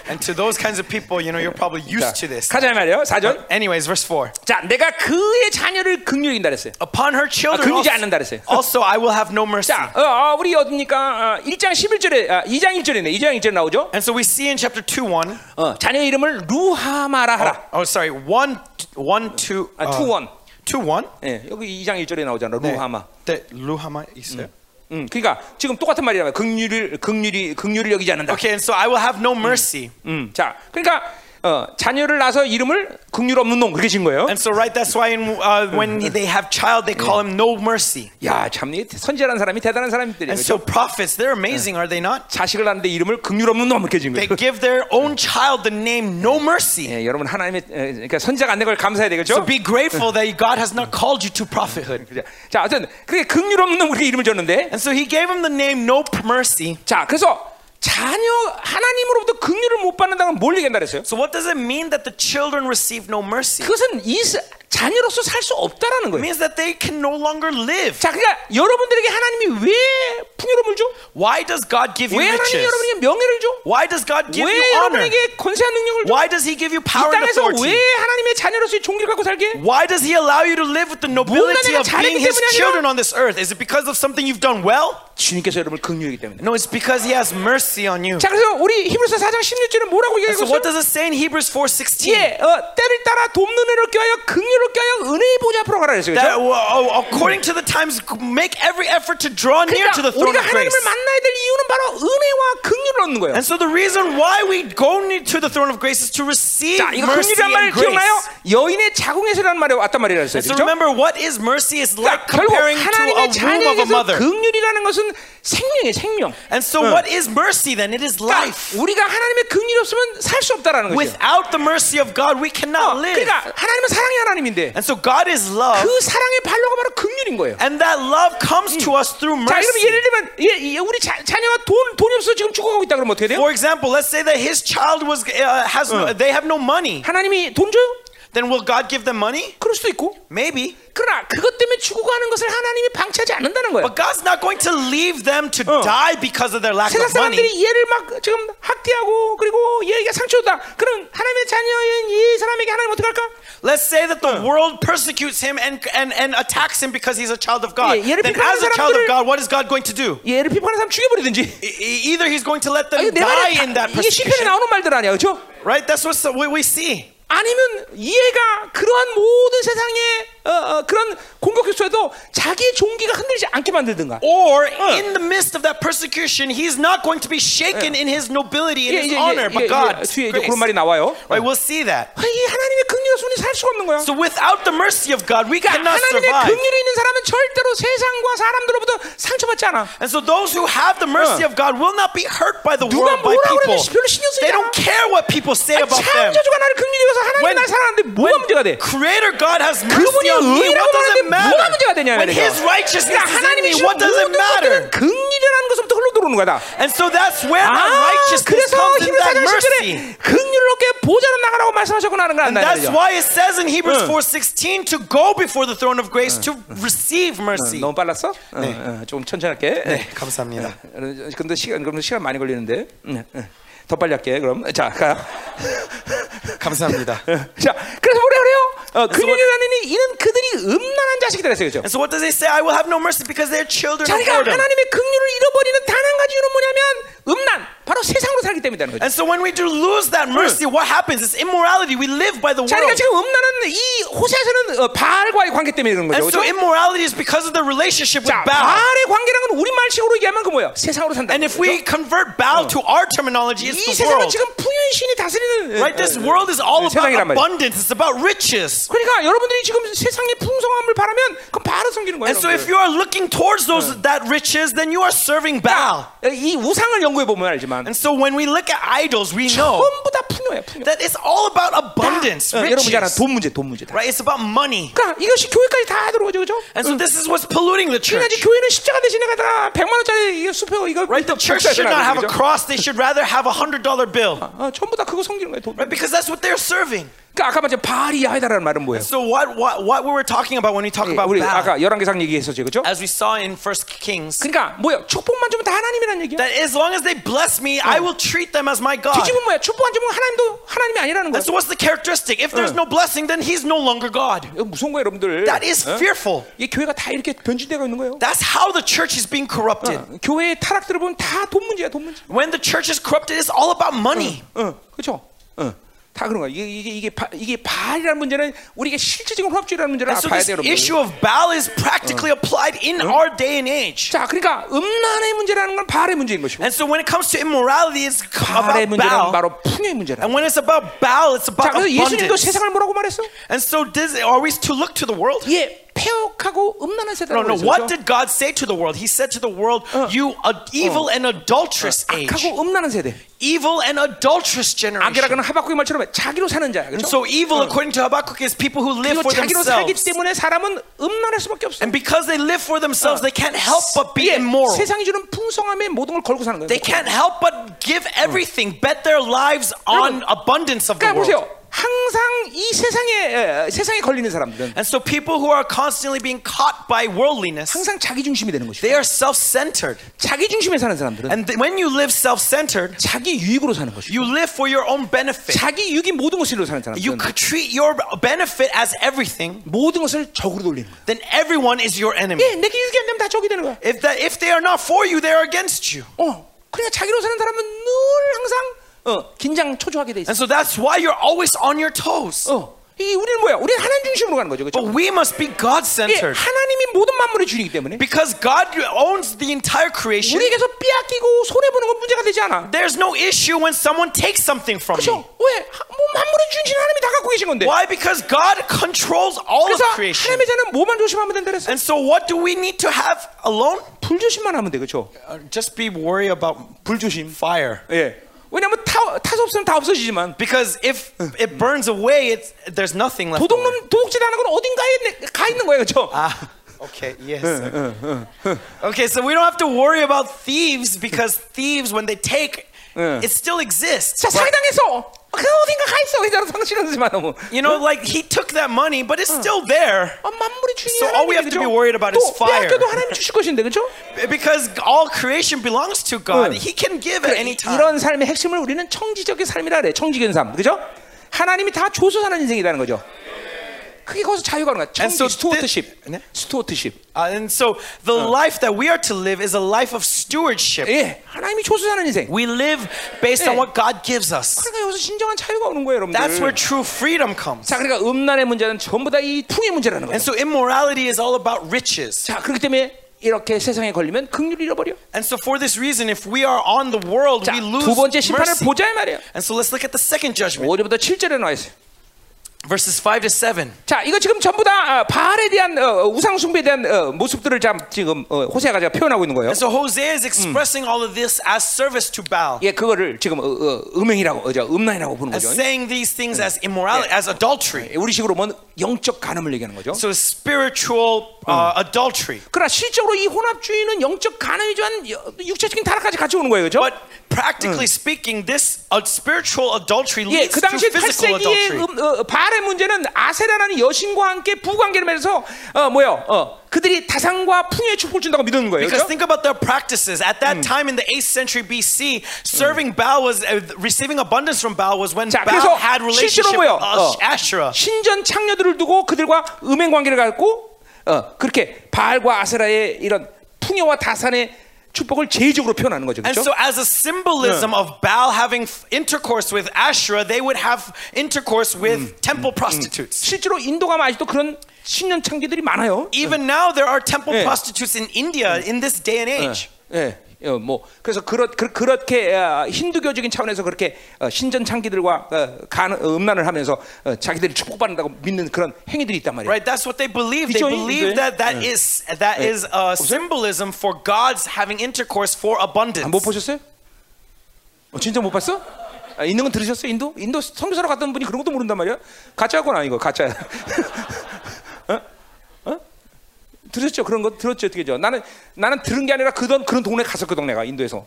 [SPEAKER 2] And to those kinds of people, you know, you're probably
[SPEAKER 1] 자,
[SPEAKER 2] used to this.
[SPEAKER 1] 가자 이 아. 말이에요. 4절.
[SPEAKER 2] Anyways, verse 4.
[SPEAKER 1] 자, 내가 그의 자녀를 극률인다 그랬어요.
[SPEAKER 2] Upon her children
[SPEAKER 1] 그러지
[SPEAKER 2] also,
[SPEAKER 1] 않는다 그랬어요.
[SPEAKER 2] also I will have no mercy.
[SPEAKER 1] 자, 어, 어, 우리 어딥니까? 어, 1장 11절에 아, 2장 1절이네. 2장 1절 나오죠?
[SPEAKER 2] And so we see in chapter 2 1.
[SPEAKER 1] 어, 자녀의 이름을 루하마라 하라.
[SPEAKER 2] Oh, sorry. 1 1 2
[SPEAKER 1] 아, 투 원.
[SPEAKER 2] 2 1.
[SPEAKER 1] 예, 여기 2장 1절에 나오잖아. 루하마.
[SPEAKER 2] 네, 루하마 있어요?
[SPEAKER 1] 음, 그러니까 지금 똑같은 말이라면 극률을 극률이 극률을 여기지 않는다.
[SPEAKER 2] Okay, and so I will have no mercy.
[SPEAKER 1] 음, 자, 그러니까 어, 자녀를 낳아서 이름을 극률 없는 놈 그렇게 지은 거예요.
[SPEAKER 2] And so, right, that's why in, uh, when they have child, they call him no mercy.
[SPEAKER 1] 야, 참, 이 선지자라는 사람이 대단한 사람들이에요.
[SPEAKER 2] And so, prophets, they're amazing, are they not?
[SPEAKER 1] 자식을 낳는데 이름을 극률 없는 놈 이렇게 지은
[SPEAKER 2] They
[SPEAKER 1] 거예요.
[SPEAKER 2] give their own child the name no mercy.
[SPEAKER 1] 예, 여러분 하나님의 에, 그러니까 선지자가 안 된 걸 감사해야 되겠죠?
[SPEAKER 2] So, be grateful that God has not called you to prophethood.
[SPEAKER 1] 그죠? 자, 하여튼 그게 극률 없는 놈 그렇게 이름을 줬는데
[SPEAKER 2] And so, he gave him the name no mercy.
[SPEAKER 1] 자, 그래서 자녀 하나님으로부터 극률을 못 받는다는 건 뭘 얘기한다 그랬어요?
[SPEAKER 2] So, what does it mean that the children receive no mercy?
[SPEAKER 1] 그것은 이 세- 자녀로서 살 수 없다라는
[SPEAKER 2] It
[SPEAKER 1] 거예요.
[SPEAKER 2] means that they can no longer live.
[SPEAKER 1] 자, 그러니까 여러분들에게 하나님이 왜 풍요로움을 줘?
[SPEAKER 2] Why does God give you
[SPEAKER 1] 왜 하나님
[SPEAKER 2] riches?
[SPEAKER 1] 여러분에게 명예를 줘?
[SPEAKER 2] Why does God give
[SPEAKER 1] 왜
[SPEAKER 2] you honor?
[SPEAKER 1] 여러분에게 권세한 능력을 줘?
[SPEAKER 2] Why does he give you
[SPEAKER 1] 이
[SPEAKER 2] power and
[SPEAKER 1] 땅에서
[SPEAKER 2] authority?
[SPEAKER 1] 왜 하나님의 자녀로서의 종기를 갖고 살게?
[SPEAKER 2] Why does he allow you to live with the nobility
[SPEAKER 1] 내가
[SPEAKER 2] of
[SPEAKER 1] 잘했기
[SPEAKER 2] being his
[SPEAKER 1] 때문이 아니라-
[SPEAKER 2] children on this earth? Is it because of something you've done well?
[SPEAKER 1] 주님께서 여러분을 긍휼하기 때문에.
[SPEAKER 2] No, it's because he has mercy on you.
[SPEAKER 1] 자, 그래서 우리 히브리서 4장 16절은 뭐라고
[SPEAKER 2] So
[SPEAKER 1] 얘기하고
[SPEAKER 2] what
[SPEAKER 1] 있어요?
[SPEAKER 2] does it say in Hebrews 4:16?
[SPEAKER 1] 예, 어, 때를 따라 돕는 은혜를 껴요, 긍휼을 껴요, 은혜의 보좌 앞으로 가라 그랬어요.
[SPEAKER 2] That
[SPEAKER 1] 그렇죠?
[SPEAKER 2] well, oh, according to the times make every effort to draw near to the
[SPEAKER 1] 그러니까
[SPEAKER 2] throne
[SPEAKER 1] 우리가
[SPEAKER 2] of grace.
[SPEAKER 1] 하나님을 만나야 될 이유는 바로 은혜와 긍휼을 얻는 거예요.
[SPEAKER 2] And so the reason why we go ne- to the throne of grace is to receive
[SPEAKER 1] 자, 이거
[SPEAKER 2] mercy
[SPEAKER 1] 긍휼이란 말을
[SPEAKER 2] and grace.
[SPEAKER 1] 기억나요? 여인의 자궁에서라는 말이 왔단 말이라 했어요.
[SPEAKER 2] And so
[SPEAKER 1] 그렇죠?
[SPEAKER 2] remember what is mercy is
[SPEAKER 1] 그러니까
[SPEAKER 2] like
[SPEAKER 1] 결국
[SPEAKER 2] comparing to
[SPEAKER 1] 하나님의
[SPEAKER 2] a womb of a
[SPEAKER 1] 자녀에게서
[SPEAKER 2] mother.
[SPEAKER 1] 긍휼이라는 것은 생명이에요, 생명.
[SPEAKER 2] And so what is mercy then? It is
[SPEAKER 1] 그러니까
[SPEAKER 2] life.
[SPEAKER 1] 우리가 하나님의 긍휼이 없으면 살 수 없다라는 거죠.
[SPEAKER 2] Without the mercy of God, we cannot live.
[SPEAKER 1] 그러니까 하나님은 사랑의 하나님인데
[SPEAKER 2] And so God is love,
[SPEAKER 1] 그 사랑의 발로가 바로 긍휼인 거예요.
[SPEAKER 2] and that love comes to us through
[SPEAKER 1] 자, 그럼 예를
[SPEAKER 2] mercy.
[SPEAKER 1] 들면 예, 예, 우리 자, 자녀가 돈 돈이 없어 서 지금 죽어가고 있다 그러면 어떻게 돼요?
[SPEAKER 2] For example, let's say that his child was uh, has no, they have no money.
[SPEAKER 1] 하나님이 돈 줘요?
[SPEAKER 2] Then will God give them money?
[SPEAKER 1] 그럴 수도 있고.
[SPEAKER 2] Maybe.
[SPEAKER 1] 그러나 그것 때문에 죽어가는 것을 하나님이 방치하지 않는다는 거예요.
[SPEAKER 2] But God's not going to leave them to
[SPEAKER 1] 어.
[SPEAKER 2] die because of their lack
[SPEAKER 1] 세상
[SPEAKER 2] of money.
[SPEAKER 1] 사람들이 얘를 막 지금 학대하고 그리고 얘가 상처다. 그럼 하나님의 자녀인 이 사람에게 하나님 어떻게 할까?
[SPEAKER 2] Let's say that the world persecutes him and, and, and attacks him because he's a child of God.
[SPEAKER 1] 예, 얘를
[SPEAKER 2] Then
[SPEAKER 1] 비판하는
[SPEAKER 2] as a child
[SPEAKER 1] 사람들을-
[SPEAKER 2] of God, what is God going to do?
[SPEAKER 1] 얘를 비판하는 사람 죽여버리든지.
[SPEAKER 2] E- e- Either he's going to let
[SPEAKER 1] 아,
[SPEAKER 2] them
[SPEAKER 1] 이거 내 말이
[SPEAKER 2] die in
[SPEAKER 1] 다-
[SPEAKER 2] that
[SPEAKER 1] 이게 시편에
[SPEAKER 2] persecution,
[SPEAKER 1] 나오는 말들 아니야, 그렇죠?
[SPEAKER 2] right? That's what we we see.
[SPEAKER 1] 아니면 얘가 그러한 모든 세상의 어, 어, 그런 공격 속에도 자기의 종기가 흔들리지 않게 만들든가.
[SPEAKER 2] Or in the midst of that persecution, he's not going to be shaken in his nobility and
[SPEAKER 1] 예,
[SPEAKER 2] his
[SPEAKER 1] 예, 예, 예, 예,
[SPEAKER 2] honor, but God's
[SPEAKER 1] 뒤에 이제
[SPEAKER 2] grace.
[SPEAKER 1] 그런 말이 나와요.
[SPEAKER 2] Right, we'll see that.
[SPEAKER 1] 아, 이 하나님의 긍휼 없으면 살 수가 없는 거야.
[SPEAKER 2] So without the mercy of God, we cannot
[SPEAKER 1] 하나님의
[SPEAKER 2] survive.
[SPEAKER 1] 긍휼이 있는 사람은 절대로 세상과 사람들로부터 상처받지 않아.
[SPEAKER 2] And so those who have the mercy
[SPEAKER 1] 어.
[SPEAKER 2] of God will not be hurt by the
[SPEAKER 1] 누가
[SPEAKER 2] world, by
[SPEAKER 1] 뭐라
[SPEAKER 2] people.
[SPEAKER 1] 그래도 별로 신경 쓰지
[SPEAKER 2] They don't
[SPEAKER 1] 않아.
[SPEAKER 2] care what people say about them.
[SPEAKER 1] 창조주가 나를 긍휼히 여겨서 하나님이
[SPEAKER 2] When-
[SPEAKER 1] 날 사랑하는데 뭐가 문제가 돼?
[SPEAKER 2] Creator God has mercy
[SPEAKER 1] 그분이
[SPEAKER 2] on me.
[SPEAKER 1] 의라고
[SPEAKER 2] What does
[SPEAKER 1] 하는데
[SPEAKER 2] it
[SPEAKER 1] 뭐가 문제가 되냐
[SPEAKER 2] matter? When His righteousness is in
[SPEAKER 1] 하나님이
[SPEAKER 2] me,
[SPEAKER 1] 주신
[SPEAKER 2] what does it
[SPEAKER 1] 모든 것들은
[SPEAKER 2] matter?
[SPEAKER 1] 긍휼이라는 것부터 흘러 들어오는 거다.
[SPEAKER 2] And so that's where
[SPEAKER 1] 아,
[SPEAKER 2] that righteousness
[SPEAKER 1] 그래서
[SPEAKER 2] comes
[SPEAKER 1] 히브리서
[SPEAKER 2] in that
[SPEAKER 1] 4장
[SPEAKER 2] mercy.
[SPEAKER 1] 10절에 긍휼을 얻게 보좌로 나가라고 말씀하셨구나 하는 거안
[SPEAKER 2] And
[SPEAKER 1] 나
[SPEAKER 2] that's why it says in Hebrews
[SPEAKER 1] 응.
[SPEAKER 2] 4:16 to go before the throne of grace to receive mercy.
[SPEAKER 1] 너무 빨랐어? 어, 어, 조금 천천히 할게.
[SPEAKER 2] 네, 감사합니다.
[SPEAKER 1] 어, 근데 시간 그럼 시간 많이 걸리는데. 응, 응. 더 빨리 할게. 그럼 자, 가.
[SPEAKER 2] 감사합니다.
[SPEAKER 1] 자, 그래서 뭐라 그래요? 어, 긍휼이 나니 이는 그들이 음란한 자식이라 했어요. 그죠?
[SPEAKER 2] And so what does it say? I will have no mercy because they're children of
[SPEAKER 1] 자기가
[SPEAKER 2] boredom.
[SPEAKER 1] 하나님의 긍휼을 잃어버리는 단 한 가지 이유는 뭐냐면 음란, 바로 세상으로 살기 때문이라는 거죠.
[SPEAKER 2] And so when we do lose that mercy, what happens? It's immorality. We live by the
[SPEAKER 1] 자기가
[SPEAKER 2] world.
[SPEAKER 1] 지금 음란은 이 호세에서는 어, 바알과의 관계 때문에 그런 거죠.
[SPEAKER 2] And so
[SPEAKER 1] 그죠?
[SPEAKER 2] immorality is because of the relationship with
[SPEAKER 1] 자,
[SPEAKER 2] Baal.
[SPEAKER 1] 바알의 관계라는 건 우리말식으로 얘기하면 그 뭐예요? 세상으로 산다.
[SPEAKER 2] And if we convert Baal to our terminology,
[SPEAKER 1] 이
[SPEAKER 2] it's the
[SPEAKER 1] 세상은
[SPEAKER 2] world.
[SPEAKER 1] 지금 풍요신이 다스리는 어,
[SPEAKER 2] Right? This world is all
[SPEAKER 1] 세상이란 말이야.
[SPEAKER 2] about abundance. It's about riches.
[SPEAKER 1] 그러니까 여러분들이 지금 세상의 풍성함을 바라면 그건 바알을 섬기는 거예요.
[SPEAKER 2] And so if
[SPEAKER 1] 여러분들.
[SPEAKER 2] you are looking towards those that riches, then you are serving Baal.
[SPEAKER 1] 이 우상을 연구해 보면 알지만
[SPEAKER 2] And so when we look at idols, we know
[SPEAKER 1] 전부 다 풍요야, 풍요.
[SPEAKER 2] that it's all about abundance,
[SPEAKER 1] 어, 여러분 알아,
[SPEAKER 2] riches.
[SPEAKER 1] 돈 문제, 돈 문제 다.
[SPEAKER 2] Right? It's about money.
[SPEAKER 1] 그러니까 이것이 교회까지 다 들어오죠, 그죠?
[SPEAKER 2] And so this is what's polluting the
[SPEAKER 1] 그러니까
[SPEAKER 2] church.
[SPEAKER 1] 이제 교회는 십자가 대신에 가다가 100만 원짜리 이거 수표 이거
[SPEAKER 2] Right? The church should not have a cross. They should rather have a hundred dollar bill.
[SPEAKER 1] 어, 전부 다 그거 섬기는 거예요. 돈.
[SPEAKER 2] Right? Because that's what they're serving.
[SPEAKER 1] 그러니까 아까 말한 바알이 야훼다라는 말은 뭐예요?
[SPEAKER 2] So what what what we were talking about when we talk
[SPEAKER 1] 예,
[SPEAKER 2] about
[SPEAKER 1] 우리
[SPEAKER 2] Baal,
[SPEAKER 1] 아까 열왕기상 얘기했었죠, 그죠?
[SPEAKER 2] as we saw in First Kings,
[SPEAKER 1] 그러니까 뭐야? 축복만 주면 다 하나님이라는 얘기야.
[SPEAKER 2] that as long as they bless me, I will treat them as my God.
[SPEAKER 1] 뒤집으면 뭐야? 축복 안 주면 하나님도 하나님이 아니라는 거야.
[SPEAKER 2] And so what's the characteristic? If there's no blessing, then he's no longer God.
[SPEAKER 1] 이거 무서운 거야, 여러분들.
[SPEAKER 2] That is
[SPEAKER 1] 어?
[SPEAKER 2] fearful.
[SPEAKER 1] 이 교회가 다 이렇게 변질되고 있는 거예요.
[SPEAKER 2] That's how the church is being corrupted.
[SPEAKER 1] 어, 교회의 타락들을 보면 다 돈 문제야, 돈 문제.
[SPEAKER 2] When the church is corrupted, it's all about money.
[SPEAKER 1] 어, 그렇죠? 어. 다 그런 거야. 이게 이게 이게 바, 이게 바알이라는 문제는 우리가 실질적인 혼합주의라는 문제를
[SPEAKER 2] And so
[SPEAKER 1] 봐야
[SPEAKER 2] this
[SPEAKER 1] 돼요, 여러분들.
[SPEAKER 2] issue of Baal is practically applied in our day and age.
[SPEAKER 1] 자, 그러니까 음란의 문제라는 건 바알의 문제인 것이고
[SPEAKER 2] And so when it comes to immorality, it's
[SPEAKER 1] 바알의
[SPEAKER 2] about
[SPEAKER 1] 문제는
[SPEAKER 2] Baal.
[SPEAKER 1] 바로 풍요의 문제라.
[SPEAKER 2] And when it's about Baal,
[SPEAKER 1] 자,
[SPEAKER 2] it's about
[SPEAKER 1] 그래서 예수님도
[SPEAKER 2] abundance.
[SPEAKER 1] 세상을 뭐라고 말했어?
[SPEAKER 2] And so does, are we to look to the world?
[SPEAKER 1] 예, 폐역하고 음란한
[SPEAKER 2] No,
[SPEAKER 1] 세대라고
[SPEAKER 2] no.
[SPEAKER 1] 그랬어요,
[SPEAKER 2] What
[SPEAKER 1] 그렇죠?
[SPEAKER 2] did God say to the world? He said to the world, "You a- evil and adulterous age,
[SPEAKER 1] 악하고 음란한 세대.
[SPEAKER 2] evil and adulterous generation."
[SPEAKER 1] 악이라는 하박국의 말처럼 자기로 사는 자야. 그렇죠?
[SPEAKER 2] So evil, according to Habakkuk, is people who live
[SPEAKER 1] 그리고
[SPEAKER 2] for
[SPEAKER 1] 자기로 살기
[SPEAKER 2] themselves,
[SPEAKER 1] 때문에 사람은 음란할 수밖에 없어.
[SPEAKER 2] and because they live for themselves, they can't help but be immoral.
[SPEAKER 1] 세상이 주는 풍성함에 모든 걸 걸고 사는 거예요.
[SPEAKER 2] They can't help but give everything, bet their lives Uh. on abundance of the
[SPEAKER 1] 그러니까
[SPEAKER 2] world.
[SPEAKER 1] 보세요. 항상 이 세상에 에, 세상에 걸리는 사람들은
[SPEAKER 2] And so people who are constantly being caught by worldliness,
[SPEAKER 1] 항상 자기 중심이 되는 것이고
[SPEAKER 2] they are self-centered.
[SPEAKER 1] 자기 중심에 사는 사람들은
[SPEAKER 2] And th- when you live self-centered,
[SPEAKER 1] 자기 유익으로 사는 것이고
[SPEAKER 2] you live for your own benefit.
[SPEAKER 1] 자기 유익이 모든 것으로 사는 사람들은
[SPEAKER 2] You could treat your benefit as everything.
[SPEAKER 1] 모든 것을 적으로 돌리는 거예요.
[SPEAKER 2] then everyone is your enemy.
[SPEAKER 1] 예, 내게 유익이 안 되면 다 적이 되는 거야.
[SPEAKER 2] If that if they are not for you, they are against you.
[SPEAKER 1] 어, 그러니까 자기로 사는 사람은 늘 항상 어, 긴장 초조하게 돼 있어.
[SPEAKER 2] And so that's why you're always on your toes.
[SPEAKER 1] 어, 이 우리는 뭐야? 우리는 하나님 중심으로 가는 거죠,
[SPEAKER 2] But
[SPEAKER 1] 그렇죠?
[SPEAKER 2] we must be
[SPEAKER 1] 예,
[SPEAKER 2] God centered.
[SPEAKER 1] 하나님이 모든 만물의 주인이기 때문에
[SPEAKER 2] Because God owns the entire creation.
[SPEAKER 1] 우리에게서 빼앗기고 손해 보는 건 문제가 되지 않아.
[SPEAKER 2] There's no issue when someone takes something from
[SPEAKER 1] 그렇죠?
[SPEAKER 2] you.
[SPEAKER 1] 왜? 하- 뭐 만물의 주인신 하나님이 다 갖고 계신 건데.
[SPEAKER 2] Why? Because God controls all of
[SPEAKER 1] 그래서
[SPEAKER 2] creation.
[SPEAKER 1] 하나님의 자는 뭐만 조심하면 된다 그랬어?
[SPEAKER 2] And so what do we need to have alone?
[SPEAKER 1] 불조심만 하면 돼, 그렇죠?
[SPEAKER 2] Uh, Just be worried about
[SPEAKER 1] 불조심.
[SPEAKER 2] fire.
[SPEAKER 1] 예. 왜냐면 타, 타서 없으면 다 없어지지만
[SPEAKER 2] Because if it burns away, it's, there's nothing left. over.
[SPEAKER 1] 도둑놈 도둑질하는 건 어딘가에 내- 가 있는 거예요, 그렇죠?
[SPEAKER 2] Ah, okay, yes. okay, so we don't have to worry about thieves because thieves, when they take, it still exists.
[SPEAKER 1] 자, 상당해서 그 어딘가 가 있어. 그래서 상실하지만 너무.
[SPEAKER 2] You know, like he took that money, but it's still there
[SPEAKER 1] 아, 만물의 주인이 그렇죠?
[SPEAKER 2] So all we have to be worried about is
[SPEAKER 1] 또
[SPEAKER 2] fire.
[SPEAKER 1] 빼앗겨도 하나님 주실 것인데, 그렇죠?
[SPEAKER 2] because all creation belongs to God. He can give at any time.
[SPEAKER 1] 이런 삶의 핵심을 우리는 청지적인 삶이라 그래. 청지적인 삶, 그렇죠? 하나님이 다 줘서 사는 인생이라는 거죠. 그게 거기서 자유가 오는 거야.
[SPEAKER 2] And so
[SPEAKER 1] 청기 스튜어트십.
[SPEAKER 2] thi- 네?
[SPEAKER 1] 스튜어트십.
[SPEAKER 2] Uh, and so the life that we are to live is a life of stewardship.
[SPEAKER 1] 예, 하나님이 조수하는 인생.
[SPEAKER 2] We live based on
[SPEAKER 1] 예.
[SPEAKER 2] what God gives us.
[SPEAKER 1] 그러니까 여기서 진정한 자유가 오는 거예요,
[SPEAKER 2] That's
[SPEAKER 1] 여러분들.
[SPEAKER 2] where true freedom comes.
[SPEAKER 1] 자, 그러니까 음란의 문제는 전부 다 이 풍의 문제라는 거예요.
[SPEAKER 2] And so immorality is all about riches.
[SPEAKER 1] 자, 그렇기 때문에 이렇게 세상에 걸리면 극률 잃어버려.
[SPEAKER 2] And so for this reason, if we are on the world,
[SPEAKER 1] 자,
[SPEAKER 2] we
[SPEAKER 1] 두 번째
[SPEAKER 2] lose
[SPEAKER 1] 심판을
[SPEAKER 2] mercy.
[SPEAKER 1] 보자 이 말이에요.
[SPEAKER 2] And so let's look at the second judgment,
[SPEAKER 1] 5절부터 7절에 나와 있어요.
[SPEAKER 2] verses 5 to 7.
[SPEAKER 1] 자, 이거 지금 전부 다 어, 바알에 대한 어, 어, 우상 숭배에 대한 어, 모습들을 참 지금 어, 호세아가 제가 표현하고 있는 거예요.
[SPEAKER 2] And so Hosea is expressing all of this as service to Baal.
[SPEAKER 1] 예, 그거를 지금 어, 어, 음행이라고, 어, 저, 음란이라고 보는
[SPEAKER 2] as
[SPEAKER 1] 거죠.
[SPEAKER 2] saying these things as immorality, as adultery.
[SPEAKER 1] 우리 식으로 보면 영적 간음을 얘기하는 거죠.
[SPEAKER 2] So spiritual uh, adultery.
[SPEAKER 1] 그러나 실제로 이 혼합주의는 영적 간음이지만 여- 육체적인 타락까지 같이 오는 거예요, 그죠
[SPEAKER 2] But practically speaking, this uh, spiritual adultery
[SPEAKER 1] 예,
[SPEAKER 2] leads
[SPEAKER 1] 그
[SPEAKER 2] to
[SPEAKER 1] 당시 8세기의
[SPEAKER 2] physical adultery.
[SPEAKER 1] 음, 어, 바알의 문제는 아세라라는 여신과 함께 부관계를 맺어서 어, 뭐요? 어, 그들이 다상과 풍요의 축복을 준다고 믿는 거예요.
[SPEAKER 2] Because
[SPEAKER 1] 그죠?
[SPEAKER 2] think about their practices. At that time in the 8th century BC, serving Baal was uh, receiving abundance from Baal was when
[SPEAKER 1] 자,
[SPEAKER 2] Baal
[SPEAKER 1] 그래서
[SPEAKER 2] had
[SPEAKER 1] 실제로
[SPEAKER 2] relationship with
[SPEAKER 1] 뭐요?
[SPEAKER 2] Ash-
[SPEAKER 1] 어,
[SPEAKER 2] Asherah.
[SPEAKER 1] 신전 창녀들을 두고 그들과 음행 관계를 갖고 어, 그렇게 바알과 아세라의 이런 풍요와 다산의 축복을 제의적으로 표현하는 거죠.
[SPEAKER 2] And
[SPEAKER 1] 그렇죠?
[SPEAKER 2] so, as a symbolism of Baal having f- intercourse with Asherah, they would have intercourse
[SPEAKER 1] Mm.
[SPEAKER 2] with temple prostitutes.
[SPEAKER 1] 실제로 인도 가면 아직도 그런 신년 창기들이 많아요.
[SPEAKER 2] Even now, there are temple
[SPEAKER 1] Mm. Yeah. Mm.
[SPEAKER 2] prostitutes in India in this day and age.
[SPEAKER 1] 예. 예, 뭐 그래서 그렇 그, 그렇게 어, 힌두교적인 차원에서 그렇게 어, 신전 창기들과 어, 간, 어, 음란을 하면서 어, 자기들이 축복받는다고 믿는 그런 행위들이 있단 말이에요.
[SPEAKER 2] Right, that's what they believe. They
[SPEAKER 1] Did you-
[SPEAKER 2] believe that that is that is a symbolism for God's having intercourse for abundance.
[SPEAKER 1] 아, 못 보셨어요? 어, 진짜 못 봤어? 아, 있는 건 들으셨어요? 인도 인도 선교사로 갔던 분이 그런 것도 모른단 말이야? 가짜건 아니고 가짜야. 어? 어? 들으셨죠? 그런 거 들었죠? 어떻게 죠 나는 나는 들은 게 아니라 그던 그런 동네 갔었거든 내가 인도에서.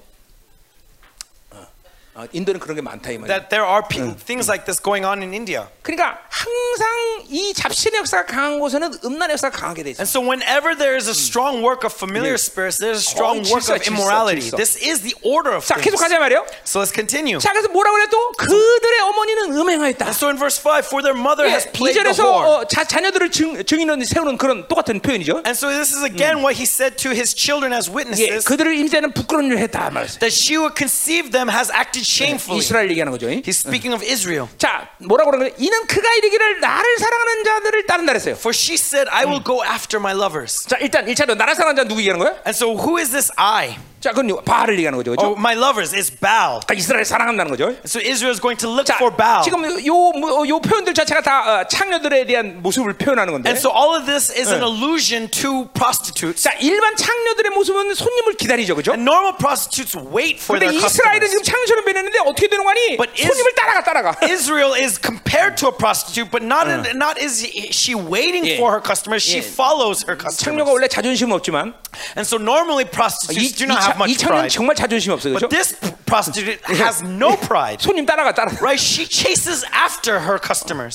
[SPEAKER 1] 어. 아, 인도는 그런 게 많다 이 말이야.
[SPEAKER 2] That there are pe-
[SPEAKER 1] Mm.
[SPEAKER 2] things like this going on in India.
[SPEAKER 1] 그러니까 항상 이 잡신의 역사가 강한 곳에는 음란의 역사가 강하게 돼 있어요.
[SPEAKER 2] And so, whenever there is a strong work of familiar spirits, there's a
[SPEAKER 1] Mm.
[SPEAKER 2] strong
[SPEAKER 1] Oh,
[SPEAKER 2] work
[SPEAKER 1] 질서,
[SPEAKER 2] of
[SPEAKER 1] 질서,
[SPEAKER 2] immorality.
[SPEAKER 1] 질서.
[SPEAKER 2] This is the order of
[SPEAKER 1] 자, 계속
[SPEAKER 2] things.
[SPEAKER 1] 가자 말이에요.
[SPEAKER 2] So let's continue.
[SPEAKER 1] 자, 그래서 뭐라고 그래 또 그들의 어머니는 음행하였다.
[SPEAKER 2] And so in verse five, for their mother
[SPEAKER 1] 예, 이
[SPEAKER 2] has played the
[SPEAKER 1] 절에서 어,
[SPEAKER 2] whore.
[SPEAKER 1] 자, 자녀들을 증, 증인은 세우는 그런 똑같은 표현이죠.
[SPEAKER 2] And so this is again what he said to his children as
[SPEAKER 1] 예,
[SPEAKER 2] witnesses
[SPEAKER 1] 그들을 임자는 부끄러운 일을 했다 말했어요.
[SPEAKER 2] that she who conceived them has acted shamefully.
[SPEAKER 1] 이스라엘 얘기하는 거죠. 이?
[SPEAKER 2] He's speaking of Israel.
[SPEAKER 1] 자, 뭐라고 그러는 거예요? 이는 그가 이르기를 나를 사랑하는 자들을 따른다 그랬어요.
[SPEAKER 2] For she said, I will go after my lovers.
[SPEAKER 1] 자, 일단 일차로 나를 사랑하는 자 누구 얘기하는 거야?
[SPEAKER 2] And so who is this I?
[SPEAKER 1] 자, 그건 바알을 얘기하는 거죠. 그죠?
[SPEAKER 2] Oh, my lovers is Baal.
[SPEAKER 1] 그러니까 이스라엘 사랑한다는 거죠.
[SPEAKER 2] And so Israel is going to look
[SPEAKER 1] 자,
[SPEAKER 2] for Baal.
[SPEAKER 1] 지금 요, 뭐, 요 표현들 자체가 다 어, 창녀들에 대한 모습을 표현하는 건데.
[SPEAKER 2] And so all of this is an allusion to prostitutes.
[SPEAKER 1] 자, 일반 창녀들의 모습은 손님을 기다리죠, 그죠?
[SPEAKER 2] And normal prostitutes wait for
[SPEAKER 1] 근데
[SPEAKER 2] their
[SPEAKER 1] 이스라엘은
[SPEAKER 2] customers.
[SPEAKER 1] 지금 창녀처럼 변했는데 어떻게 되는 거니?
[SPEAKER 2] But is-
[SPEAKER 1] 손님을 따라가 따라가.
[SPEAKER 2] Israel is compared to a prostitute, but not not is she waiting
[SPEAKER 1] Uh. Yeah.
[SPEAKER 2] for her customers. She
[SPEAKER 1] Yeah.
[SPEAKER 2] follows her
[SPEAKER 1] 창녀가
[SPEAKER 2] customers.
[SPEAKER 1] 원래 자존심은 없지만
[SPEAKER 2] And so normally
[SPEAKER 1] 이,
[SPEAKER 2] prostitutes
[SPEAKER 1] 이,
[SPEAKER 2] do not have
[SPEAKER 1] 차, 이
[SPEAKER 2] much
[SPEAKER 1] 창녀는
[SPEAKER 2] pride.
[SPEAKER 1] 정말 자존심 없어요, 그죠?
[SPEAKER 2] But this prostitute has no pride.
[SPEAKER 1] 손님 따라가 따라가.
[SPEAKER 2] Right? She chases after her customers.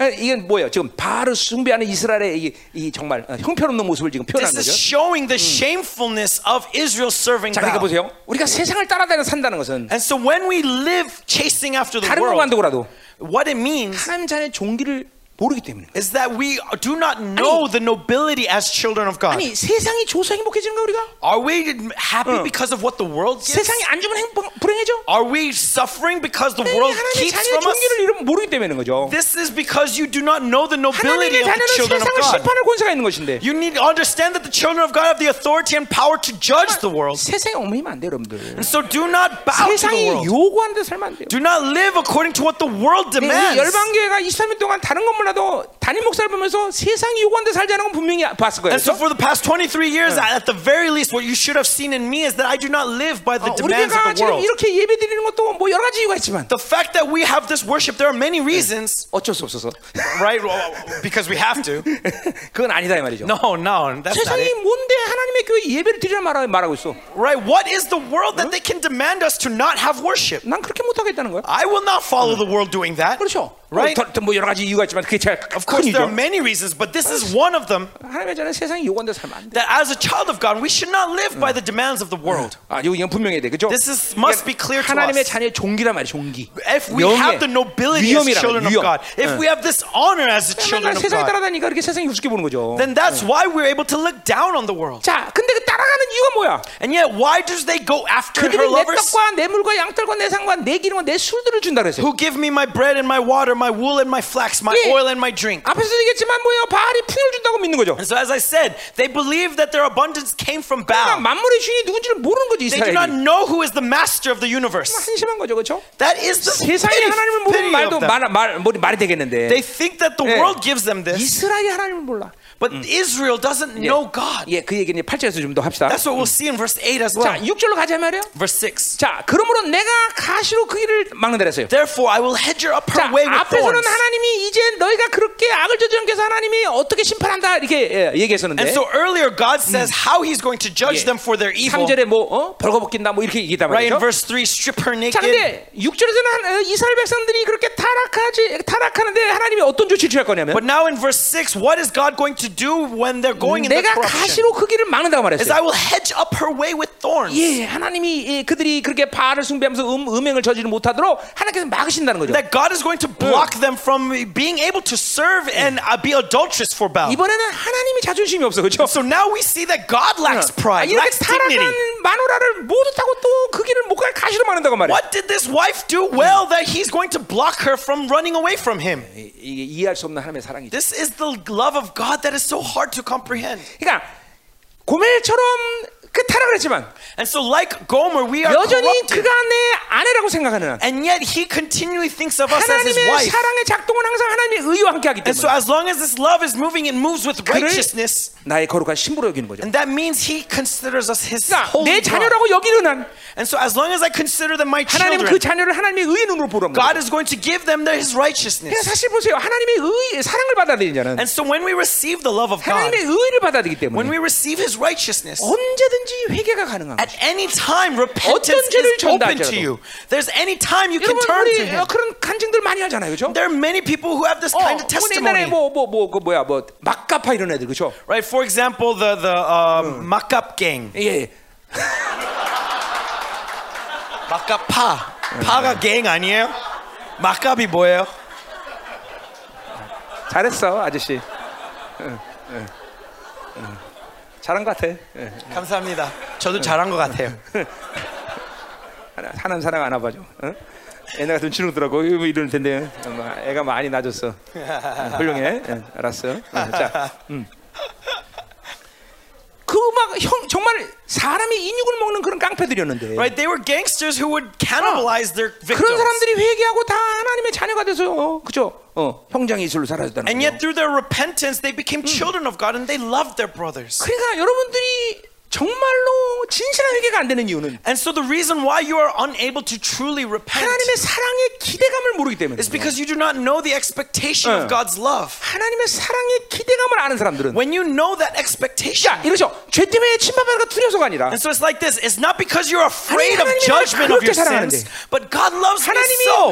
[SPEAKER 1] 아, 이건 뭐예요? 지금 바로 숭배하는 이스라엘의 이, 이 정말 어, 형편없는 모습을 지금 표현하는 거죠.
[SPEAKER 2] This is showing the
[SPEAKER 1] Mm.
[SPEAKER 2] shamefulness of Israel serving
[SPEAKER 1] 자, 그러니까
[SPEAKER 2] Baal.
[SPEAKER 1] 보세요. 우리가 세상을 따라다녀 산다는 것은
[SPEAKER 2] And so when we live chasing after the
[SPEAKER 1] 다른 걸
[SPEAKER 2] world,
[SPEAKER 1] 만들고라도
[SPEAKER 2] what it means
[SPEAKER 1] 하나님 자녀의 종기를 모르기 때문에.
[SPEAKER 2] is that we do not know the nobility as children of God.
[SPEAKER 1] 아니 세상이 줘서 행복해지는 거 우리가?
[SPEAKER 2] Are we
[SPEAKER 1] Uh.
[SPEAKER 2] happy because of what the world gives?
[SPEAKER 1] 세상이 안 주면 행복 불행해져?
[SPEAKER 2] Are we suffering because the world
[SPEAKER 1] 하나님의
[SPEAKER 2] keeps
[SPEAKER 1] 자녀의
[SPEAKER 2] from us?
[SPEAKER 1] 종기를 이름 모르기 때문에 거죠.
[SPEAKER 2] This is because you do not know the nobility
[SPEAKER 1] 하나님의
[SPEAKER 2] of the
[SPEAKER 1] 자녀는
[SPEAKER 2] children of
[SPEAKER 1] 세상을
[SPEAKER 2] God.
[SPEAKER 1] 심판할 권세가 있는 것인데
[SPEAKER 2] You need to understand that the children of God have the authority and power to judge the world.
[SPEAKER 1] 세상에 얽매이면 안 돼요 여러분들
[SPEAKER 2] And so do not bow to the
[SPEAKER 1] 세상이
[SPEAKER 2] world.
[SPEAKER 1] 요구하는 대로 살면 안 돼요
[SPEAKER 2] Do not live according to what the world
[SPEAKER 1] 이
[SPEAKER 2] demands.
[SPEAKER 1] 열방교회가 23년 동안 다른 건 몰라도 담임 목사를 보면서 세상이 요구하는 대로 살자는 건 분명히 봤을 거예요
[SPEAKER 2] And so
[SPEAKER 1] 그렇죠?
[SPEAKER 2] for the past 23 years, at the very least, what you should have seen in me is that I do not live by the
[SPEAKER 1] 어, 우리 교회가
[SPEAKER 2] demands of the
[SPEAKER 1] 지금
[SPEAKER 2] world.
[SPEAKER 1] 이렇게 예배 드리는 것도 뭐 여러 가지 이유가 있지만
[SPEAKER 2] The fact that we have this worship, there are many reasons,
[SPEAKER 1] 어쩔 수 없어서
[SPEAKER 2] right? Well, Because we have to.
[SPEAKER 1] 그건 아니다 이 말이죠
[SPEAKER 2] No, no, that's not
[SPEAKER 1] 세상이
[SPEAKER 2] it.
[SPEAKER 1] 뭔데 하나님의 교회 예배를 드리라 말하- 말하고 있어
[SPEAKER 2] Right? What is the world that they can demand us to not have worship?
[SPEAKER 1] 난 그렇게 순종하겠다는 거야.
[SPEAKER 2] I will not follow the world doing that.
[SPEAKER 1] 그렇죠.
[SPEAKER 2] Right?
[SPEAKER 1] 어, 더- 더뭐 여러 가지 이유가 있지만 그게 제일
[SPEAKER 2] Of course,
[SPEAKER 1] 큰 이유죠.
[SPEAKER 2] there are many reasons, but this is one of them
[SPEAKER 1] 하나님의 자는 세상이 요구한대로 살면 안 돼.
[SPEAKER 2] that as a child of God, we should not live by the demands of the world.
[SPEAKER 1] 아, 이거 이건 분명해야 돼, 그렇죠?
[SPEAKER 2] This is, must be clear to
[SPEAKER 1] 하나님의
[SPEAKER 2] us.
[SPEAKER 1] 자녀의 종기란 말이야, 종기.
[SPEAKER 2] If we
[SPEAKER 1] 명예,
[SPEAKER 2] have the nobility as
[SPEAKER 1] 위엄이란
[SPEAKER 2] children of
[SPEAKER 1] 말이야,
[SPEAKER 2] God,
[SPEAKER 1] 위엄.
[SPEAKER 2] if we have this honor as the
[SPEAKER 1] 맨날
[SPEAKER 2] children of
[SPEAKER 1] 세상에
[SPEAKER 2] God,
[SPEAKER 1] 따라다니니까 이렇게 세상이 우습게 보는 거죠.
[SPEAKER 2] then that's why we're able to look down on the world.
[SPEAKER 1] 자, 근데 그 따라가는 이유가 뭐야?
[SPEAKER 2] And yet, why do they go after her
[SPEAKER 1] 그들이 내
[SPEAKER 2] lovers?
[SPEAKER 1] 떡과 내 물과 양털과 내 상과 내 기름과 내 술들을 준다 그랬어요.
[SPEAKER 2] Who give me my bread and my water, my wool and my flax, my
[SPEAKER 1] 예.
[SPEAKER 2] oil and my drink.
[SPEAKER 1] 앞에서 얘기했지만 뭐예요? 바알이 풍요를 준다고 믿는 거죠.
[SPEAKER 2] And so, as I said, they believe that their abundance came from
[SPEAKER 1] 그러니까
[SPEAKER 2] Baal.
[SPEAKER 1] 만물의 주인이 누군지를 모르는 거지
[SPEAKER 2] They do
[SPEAKER 1] 이스라엘이.
[SPEAKER 2] not know who is the master of the universe.
[SPEAKER 1] 한심한 거죠, 그렇죠?
[SPEAKER 2] That is the
[SPEAKER 1] 세상에
[SPEAKER 2] pity-
[SPEAKER 1] 하나님을 모르는
[SPEAKER 2] pity
[SPEAKER 1] 말도
[SPEAKER 2] of them.
[SPEAKER 1] 말, 말, 뭐, 말이 되겠는데
[SPEAKER 2] They think that the
[SPEAKER 1] 예.
[SPEAKER 2] world gives them this,
[SPEAKER 1] 이스라엘이 하나님을 몰라.
[SPEAKER 2] but Israel doesn't know God.
[SPEAKER 1] 예, 그 얘기는 8절에서 좀 더 합시다.
[SPEAKER 2] That's what we'll see in verse 8 as
[SPEAKER 1] 자,
[SPEAKER 2] well.
[SPEAKER 1] 6절로 가자 말이요.
[SPEAKER 2] Verse 6.
[SPEAKER 1] 자, 그러므로 내가 가시로 그 길을 막는다 그랬어요.
[SPEAKER 2] Therefore, I will hedge her up
[SPEAKER 1] 자,
[SPEAKER 2] her way with
[SPEAKER 1] 앞에서는
[SPEAKER 2] thorns.
[SPEAKER 1] 하나님이 이제 너희가 그렇게 악을 저지른 께서 하나님이 어떻게 심판한다 이렇게 예, 얘기했었는데
[SPEAKER 2] And so earlier, God says how He's going to
[SPEAKER 1] 예.
[SPEAKER 2] judge them for their evil.
[SPEAKER 1] 3절에 뭐 어? 벌거벗긴다 뭐 이렇게 얘기했단
[SPEAKER 2] Right in
[SPEAKER 1] 말이죠.
[SPEAKER 2] verse 3, strip her
[SPEAKER 1] 자,
[SPEAKER 2] naked.
[SPEAKER 1] 근데 6절에서는 한, 어, 이스라엘 백성들이 그렇게 타락하지 타락하는데 하나님이 어떤 조치를 취할 거냐면
[SPEAKER 2] But now in verse 6, what is God going to do when they're going in the
[SPEAKER 1] 내가
[SPEAKER 2] corruption?
[SPEAKER 1] 가시로 그 길을 막는다고
[SPEAKER 2] Is
[SPEAKER 1] 말했어요.
[SPEAKER 2] I will hedge up her way with thorns.
[SPEAKER 1] 예, 하나님이 예, 그들이 그렇게 바알을 숭배하면서 음, 음행을 저지르지 못하도록 하나님께서 막으신다는 거죠.
[SPEAKER 2] That God is going to block them from being able to serve and uh, be adulterous for Baal.
[SPEAKER 1] 이번에는 하나님이 자존심이 없어, 그렇죠?
[SPEAKER 2] So now we see that God lacks
[SPEAKER 1] 아,
[SPEAKER 2] pride,
[SPEAKER 1] 이렇게
[SPEAKER 2] lacks dignity.
[SPEAKER 1] 타락한 마누라를 모두 타고 또 그 길을 못 갈 가시로 막는다고 말이야.
[SPEAKER 2] What did this wife do well that he's going to block her from running away from him?
[SPEAKER 1] 이- 이게 이해할 수 없는 하나님의 사랑이죠.
[SPEAKER 2] This is the love of God that is so hard to comprehend.
[SPEAKER 1] 그러니까 고멜처럼 그 타락을 했지만
[SPEAKER 2] And so, like Gomer, we are
[SPEAKER 1] 여전히
[SPEAKER 2] corrupted.
[SPEAKER 1] 그가 내 아내라고 생각하는 한
[SPEAKER 2] And yet he continually thinks of us as his
[SPEAKER 1] 하나님의
[SPEAKER 2] wife.
[SPEAKER 1] 사랑의 작동은 항상 하나님의 의와 함께하기
[SPEAKER 2] And so
[SPEAKER 1] 때문에
[SPEAKER 2] as long as this love is moving and moves with
[SPEAKER 1] 그를
[SPEAKER 2] righteousness,
[SPEAKER 1] 나의 거룩한 신부로 여기는 거죠.
[SPEAKER 2] and that means he considers us his
[SPEAKER 1] 그러니까 내
[SPEAKER 2] holy God.
[SPEAKER 1] 자녀라고 여기는 한
[SPEAKER 2] And so as long as I consider them my
[SPEAKER 1] 하나님은 그
[SPEAKER 2] children,
[SPEAKER 1] 자녀를 하나님의 의의 눈으로 보라는 거죠.
[SPEAKER 2] God is going to give them their, his
[SPEAKER 1] 그러니까
[SPEAKER 2] righteousness.
[SPEAKER 1] 사실 보세요. 하나님의 의 사랑을 받아들이냐는
[SPEAKER 2] And so when we receive the love of God,
[SPEAKER 1] 하나님의 의를 받아들이기
[SPEAKER 2] when
[SPEAKER 1] 때문에
[SPEAKER 2] we receive his righteousness,
[SPEAKER 1] Oh. 언제든지 회개가 가능한 거예요.
[SPEAKER 2] at any time repentance
[SPEAKER 1] 어떤 죄를
[SPEAKER 2] is open
[SPEAKER 1] 전달하더라도.
[SPEAKER 2] to you. There's any time you can
[SPEAKER 1] 여러분
[SPEAKER 2] turn
[SPEAKER 1] 우리
[SPEAKER 2] to him.
[SPEAKER 1] 그런 간증들 많이 하잖아요, 그렇죠?
[SPEAKER 2] There are many people who have this
[SPEAKER 1] 어,
[SPEAKER 2] kind of
[SPEAKER 1] 우리 옛날에
[SPEAKER 2] testimony.
[SPEAKER 1] 뭐뭐뭐 그 뭐야 뭐 막가파 이런 애들 그렇죠?
[SPEAKER 2] Right, for example, the the uh,
[SPEAKER 1] Hmm.
[SPEAKER 2] Makap gang,
[SPEAKER 1] 예, 예.
[SPEAKER 2] Makapa, 파가 gang 아니에요? Makap이 뭐예요?
[SPEAKER 1] 잘했어 아저씨. 응, 응, 응. 잘한 것 같아. 예.
[SPEAKER 2] 감사합니다. 저도 잘한 것 같아요.
[SPEAKER 1] 하나- 하나님 사랑 안 와봐줘. 어? 응? 옛날 같으면 치르더라고 이거 뭐 이럴 텐데 음, 애가 많이 나졌어. 응, 훌륭해. 응, 알았어. 응, 자, 음. 그막형 정말 사람의 인육을 먹는 그런 깡패들이었는데.
[SPEAKER 2] Right, they were gangsters who would cannibalize their
[SPEAKER 1] 그런
[SPEAKER 2] victims.
[SPEAKER 1] 사람들이 회개하고 다 하나님의 자녀가 돼서 어, 그죠? 어, 형장이 이슬로 사라졌다는
[SPEAKER 2] And
[SPEAKER 1] 거죠.
[SPEAKER 2] yet through their repentance they became
[SPEAKER 1] Hmm.
[SPEAKER 2] children of God and they loved their brothers.
[SPEAKER 1] 그러니까 여러분들이 정말로 진실한 회개가 안 되는 이유는
[SPEAKER 2] And so the reason why you are unable to truly repent
[SPEAKER 1] 하나님의 사랑의 기대감을 모르기 때문에.
[SPEAKER 2] is because you do not know the expectation
[SPEAKER 1] 응.
[SPEAKER 2] of God's love.
[SPEAKER 1] 하나님의 사랑의 기대감을 아는 사람들은
[SPEAKER 2] When you know that expectation,
[SPEAKER 1] 야 이러죠 죄 때문에 침범받을까 두려워서가 아니라
[SPEAKER 2] and so it's like this, it's not because you're afraid
[SPEAKER 1] 하나님, 하나님이 나를
[SPEAKER 2] of judgment of your
[SPEAKER 1] 그렇게 사랑하는데.
[SPEAKER 2] sins, but God loves me so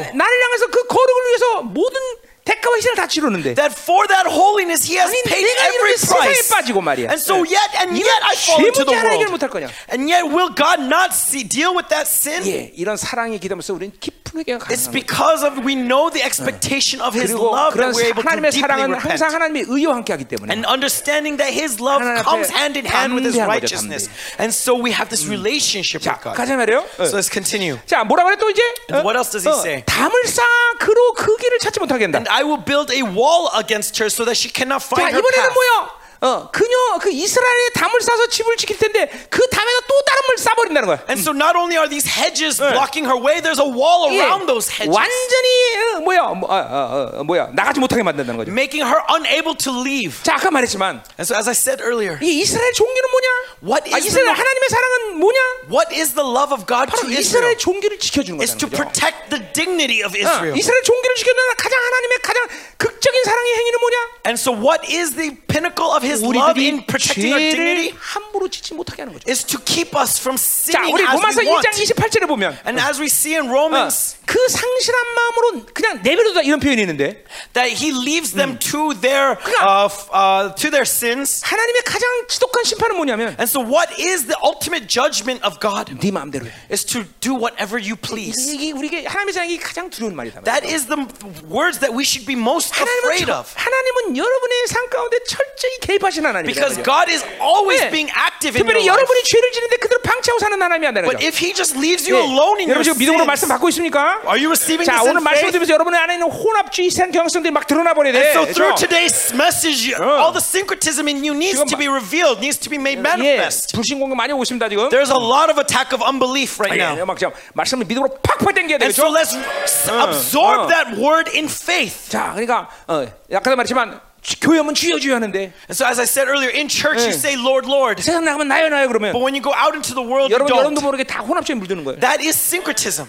[SPEAKER 1] 하나님이 나를 향해서 그 거룩을 위해서 모든 대가와 희생을 다 치르는데
[SPEAKER 2] that for that holiness he has
[SPEAKER 1] 아니
[SPEAKER 2] paid
[SPEAKER 1] 내가
[SPEAKER 2] every
[SPEAKER 1] 이렇게 세상에
[SPEAKER 2] price.
[SPEAKER 1] 빠지고 말이야
[SPEAKER 2] And so
[SPEAKER 1] 예.
[SPEAKER 2] yet and yet I
[SPEAKER 1] 죄
[SPEAKER 2] fall into
[SPEAKER 1] 문제 하나
[SPEAKER 2] the
[SPEAKER 1] 해결
[SPEAKER 2] world.
[SPEAKER 1] 못할 거냐
[SPEAKER 2] And yet, will God not see, deal with that sin?
[SPEAKER 1] 예 이런 사랑의 기대면서 우리는 깊은 회개가
[SPEAKER 2] It's
[SPEAKER 1] 가능한 거예요
[SPEAKER 2] because of we know the expectation of His
[SPEAKER 1] 그리고
[SPEAKER 2] love
[SPEAKER 1] 그런
[SPEAKER 2] that we're able to
[SPEAKER 1] 하나님의
[SPEAKER 2] deeply
[SPEAKER 1] 사랑은 항상
[SPEAKER 2] repent.
[SPEAKER 1] 하나님의 의와 함께하기 때문에
[SPEAKER 2] And understanding that His love
[SPEAKER 1] 하나님 앞에
[SPEAKER 2] comes hand in hand with His
[SPEAKER 1] 담대한 거죠,
[SPEAKER 2] righteousness, and so we have this relationship
[SPEAKER 1] 자
[SPEAKER 2] with God.
[SPEAKER 1] 가자 말이에요 예.
[SPEAKER 2] So let's continue.
[SPEAKER 1] 자 뭐라 그래 또 이제 어?
[SPEAKER 2] What else does he
[SPEAKER 1] 어,
[SPEAKER 2] say?
[SPEAKER 1] 담을 쌓아 그로 그 길을 찾지 못하게 한다
[SPEAKER 2] And I will build a wall against her so that she cannot
[SPEAKER 1] 자
[SPEAKER 2] find her
[SPEAKER 1] 이번에는
[SPEAKER 2] path.
[SPEAKER 1] 뭐요? 어 그녀 그 이스라엘의 담을 싸서 집을 지킬 텐데 그 담에서 또 다른 걸 싸버린다는 거야.
[SPEAKER 2] And so not only are these hedges blocking her way, there's a wall
[SPEAKER 1] 예,
[SPEAKER 2] around those hedges,
[SPEAKER 1] 완전히 어, 뭐야 뭐, 아, 아, 아, 뭐야 나가지 못하게 만든다는 거죠.
[SPEAKER 2] making her unable to leave.
[SPEAKER 1] 자 아까 말했지만
[SPEAKER 2] And so, as I said earlier,
[SPEAKER 1] 이 이스라엘 종교는 뭐냐?
[SPEAKER 2] What
[SPEAKER 1] 아,
[SPEAKER 2] is
[SPEAKER 1] 이스라엘
[SPEAKER 2] the-
[SPEAKER 1] 하나님의 사랑은 뭐냐?
[SPEAKER 2] what is the love of God
[SPEAKER 1] 바로
[SPEAKER 2] to Israel?
[SPEAKER 1] 이스라엘 종교를 지켜주는
[SPEAKER 2] Is to
[SPEAKER 1] 거죠.
[SPEAKER 2] protect the dignity
[SPEAKER 1] 어,
[SPEAKER 2] of Israel.
[SPEAKER 1] 이스라엘 종교를 지켜주는 가장 하나님의 가장 극적인 사랑의 행위는 뭐냐?
[SPEAKER 2] And so, what is the pinnacle of His love
[SPEAKER 1] 우리들이
[SPEAKER 2] in protecting our
[SPEAKER 1] 죄를
[SPEAKER 2] dignity?
[SPEAKER 1] 함부로 짓지 못하게 하는 거죠.
[SPEAKER 2] Is to keep us from
[SPEAKER 1] 자
[SPEAKER 2] sinning
[SPEAKER 1] 우리
[SPEAKER 2] as
[SPEAKER 1] 로마서
[SPEAKER 2] we
[SPEAKER 1] 1장
[SPEAKER 2] want.
[SPEAKER 1] 28절에 보면
[SPEAKER 2] And as we see
[SPEAKER 1] 어,
[SPEAKER 2] in Romans
[SPEAKER 1] 그 상실한 마음으로 그냥 내버려두다 이런 표현이 있는데
[SPEAKER 2] that he leaves them to their uh, f- uh, to their sins.
[SPEAKER 1] 하나님의 가장 지독한 심판은 뭐냐면 어,
[SPEAKER 2] And so, what is the ultimate judgment of God?
[SPEAKER 1] 네 마음대로 해.
[SPEAKER 2] Is to do whatever you please.
[SPEAKER 1] 이게 우리에게 하나님의 사랑이 가장 두려운 말이다.
[SPEAKER 2] That is the words that we should be most
[SPEAKER 1] 하나님은,
[SPEAKER 2] afraid
[SPEAKER 1] 저,
[SPEAKER 2] of,
[SPEAKER 1] 하나님은 여러분의 삶 가운데 철저히 개입하신 하나님이다.
[SPEAKER 2] because God is always
[SPEAKER 1] 네.
[SPEAKER 2] being active in your
[SPEAKER 1] 특별히
[SPEAKER 2] life.
[SPEAKER 1] 여러분이 죄를 지는데 그대로 방치하고 사는 하나님이 아니라.
[SPEAKER 2] But if He just leaves you alone in your
[SPEAKER 1] 여러분 지금 믿음으로 말씀
[SPEAKER 2] sins,
[SPEAKER 1] 받고 있습니까?
[SPEAKER 2] are you receiving
[SPEAKER 1] 자
[SPEAKER 2] this
[SPEAKER 1] 오늘
[SPEAKER 2] in
[SPEAKER 1] 말씀
[SPEAKER 2] faith?
[SPEAKER 1] 드리면서 여러분의 안에 있는 혼합주의 생 경향성들이 막 드러나 버려야 돼.
[SPEAKER 2] So
[SPEAKER 1] 그렇죠?
[SPEAKER 2] through today's message, you- all the syncretism in you needs
[SPEAKER 1] 지금
[SPEAKER 2] to be revealed, needs to be made
[SPEAKER 1] 예,
[SPEAKER 2] manifest.
[SPEAKER 1] 불신 공격 많이 오고 있습니다 지금.
[SPEAKER 2] There's a lot of attack of unbelief right
[SPEAKER 1] 예,
[SPEAKER 2] now.
[SPEAKER 1] 막 지금 말씀을 믿음으로 팍팍 당겨야
[SPEAKER 2] And so
[SPEAKER 1] 되겠죠.
[SPEAKER 2] let's s- absorb
[SPEAKER 1] uh.
[SPEAKER 2] that word in faith.
[SPEAKER 1] 자 그러니까 어, 약간 말했지만 주- 교회 하면 주여 주여 하는데
[SPEAKER 2] And so, as I said earlier, in church you
[SPEAKER 1] Yeah.
[SPEAKER 2] say, Lord, Lord.
[SPEAKER 1] 세상 나가면 나요 나요 그러면
[SPEAKER 2] But when you go out into the world, you
[SPEAKER 1] 여러분 여러분도
[SPEAKER 2] don't.
[SPEAKER 1] 모르게 다 혼합주의 물드는 거예요.
[SPEAKER 2] That is syncretism.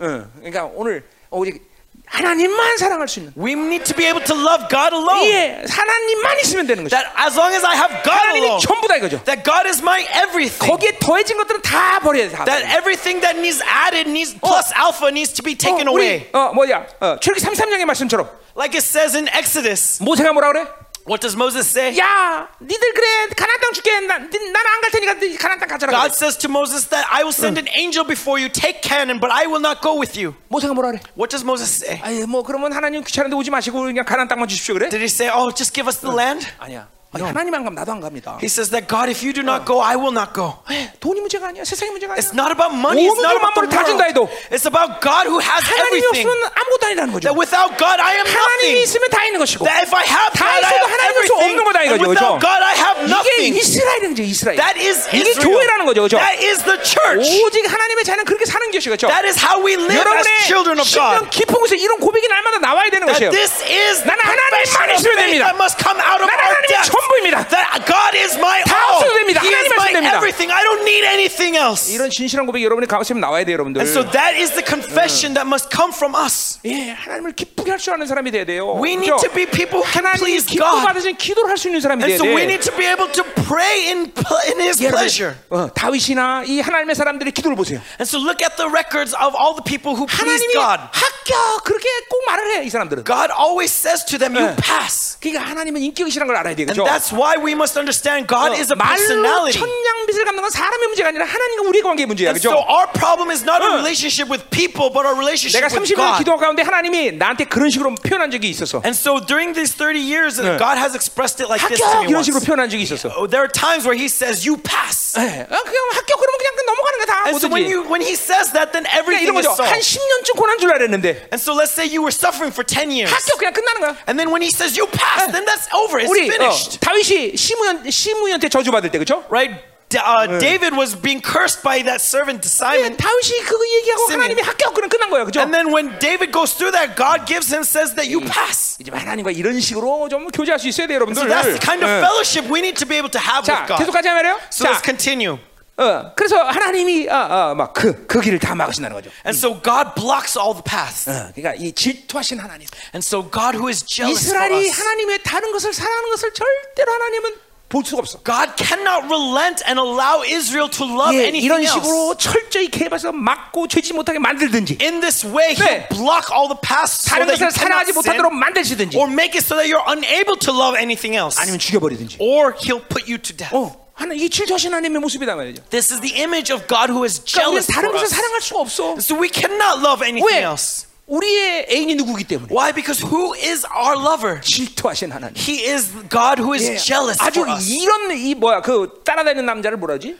[SPEAKER 1] 응. 그러니까 오늘 오직 하나님만 사랑할 수 있는.
[SPEAKER 2] We need to be able to love God alone.
[SPEAKER 1] 예, 하나님만 있으면 되는 거죠.
[SPEAKER 2] That as long as I have God
[SPEAKER 1] 하나님이
[SPEAKER 2] alone,
[SPEAKER 1] 전부다 이거죠.
[SPEAKER 2] that God is my everything.
[SPEAKER 1] 거기에 더해진 것들은 다 버려야 돼. 다
[SPEAKER 2] That
[SPEAKER 1] 버려야 돼.
[SPEAKER 2] everything that needs added needs
[SPEAKER 1] Oh.
[SPEAKER 2] plus alpha needs to be taken
[SPEAKER 1] 어,
[SPEAKER 2] away.
[SPEAKER 1] 우리 어 뭐야? 어, 출애기 33장의 말씀처럼
[SPEAKER 2] Like it says in Exodus.
[SPEAKER 1] 모세가 뭐라 그래?
[SPEAKER 2] What does Moses say?
[SPEAKER 1] 야, 니들 그래 가나안 땅 줄게. 난난안 갈 테니까 너희 가나안 땅 가자라.
[SPEAKER 2] God
[SPEAKER 1] 그래.
[SPEAKER 2] says to Moses that I will send an angel before you, take Canaan, but I will not go with you.
[SPEAKER 1] 모세가 뭐라 그래?
[SPEAKER 2] What does Moses say?
[SPEAKER 1] 아이, 뭐 그러면 하나님 귀찮은데 오지 마시고 그냥 가나안 땅만 주십시오 그래?
[SPEAKER 2] Did he say, "Oh, just give us the land"?
[SPEAKER 1] 아니야. 아니, 하나님 안 가면 나도 안 갑니다.
[SPEAKER 2] He says that God, if you do not go, I will not go.
[SPEAKER 1] 에이, 돈이 문제가 아니야. 세상이 문제가 아니야.
[SPEAKER 2] It's not about money. It's not about
[SPEAKER 1] 다 준다
[SPEAKER 2] the
[SPEAKER 1] 해도
[SPEAKER 2] world. It's about God who has
[SPEAKER 1] 하나님이 없으면
[SPEAKER 2] everything.
[SPEAKER 1] 아무것도 아니라는 거죠.
[SPEAKER 2] That without God, I am
[SPEAKER 1] 하나님이
[SPEAKER 2] nothing.
[SPEAKER 1] 있으면 다 있는 것이고.
[SPEAKER 2] That if I have
[SPEAKER 1] 다
[SPEAKER 2] God, I
[SPEAKER 1] 있어도
[SPEAKER 2] have
[SPEAKER 1] 하나님 없어 없는 거다 이거죠,
[SPEAKER 2] everything. And
[SPEAKER 1] 그죠?
[SPEAKER 2] without God, I have
[SPEAKER 1] 이게
[SPEAKER 2] nothing.
[SPEAKER 1] 이스라엘인 거죠, 이스라엘.
[SPEAKER 2] That is
[SPEAKER 1] 이게
[SPEAKER 2] Israel.
[SPEAKER 1] 교회라는 거죠, 그죠?
[SPEAKER 2] That is the church.
[SPEAKER 1] 오직 하나님의 자는 그렇게 사는 것이죠, 그죠?
[SPEAKER 2] That is how we live as children
[SPEAKER 1] 여러분의
[SPEAKER 2] of God.
[SPEAKER 1] 심령 깊은 곳에 이런 고백이 날마다 나와야 되는
[SPEAKER 2] That
[SPEAKER 1] 것이에요.
[SPEAKER 2] this is the
[SPEAKER 1] 나는 하나님만
[SPEAKER 2] confession of
[SPEAKER 1] 있으면
[SPEAKER 2] faith
[SPEAKER 1] 됩니다.
[SPEAKER 2] that must come out of
[SPEAKER 1] 나는
[SPEAKER 2] our
[SPEAKER 1] 하나님이
[SPEAKER 2] depth.
[SPEAKER 1] 전부입니다.
[SPEAKER 2] That God is my
[SPEAKER 1] 다
[SPEAKER 2] all.
[SPEAKER 1] 없어도 됩니다.
[SPEAKER 2] He
[SPEAKER 1] 하나님만
[SPEAKER 2] is my
[SPEAKER 1] 있으면 됩니다.
[SPEAKER 2] everything. I don't need anything else.
[SPEAKER 1] 이런 진실한 고백이 여러분의 가슴에 나와야 돼요, 여러분들.
[SPEAKER 2] And so that is the confession that must come from us.
[SPEAKER 1] 예, 하나님을 기쁘게 할 줄 아는 사람이 돼야 돼요.
[SPEAKER 2] We need
[SPEAKER 1] 그죠?
[SPEAKER 2] to be people who can
[SPEAKER 1] 하나님
[SPEAKER 2] please
[SPEAKER 1] 기뻐
[SPEAKER 2] God.
[SPEAKER 1] 받으신 기도를 할 수 있는 사람이
[SPEAKER 2] And
[SPEAKER 1] 돼야
[SPEAKER 2] so we
[SPEAKER 1] 돼.
[SPEAKER 2] need to be able to pray in, pl- in His
[SPEAKER 1] 여러분,
[SPEAKER 2] pleasure.
[SPEAKER 1] 어, 다윗이나 이 하나님의 사람들의 기도를 보세요.
[SPEAKER 2] And so look at the records of all the people who please
[SPEAKER 1] 하나님이
[SPEAKER 2] God.
[SPEAKER 1] 합격 그렇게 꼭 말을 해 이 사람들은.
[SPEAKER 2] God always says to them, You
[SPEAKER 1] 네.
[SPEAKER 2] pass.
[SPEAKER 1] 그러니까 하나님은 인격이시라는 걸 알아야
[SPEAKER 2] And
[SPEAKER 1] 되겠죠. 어,
[SPEAKER 2] that's why we must understand God is a
[SPEAKER 1] 말로
[SPEAKER 2] personality.
[SPEAKER 1] 천냥빛을 갚는 건 사람의 문제가 아니라 하나님과 우리의 관계의 문제야,
[SPEAKER 2] And so
[SPEAKER 1] 그죠?
[SPEAKER 2] our problem is not
[SPEAKER 1] 응.
[SPEAKER 2] a relationship with people, but our relationship
[SPEAKER 1] 내가
[SPEAKER 2] with
[SPEAKER 1] 30년
[SPEAKER 2] God.
[SPEAKER 1] 기도 가운데 하나님이 나한테 그런 식으로 표현한 적이 있어서
[SPEAKER 2] And so during these 30 years, God has expressed it like this to
[SPEAKER 1] 합격
[SPEAKER 2] me
[SPEAKER 1] 이런
[SPEAKER 2] once.
[SPEAKER 1] 식으로 표현한 적이 있었어.
[SPEAKER 2] Oh, There are times where He says, You pass.
[SPEAKER 1] 예, 어, 그냥 합격 그러면 그냥 넘어가는 거다
[SPEAKER 2] And so when
[SPEAKER 1] 뭐든지.
[SPEAKER 2] you when he says that, then
[SPEAKER 1] 그냥
[SPEAKER 2] everything
[SPEAKER 1] 이런
[SPEAKER 2] is
[SPEAKER 1] 거죠. 한
[SPEAKER 2] solved.
[SPEAKER 1] 10년쯤 고난 줄 알았는데
[SPEAKER 2] And so let's say you were suffering for 10 years.
[SPEAKER 1] 합격 그냥 끝나는 거야.
[SPEAKER 2] And then when he says you pass, then that's over. It's
[SPEAKER 1] 우리 어,
[SPEAKER 2] finished.
[SPEAKER 1] 다윗이 시므연 시므연한테 저주받을 때 그죠?
[SPEAKER 2] Right? Da- uh, David was being cursed by that
[SPEAKER 1] 예,
[SPEAKER 2] servant Simon.
[SPEAKER 1] 다윗이 그거 얘기하고
[SPEAKER 2] 시므온.
[SPEAKER 1] 하나님이 합격 그럼 끝난 거예요, 그죠?
[SPEAKER 2] And then when David goes through that, God gives him says that
[SPEAKER 1] Hmm.
[SPEAKER 2] you pass.
[SPEAKER 1] 이제 하나님과 이런 식으로 좀 교제할 수 있어야 돼요, 여러분들.
[SPEAKER 2] So that's the kind of
[SPEAKER 1] 예.
[SPEAKER 2] fellowship we need to be able to have
[SPEAKER 1] 자,
[SPEAKER 2] with
[SPEAKER 1] 계속
[SPEAKER 2] God.
[SPEAKER 1] 가자 말이에요.
[SPEAKER 2] So
[SPEAKER 1] 자,
[SPEAKER 2] let's continue.
[SPEAKER 1] 어, 그래서 하나님이 아, 아, 막그그 길을 다 막으신다는 거죠.
[SPEAKER 2] And so God blocks all the paths.
[SPEAKER 1] 어, 그러니까 이 질투하신 하나님.
[SPEAKER 2] And so God, who is jealous for
[SPEAKER 1] 이스라엘이
[SPEAKER 2] us,
[SPEAKER 1] 하나님의 다른 것을 사랑하는 것을 절대로 하나님은 볼 수가 없어.
[SPEAKER 2] God cannot relent and allow Israel to love
[SPEAKER 1] 예,
[SPEAKER 2] anything
[SPEAKER 1] 이런
[SPEAKER 2] else.
[SPEAKER 1] 식으로 철저히 개발해서 막고 죄지 못하게 만들든지
[SPEAKER 2] In this way,
[SPEAKER 1] 네.
[SPEAKER 2] he'll block all the past so
[SPEAKER 1] 다른
[SPEAKER 2] that you
[SPEAKER 1] 것을
[SPEAKER 2] cannot
[SPEAKER 1] 사랑하지
[SPEAKER 2] sin,
[SPEAKER 1] 못하도록 만드시든지
[SPEAKER 2] or make it so that you're unable to love anything else.
[SPEAKER 1] 아니면 죽여버리든지.
[SPEAKER 2] Or he'll put you to death.
[SPEAKER 1] 어, 하나 이 질투하신 하나님의 모습이다 말이죠.
[SPEAKER 2] This is the image of God who is
[SPEAKER 1] 그러니까 우리는
[SPEAKER 2] jealous
[SPEAKER 1] 다른
[SPEAKER 2] for
[SPEAKER 1] 것을
[SPEAKER 2] us.
[SPEAKER 1] 사랑할 수가 없어.
[SPEAKER 2] So we cannot love anything
[SPEAKER 1] 왜?
[SPEAKER 2] else.
[SPEAKER 1] 우리의 애인이 누구기 때문에
[SPEAKER 2] Why? Because who is our lover?
[SPEAKER 1] 질투하신 하나님.
[SPEAKER 2] He is God who is
[SPEAKER 1] 예,
[SPEAKER 2] jealous
[SPEAKER 1] 아주
[SPEAKER 2] for us.
[SPEAKER 1] 이런 이 뭐야 그 따라다니는 남자를 뭐라지?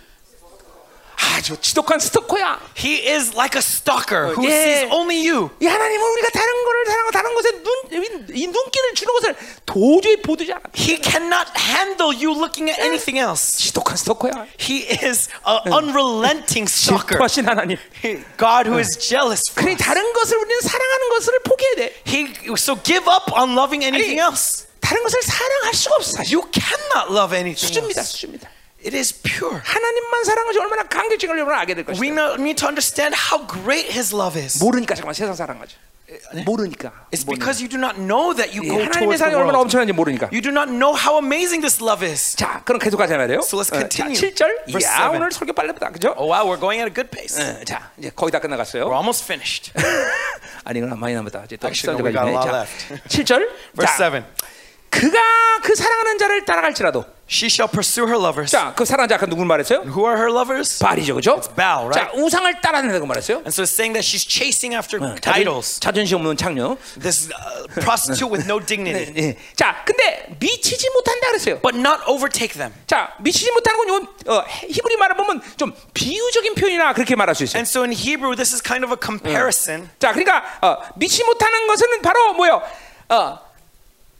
[SPEAKER 1] 아주 지독한 스토커야.
[SPEAKER 2] He is like a stalker who
[SPEAKER 1] 예.
[SPEAKER 2] sees only you.
[SPEAKER 1] 이 하나님은 우리가 다른 거를 사랑하고 다른 것에 눈, 이 눈길을 주는 것을 도저히 보지 않아.
[SPEAKER 2] He cannot handle you looking at anything else.
[SPEAKER 1] 지독한 스토커야.
[SPEAKER 2] He is an unrelenting stalker.
[SPEAKER 1] 질투하신 하나님.
[SPEAKER 2] God who is jealous for
[SPEAKER 1] 그러니
[SPEAKER 2] us.
[SPEAKER 1] 다른 것을 우리는 사랑하는 것을 포기해야 돼.
[SPEAKER 2] He so give up on loving anything else.
[SPEAKER 1] 다른 것을 사랑할 수가 없어. 사실.
[SPEAKER 2] You cannot love anything
[SPEAKER 1] 수줍니다,
[SPEAKER 2] else.
[SPEAKER 1] 수줍니다.
[SPEAKER 2] It is pure.
[SPEAKER 1] 하나님만 사랑하지 얼마나 간격적인 걸 여러분 알게 될 것이다.
[SPEAKER 2] We know- need to understand how great His love is.
[SPEAKER 1] 모르니까 잠깐만 세상 사랑하지. 모르니까.
[SPEAKER 2] 네.
[SPEAKER 1] 모르니까.
[SPEAKER 2] It's because you do not know that you
[SPEAKER 1] 예,
[SPEAKER 2] go
[SPEAKER 1] 하나님의
[SPEAKER 2] towards the
[SPEAKER 1] 사랑이 얼마나
[SPEAKER 2] world.
[SPEAKER 1] 엄청난지 모르니까.
[SPEAKER 2] You do not know how amazing this love is.
[SPEAKER 1] 자, 그럼 계속 가자 말이에요.
[SPEAKER 2] So let's
[SPEAKER 1] 어,
[SPEAKER 2] continue.
[SPEAKER 1] 자, 7절.
[SPEAKER 2] Verse
[SPEAKER 1] 야,
[SPEAKER 2] seven. 어.
[SPEAKER 1] 오늘 설교 빨라보다. 그죠?
[SPEAKER 2] Oh wow, we're going at a good pace.
[SPEAKER 1] 어, 자, 이제 거의 다 끝나갔어요.
[SPEAKER 2] We're almost finished.
[SPEAKER 1] 아니구나 많이 남았다. 이제 또
[SPEAKER 2] Actually,
[SPEAKER 1] 시간
[SPEAKER 2] we got a
[SPEAKER 1] 있네.
[SPEAKER 2] lot
[SPEAKER 1] 자,
[SPEAKER 2] left.
[SPEAKER 1] 7절.
[SPEAKER 2] Verse 7
[SPEAKER 1] 그가 그 사랑하는 자를 따라갈지라도.
[SPEAKER 2] She shall pursue her lovers.
[SPEAKER 1] 자, 그 사랑하는 자 아까 누굴 말했어요?
[SPEAKER 2] Who are her lovers?
[SPEAKER 1] 바리죠, 그죠?
[SPEAKER 2] Baal,
[SPEAKER 1] 자,
[SPEAKER 2] right?
[SPEAKER 1] 우상을 따라다닌다고 말했어요.
[SPEAKER 2] And so it's saying that she's chasing after
[SPEAKER 1] 자존,
[SPEAKER 2] titles.
[SPEAKER 1] 자존심 없는 창녀.
[SPEAKER 2] This uh, prostitute with no dignity.
[SPEAKER 1] 예. 자, 근데 미치지 못한다 그랬어요.
[SPEAKER 2] But not overtake them.
[SPEAKER 1] 자, 미치지 못하는 건 이건 어, 히브리 말을 보면 좀 비유적인 표현이나 그렇게 말할 수 있어요.
[SPEAKER 2] And so in Hebrew, this is kind of a comparison.
[SPEAKER 1] 자, 그러니까 어, 미치 못하는 것은 바로 뭐요? 어,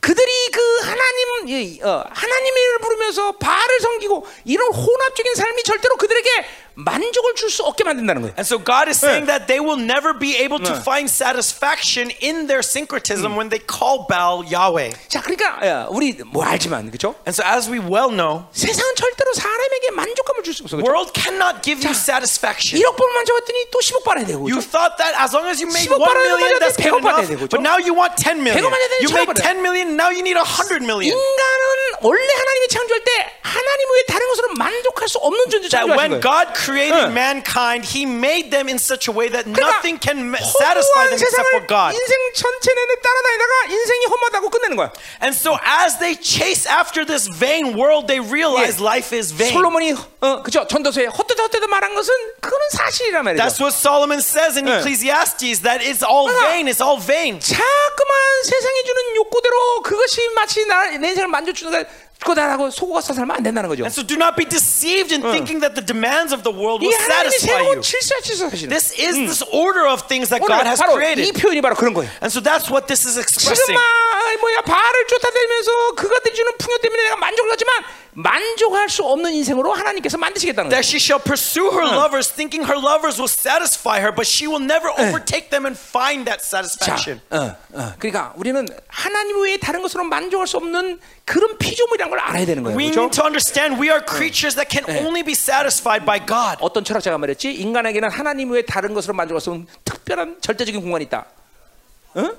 [SPEAKER 1] 그들이 그 하나님 이, 어, 하나님을 부르면서 바알을 섬기고 이런 혼합적인 삶이 절대로 그들에게 만족을 줄 수 없게 만든다는 거예요.
[SPEAKER 2] And so God is saying that they will never be able to find satisfaction in their syncretism when they call Baal Yahweh.
[SPEAKER 1] 자, 그러니까 어, 우리 뭐 알지만 그렇죠?
[SPEAKER 2] And so, as we well know,
[SPEAKER 1] 세상은 절대로 사람에게 만족감을 줄 수 없어. 그렇죠?
[SPEAKER 2] world cannot give you satisfaction.
[SPEAKER 1] 1억 불만 적었더니 또 10억 받아야 되고.
[SPEAKER 2] You
[SPEAKER 1] 그렇죠?
[SPEAKER 2] thought that as long as you made
[SPEAKER 1] 10억
[SPEAKER 2] 1 million,
[SPEAKER 1] 받아야
[SPEAKER 2] that's
[SPEAKER 1] 되는데 100억
[SPEAKER 2] good
[SPEAKER 1] 받아야
[SPEAKER 2] enough.
[SPEAKER 1] 되고,
[SPEAKER 2] But now you want 10 million.
[SPEAKER 1] 100억 받아야 되는데
[SPEAKER 2] You made
[SPEAKER 1] 1000
[SPEAKER 2] 10 million, now you need 100 million.
[SPEAKER 1] 인간은 원래 하나님이 창조할 때 하나님 외에 다른 것으로 만족할 수 없는 존재
[SPEAKER 2] That
[SPEAKER 1] 창조하신
[SPEAKER 2] when
[SPEAKER 1] 거예요.
[SPEAKER 2] God created
[SPEAKER 1] 응.
[SPEAKER 2] mankind, He made them in such a way that
[SPEAKER 1] 그러니까
[SPEAKER 2] nothing can ma-
[SPEAKER 1] 허무한
[SPEAKER 2] satisfy them except for
[SPEAKER 1] 세상을
[SPEAKER 2] God.
[SPEAKER 1] 인생 전체 내내 따라다니다가 인생이 허무하다고 끝내는 거야.
[SPEAKER 2] And so, as they chase after this vain world, they realize
[SPEAKER 1] Yeah.
[SPEAKER 2] life is vain.
[SPEAKER 1] 솔로몬이 어, 그죠 전도서에 헛되다 헛되다 말한 것은 그거는 사실이란 말이죠.
[SPEAKER 2] That's what Solomon says in
[SPEAKER 1] Yeah.
[SPEAKER 2] Ecclesiastes that it's all
[SPEAKER 1] Yeah.
[SPEAKER 2] vain, it's all vain.
[SPEAKER 1] 자꾸만 세상이 주는 욕구대로 그것이 마치 나, 내 인생을 만족주는 거다라고 속어가 살면 안 된다는 거죠.
[SPEAKER 2] And so do not be deceived in thinking that the demands of the world
[SPEAKER 1] 이
[SPEAKER 2] will
[SPEAKER 1] 하나님이
[SPEAKER 2] satisfy
[SPEAKER 1] 새로운
[SPEAKER 2] you.
[SPEAKER 1] 질서야 질서 사실은.
[SPEAKER 2] This is this Hmm. order of things that
[SPEAKER 1] 오늘
[SPEAKER 2] God has
[SPEAKER 1] 바로 이
[SPEAKER 2] created.
[SPEAKER 1] 표현이 바로 그런 거예요.
[SPEAKER 2] And so that's what this is
[SPEAKER 1] 지금
[SPEAKER 2] expressing.
[SPEAKER 1] 막 아, 뭐야 바알을 쫓아다니면서 그것들이 주는 풍요 때문에 내가 만족을 하지만 만족할 수 없는 인생으로 하나님께서 만드시겠다는 거예요.
[SPEAKER 2] That she shall pursue her lovers, thinking her lovers will satisfy her, but she will never overtake them and find that
[SPEAKER 1] 자,
[SPEAKER 2] satisfaction.
[SPEAKER 1] 어, 어. 그러니까 우리는 하나님 외에 다른 것으로 만족할 수 없는 그런 피조물이라는 걸 알아야 되는 거예요.
[SPEAKER 2] We
[SPEAKER 1] 그렇죠?
[SPEAKER 2] need to understand we are creatures that can only be satisfied by God.
[SPEAKER 1] 어떤 철학자가 말했지 인간에게는 하나님 외에 다른 것으로 만족할 수 없는 특별한 절대적인 공간이 있다. 응?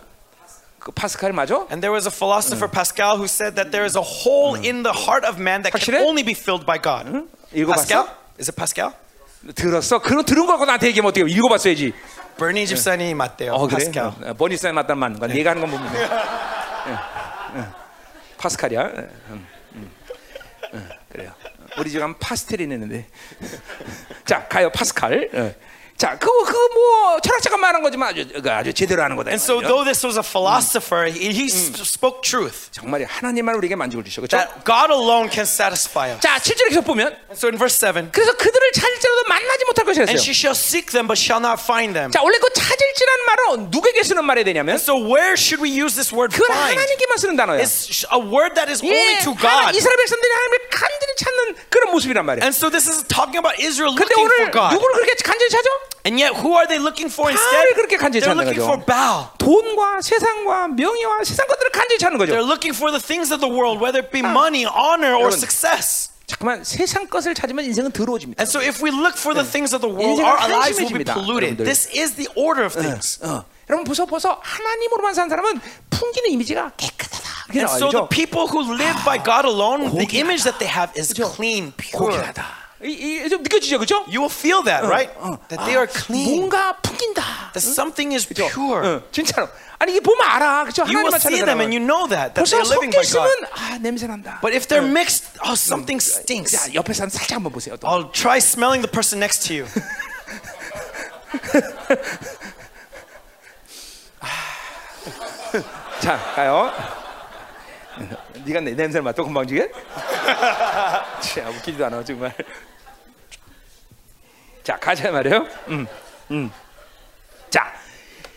[SPEAKER 1] 그 파스칼 맞아?
[SPEAKER 2] And there was a philosopher, Pascal, who said that there is a hole in the heart of man that can
[SPEAKER 1] 확실해?
[SPEAKER 2] only be filled by God.
[SPEAKER 1] 읽어봤어?
[SPEAKER 2] Pascal? Is it Pascal?
[SPEAKER 1] 들었어? 그런 들은 거 갖고 나한테 얘기하면 어떻게 읽어봤어야지.
[SPEAKER 2] Bernie 집사님 맞대요. 네.
[SPEAKER 1] 어 그래?
[SPEAKER 2] Pascal.
[SPEAKER 1] 어, 버니스타인 맞다 맞는 거야. 내가 하는 건 보면 돼.
[SPEAKER 2] 네.
[SPEAKER 1] 예, 예. 파스칼이야. 예, 음, 음. 예, 그래요. 우리 지금 파스텔이 냈는데. 자 가요 파스칼. 예. 자 그거 그뭐 철학자가 말한 거지만 아주 그거 아주 제대로 하는 거다. 이
[SPEAKER 2] And so,
[SPEAKER 1] 말이죠.
[SPEAKER 2] though this was a philosopher, he, he s- spoke truth
[SPEAKER 1] 정말 하나님만 우리에게 만족을 주셔. 그렇죠?
[SPEAKER 2] that God alone can satisfy us.
[SPEAKER 1] 자 7절에 계속 보면
[SPEAKER 2] And so, in verse 7,
[SPEAKER 1] 그래서 그들을 찾을지라도 만나지 못할 것이랬어요.
[SPEAKER 2] and she shall seek them but shall not find them.
[SPEAKER 1] 자 원래 그 찾을지라는 말은 누구에게 쓰는 말이 되냐면
[SPEAKER 2] So, where should we use this word
[SPEAKER 1] 그건
[SPEAKER 2] find?
[SPEAKER 1] 하나님께만 쓰는 단어예요.
[SPEAKER 2] It's sh- a word that is
[SPEAKER 1] 예,
[SPEAKER 2] only to
[SPEAKER 1] 하나-
[SPEAKER 2] God.
[SPEAKER 1] 이스라엘 백성들이 하나님을 간절히 찾는 그런 모습이란 말이에요.
[SPEAKER 2] And so, this is talking about Israel
[SPEAKER 1] 근데
[SPEAKER 2] looking
[SPEAKER 1] 오늘
[SPEAKER 2] for God.
[SPEAKER 1] 누구를 그렇게 간절히 찾아?
[SPEAKER 2] And yet, who are they looking for instead?
[SPEAKER 1] 바알을 그렇게 간절히
[SPEAKER 2] They're
[SPEAKER 1] 찾는
[SPEAKER 2] looking
[SPEAKER 1] 거죠.
[SPEAKER 2] for Baal.
[SPEAKER 1] 돈과 세상과 명예와 세상 것들을 간절히 찾는
[SPEAKER 2] They're
[SPEAKER 1] 거죠.
[SPEAKER 2] looking for the things of the world, whether it be money, honor, or
[SPEAKER 1] 여러분.
[SPEAKER 2] success.
[SPEAKER 1] 잠깐만 세상 것을 찾으면 인생은 더러워집니다.
[SPEAKER 2] And so, if we look for the things of the world,
[SPEAKER 1] 인생은
[SPEAKER 2] our lives will be
[SPEAKER 1] 한심해집니다,
[SPEAKER 2] polluted.
[SPEAKER 1] 여러분들.
[SPEAKER 2] This is the order of things.
[SPEAKER 1] 어. 여러분 보소 보소 하나님으로만 산 사람은 풍기는 이미지가 깨끗하다. 이렇게
[SPEAKER 2] And so, the
[SPEAKER 1] 나와요.
[SPEAKER 2] people who live by God alone, the
[SPEAKER 1] 고귀하다.
[SPEAKER 2] image that they have is
[SPEAKER 1] 그죠?
[SPEAKER 2] clean, pure.
[SPEAKER 1] 고귀하다. 이, 이, 좀 느껴지죠, 그렇죠? 어. 아,
[SPEAKER 2] You will feel that,
[SPEAKER 1] Uh-huh.
[SPEAKER 2] right? That they are clean,
[SPEAKER 1] 뭔가 풍긴다.
[SPEAKER 2] that something is pure.
[SPEAKER 1] 어, 진짜로. 아니 이게 보면 알아, 그렇죠?
[SPEAKER 2] You will
[SPEAKER 1] 하나님만 찾는
[SPEAKER 2] see them
[SPEAKER 1] 사람은.
[SPEAKER 2] and you know that, that
[SPEAKER 1] 벌써
[SPEAKER 2] they're living
[SPEAKER 1] 섞여
[SPEAKER 2] by God.
[SPEAKER 1] 있으면 아 냄새 난다.
[SPEAKER 2] But if they're mixed, oh, something
[SPEAKER 1] 자
[SPEAKER 2] stinks.
[SPEAKER 1] 옆에 사람 살짝 한번 보세요. 또.
[SPEAKER 2] I'll try smelling the person next to you.
[SPEAKER 1] 자 가요. 네가 내 냄새를 맡아 금방 지게. 자 웃기지도 않아 정말. 자 가자 말이요. 음, 음. 자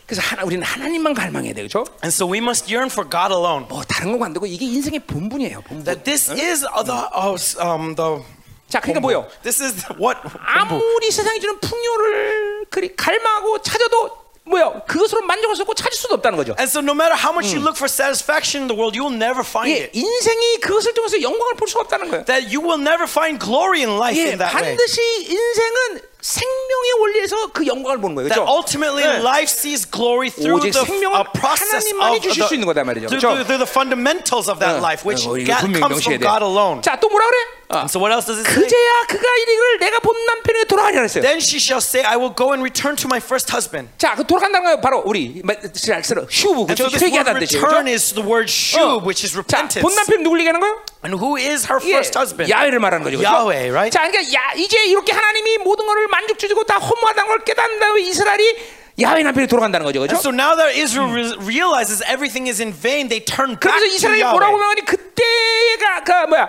[SPEAKER 1] 그래서 하나 우리는 하나님만 갈망해야 되죠. 그렇죠?
[SPEAKER 2] And so, we must yearn for God alone.
[SPEAKER 1] 뭐 다른 거 안 되고 이게 인생의 본분이에요. 본분.
[SPEAKER 2] That this is uh, the, oh, s- um, the
[SPEAKER 1] 자 그러니까 뭐요?
[SPEAKER 2] This is what
[SPEAKER 1] 아무리 세상이 주는 풍요를 그리 갈망하고 찾아도 뭐요? 그것으로 만족할 수 없고 찾을 수도 없다는 거죠.
[SPEAKER 2] And so no matter how much you look for satisfaction in the world, you will never find
[SPEAKER 1] 예,
[SPEAKER 2] it.
[SPEAKER 1] 인생이 그것을 통해서 영광을 볼 수가 없다는 거예요.
[SPEAKER 2] That you will never find glory in life
[SPEAKER 1] 예,
[SPEAKER 2] in that way.
[SPEAKER 1] 반드시 인생은 생명의 원리에서 그 영광을 보는 거예요.
[SPEAKER 2] That
[SPEAKER 1] 그렇죠?
[SPEAKER 2] ultimately
[SPEAKER 1] 네.
[SPEAKER 2] life sees glory through
[SPEAKER 1] 오직
[SPEAKER 2] the
[SPEAKER 1] 생명은
[SPEAKER 2] uh, process of
[SPEAKER 1] 하나님만이 주실 수 있는 거다
[SPEAKER 2] the,
[SPEAKER 1] 말이죠.
[SPEAKER 2] through,
[SPEAKER 1] 그렇죠?
[SPEAKER 2] through, through the fundamentals of that life, which
[SPEAKER 1] 어, 이거
[SPEAKER 2] God,
[SPEAKER 1] 분명히
[SPEAKER 2] comes
[SPEAKER 1] 명시해야
[SPEAKER 2] from
[SPEAKER 1] 돼.
[SPEAKER 2] God alone. 아.
[SPEAKER 1] 자, 또 뭐라 그래?
[SPEAKER 2] And so what else does it say?
[SPEAKER 1] 그제야 그가 이르기를 내가 본 남편에게 돌아가리라 했어요.
[SPEAKER 2] Then she shall say, I will go and return to my first husband.
[SPEAKER 1] 자, 그 돌아간다는 건 바로 우리 시작스러 슈브
[SPEAKER 2] And
[SPEAKER 1] 그죠?
[SPEAKER 2] so this word
[SPEAKER 1] 회개하다는 뜻이죠.
[SPEAKER 2] return is the word shub,
[SPEAKER 1] 어.
[SPEAKER 2] which is
[SPEAKER 1] 자,
[SPEAKER 2] repentance.
[SPEAKER 1] 본 남편 누굴 얘기하는 거예요?
[SPEAKER 2] And who is her
[SPEAKER 1] 예,
[SPEAKER 2] first husband?
[SPEAKER 1] 야훼를 말하는 거죠. 그렇죠?
[SPEAKER 2] Yahweh, right?
[SPEAKER 1] 자, 그러니까 야, 이제 이렇게 하나님이 모든 것을 만족 주시고 다 허무하다는 걸 깨닫는 다음에 이스라엘이 야훼 남편이 돌아간다는 거죠.
[SPEAKER 2] And
[SPEAKER 1] 그렇죠?
[SPEAKER 2] so now that Israel re- realizes everything is in vain, they turn back
[SPEAKER 1] 그래서
[SPEAKER 2] to
[SPEAKER 1] 이스라엘이 뭐라고
[SPEAKER 2] Yahweh.
[SPEAKER 1] 명하니 그때가 그 뭐야?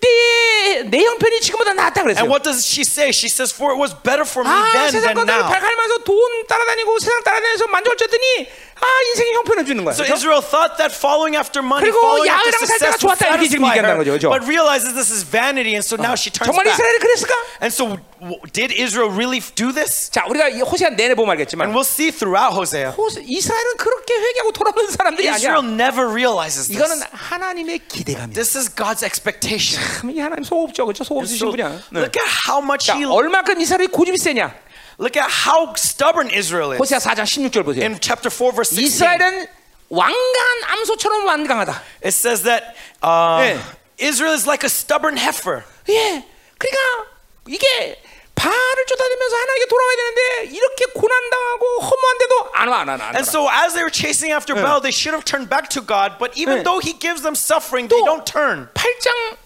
[SPEAKER 1] 그때 내 형편이 지금보다 낫다 그랬어요.
[SPEAKER 2] And what does she say? She says, For it was better for me
[SPEAKER 1] 아,
[SPEAKER 2] then
[SPEAKER 1] 세상 것들을
[SPEAKER 2] than now.
[SPEAKER 1] 발갈면서 돈 따라다니고 세상 따라다니면서 만족을 쳤더니 아, 인생이 형편을 주는 거야.
[SPEAKER 2] So
[SPEAKER 1] 그렇죠?
[SPEAKER 2] Israel thought that following after money,
[SPEAKER 1] 그리고
[SPEAKER 2] following after
[SPEAKER 1] 야훼랑 살 때가
[SPEAKER 2] success would
[SPEAKER 1] 좋았다, 이렇게 지금
[SPEAKER 2] satisfy
[SPEAKER 1] 얘기한다는
[SPEAKER 2] her,
[SPEAKER 1] 거죠, 그죠?
[SPEAKER 2] but realizes this is vanity, and so now she turns
[SPEAKER 1] 정말
[SPEAKER 2] back.
[SPEAKER 1] 이스라엘이 그랬을까?
[SPEAKER 2] And so, w- did Israel really f- do this?
[SPEAKER 1] 자, 우리가 이 호세아 내내 보면
[SPEAKER 2] And
[SPEAKER 1] 알겠지만
[SPEAKER 2] we'll see throughout Hosea.
[SPEAKER 1] 호세, 이스라엘은 그렇게 회개하고 돌아오는 사람들이
[SPEAKER 2] Israel
[SPEAKER 1] 아니야.
[SPEAKER 2] never realizes
[SPEAKER 1] 이거는
[SPEAKER 2] this.
[SPEAKER 1] 하나님의 기대감이야.
[SPEAKER 2] This is God's expectation.
[SPEAKER 1] 참, 이 하나님 소업죠, 그렇죠? 소업
[SPEAKER 2] So,
[SPEAKER 1] 쓰신 분이야. 네.
[SPEAKER 2] look at how much
[SPEAKER 1] 자,
[SPEAKER 2] he
[SPEAKER 1] 얼마큼 이스라엘이 고집이 세냐?
[SPEAKER 2] look at how stubborn Israel is.
[SPEAKER 1] 호세아 4장 16절 보세요.
[SPEAKER 2] In chapter 4 verse 16,
[SPEAKER 1] 이스라엘은 왕강한 암소처럼 완강하다.
[SPEAKER 2] it says that uh,
[SPEAKER 1] 네.
[SPEAKER 2] Israel is like a stubborn heifer.
[SPEAKER 1] 예, 그러니까 이게 발을 쫓아내면서 하나님께 돌아와야 되는데 이렇게 고난 당하고 허무한데도 안 와, 안 와, 안 와. 안 와.
[SPEAKER 2] And so as they were chasing after Baal, they should have turned back to God, but even
[SPEAKER 1] 네.
[SPEAKER 2] though he gives them suffering, they
[SPEAKER 1] 또-
[SPEAKER 2] don't turn.
[SPEAKER 1] 8장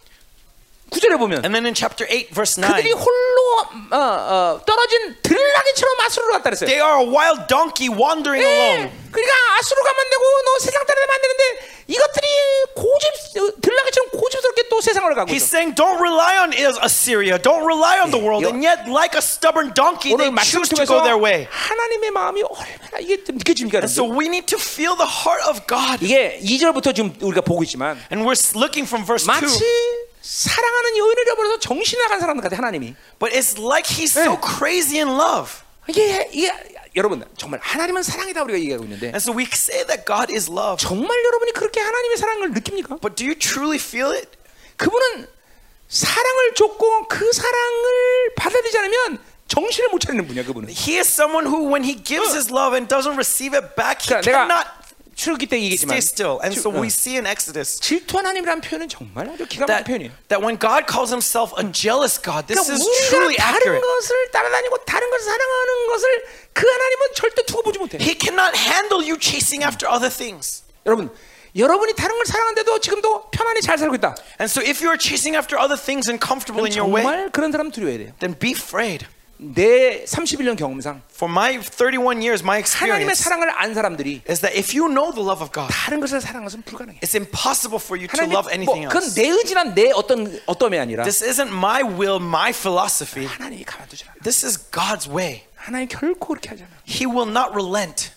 [SPEAKER 1] 9절에 보면
[SPEAKER 2] And then in chapter 8 verse 9,
[SPEAKER 1] 그들이 홀로 어, 어, 떨어진 들락이처럼 아수르로 갔다 그랬어요.
[SPEAKER 2] they are a wild donkey wandering
[SPEAKER 1] 예,
[SPEAKER 2] alone.
[SPEAKER 1] 그러니까 아수르 가면 안 되고 너 세상 따라다니면 안 되는데 이것들이 고집 들락이처럼 고집스럽게 또 세상을 가고
[SPEAKER 2] He's
[SPEAKER 1] 있어.
[SPEAKER 2] saying, don't rely on Is- Assyria, don't rely on the world,
[SPEAKER 1] 여-
[SPEAKER 2] and yet, like a stubborn donkey, they
[SPEAKER 1] 오늘 말씀을
[SPEAKER 2] choose to
[SPEAKER 1] 통해서
[SPEAKER 2] go their way.
[SPEAKER 1] 하나님의 마음이 얼마나 이게 좀 느껴집니까?
[SPEAKER 2] And so
[SPEAKER 1] 여러분들?
[SPEAKER 2] we need to feel the heart of God.
[SPEAKER 1] 이게 2절부터 지금 우리가 보고 있지만
[SPEAKER 2] And we're s- looking from verse 2.
[SPEAKER 1] 마치 사랑하는 여인을 잃어버려서 정신 나간 사람 같아 하나님이
[SPEAKER 2] But it's like he's so
[SPEAKER 1] 네.
[SPEAKER 2] crazy in love.
[SPEAKER 1] 이게 이게 여러분 정말 하나님은 사랑이다 우리가 얘기하고 있는데
[SPEAKER 2] And so we say that God is love.
[SPEAKER 1] 정말 여러분이 그렇게 하나님의 사랑을 느낍니까?
[SPEAKER 2] But do you truly feel it?
[SPEAKER 1] 그분은 사랑을 줬고 그 사랑을 받아들이지 않으면 정신을 못 차리는 분이야 그분은.
[SPEAKER 2] He is someone who, when he gives his love and doesn't receive it back, he
[SPEAKER 1] 그러니까
[SPEAKER 2] cannot
[SPEAKER 1] 내가 출기 때 얘기지만
[SPEAKER 2] stay still. And
[SPEAKER 1] 출-
[SPEAKER 2] so
[SPEAKER 1] 어.
[SPEAKER 2] we see in Exodus
[SPEAKER 1] 질투 하나님이라는 표현은 정말 아주 기가 막힌
[SPEAKER 2] that,
[SPEAKER 1] 표현이에요.
[SPEAKER 2] that when God calls himself a jealous God, this
[SPEAKER 1] 그러니까
[SPEAKER 2] is
[SPEAKER 1] 우리가
[SPEAKER 2] truly
[SPEAKER 1] 다른
[SPEAKER 2] accurate.
[SPEAKER 1] 것을 따라다니고 다른 것을 사랑하는 것을 그 하나님은 절대 두고 보지 못해.
[SPEAKER 2] He cannot handle you chasing after other things.
[SPEAKER 1] 여러분, 여러분이 다른 걸 사랑하는데도 지금도 편안히 잘 살고 있다.
[SPEAKER 2] And so if you are chasing after other things and comfortable in your way,
[SPEAKER 1] 정말 그런 사람 두려워야 돼요.
[SPEAKER 2] then be afraid.
[SPEAKER 1] 내 31년 경험상
[SPEAKER 2] For my 31 years, my
[SPEAKER 1] 하나님의
[SPEAKER 2] experience
[SPEAKER 1] 사랑을 안 사람들이
[SPEAKER 2] is that if you know the love of God,
[SPEAKER 1] 다른 것을 사랑하는 것은 불가능해.
[SPEAKER 2] it's impossible for you to
[SPEAKER 1] 하나님,
[SPEAKER 2] love
[SPEAKER 1] 뭐
[SPEAKER 2] anything
[SPEAKER 1] 그건
[SPEAKER 2] else.
[SPEAKER 1] 내 의지나 내 어떤 어떠함이 아니라
[SPEAKER 2] This isn't my will, my philosophy.
[SPEAKER 1] 하나님이 가만두지 않아.
[SPEAKER 2] This is God's way.
[SPEAKER 1] 하나님 결코 그렇게 하지 않아.
[SPEAKER 2] He will not relent.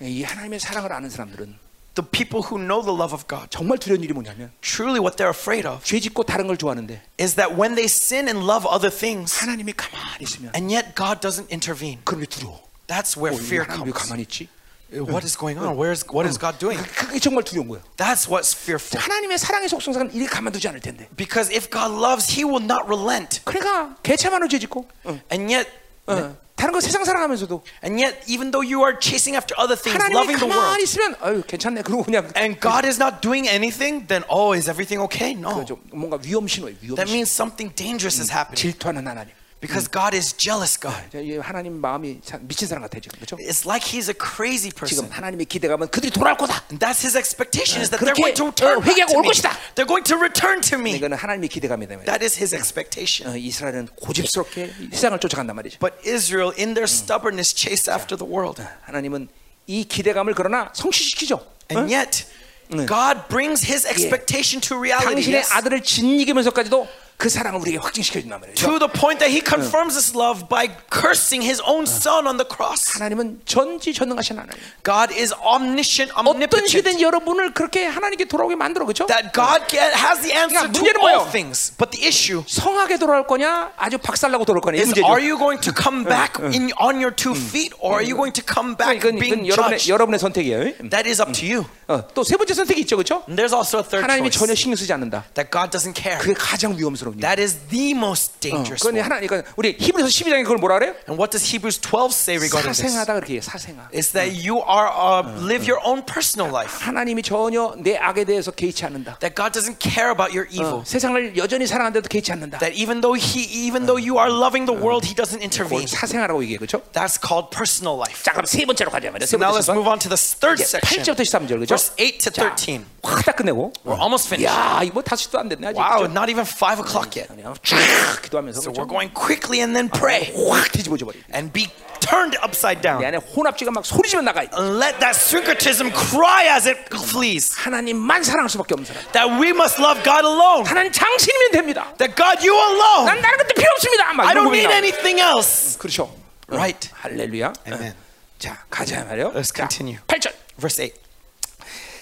[SPEAKER 1] 이 하나님의 사랑을 아는 사람들은
[SPEAKER 2] The people who know the love of God,
[SPEAKER 1] 정말 두려운 일이 뭐냐면
[SPEAKER 2] truly what they're afraid of
[SPEAKER 1] 죄 짓고 다른 걸 좋아하는데
[SPEAKER 2] is that when they sin and love other things,
[SPEAKER 1] 하나님이 가만히 있으면
[SPEAKER 2] and yet God doesn't intervene,
[SPEAKER 1] 그런 게 두려워.
[SPEAKER 2] that's where
[SPEAKER 1] 어, 이
[SPEAKER 2] fear
[SPEAKER 1] 하나님 왜
[SPEAKER 2] comes.
[SPEAKER 1] 가만히 있지?
[SPEAKER 2] What is going on? Where is, what is God doing?
[SPEAKER 1] 그게 정말 두려운 거예요.
[SPEAKER 2] That's what's fearful.
[SPEAKER 1] 하나님의 사랑의 속성상은 이렇게 가만두지 않을 텐데.
[SPEAKER 2] Because if God loves, He will not relent.
[SPEAKER 1] 그러니까 개체만으로 죄 짓고
[SPEAKER 2] And yet, 네.
[SPEAKER 1] 어, 다른 거 세상 사랑하면서도
[SPEAKER 2] and yet, even though you are chasing after other things,
[SPEAKER 1] 하나님이
[SPEAKER 2] loving the world,
[SPEAKER 1] 가만히 있으면 아유 괜찮네 그러고 그냥
[SPEAKER 2] and God is not doing anything, then oh, is everything okay? No.
[SPEAKER 1] 그 좀 뭔가 위험 신호예요 위험
[SPEAKER 2] That
[SPEAKER 1] 신호
[SPEAKER 2] means something dangerous is happening.
[SPEAKER 1] 질투하는 하나님
[SPEAKER 2] Because God is jealous God.
[SPEAKER 1] 자, 이 하나님 마음이 참 미친 사람 같아 지금 그렇죠?
[SPEAKER 2] It's like he's a crazy
[SPEAKER 1] 지금
[SPEAKER 2] person.
[SPEAKER 1] 하나님의 기대감은 그들이 돌아올 거다
[SPEAKER 2] And that's his expectation is that
[SPEAKER 1] 그렇게,
[SPEAKER 2] they're going to return
[SPEAKER 1] 어,
[SPEAKER 2] back
[SPEAKER 1] 회개하고
[SPEAKER 2] to
[SPEAKER 1] 올
[SPEAKER 2] me.
[SPEAKER 1] 것이다.
[SPEAKER 2] They're going to return to me.
[SPEAKER 1] 이거는 하나님의 기대감이다 말이야
[SPEAKER 2] That is his expectation.
[SPEAKER 1] 어, 이스라엘은 고집스럽게 세상을 쫓아간단 말이죠
[SPEAKER 2] But Israel in their stubbornness chased after the world.
[SPEAKER 1] 하나님은 이 기대감을 그러나 성취시키죠
[SPEAKER 2] And yet God brings his expectation to reality.
[SPEAKER 1] 당신의
[SPEAKER 2] yes.
[SPEAKER 1] 아들을 짓이기면서까지도 그 사랑을 우리에게 확증시켜준단 말이죠
[SPEAKER 2] To the point that he confirms this love by cursing his own son on the cross.
[SPEAKER 1] 하나님은 전지전능하신 하나님
[SPEAKER 2] God is omniscient,
[SPEAKER 1] 어떤 시대든
[SPEAKER 2] omnipotent.
[SPEAKER 1] 여러분을 그렇게 하나님께 돌아오게 만들어 그렇죠?
[SPEAKER 2] That God get- has the answer
[SPEAKER 1] 그러니까
[SPEAKER 2] to
[SPEAKER 1] 문제는
[SPEAKER 2] all
[SPEAKER 1] 뭐예요?
[SPEAKER 2] things. But the issue
[SPEAKER 1] 성하게 돌아올 거냐 아주 박살나고 돌아올 거냐 이
[SPEAKER 2] is
[SPEAKER 1] 문제죠.
[SPEAKER 2] are you going to come back in, on your two feet or are you going to come back
[SPEAKER 1] 아, 이건,
[SPEAKER 2] being
[SPEAKER 1] 이건 여러분의
[SPEAKER 2] judged?
[SPEAKER 1] 여러분의 선택이에요. 음.
[SPEAKER 2] That is up to you.
[SPEAKER 1] 어, 또 세 번째 선택이 있죠, 그렇죠?
[SPEAKER 2] And there's also a third
[SPEAKER 1] 하나님이 전혀
[SPEAKER 2] choice
[SPEAKER 1] 신경 쓰지 않는다.
[SPEAKER 2] that God doesn't care.
[SPEAKER 1] 그게 가장 위험스러운 거군요.
[SPEAKER 2] That is the most dangerous
[SPEAKER 1] 그건
[SPEAKER 2] one.
[SPEAKER 1] 하나, 그러니까 우리 히브리서 12장에 그걸 뭐라 그래요?
[SPEAKER 2] And what does Hebrews 12 say regarding this?
[SPEAKER 1] 사생하다 그렇게 해, 사생아.
[SPEAKER 2] It's that you are uh, live your own personal life.
[SPEAKER 1] 하나님이 전혀 내 악에 대해서 개의치 않는다.
[SPEAKER 2] That God doesn't care about your
[SPEAKER 1] 어,
[SPEAKER 2] evil.
[SPEAKER 1] 세상을 여전히 사랑하는데도 개의치 않는다.
[SPEAKER 2] That even though he even though you are loving the world, he doesn't
[SPEAKER 1] 그걸
[SPEAKER 2] intervene.
[SPEAKER 1] 사생아라고 얘기해 그렇죠?
[SPEAKER 2] That's called personal life.
[SPEAKER 1] 자 그럼 세 번째로 가자 말이야. 세
[SPEAKER 2] So now
[SPEAKER 1] 번째
[SPEAKER 2] let's
[SPEAKER 1] 순서.
[SPEAKER 2] move on to the third
[SPEAKER 1] 이제
[SPEAKER 2] section.
[SPEAKER 1] 8절부터 13절 그렇죠?
[SPEAKER 2] Verse 8 to 13.
[SPEAKER 1] 확다 끝내고.
[SPEAKER 2] We're almost finished.
[SPEAKER 1] 야 이거 뭐 다섯 시도 안 됐네 아직.
[SPEAKER 2] Wow,
[SPEAKER 1] 그렇죠?
[SPEAKER 2] not even 5 o'clock yet.
[SPEAKER 1] 그냥 쫙 기도하면서
[SPEAKER 2] So
[SPEAKER 1] 그렇죠?
[SPEAKER 2] we're going quickly and then pray
[SPEAKER 1] 확 뒤집어져 버리.
[SPEAKER 2] and be turned upside
[SPEAKER 1] 내
[SPEAKER 2] down.
[SPEAKER 1] 안에 혼합지가 막 소리 지면 나가.
[SPEAKER 2] And let that syncretism cry as it flees.
[SPEAKER 1] 하나님만 사랑할 수밖에 없는 사람.
[SPEAKER 2] That we must love God alone.
[SPEAKER 1] 하나님 장신이면 됩니다.
[SPEAKER 2] That God, you alone.
[SPEAKER 1] 난 다른 것도 필요 없습니다. 막
[SPEAKER 2] I
[SPEAKER 1] 이런
[SPEAKER 2] don't
[SPEAKER 1] 고민
[SPEAKER 2] need
[SPEAKER 1] 나와.
[SPEAKER 2] anything else.
[SPEAKER 1] 그렇죠.
[SPEAKER 2] Right.
[SPEAKER 1] 할렐루야.
[SPEAKER 2] Amen.
[SPEAKER 1] 자 가자 말이요.
[SPEAKER 2] 네. Let's continue.
[SPEAKER 1] 8절.
[SPEAKER 2] Verse 8.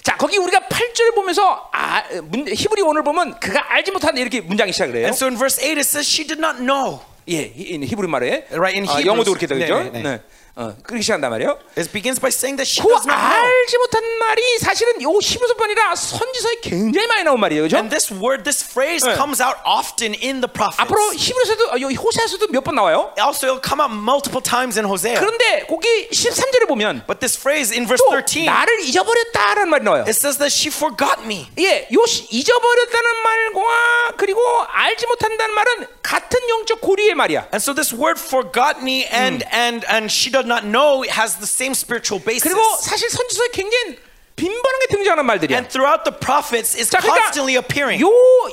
[SPEAKER 1] 자 거기 우리가 8절 보면서 아, 문, 히브리 오늘 보면 그가 알지 못한다 이렇게 문장이 시작을 해요.
[SPEAKER 2] And so in verse 8, it says, She did not know.
[SPEAKER 1] 예, 히- 이 히브리 말에
[SPEAKER 2] Right, in
[SPEAKER 1] 아,
[SPEAKER 2] Hebrews.
[SPEAKER 1] 영어도 그렇게 되죠.
[SPEAKER 2] 네, 네, 네.
[SPEAKER 1] 어, 그렇게 시작한단 말이에요.
[SPEAKER 2] It begins by saying that she
[SPEAKER 1] 그
[SPEAKER 2] does not know.
[SPEAKER 1] 알지 못한 말이 사실은 요 히브리서뿐이라 선지서에 굉장히 많이 나온 말이에요, 그죠
[SPEAKER 2] And this word, this phrase
[SPEAKER 1] 네.
[SPEAKER 2] comes out often in the prophets.
[SPEAKER 1] 앞으로 히브리서도 어, 요 호세아서도 몇 번 나와요.
[SPEAKER 2] Also, it'll come out multiple times in Hosea.
[SPEAKER 1] 그런데 거기 13절에 보면
[SPEAKER 2] But this phrase in verse
[SPEAKER 1] 또
[SPEAKER 2] 13,
[SPEAKER 1] 나를 잊어버렸다라는 말이 나와요.
[SPEAKER 2] it says that she forgot me.
[SPEAKER 1] 예, 요 시- 잊어버렸다는 말과 그리고 알지 못한다는 말은 같은 영적 고리의 말이야.
[SPEAKER 2] And so this word forgot me and and and she does not know it has the same spiritual basis.
[SPEAKER 1] 그리고 사실 선지서에 굉장히 빈번하게 등장하는 말들이야.
[SPEAKER 2] And throughout the prophets is
[SPEAKER 1] 자, 그러니까
[SPEAKER 2] constantly appearing.
[SPEAKER 1] 요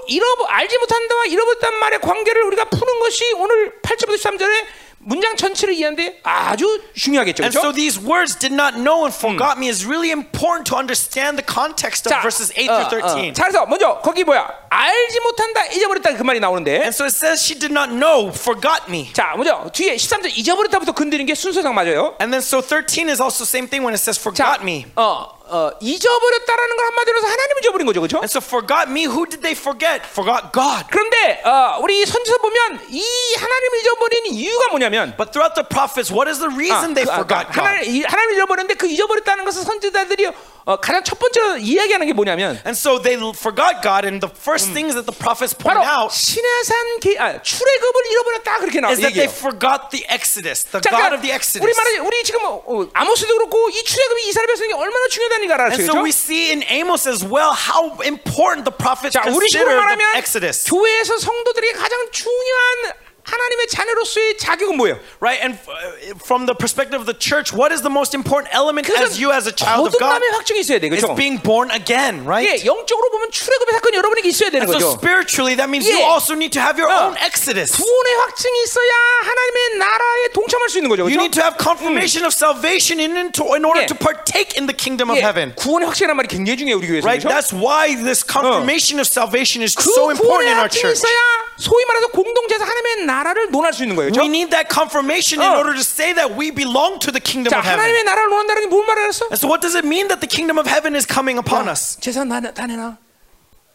[SPEAKER 1] 잃어버 알지 못한다와 잃어버렸단 말의 관계를 우리가 푸는 것이 오늘 8절부터 13절의 문장 전체를 이해하는데 아주 중요하겠죠.
[SPEAKER 2] And so
[SPEAKER 1] 그렇죠?
[SPEAKER 2] these words did not know and forgot me is really important to understand the context of verses 8
[SPEAKER 1] 어,
[SPEAKER 2] through
[SPEAKER 1] 어.
[SPEAKER 2] 13.
[SPEAKER 1] 자, 그래서 먼저 거기 뭐야? 알지 못한다, 잊어버렸다 그 말이 나오는데.
[SPEAKER 2] And so it says she did not know, forgot me.
[SPEAKER 1] 자, 먼저 뒤에 13절 잊어버렸다부터 건드리는 게 순서상 맞아요.
[SPEAKER 2] And then so 13 is also same thing when it
[SPEAKER 1] 자,
[SPEAKER 2] says forgot me.
[SPEAKER 1] 어, 어, 잊어버렸다라는 걸 한마디로 해서 하나님을 잊어버린 거죠, 그렇죠?
[SPEAKER 2] And so forgot me, who did they forget? Forgot God.
[SPEAKER 1] 그런데 어, 우리 선지서 보면 이 하나님을 잊어버린 이유가 뭐냐면
[SPEAKER 2] But throughout the prophets, what is the reason they
[SPEAKER 1] 그, 아,
[SPEAKER 2] forgot
[SPEAKER 1] 하나,
[SPEAKER 2] Ah, God?
[SPEAKER 1] 이- 하나님을 잃어버렸는데 그 잊어버렸다는 것을 선지자들이 어, 가장 첫 번째로 이야기하는 게 뭐냐면
[SPEAKER 2] And so they l- forgot God, and the first things that the prophets point
[SPEAKER 1] 바로
[SPEAKER 2] out
[SPEAKER 1] 신해산 개, 아, 출애굽을 잃어버렸다 그렇게 나와
[SPEAKER 2] is that they
[SPEAKER 1] 얘기해요.
[SPEAKER 2] forgot the Exodus, the
[SPEAKER 1] 자, 그러니까
[SPEAKER 2] God of the Exodus.
[SPEAKER 1] 우리 말에 우리 지금 어, 어, 아모스도 그렇고 이 출애굽이 이스라엘 백성이 얼마나 중요하다는 걸
[SPEAKER 2] And
[SPEAKER 1] 알아요.
[SPEAKER 2] so we
[SPEAKER 1] 그렇죠?
[SPEAKER 2] see in Amos as well how important the prophets
[SPEAKER 1] 자, 우리 식으로
[SPEAKER 2] consider the
[SPEAKER 1] 말하면
[SPEAKER 2] Exodus.
[SPEAKER 1] 교회에서 성도들이 가장 중요한 하나님의 자녀로서의 자격은 뭐예요?
[SPEAKER 2] Right? And uh, from the perspective of the church, what is the most important element as you as a
[SPEAKER 1] 그것은
[SPEAKER 2] child of God?
[SPEAKER 1] 거듭남의 확증이 있어야 돼,
[SPEAKER 2] It's
[SPEAKER 1] 그렇죠?
[SPEAKER 2] being born again, right?
[SPEAKER 1] 예, 영적으로 보면 출애굽의 사건이 여러분에게 있어야 되는
[SPEAKER 2] And so
[SPEAKER 1] 거죠.
[SPEAKER 2] spiritually, that means you
[SPEAKER 1] Yeah.
[SPEAKER 2] also need to have your
[SPEAKER 1] Yeah.
[SPEAKER 2] own Exodus.
[SPEAKER 1] 구원의 확증이 있어야 하나님의 나라에 동참할 수 있는 거죠.
[SPEAKER 2] You
[SPEAKER 1] 그렇죠?
[SPEAKER 2] need to have confirmation of salvation in, in, to, in order
[SPEAKER 1] Mm. Yeah.
[SPEAKER 2] to partake in the kingdom
[SPEAKER 1] 예,
[SPEAKER 2] of heaven.
[SPEAKER 1] 구원의 확신이란 말이 굉장히 중요해요 우리 교회에서
[SPEAKER 2] Right?
[SPEAKER 1] 그렇죠?
[SPEAKER 2] That's why this confirmation of salvation is
[SPEAKER 1] 그
[SPEAKER 2] so important
[SPEAKER 1] 구원의
[SPEAKER 2] in our
[SPEAKER 1] 확신이
[SPEAKER 2] church.
[SPEAKER 1] 있어야 소위 말해서 공동체에서 하나님의 나라를 논할 수 있는 거예요
[SPEAKER 2] We
[SPEAKER 1] 그렇죠?
[SPEAKER 2] need that confirmation in
[SPEAKER 1] Oh.
[SPEAKER 2] order to say that we belong to the kingdom
[SPEAKER 1] 자
[SPEAKER 2] of heaven.
[SPEAKER 1] 하나님의 나라를 논한다는 게 뭔 말을 했어?
[SPEAKER 2] And so, what does it mean that the kingdom of heaven is coming upon us?
[SPEAKER 1] 재산 다, 내- 다 내놔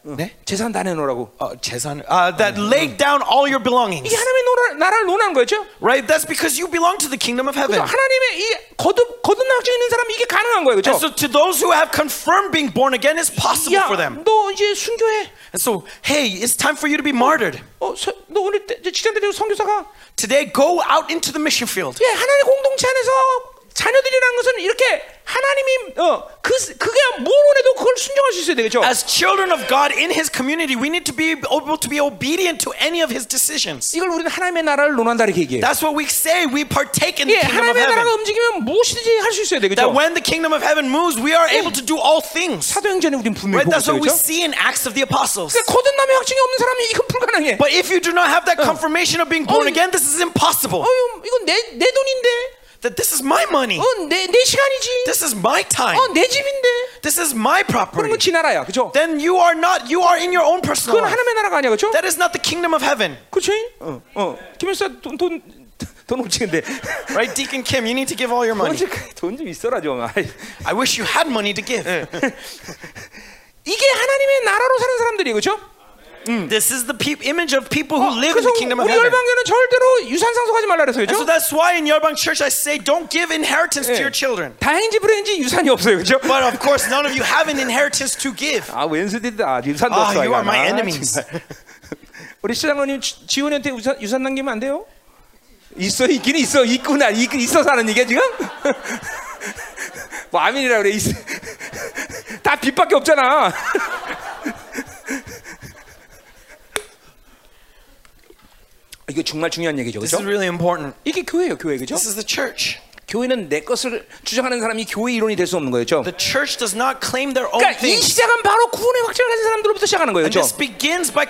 [SPEAKER 2] 네?
[SPEAKER 1] 재산 다 내놓으라고
[SPEAKER 2] 어, 재산, uh, that laid down all your belongings.
[SPEAKER 1] 이게 하나님의 노라, 나라를 논하는 거죠
[SPEAKER 2] Right? That's because you belong to the kingdom of heaven.
[SPEAKER 1] 그래서 하나님의 이 거듭, 거듭난 확증이 있는 사람이 이게 가능한 거예요
[SPEAKER 2] And
[SPEAKER 1] 그렇죠?
[SPEAKER 2] so, to those who have confirmed being born again, it's possible for them.
[SPEAKER 1] 야너 이제 순교해
[SPEAKER 2] And so, hey, it's time for you to be martyred.
[SPEAKER 1] 어, 서, 너 오늘 때- 직장대로 성교사가
[SPEAKER 2] Today, go out into the mission field.
[SPEAKER 1] 예, 하나님의 공동체 안에서 자녀들이라는 것은 이렇게 하나님이 어, 그, 그게 뭘 원해도 그걸 순종할 수 있어야 되겠죠
[SPEAKER 2] As children of God in His community, we need to be able to be obedient to any of His decisions.
[SPEAKER 1] 이걸 우리는 하나님의 나라를 논한다 이렇게 얘기해요.
[SPEAKER 2] That's what we say. We partake in the
[SPEAKER 1] 예,
[SPEAKER 2] kingdom of
[SPEAKER 1] 하나님의 나라가
[SPEAKER 2] heaven.
[SPEAKER 1] 움직이면 무엇이든지 할 수 있어야 되겠죠.
[SPEAKER 2] That when the kingdom of heaven moves, we are able to do all things.
[SPEAKER 1] 사도행전에 우린 분명히
[SPEAKER 2] Right?
[SPEAKER 1] 보고
[SPEAKER 2] That's
[SPEAKER 1] 있어요.
[SPEAKER 2] what we
[SPEAKER 1] 그렇죠?
[SPEAKER 2] see in Acts of the Apostles.
[SPEAKER 1] 그러니까 거듭남의 확증이 없는 사람이 이건 불가능해.
[SPEAKER 2] But if you do not have that confirmation of being born
[SPEAKER 1] 어이.
[SPEAKER 2] again, this is impossible.
[SPEAKER 1] 어유, 이건 내 내 돈인데,
[SPEAKER 2] That this is my money.
[SPEAKER 1] 어, 내, 내 시간이지,
[SPEAKER 2] This is my time.
[SPEAKER 1] 어, 내 집인데,
[SPEAKER 2] This is my
[SPEAKER 1] 그런 건
[SPEAKER 2] property.
[SPEAKER 1] 지나라야, 그렇죠?
[SPEAKER 2] Then you are not, you are in your own personal
[SPEAKER 1] 그건
[SPEAKER 2] life.
[SPEAKER 1] 하나님의 나라가 아니야, 그렇죠?
[SPEAKER 2] That is not the kingdom of heaven.
[SPEAKER 1] 그렇죠? 어, 어, 김일사 돈돈돈 없지 근데.
[SPEAKER 2] Right, Deacon Kim, you need to give all your money.
[SPEAKER 1] 돈좀 있어라 좀. 아이.
[SPEAKER 2] I wish you had money to give.
[SPEAKER 1] 이게 하나님의 나라로 사는 사람들이 그렇죠?
[SPEAKER 2] Hmm. This is the peop image of people who live in
[SPEAKER 1] 그래서
[SPEAKER 2] the kingdom of
[SPEAKER 1] 우리
[SPEAKER 2] heaven.
[SPEAKER 1] 열방교는 절대로 유산 상속하지 말라 그랬어요,
[SPEAKER 2] And so
[SPEAKER 1] 그렇죠?
[SPEAKER 2] that's why in Yerbang Church I say don't give inheritance to
[SPEAKER 1] 예.
[SPEAKER 2] your children.
[SPEAKER 1] 다행인지 불행인지 유산이 없어요, 그렇죠?
[SPEAKER 2] But of course, none of you have an inheritance to give.
[SPEAKER 1] 아 왼수들이다 유산도
[SPEAKER 2] 아,
[SPEAKER 1] 없어
[SPEAKER 2] you
[SPEAKER 1] 이거.
[SPEAKER 2] are my
[SPEAKER 1] 아,
[SPEAKER 2] enemies.
[SPEAKER 1] 정말. 우리 시장님 지훈이한테 유산, 유산 남기면 안 돼요? 있어 있긴 있어 있구나 있, 있어서 하는 얘기야 지금? 뭐 아민이라 그래 있어. 다 빚밖에 없잖아. 이거 정말 중요한 얘기죠,
[SPEAKER 2] This is
[SPEAKER 1] 그렇죠?
[SPEAKER 2] really important.
[SPEAKER 1] 이게 교회예요, 교회 그죠?
[SPEAKER 2] This is the church.
[SPEAKER 1] 교회는 내 것을 주장하는 사람이 교회 이론이 될 수 없는 거예요, 그렇죠?
[SPEAKER 2] The church does not claim their own
[SPEAKER 1] 그러니까 이
[SPEAKER 2] thing.
[SPEAKER 1] 시작은 바로 구원의 확증을 가진 사람들로부터 시작하는 거예요,
[SPEAKER 2] And
[SPEAKER 1] 그렇죠?
[SPEAKER 2] this begins by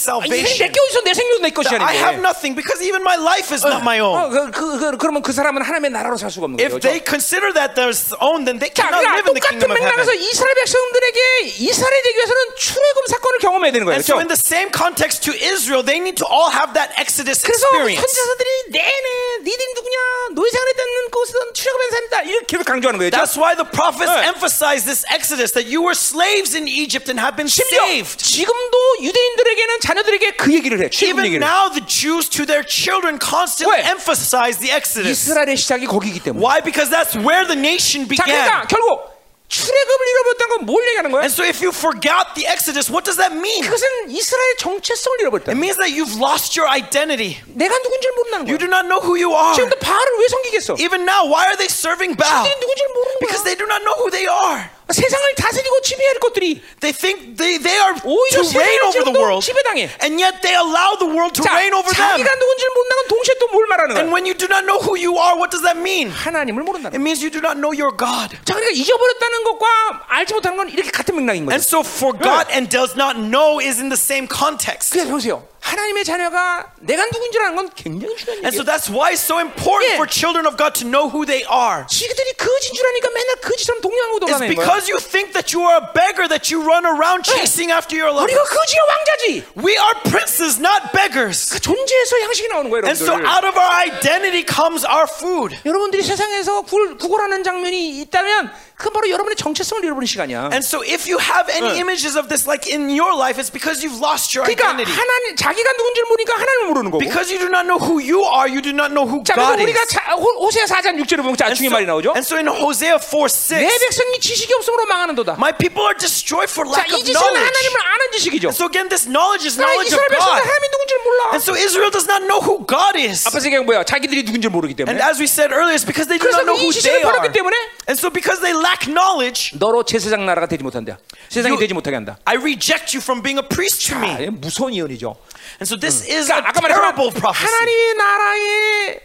[SPEAKER 1] 내게
[SPEAKER 2] salvation.
[SPEAKER 1] 어디서 내 생명도 내 것이
[SPEAKER 2] That I have
[SPEAKER 1] 아닌데.
[SPEAKER 2] nothing because even my life is not my
[SPEAKER 1] 어,
[SPEAKER 2] own.
[SPEAKER 1] 그, 그, 그, 그러면 그 사람은 하나님의 나라로 살 수가 없는 거예요.
[SPEAKER 2] If they
[SPEAKER 1] 그렇죠?
[SPEAKER 2] consider that their own, then they
[SPEAKER 1] 자,
[SPEAKER 2] cannot
[SPEAKER 1] 그러니까
[SPEAKER 2] live in the
[SPEAKER 1] 똑같은
[SPEAKER 2] kingdom of
[SPEAKER 1] 맥락에서
[SPEAKER 2] heaven.
[SPEAKER 1] 이스라엘 백성들에게 이스라엘 되기 위해서는 출애굽 사건을 경험해야 되는 거예요,
[SPEAKER 2] And so,
[SPEAKER 1] 그렇죠?
[SPEAKER 2] in the same context to Israel, they need to all have that Exodus
[SPEAKER 1] 그래서
[SPEAKER 2] experience.
[SPEAKER 1] 선지자들이 내내 니들 누구냐 노예 생활에 는 곳은 출애굽한 사람이다 이렇게 계속 강조하는 거예요. 그렇죠?
[SPEAKER 2] That's why the prophets
[SPEAKER 1] Yeah.
[SPEAKER 2] emphasize this Exodus that you were slaves in Egypt and have been
[SPEAKER 1] 심지어
[SPEAKER 2] saved.
[SPEAKER 1] 지금도 유대인들에게는 자녀들에게 그 얘기를 해. 출애굽
[SPEAKER 2] Even
[SPEAKER 1] 얘기를.
[SPEAKER 2] now, the Jews to their children constantly
[SPEAKER 1] Why?
[SPEAKER 2] emphasize the Exodus.
[SPEAKER 1] 이스라엘의 시작이 거기이기 때문에.
[SPEAKER 2] Why? Because that's where the nation
[SPEAKER 1] 자,
[SPEAKER 2] began.
[SPEAKER 1] 그러니까 결국 출애굽을 잃어버렸다는 건 뭘 얘기하는 거야?
[SPEAKER 2] And so, if you forgot the Exodus, what does that mean?
[SPEAKER 1] 그것은 이스라엘 정체성을 잃어버렸다.
[SPEAKER 2] It means that you've lost your identity.
[SPEAKER 1] 내가 누군지를 모른다는
[SPEAKER 2] You
[SPEAKER 1] 거야.
[SPEAKER 2] do not know who you are.
[SPEAKER 1] 지금도 바알을 왜 섬기겠어?
[SPEAKER 2] Even now, why are they serving Baal?
[SPEAKER 1] 자기들이 누군지를 모르는
[SPEAKER 2] Because
[SPEAKER 1] 거야.
[SPEAKER 2] they do not know who they are.
[SPEAKER 1] 아. 세상을 다스리고 지배해야 할 것들이
[SPEAKER 2] They think they, they are
[SPEAKER 1] 오히려
[SPEAKER 2] to reign
[SPEAKER 1] 세상을
[SPEAKER 2] over
[SPEAKER 1] 지금도
[SPEAKER 2] the world,
[SPEAKER 1] 지배당해.
[SPEAKER 2] and yet they allow the world to
[SPEAKER 1] 자,
[SPEAKER 2] reign over them.
[SPEAKER 1] 자기가 누군지를 모른다는 건 동시에 또 뭘 말하는 거야?
[SPEAKER 2] And when you do not know who you are, what does that mean?
[SPEAKER 1] 하나님을 모른다는 거야.
[SPEAKER 2] It means you do not know your God.
[SPEAKER 1] 자, 그러니까 잊어버렸다는 것과 알지 못하는 건 이렇게 같은 맥락인 거예요.
[SPEAKER 2] And so, forgot and does not know is in the same context.
[SPEAKER 1] 그래서 보세요. 하나님의 자녀가 내가 누군지를 아는 건 굉장히 중요한
[SPEAKER 2] And so,
[SPEAKER 1] 얘기예요.
[SPEAKER 2] that's why it's so
[SPEAKER 1] Yeah.
[SPEAKER 2] important for children of God to know who they are.
[SPEAKER 1] 지들이 거진 줄 아니까 맨날 그 거짓처럼 동냥하고
[SPEAKER 2] It's
[SPEAKER 1] 돌아다니는 거야.
[SPEAKER 2] because you think that you are a beggar that you run around chasing after your love.
[SPEAKER 1] 우리가 그 거지의 왕자지.
[SPEAKER 2] We are princes, not beggars.
[SPEAKER 1] 그 존재에서 양식이 나오는 거예요,
[SPEAKER 2] And so
[SPEAKER 1] 여러분들.
[SPEAKER 2] out of our identity comes our food.
[SPEAKER 1] 여러분들이 세상에서 구- 구걸하는 장면이 있다면 그건 바로 여러분의 정체성을 잃어버린 시간이야.
[SPEAKER 2] And so if you have any
[SPEAKER 1] Yeah.
[SPEAKER 2] images of this like in your life, it's because you've lost your
[SPEAKER 1] 그러니까
[SPEAKER 2] identity.
[SPEAKER 1] 하나님 자기가 누군지를 모르니까 하나님을 모르는 거고.
[SPEAKER 2] Because you do not know who you are, you do not know who
[SPEAKER 1] 자, 그래서
[SPEAKER 2] God is.
[SPEAKER 1] 우리가 자, 호- 호세아 4장 6절에 보면
[SPEAKER 2] And
[SPEAKER 1] 자충의
[SPEAKER 2] so,
[SPEAKER 1] 말이 나오죠.
[SPEAKER 2] and so in Hosea
[SPEAKER 1] 내
[SPEAKER 2] 4 6,
[SPEAKER 1] 백성이 지식이 없음으로 망하는도다.
[SPEAKER 2] my people are destroyed for
[SPEAKER 1] 자,
[SPEAKER 2] lack
[SPEAKER 1] 이
[SPEAKER 2] of
[SPEAKER 1] 지식은
[SPEAKER 2] knowledge.
[SPEAKER 1] 하나님을 아는 지식이죠.
[SPEAKER 2] So again, this knowledge is
[SPEAKER 1] 그러나
[SPEAKER 2] knowledge of
[SPEAKER 1] 이스라엘 백성은
[SPEAKER 2] God.
[SPEAKER 1] 하나님이 누군지를 몰라.
[SPEAKER 2] And so Israel does not know who God is.
[SPEAKER 1] 아빠 생각은 뭐야? 자기들이 누군지를 모르기 때문에.
[SPEAKER 2] And as we said earlier, it's because they do
[SPEAKER 1] 그래서
[SPEAKER 2] not know
[SPEAKER 1] 이
[SPEAKER 2] who
[SPEAKER 1] 시신을
[SPEAKER 2] they
[SPEAKER 1] 버렸기
[SPEAKER 2] are.
[SPEAKER 1] 때문에
[SPEAKER 2] And so because they lack knowledge,
[SPEAKER 1] 너로 제 세상 나라가 되지 못한다. 세상이
[SPEAKER 2] You-
[SPEAKER 1] 되지 못하게 한다.
[SPEAKER 2] I reject you from being a priest to
[SPEAKER 1] 아,
[SPEAKER 2] me.
[SPEAKER 1] 이건 무서운 예언이죠.
[SPEAKER 2] And so this is a
[SPEAKER 1] 그러니까 아까 말했지만
[SPEAKER 2] terrible prophecy.
[SPEAKER 1] 하나님의 나라의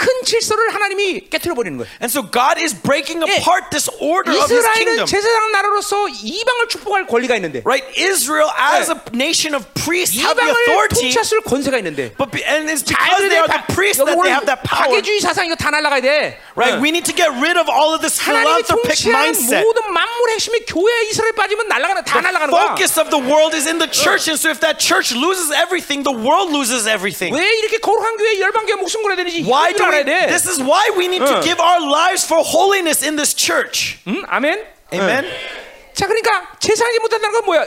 [SPEAKER 1] 큰 질서를 하나님이 깨뜨려 버리는 거예요.
[SPEAKER 2] And so God is breaking
[SPEAKER 1] 예.
[SPEAKER 2] apart this order of His
[SPEAKER 1] 이스라엘은
[SPEAKER 2] kingdom.
[SPEAKER 1] 제사장 나라로서 이방을 축복할 권리가 있는데
[SPEAKER 2] Right? Israel, as
[SPEAKER 1] 예.
[SPEAKER 2] a nation of priests, have the
[SPEAKER 1] 이방을
[SPEAKER 2] authority.
[SPEAKER 1] 통치할 권세가 있는데
[SPEAKER 2] But be, and it's because they are the priests
[SPEAKER 1] 여기
[SPEAKER 2] that they
[SPEAKER 1] 오늘
[SPEAKER 2] have that power.
[SPEAKER 1] 박애주의 사상 이거 다 날라가야 돼. 응.
[SPEAKER 2] Right? We need to get rid of all of this
[SPEAKER 1] 하나님이
[SPEAKER 2] philanthropic
[SPEAKER 1] 통치하는
[SPEAKER 2] mindset.
[SPEAKER 1] 모든 만물의 핵심이 교회 이스라엘 빠지면 날아가는 다
[SPEAKER 2] The
[SPEAKER 1] 날아가는 거야.
[SPEAKER 2] focus of the world is in the church, and so if that church loses everything, the world loses everything.
[SPEAKER 1] 왜 이렇게 거룩한 교회 열방 교회 목숨 걸어야 되는지 이런
[SPEAKER 2] Why
[SPEAKER 1] 줄
[SPEAKER 2] do we,
[SPEAKER 1] 알아야 돼.
[SPEAKER 2] this is why we need to
[SPEAKER 1] 응.
[SPEAKER 2] give our lives for holiness in this church.
[SPEAKER 1] 음? 아멘.
[SPEAKER 2] 네. Amen.
[SPEAKER 1] 자, 그러니까 제사하지 못한다는 건 뭐야?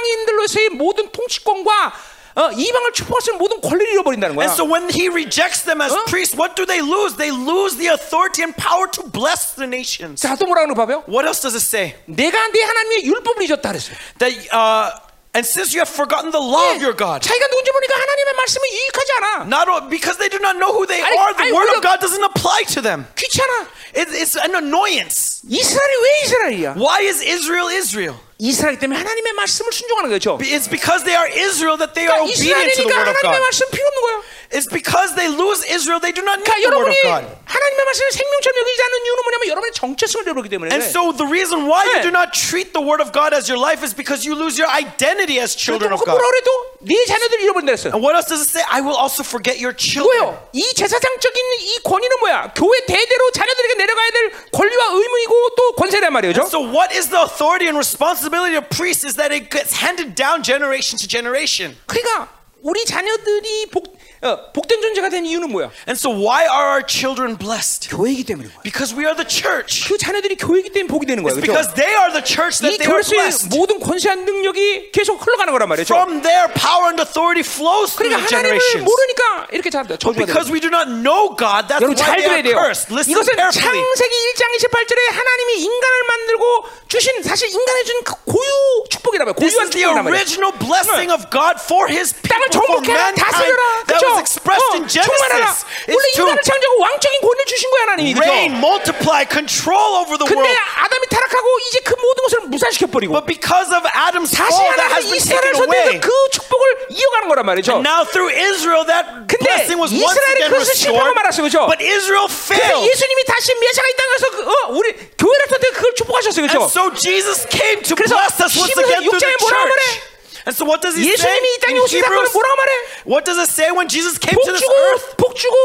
[SPEAKER 1] 이방인들로서의 모든 통치권과 어, 이방을 축복할 수 있는 모든 권리를 잃어버린다는 거야.
[SPEAKER 2] And so when he rejects them as
[SPEAKER 1] Huh?
[SPEAKER 2] priests, what do they lose? They lose the authority and power to bless the nations.
[SPEAKER 1] 자, 또 뭐라고 하는 거 봐요?
[SPEAKER 2] What else does it say?
[SPEAKER 1] 내가 내 하나님의 율법을 잊었다 그랬어요.
[SPEAKER 2] That uh, and since you have forgotten the law of your God,
[SPEAKER 1] 자기가 누군지 모르니까 하나님의 말씀이 유익하지 않아.
[SPEAKER 2] not o- because they do not know who they
[SPEAKER 1] 아니,
[SPEAKER 2] are,
[SPEAKER 1] 아니,
[SPEAKER 2] the word
[SPEAKER 1] 우리가-
[SPEAKER 2] of God doesn't apply to them.
[SPEAKER 1] 귀찮아.
[SPEAKER 2] It, it's an annoyance.
[SPEAKER 1] 이스라엘이 왜 이스라엘이야?
[SPEAKER 2] Why is Israel Israel?
[SPEAKER 1] 이스라엘 때문에 하나님의 말씀을 순종하는 거죠.
[SPEAKER 2] It's because they are Israel that they
[SPEAKER 1] 그러니까
[SPEAKER 2] are obedient
[SPEAKER 1] 이스라엘이니까
[SPEAKER 2] to the word of
[SPEAKER 1] 하나님의
[SPEAKER 2] God.
[SPEAKER 1] 말씀 필요 없는 거야.
[SPEAKER 2] It's because they lose Israel, they do not need
[SPEAKER 1] 그러니까
[SPEAKER 2] the word
[SPEAKER 1] 여러분이
[SPEAKER 2] of God.
[SPEAKER 1] 하나님의 말씀을 생명처럼 여기지 않는 이유는 뭐냐면 여러분의 정체성을 잃어버리기 때문에.
[SPEAKER 2] And
[SPEAKER 1] 그래.
[SPEAKER 2] so the reason why
[SPEAKER 1] Yeah.
[SPEAKER 2] you do not treat the word of God as your life is because you lose your identity as children of
[SPEAKER 1] 그
[SPEAKER 2] God.
[SPEAKER 1] 뭐라 그래도 네 자녀들 잃어버린다 그랬어.
[SPEAKER 2] And what else does it say? I will also forget your children.
[SPEAKER 1] 뭐요? 이 제사장적인 이 권위는 뭐야? 교회 대대로 자녀들에게 내려가야 될 권리와 의무이고 또 권세란 말이죠.
[SPEAKER 2] So what is the authority and responsibility of priests is that it gets handed down generation to generation.
[SPEAKER 1] 그러니까 우리 자녀들이 그러니까 복 어, 복된 존재가 된 이유는 뭐야?
[SPEAKER 2] And so, why are our children blessed?
[SPEAKER 1] 교회이기 때문에 그런 거야.
[SPEAKER 2] Because we are the church.
[SPEAKER 1] 그 자녀들이 교회이기 때문에 복이 되는 거야.
[SPEAKER 2] It's
[SPEAKER 1] 그죠?
[SPEAKER 2] because they are the church
[SPEAKER 1] 이
[SPEAKER 2] that they are
[SPEAKER 1] 결수의
[SPEAKER 2] blessed.
[SPEAKER 1] 모든 권세한 능력이 계속 흘러가는 거란 말이죠.
[SPEAKER 2] From there, power and authority flows through
[SPEAKER 1] 그러니까
[SPEAKER 2] the
[SPEAKER 1] 하나님을
[SPEAKER 2] generations.
[SPEAKER 1] 모르니까 이렇게 잘한다. 저주가 되는 거야.
[SPEAKER 2] Because we do not know God, that's
[SPEAKER 1] 여러분
[SPEAKER 2] why
[SPEAKER 1] 잘 들어야
[SPEAKER 2] they
[SPEAKER 1] 돼요.
[SPEAKER 2] are cursed. Listen
[SPEAKER 1] 이것은
[SPEAKER 2] carefully.
[SPEAKER 1] 창세기 1장 28절에 하나님이 인간을 만들고 주신 사실 인간에 준 그 고유 축복이라며
[SPEAKER 2] This
[SPEAKER 1] 고유한
[SPEAKER 2] is the
[SPEAKER 1] 축복이란 말이야.
[SPEAKER 2] original blessing of God for His people,
[SPEAKER 1] 땅을
[SPEAKER 2] for
[SPEAKER 1] 정복해라,
[SPEAKER 2] mankind,
[SPEAKER 1] 다스려라,
[SPEAKER 2] that
[SPEAKER 1] 그렇죠?
[SPEAKER 2] was expressed in
[SPEAKER 1] 총만하라.
[SPEAKER 2] Genesis.
[SPEAKER 1] 원래
[SPEAKER 2] It's
[SPEAKER 1] 인간을
[SPEAKER 2] to
[SPEAKER 1] 창조하고 왕적인 권을 주신 거야 하나님이 그죠?
[SPEAKER 2] reign, multiply, control over the
[SPEAKER 1] 근데
[SPEAKER 2] world.
[SPEAKER 1] 아담이 타락하고 이제 그 모든 것을 무산시켜 버리고
[SPEAKER 2] But because of Adam's fall,
[SPEAKER 1] 다시
[SPEAKER 2] that has
[SPEAKER 1] 하나님이
[SPEAKER 2] been
[SPEAKER 1] 이스라엘
[SPEAKER 2] taken away.
[SPEAKER 1] 선대에서 그 축복을 이어가는 거란 말이죠.
[SPEAKER 2] Now through Israel, that
[SPEAKER 1] 근데
[SPEAKER 2] blessing was once
[SPEAKER 1] 이스라엘이
[SPEAKER 2] again
[SPEAKER 1] 그것을 실패하고
[SPEAKER 2] restored.
[SPEAKER 1] 말았어요, 그죠?
[SPEAKER 2] But Israel
[SPEAKER 1] 그래서
[SPEAKER 2] failed.
[SPEAKER 1] 예수님이 다시 메시아가 이 땅에서 그, 어, 우리 교회를 통해 그걸 축복하셨어요,
[SPEAKER 2] And
[SPEAKER 1] 그렇죠?
[SPEAKER 2] so Jesus came to
[SPEAKER 1] 그래서
[SPEAKER 2] bless us once again
[SPEAKER 1] 히브리서
[SPEAKER 2] through the
[SPEAKER 1] 6장에 뭐라고
[SPEAKER 2] church. And so what does he say
[SPEAKER 1] 예수님이 이
[SPEAKER 2] in
[SPEAKER 1] 땅에 오신 사건을
[SPEAKER 2] Hebrews?
[SPEAKER 1] 뭐라고 말해?
[SPEAKER 2] What does it say when Jesus came to
[SPEAKER 1] 복
[SPEAKER 2] this
[SPEAKER 1] 주고
[SPEAKER 2] earth?
[SPEAKER 1] 복 주고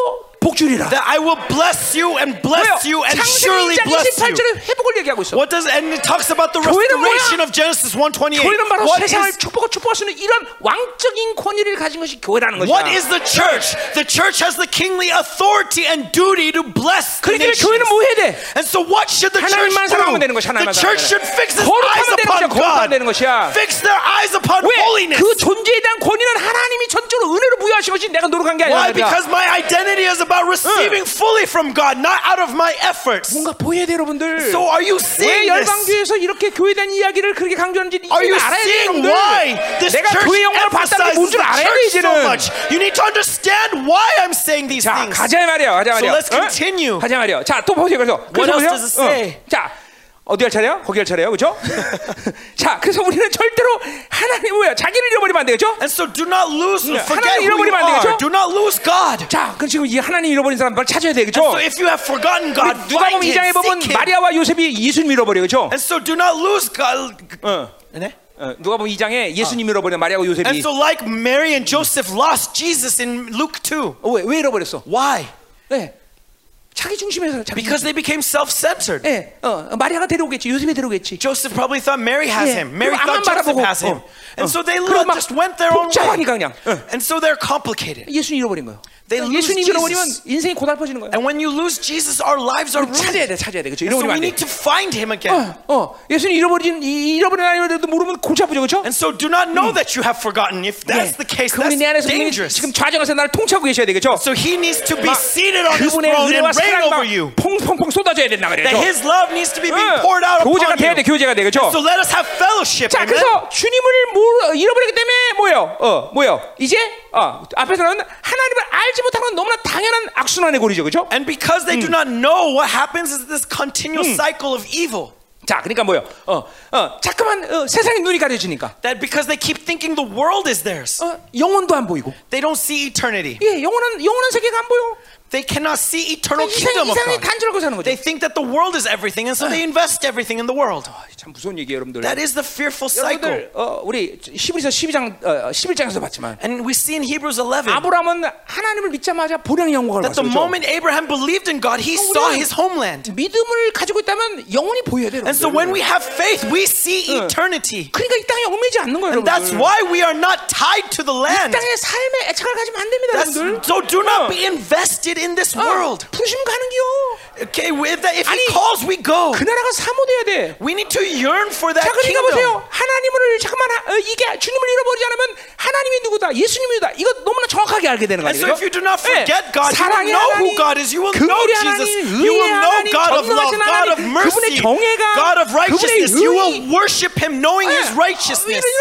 [SPEAKER 1] 복 주리라.
[SPEAKER 2] That I will bless you and bless you and
[SPEAKER 1] 창세기 1장
[SPEAKER 2] surely bless you.
[SPEAKER 1] 28절에 회복을 얘기하고 있어.
[SPEAKER 2] What does and it talks about the
[SPEAKER 1] 교회는 뭐야?
[SPEAKER 2] restoration of Genesis 128.
[SPEAKER 1] 교회는 바로
[SPEAKER 2] What
[SPEAKER 1] 세상을
[SPEAKER 2] is,
[SPEAKER 1] 축복하고 축복할 수 있는 이런 왕적인 권위를 가진 것이 교회라는 것이야.
[SPEAKER 2] what is the church? The church has the kingly authority and duty to bless the
[SPEAKER 1] 그러니까 교회는
[SPEAKER 2] nations.
[SPEAKER 1] 뭐 해야 돼?
[SPEAKER 2] And so what should the church
[SPEAKER 1] 하나님만 사랑하면
[SPEAKER 2] do?
[SPEAKER 1] 되는 것이 하나님만
[SPEAKER 2] The church
[SPEAKER 1] 사랑하는
[SPEAKER 2] should fix its
[SPEAKER 1] 거룩하면 되는
[SPEAKER 2] eyes
[SPEAKER 1] 것이야,
[SPEAKER 2] upon
[SPEAKER 1] 거룩하면
[SPEAKER 2] God.
[SPEAKER 1] 되는 것이야.
[SPEAKER 2] Fix their eyes upon
[SPEAKER 1] 왜?
[SPEAKER 2] holiness.
[SPEAKER 1] 그 존재에 대한 권위는 하나님이 전적으로 은혜로 부여하신 것이 내가 노력한 게 아니라 말이야.
[SPEAKER 2] Why? Because my identity is about receiving fully from God, not out of my efforts.
[SPEAKER 1] 뭔가 보여야 돼 여러분들.
[SPEAKER 2] So are
[SPEAKER 1] 왜
[SPEAKER 2] you seeing this?
[SPEAKER 1] 열방교회에서 이렇게 교회에 대한 이야기를 그렇게 강조하는지 이제
[SPEAKER 2] Are you
[SPEAKER 1] 알아야 돼
[SPEAKER 2] seeing
[SPEAKER 1] 여러분들.
[SPEAKER 2] why this
[SPEAKER 1] 내가
[SPEAKER 2] church
[SPEAKER 1] 교회 영광을 봤다는 게
[SPEAKER 2] emphasizes
[SPEAKER 1] 뭔
[SPEAKER 2] the
[SPEAKER 1] 줄 알아야 돼
[SPEAKER 2] church so
[SPEAKER 1] 이제는.
[SPEAKER 2] much? You need to understand why I'm saying these
[SPEAKER 1] 자,
[SPEAKER 2] things.
[SPEAKER 1] 가자 말이야. 가자 말이야.
[SPEAKER 2] So let's
[SPEAKER 1] 어?
[SPEAKER 2] continue.
[SPEAKER 1] 가자 말이야. 자, 또 보세요. 그래서 그래서
[SPEAKER 2] else
[SPEAKER 1] 보세요.
[SPEAKER 2] does it
[SPEAKER 1] 어.
[SPEAKER 2] say?
[SPEAKER 1] 자, 어디 할 차례야? 거기 할 차례야. 그죠 자, 그래서 우리는 절대로 하나님 뭐야? 자기를 잃어버리면 안 되겠죠?
[SPEAKER 2] And so do not lose, forget
[SPEAKER 1] 하나님
[SPEAKER 2] who you
[SPEAKER 1] 잃어버리면 안 되겠죠?
[SPEAKER 2] are. Do not lose God.
[SPEAKER 1] 자, 그럼 지금 이 하나님 잃어버린 사람 빨리 찾아야 되겠죠? 아,
[SPEAKER 2] So if you have forgotten God,
[SPEAKER 1] 누가
[SPEAKER 2] find
[SPEAKER 1] 보면
[SPEAKER 2] Him,
[SPEAKER 1] 이장에 보면
[SPEAKER 2] seek Him.
[SPEAKER 1] 마리아와 요셉이 예수님 잃어버려. 그죠
[SPEAKER 2] And so do not lose God.
[SPEAKER 1] 어. 어, 누가 보면 이장에 예수님 잃어버려. 마리아와
[SPEAKER 2] And
[SPEAKER 1] 요셉이
[SPEAKER 2] so like Mary and Joseph lost Jesus in Luke 2.
[SPEAKER 1] 어, 왜, 왜 잃어버렸어?
[SPEAKER 2] Why?
[SPEAKER 1] 네. 자기 중심에서 자기
[SPEAKER 2] Because they became self-centered.
[SPEAKER 1] 중심. 예. 어, 마리아가 데려오겠지. 요셉이 데려오겠지.
[SPEAKER 2] Joseph probably thought Mary has
[SPEAKER 1] Yeah.
[SPEAKER 2] him. Mary
[SPEAKER 1] 그리고 앞만
[SPEAKER 2] thought Joseph
[SPEAKER 1] 바라보고,
[SPEAKER 2] has him.
[SPEAKER 1] 어,
[SPEAKER 2] And so they
[SPEAKER 1] 그리고
[SPEAKER 2] lo-
[SPEAKER 1] 막
[SPEAKER 2] just went their own
[SPEAKER 1] 복잡하니까
[SPEAKER 2] way.
[SPEAKER 1] 그냥, 어.
[SPEAKER 2] And so they're complicated.
[SPEAKER 1] 예수님 잃어버린 거예요.
[SPEAKER 2] They
[SPEAKER 1] 그러니까
[SPEAKER 2] lose
[SPEAKER 1] 예수님 잃어버리면
[SPEAKER 2] Jesus.
[SPEAKER 1] 인생이 고달퍼지는 거예요.
[SPEAKER 2] And when you lose Jesus, our lives are
[SPEAKER 1] 찾아야 돼,
[SPEAKER 2] ruined.
[SPEAKER 1] 찾아야 돼, 그렇죠?
[SPEAKER 2] So
[SPEAKER 1] 잃어버리면 안
[SPEAKER 2] we
[SPEAKER 1] 돼.
[SPEAKER 2] need to find him again.
[SPEAKER 1] 어, 어, 예수님 잃어버린 이- 잃어버린 아이라도 모르면 골치 아프죠, 그렇죠?
[SPEAKER 2] And so do not know that you have forgotten. If that's the case,
[SPEAKER 1] 그분이 내
[SPEAKER 2] that's
[SPEAKER 1] 안에서 분명히
[SPEAKER 2] dangerous.
[SPEAKER 1] 지금 좌정에서 나를 통치하고 계셔야 되겠죠?
[SPEAKER 2] So he needs to be
[SPEAKER 1] 막
[SPEAKER 2] seated on his
[SPEAKER 1] 그분의
[SPEAKER 2] throne
[SPEAKER 1] 은혜와
[SPEAKER 2] and reign
[SPEAKER 1] 사랑이 막
[SPEAKER 2] over you.
[SPEAKER 1] 퐁퐁퐁 쏟아져야 된다
[SPEAKER 2] That
[SPEAKER 1] 말이죠.
[SPEAKER 2] his love needs to be being
[SPEAKER 1] 응.
[SPEAKER 2] poured out
[SPEAKER 1] 교제가
[SPEAKER 2] upon
[SPEAKER 1] 돼야 돼,
[SPEAKER 2] you.
[SPEAKER 1] 교제가 되겠죠?
[SPEAKER 2] So let us have fellowship.
[SPEAKER 1] 자,
[SPEAKER 2] Amen.
[SPEAKER 1] 그래서 주님을 모르, 잃어버리기 때문에 뭐요? 어, 뭐요? 이제 어, 앞에서 나온 하나님을 알지 못하는 건 너무나 당연한 악순환의 고리죠, 그렇죠?
[SPEAKER 2] And because they do not know what happens is this continual cycle of evil.
[SPEAKER 1] 자, 그러니까 뭐요? 어, 어, 자꾸만 어, 세상의 눈이 가려지니까
[SPEAKER 2] That because they keep thinking the world is theirs.
[SPEAKER 1] 어, 영혼도 안 보이고.
[SPEAKER 2] They don't see eternity.
[SPEAKER 1] 예, 영원한 영원한 세계가 안 보여.
[SPEAKER 2] They cannot see eternal
[SPEAKER 1] 이상
[SPEAKER 2] kingdom of
[SPEAKER 1] 이상이 네,
[SPEAKER 2] God.
[SPEAKER 1] 단절하고 사는 거죠.
[SPEAKER 2] They think that the world is everything, and so they invest everything in the world.
[SPEAKER 1] 참 무서운 얘기예요, 여러분들.
[SPEAKER 2] That is the fearful cycle.
[SPEAKER 1] 여러분들 어, 우리 히브리서 12장 어, 11장에서 봤지만
[SPEAKER 2] And we see in Hebrews 11
[SPEAKER 1] 아브라함은 하나님을 믿자마자 보령의 영광을
[SPEAKER 2] that the
[SPEAKER 1] 봤어요. 그렇죠?
[SPEAKER 2] moment Abraham believed in God,
[SPEAKER 1] Oh,
[SPEAKER 2] he saw his homeland.
[SPEAKER 1] 믿음을 가지고 있다면 영원히 보여야 돼요.
[SPEAKER 2] And so when we have faith, we see
[SPEAKER 1] 응.
[SPEAKER 2] eternity.
[SPEAKER 1] 그러니까 이 땅에 얽매지 않는 거예요,
[SPEAKER 2] And that's
[SPEAKER 1] 여러분들.
[SPEAKER 2] why we are not tied to the
[SPEAKER 1] 이
[SPEAKER 2] land.
[SPEAKER 1] 땅에 삶에 애착을 가지면 안 됩니다,
[SPEAKER 2] That's,
[SPEAKER 1] 여러분들.
[SPEAKER 2] so do
[SPEAKER 1] 어.
[SPEAKER 2] not be invested in this
[SPEAKER 1] 어,
[SPEAKER 2] world.
[SPEAKER 1] 부심 가는 기요.
[SPEAKER 2] Okay, with that, if he
[SPEAKER 1] 아니,
[SPEAKER 2] calls, we go.
[SPEAKER 1] 그 나라가 사모돼야 돼.
[SPEAKER 2] We need to yearn for that
[SPEAKER 1] 자, 그러니까
[SPEAKER 2] kingdom.
[SPEAKER 1] 보세요. 하나님을 잠깐만 하- 어, 이게 주님을 잃어버리지 않으면 하나님이 누구다, 예수님이다. 이거 너무나 정확하게 알게 되는
[SPEAKER 2] And
[SPEAKER 1] 거예요.
[SPEAKER 2] so if you do not forget God, you
[SPEAKER 1] Eh,
[SPEAKER 2] will
[SPEAKER 1] 사랑의
[SPEAKER 2] know who
[SPEAKER 1] 하나님,
[SPEAKER 2] God is. You will
[SPEAKER 1] 긍휼의
[SPEAKER 2] know Jesus.
[SPEAKER 1] 하나님,
[SPEAKER 2] You will
[SPEAKER 1] 의의
[SPEAKER 2] know
[SPEAKER 1] 하나님,
[SPEAKER 2] God of love,
[SPEAKER 1] 전능하신
[SPEAKER 2] God of
[SPEAKER 1] 하나님,
[SPEAKER 2] mercy,
[SPEAKER 1] 그분의 정의가,
[SPEAKER 2] God of righteousness.
[SPEAKER 1] 그분의
[SPEAKER 2] You
[SPEAKER 1] 의의. Eh,
[SPEAKER 2] will worship Him knowing His
[SPEAKER 1] 예.
[SPEAKER 2] righteousness.
[SPEAKER 1] 이런, 이런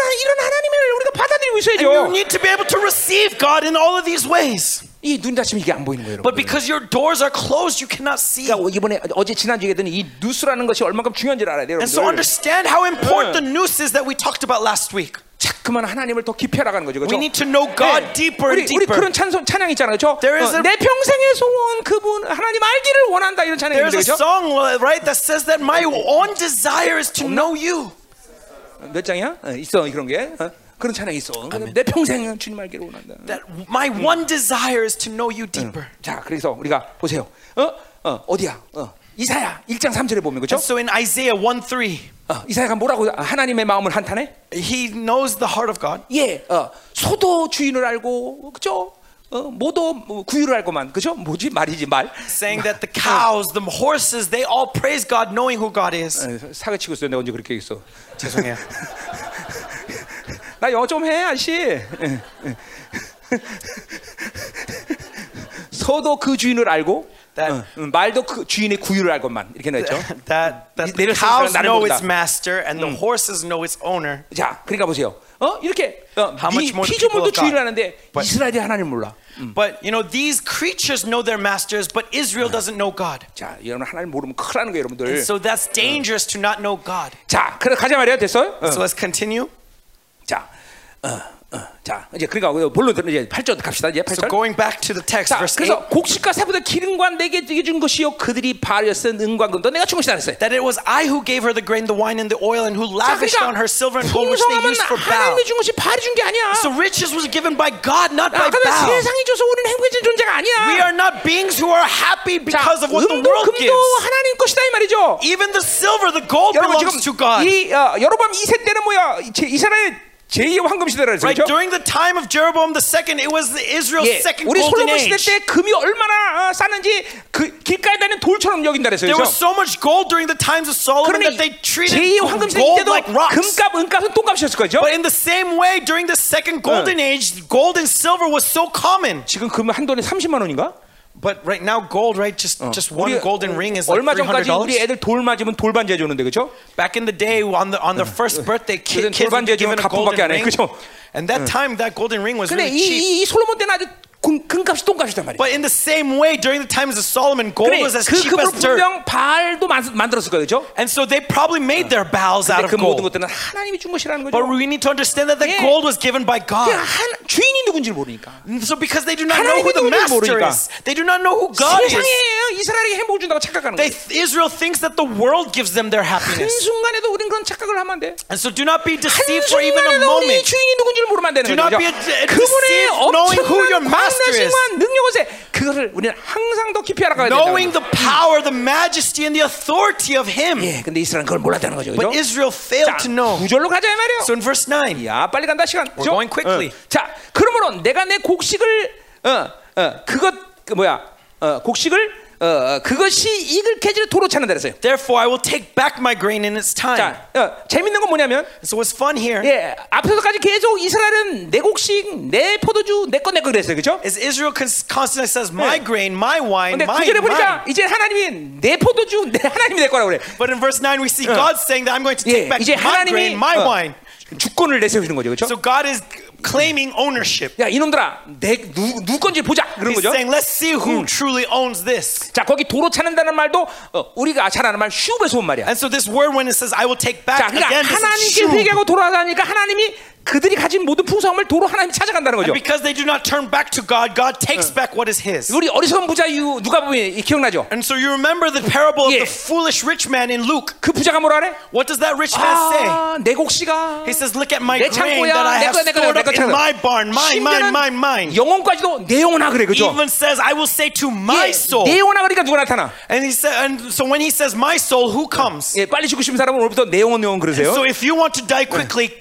[SPEAKER 1] 하나님을 우리가 받아들이고
[SPEAKER 2] And you
[SPEAKER 1] 있어야죠.
[SPEAKER 2] need to be able to receive God in all of these ways.
[SPEAKER 1] 이 눈 다치면 이게 안 보이는 거예요,
[SPEAKER 2] But
[SPEAKER 1] 여러분.
[SPEAKER 2] because your doors are closed, you cannot see.
[SPEAKER 1] 그러니까 이번에 어제 지난주에 했더니 이 뉴스라는 것이 얼만큼 중요한지를 알아야 돼요,
[SPEAKER 2] And so
[SPEAKER 1] 여러분들.
[SPEAKER 2] understand how
[SPEAKER 1] 예.
[SPEAKER 2] important the noose is that we talked about last week.
[SPEAKER 1] 자꾸만 하나님을 더 깊이 알아가는 거죠,
[SPEAKER 2] We
[SPEAKER 1] 그렇죠?
[SPEAKER 2] need to know
[SPEAKER 1] 네.
[SPEAKER 2] God deeper
[SPEAKER 1] 우리,
[SPEAKER 2] and
[SPEAKER 1] 우리
[SPEAKER 2] deeper.
[SPEAKER 1] 그런 찬송 찬양 있잖아요, 그렇죠?
[SPEAKER 2] There is
[SPEAKER 1] 어,
[SPEAKER 2] a-
[SPEAKER 1] 내 평생의 소원 그분 하나님 알기를 원한다 이런 찬양이
[SPEAKER 2] There's
[SPEAKER 1] 있는데
[SPEAKER 2] a
[SPEAKER 1] 그렇죠?
[SPEAKER 2] song, uh, right, that says that my own desire is to know you.
[SPEAKER 1] 몇 장이야? 어, 있어 그런 게 어? 그런 찬양이 있어. 내 평생은 주님 알기를 원한다.
[SPEAKER 2] That my one desire is to know you deeper.
[SPEAKER 1] 자, 그래서 우리가 보세요. 어, 어, 어디야? 어, 이사야 1장 3절에 보면 그렇죠?
[SPEAKER 2] And so in Isaiah 1 3,
[SPEAKER 1] 어, 이사야가 뭐라고 하나님의 마음을 한탄해?
[SPEAKER 2] he knows the heart of God.
[SPEAKER 1] 예, 어, 소도 주인을 알고 그죠? 어, 모두 뭐 구유를 할 것만 그죠? 뭐지 말이지 말.
[SPEAKER 2] saying that the cows, the horses, they all praise God knowing who God is.
[SPEAKER 1] 어, 사기치고 있어 내가 언제 그렇게 얘기했어?
[SPEAKER 2] 죄송해요.
[SPEAKER 1] 나 영어 좀 해, 아씨. 서도 그 주인을 알고
[SPEAKER 2] 네.
[SPEAKER 1] 어, 음, 말도 그 주인의 구유를 알 것만 이렇게 나죠.
[SPEAKER 2] that that the
[SPEAKER 1] 내려 쓰는 사람
[SPEAKER 2] cows
[SPEAKER 1] 나를
[SPEAKER 2] know
[SPEAKER 1] 모른다.
[SPEAKER 2] its master and the horses know its owner.
[SPEAKER 1] 자, 그러니까 보세요. 어 이렇게 어,
[SPEAKER 2] How
[SPEAKER 1] 이
[SPEAKER 2] much more the people
[SPEAKER 1] 피조물도
[SPEAKER 2] of God.
[SPEAKER 1] 주인을 아는데
[SPEAKER 2] But-
[SPEAKER 1] 이스라엘이 하나님 몰라.
[SPEAKER 2] But you know, these creatures know their masters, but Israel doesn't know God.
[SPEAKER 1] 자, 여러분 하나님 모르면 큰일 나는 거예요, 여러분들.
[SPEAKER 2] So that's dangerous to not know God.
[SPEAKER 1] 자, 그래 가자 말이야 됐어요? 어.
[SPEAKER 2] So let's continue.
[SPEAKER 1] 자, 어, 어, 자 이제 그러니까 그 본론들은 이제 8절 갑시다 이제 8절.
[SPEAKER 2] So going back to the text,
[SPEAKER 1] 자,
[SPEAKER 2] verse 8,
[SPEAKER 1] 그래서 곡식과 새보다 기름과 내게 내게 준 것이요 그들이 바리었은 은과 금도 내가 준 것이다 했어요.
[SPEAKER 2] that it was I who gave her the grain, the wine, and the oil, and who
[SPEAKER 1] 자,
[SPEAKER 2] lavished on her 그 silver and gold, which they
[SPEAKER 1] 풍성함은
[SPEAKER 2] used for Baal.
[SPEAKER 1] 하나님이 준 것이 발이 준 게 아니야.
[SPEAKER 2] So riches was given by God, not by
[SPEAKER 1] 아까는
[SPEAKER 2] Baal.
[SPEAKER 1] 세상이 줘서 우리는 행복해진 존재가
[SPEAKER 2] We
[SPEAKER 1] 아니야.
[SPEAKER 2] are not beings who are happy
[SPEAKER 1] 자,
[SPEAKER 2] because of what the
[SPEAKER 1] 은도
[SPEAKER 2] world
[SPEAKER 1] 금도
[SPEAKER 2] gives.
[SPEAKER 1] 하나님 것이다 이 말이죠.
[SPEAKER 2] Even the silver, the gold
[SPEAKER 1] 여러분
[SPEAKER 2] belongs
[SPEAKER 1] 지금
[SPEAKER 2] to God.
[SPEAKER 1] 이 어, 여로밤 2세 때는 뭐야? 이- 제- 이스라엘 제2의 황금 시대라
[SPEAKER 2] Right
[SPEAKER 1] 그랬죠.
[SPEAKER 2] during the time of Jeroboam the second, it was the Israel's
[SPEAKER 1] 예,
[SPEAKER 2] second
[SPEAKER 1] 우리
[SPEAKER 2] golden
[SPEAKER 1] 솔로몬 시대
[SPEAKER 2] age.
[SPEAKER 1] 때 금이 얼마나 어, 쌌는지 그 길가에 다니는 돌처럼 여긴다 그랬어요.
[SPEAKER 2] There was
[SPEAKER 1] 그렇죠?
[SPEAKER 2] so much gold during the times of Solomon
[SPEAKER 1] 그러니
[SPEAKER 2] that they treated
[SPEAKER 1] 제2의 황금 시대
[SPEAKER 2] gold
[SPEAKER 1] 때도
[SPEAKER 2] like rocks.
[SPEAKER 1] 금값, 은값은 똥값이었을 거죠.
[SPEAKER 2] But in the same way, during the second golden age, gold and silver was so common.
[SPEAKER 1] 지금 금 한 돈에 30만 원인가?
[SPEAKER 2] But right now, gold, right? Just just one
[SPEAKER 1] 우리
[SPEAKER 2] golden ring is like
[SPEAKER 1] 얼마 전까지 우리
[SPEAKER 2] $300.
[SPEAKER 1] 애들 돌 맞으면 돌반지 해줬는데 그죠?
[SPEAKER 2] Back in the day, on the on the first birthday,
[SPEAKER 1] 요새는
[SPEAKER 2] kid, kids would
[SPEAKER 1] 돌반지에
[SPEAKER 2] be given
[SPEAKER 1] 주면
[SPEAKER 2] a golden
[SPEAKER 1] 가품밖에 안 해,
[SPEAKER 2] ring.
[SPEAKER 1] 그죠?
[SPEAKER 2] And that time, that golden ring was
[SPEAKER 1] 근데
[SPEAKER 2] really cheap.
[SPEAKER 1] 이, 이 솔로몬 때는 아주 금, 금값이 똥값이단 말이야.
[SPEAKER 2] But in the same way, during the times of Solomon, gold
[SPEAKER 1] 그래,
[SPEAKER 2] was as
[SPEAKER 1] 그
[SPEAKER 2] cheap
[SPEAKER 1] 금으로
[SPEAKER 2] as dirt.
[SPEAKER 1] 분명 발도 만- 만들었을 거예요, 그죠?
[SPEAKER 2] And so they probably made their bows out
[SPEAKER 1] 근데
[SPEAKER 2] of
[SPEAKER 1] 그 모든
[SPEAKER 2] gold.
[SPEAKER 1] 것들은 하나님이 준 것이라는
[SPEAKER 2] But
[SPEAKER 1] 거죠.
[SPEAKER 2] we need to understand that the
[SPEAKER 1] Yeah.
[SPEAKER 2] gold was given by
[SPEAKER 1] 그냥
[SPEAKER 2] God.
[SPEAKER 1] 한, 주인이 누군지 를 모르니까.
[SPEAKER 2] And So because they do not know who
[SPEAKER 1] 하나님이
[SPEAKER 2] the
[SPEAKER 1] 누군지를
[SPEAKER 2] master
[SPEAKER 1] 모르니까.
[SPEAKER 2] is, they do not know who God is.
[SPEAKER 1] 세상에 이스라엘에게 행복을 준다고 착각하는
[SPEAKER 2] They,
[SPEAKER 1] 거예요.
[SPEAKER 2] Israel thinks that the world gives them their
[SPEAKER 1] 한
[SPEAKER 2] happiness.
[SPEAKER 1] 순간에도 우리는 그런 착각을 하면 안 돼.
[SPEAKER 2] And so do not be
[SPEAKER 1] 한
[SPEAKER 2] deceived for even a
[SPEAKER 1] 순간에도 우리
[SPEAKER 2] moment.
[SPEAKER 1] 주인이 누군지를 모르면 안 되는
[SPEAKER 2] Do not
[SPEAKER 1] 거죠.
[SPEAKER 2] be deceived
[SPEAKER 1] 그분의
[SPEAKER 2] knowing who your
[SPEAKER 1] 엄청난
[SPEAKER 2] master is.
[SPEAKER 1] 광대심과 능력어세 그거를 우리는 항상 더 깊이 알아가야
[SPEAKER 2] Knowing
[SPEAKER 1] 된다.
[SPEAKER 2] the power, the majesty, and the authority of Him.
[SPEAKER 1] 예, 근데 이스라엘은 그걸 몰랐다는 거죠.
[SPEAKER 2] But
[SPEAKER 1] 그죠?
[SPEAKER 2] Israel failed to
[SPEAKER 1] 자,
[SPEAKER 2] know.
[SPEAKER 1] 구절로 가자 이 말이에요.
[SPEAKER 2] So in verse 9,
[SPEAKER 1] 야, 빨리 간다 시간. 그죠?
[SPEAKER 2] going quickly.
[SPEAKER 1] 어. 자, 그러므로 내가 내 곡식을 어, 어, 그것 그 뭐야? 어, 곡식을 어, 어, 그것이 이글 캐지를 도로 찾는다 그랬어요.
[SPEAKER 2] therefore I will take back my grain in its time.
[SPEAKER 1] 자, 어, 재밌는 건 뭐냐면
[SPEAKER 2] So what's fun here
[SPEAKER 1] 예, 앞서서까지 계속 이스라엘은 내 곡식, 내 포도주, 내 거 내 거 그랬어요. 그죠?
[SPEAKER 2] is Israel cons- constantly says, My grain, my wine,
[SPEAKER 1] 근데
[SPEAKER 2] my
[SPEAKER 1] 구절에 보니까
[SPEAKER 2] wine.
[SPEAKER 1] 이제 하나님이 내 포도주, 내 하나님이 내 거라고 그래.
[SPEAKER 2] But in verse 9, we see God saying that I'm going to
[SPEAKER 1] 예,
[SPEAKER 2] take back
[SPEAKER 1] 이제
[SPEAKER 2] my
[SPEAKER 1] 하나님이
[SPEAKER 2] grain, my
[SPEAKER 1] 어,
[SPEAKER 2] wine.
[SPEAKER 1] 주권을 내세우시는 거죠. 그렇죠?
[SPEAKER 2] So God is claiming ownership.
[SPEAKER 1] 야, 이놈들아. 내 누, 누구 건지 보자. 그런
[SPEAKER 2] He's
[SPEAKER 1] 거죠.
[SPEAKER 2] saying, Let's see who truly owns this.
[SPEAKER 1] 자, 거기 도로 찾는다는 말도 어, 우리가 잘 아는 말 슈브에서 온 말이야.
[SPEAKER 2] And so this word, when it says, I will take
[SPEAKER 1] 자,
[SPEAKER 2] back,
[SPEAKER 1] 그러니까
[SPEAKER 2] again, this is
[SPEAKER 1] 하나님께
[SPEAKER 2] shub.
[SPEAKER 1] 회개하고 돌아가니까 하나님이 그들이 가진 모든 풍성함을 도로 하나님이 찾아간다는 거죠.
[SPEAKER 2] Because they do not turn back to God, God takes back what is His.
[SPEAKER 1] 우리 어리석은 부자 이유 누가 보면 이- 기억나죠?
[SPEAKER 2] And so you remember the parable
[SPEAKER 1] Yeah.
[SPEAKER 2] of the foolish rich man in Luke.
[SPEAKER 1] 그 부자가 뭐라 그래?
[SPEAKER 2] What does that rich
[SPEAKER 1] Ah.
[SPEAKER 2] man say?
[SPEAKER 1] 아, 내 곡식아.
[SPEAKER 2] He says, Look at my
[SPEAKER 1] 내
[SPEAKER 2] grain that
[SPEAKER 1] 창고야.
[SPEAKER 2] I
[SPEAKER 1] 내 거,
[SPEAKER 2] have
[SPEAKER 1] 내 거,
[SPEAKER 2] stored
[SPEAKER 1] 내 거,
[SPEAKER 2] up
[SPEAKER 1] 내 거.
[SPEAKER 2] in my barn, mine, mine, mine, mine.
[SPEAKER 1] 심지어는 영혼까지도 내 영혼아 그래, 그죠?
[SPEAKER 2] even says, I will say to
[SPEAKER 1] 예,
[SPEAKER 2] my soul.
[SPEAKER 1] 내 영혼아 그러니까 누가 나타나?
[SPEAKER 2] And he said, and so when he says my soul, who comes?
[SPEAKER 1] 예, 빨리 죽고 싶은 사람은 오늘부터 내 영혼, 내 영혼 그러세요.
[SPEAKER 2] So if you want to die quickly,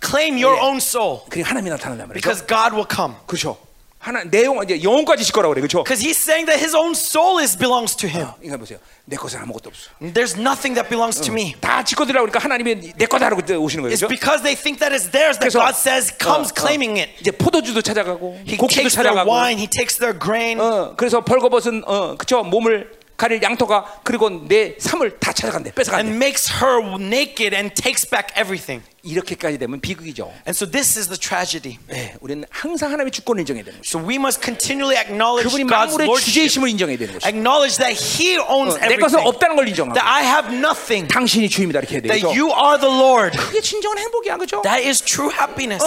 [SPEAKER 2] claim your own soul
[SPEAKER 1] 그게 하나님이 나타난단 말이죠.
[SPEAKER 2] because God will come.
[SPEAKER 1] 그렇죠. 하나 내 영혼 이제 영혼까지 실 거라고 그래, 그렇죠?
[SPEAKER 2] Because he's saying that his own soul is belongs to him.
[SPEAKER 1] 그러니까 보세요. 내 것은 아무것도 없어.
[SPEAKER 2] There's nothing that belongs to me.
[SPEAKER 1] 다 지거들이라 그러니까 하나님이 내 거다라고 이제 오시는 거예요.
[SPEAKER 2] It's
[SPEAKER 1] 그죠?
[SPEAKER 2] because they think that it's theirs that
[SPEAKER 1] 그래서-
[SPEAKER 2] God says
[SPEAKER 1] 어, 어.
[SPEAKER 2] comes claiming it.
[SPEAKER 1] 이제 포도주도 찾아가고
[SPEAKER 2] He
[SPEAKER 1] 곡식도
[SPEAKER 2] takes their
[SPEAKER 1] 찾아가고
[SPEAKER 2] wine, he takes their grain.
[SPEAKER 1] 어, 그래서 벌거벗은 어, 그쵸 몸을 가릴 양토가 그리고 내 삶을 다 찾아간대 뺏어간대
[SPEAKER 2] And makes her naked and takes back everything.
[SPEAKER 1] 이렇게까지 되면 비극이죠
[SPEAKER 2] And so this is the tragedy.
[SPEAKER 1] 예, 우리는 항상 하나님의 주권을 인정해야 되는 거죠 그러니까
[SPEAKER 2] So we must continually acknowledge
[SPEAKER 1] 그분이
[SPEAKER 2] God's
[SPEAKER 1] 만물의
[SPEAKER 2] lordship.
[SPEAKER 1] 주제이심을 인정해야 되는 거죠
[SPEAKER 2] Acknowledge that He owns
[SPEAKER 1] 어, 내 것은
[SPEAKER 2] everything.
[SPEAKER 1] 없다는 걸 인정하고
[SPEAKER 2] that I have nothing,
[SPEAKER 1] 당신이 주임이다 이렇게 해야 되죠
[SPEAKER 2] that you are the Lord.
[SPEAKER 1] 그게 진정한 행복이야 그죠?
[SPEAKER 2] That is true happiness.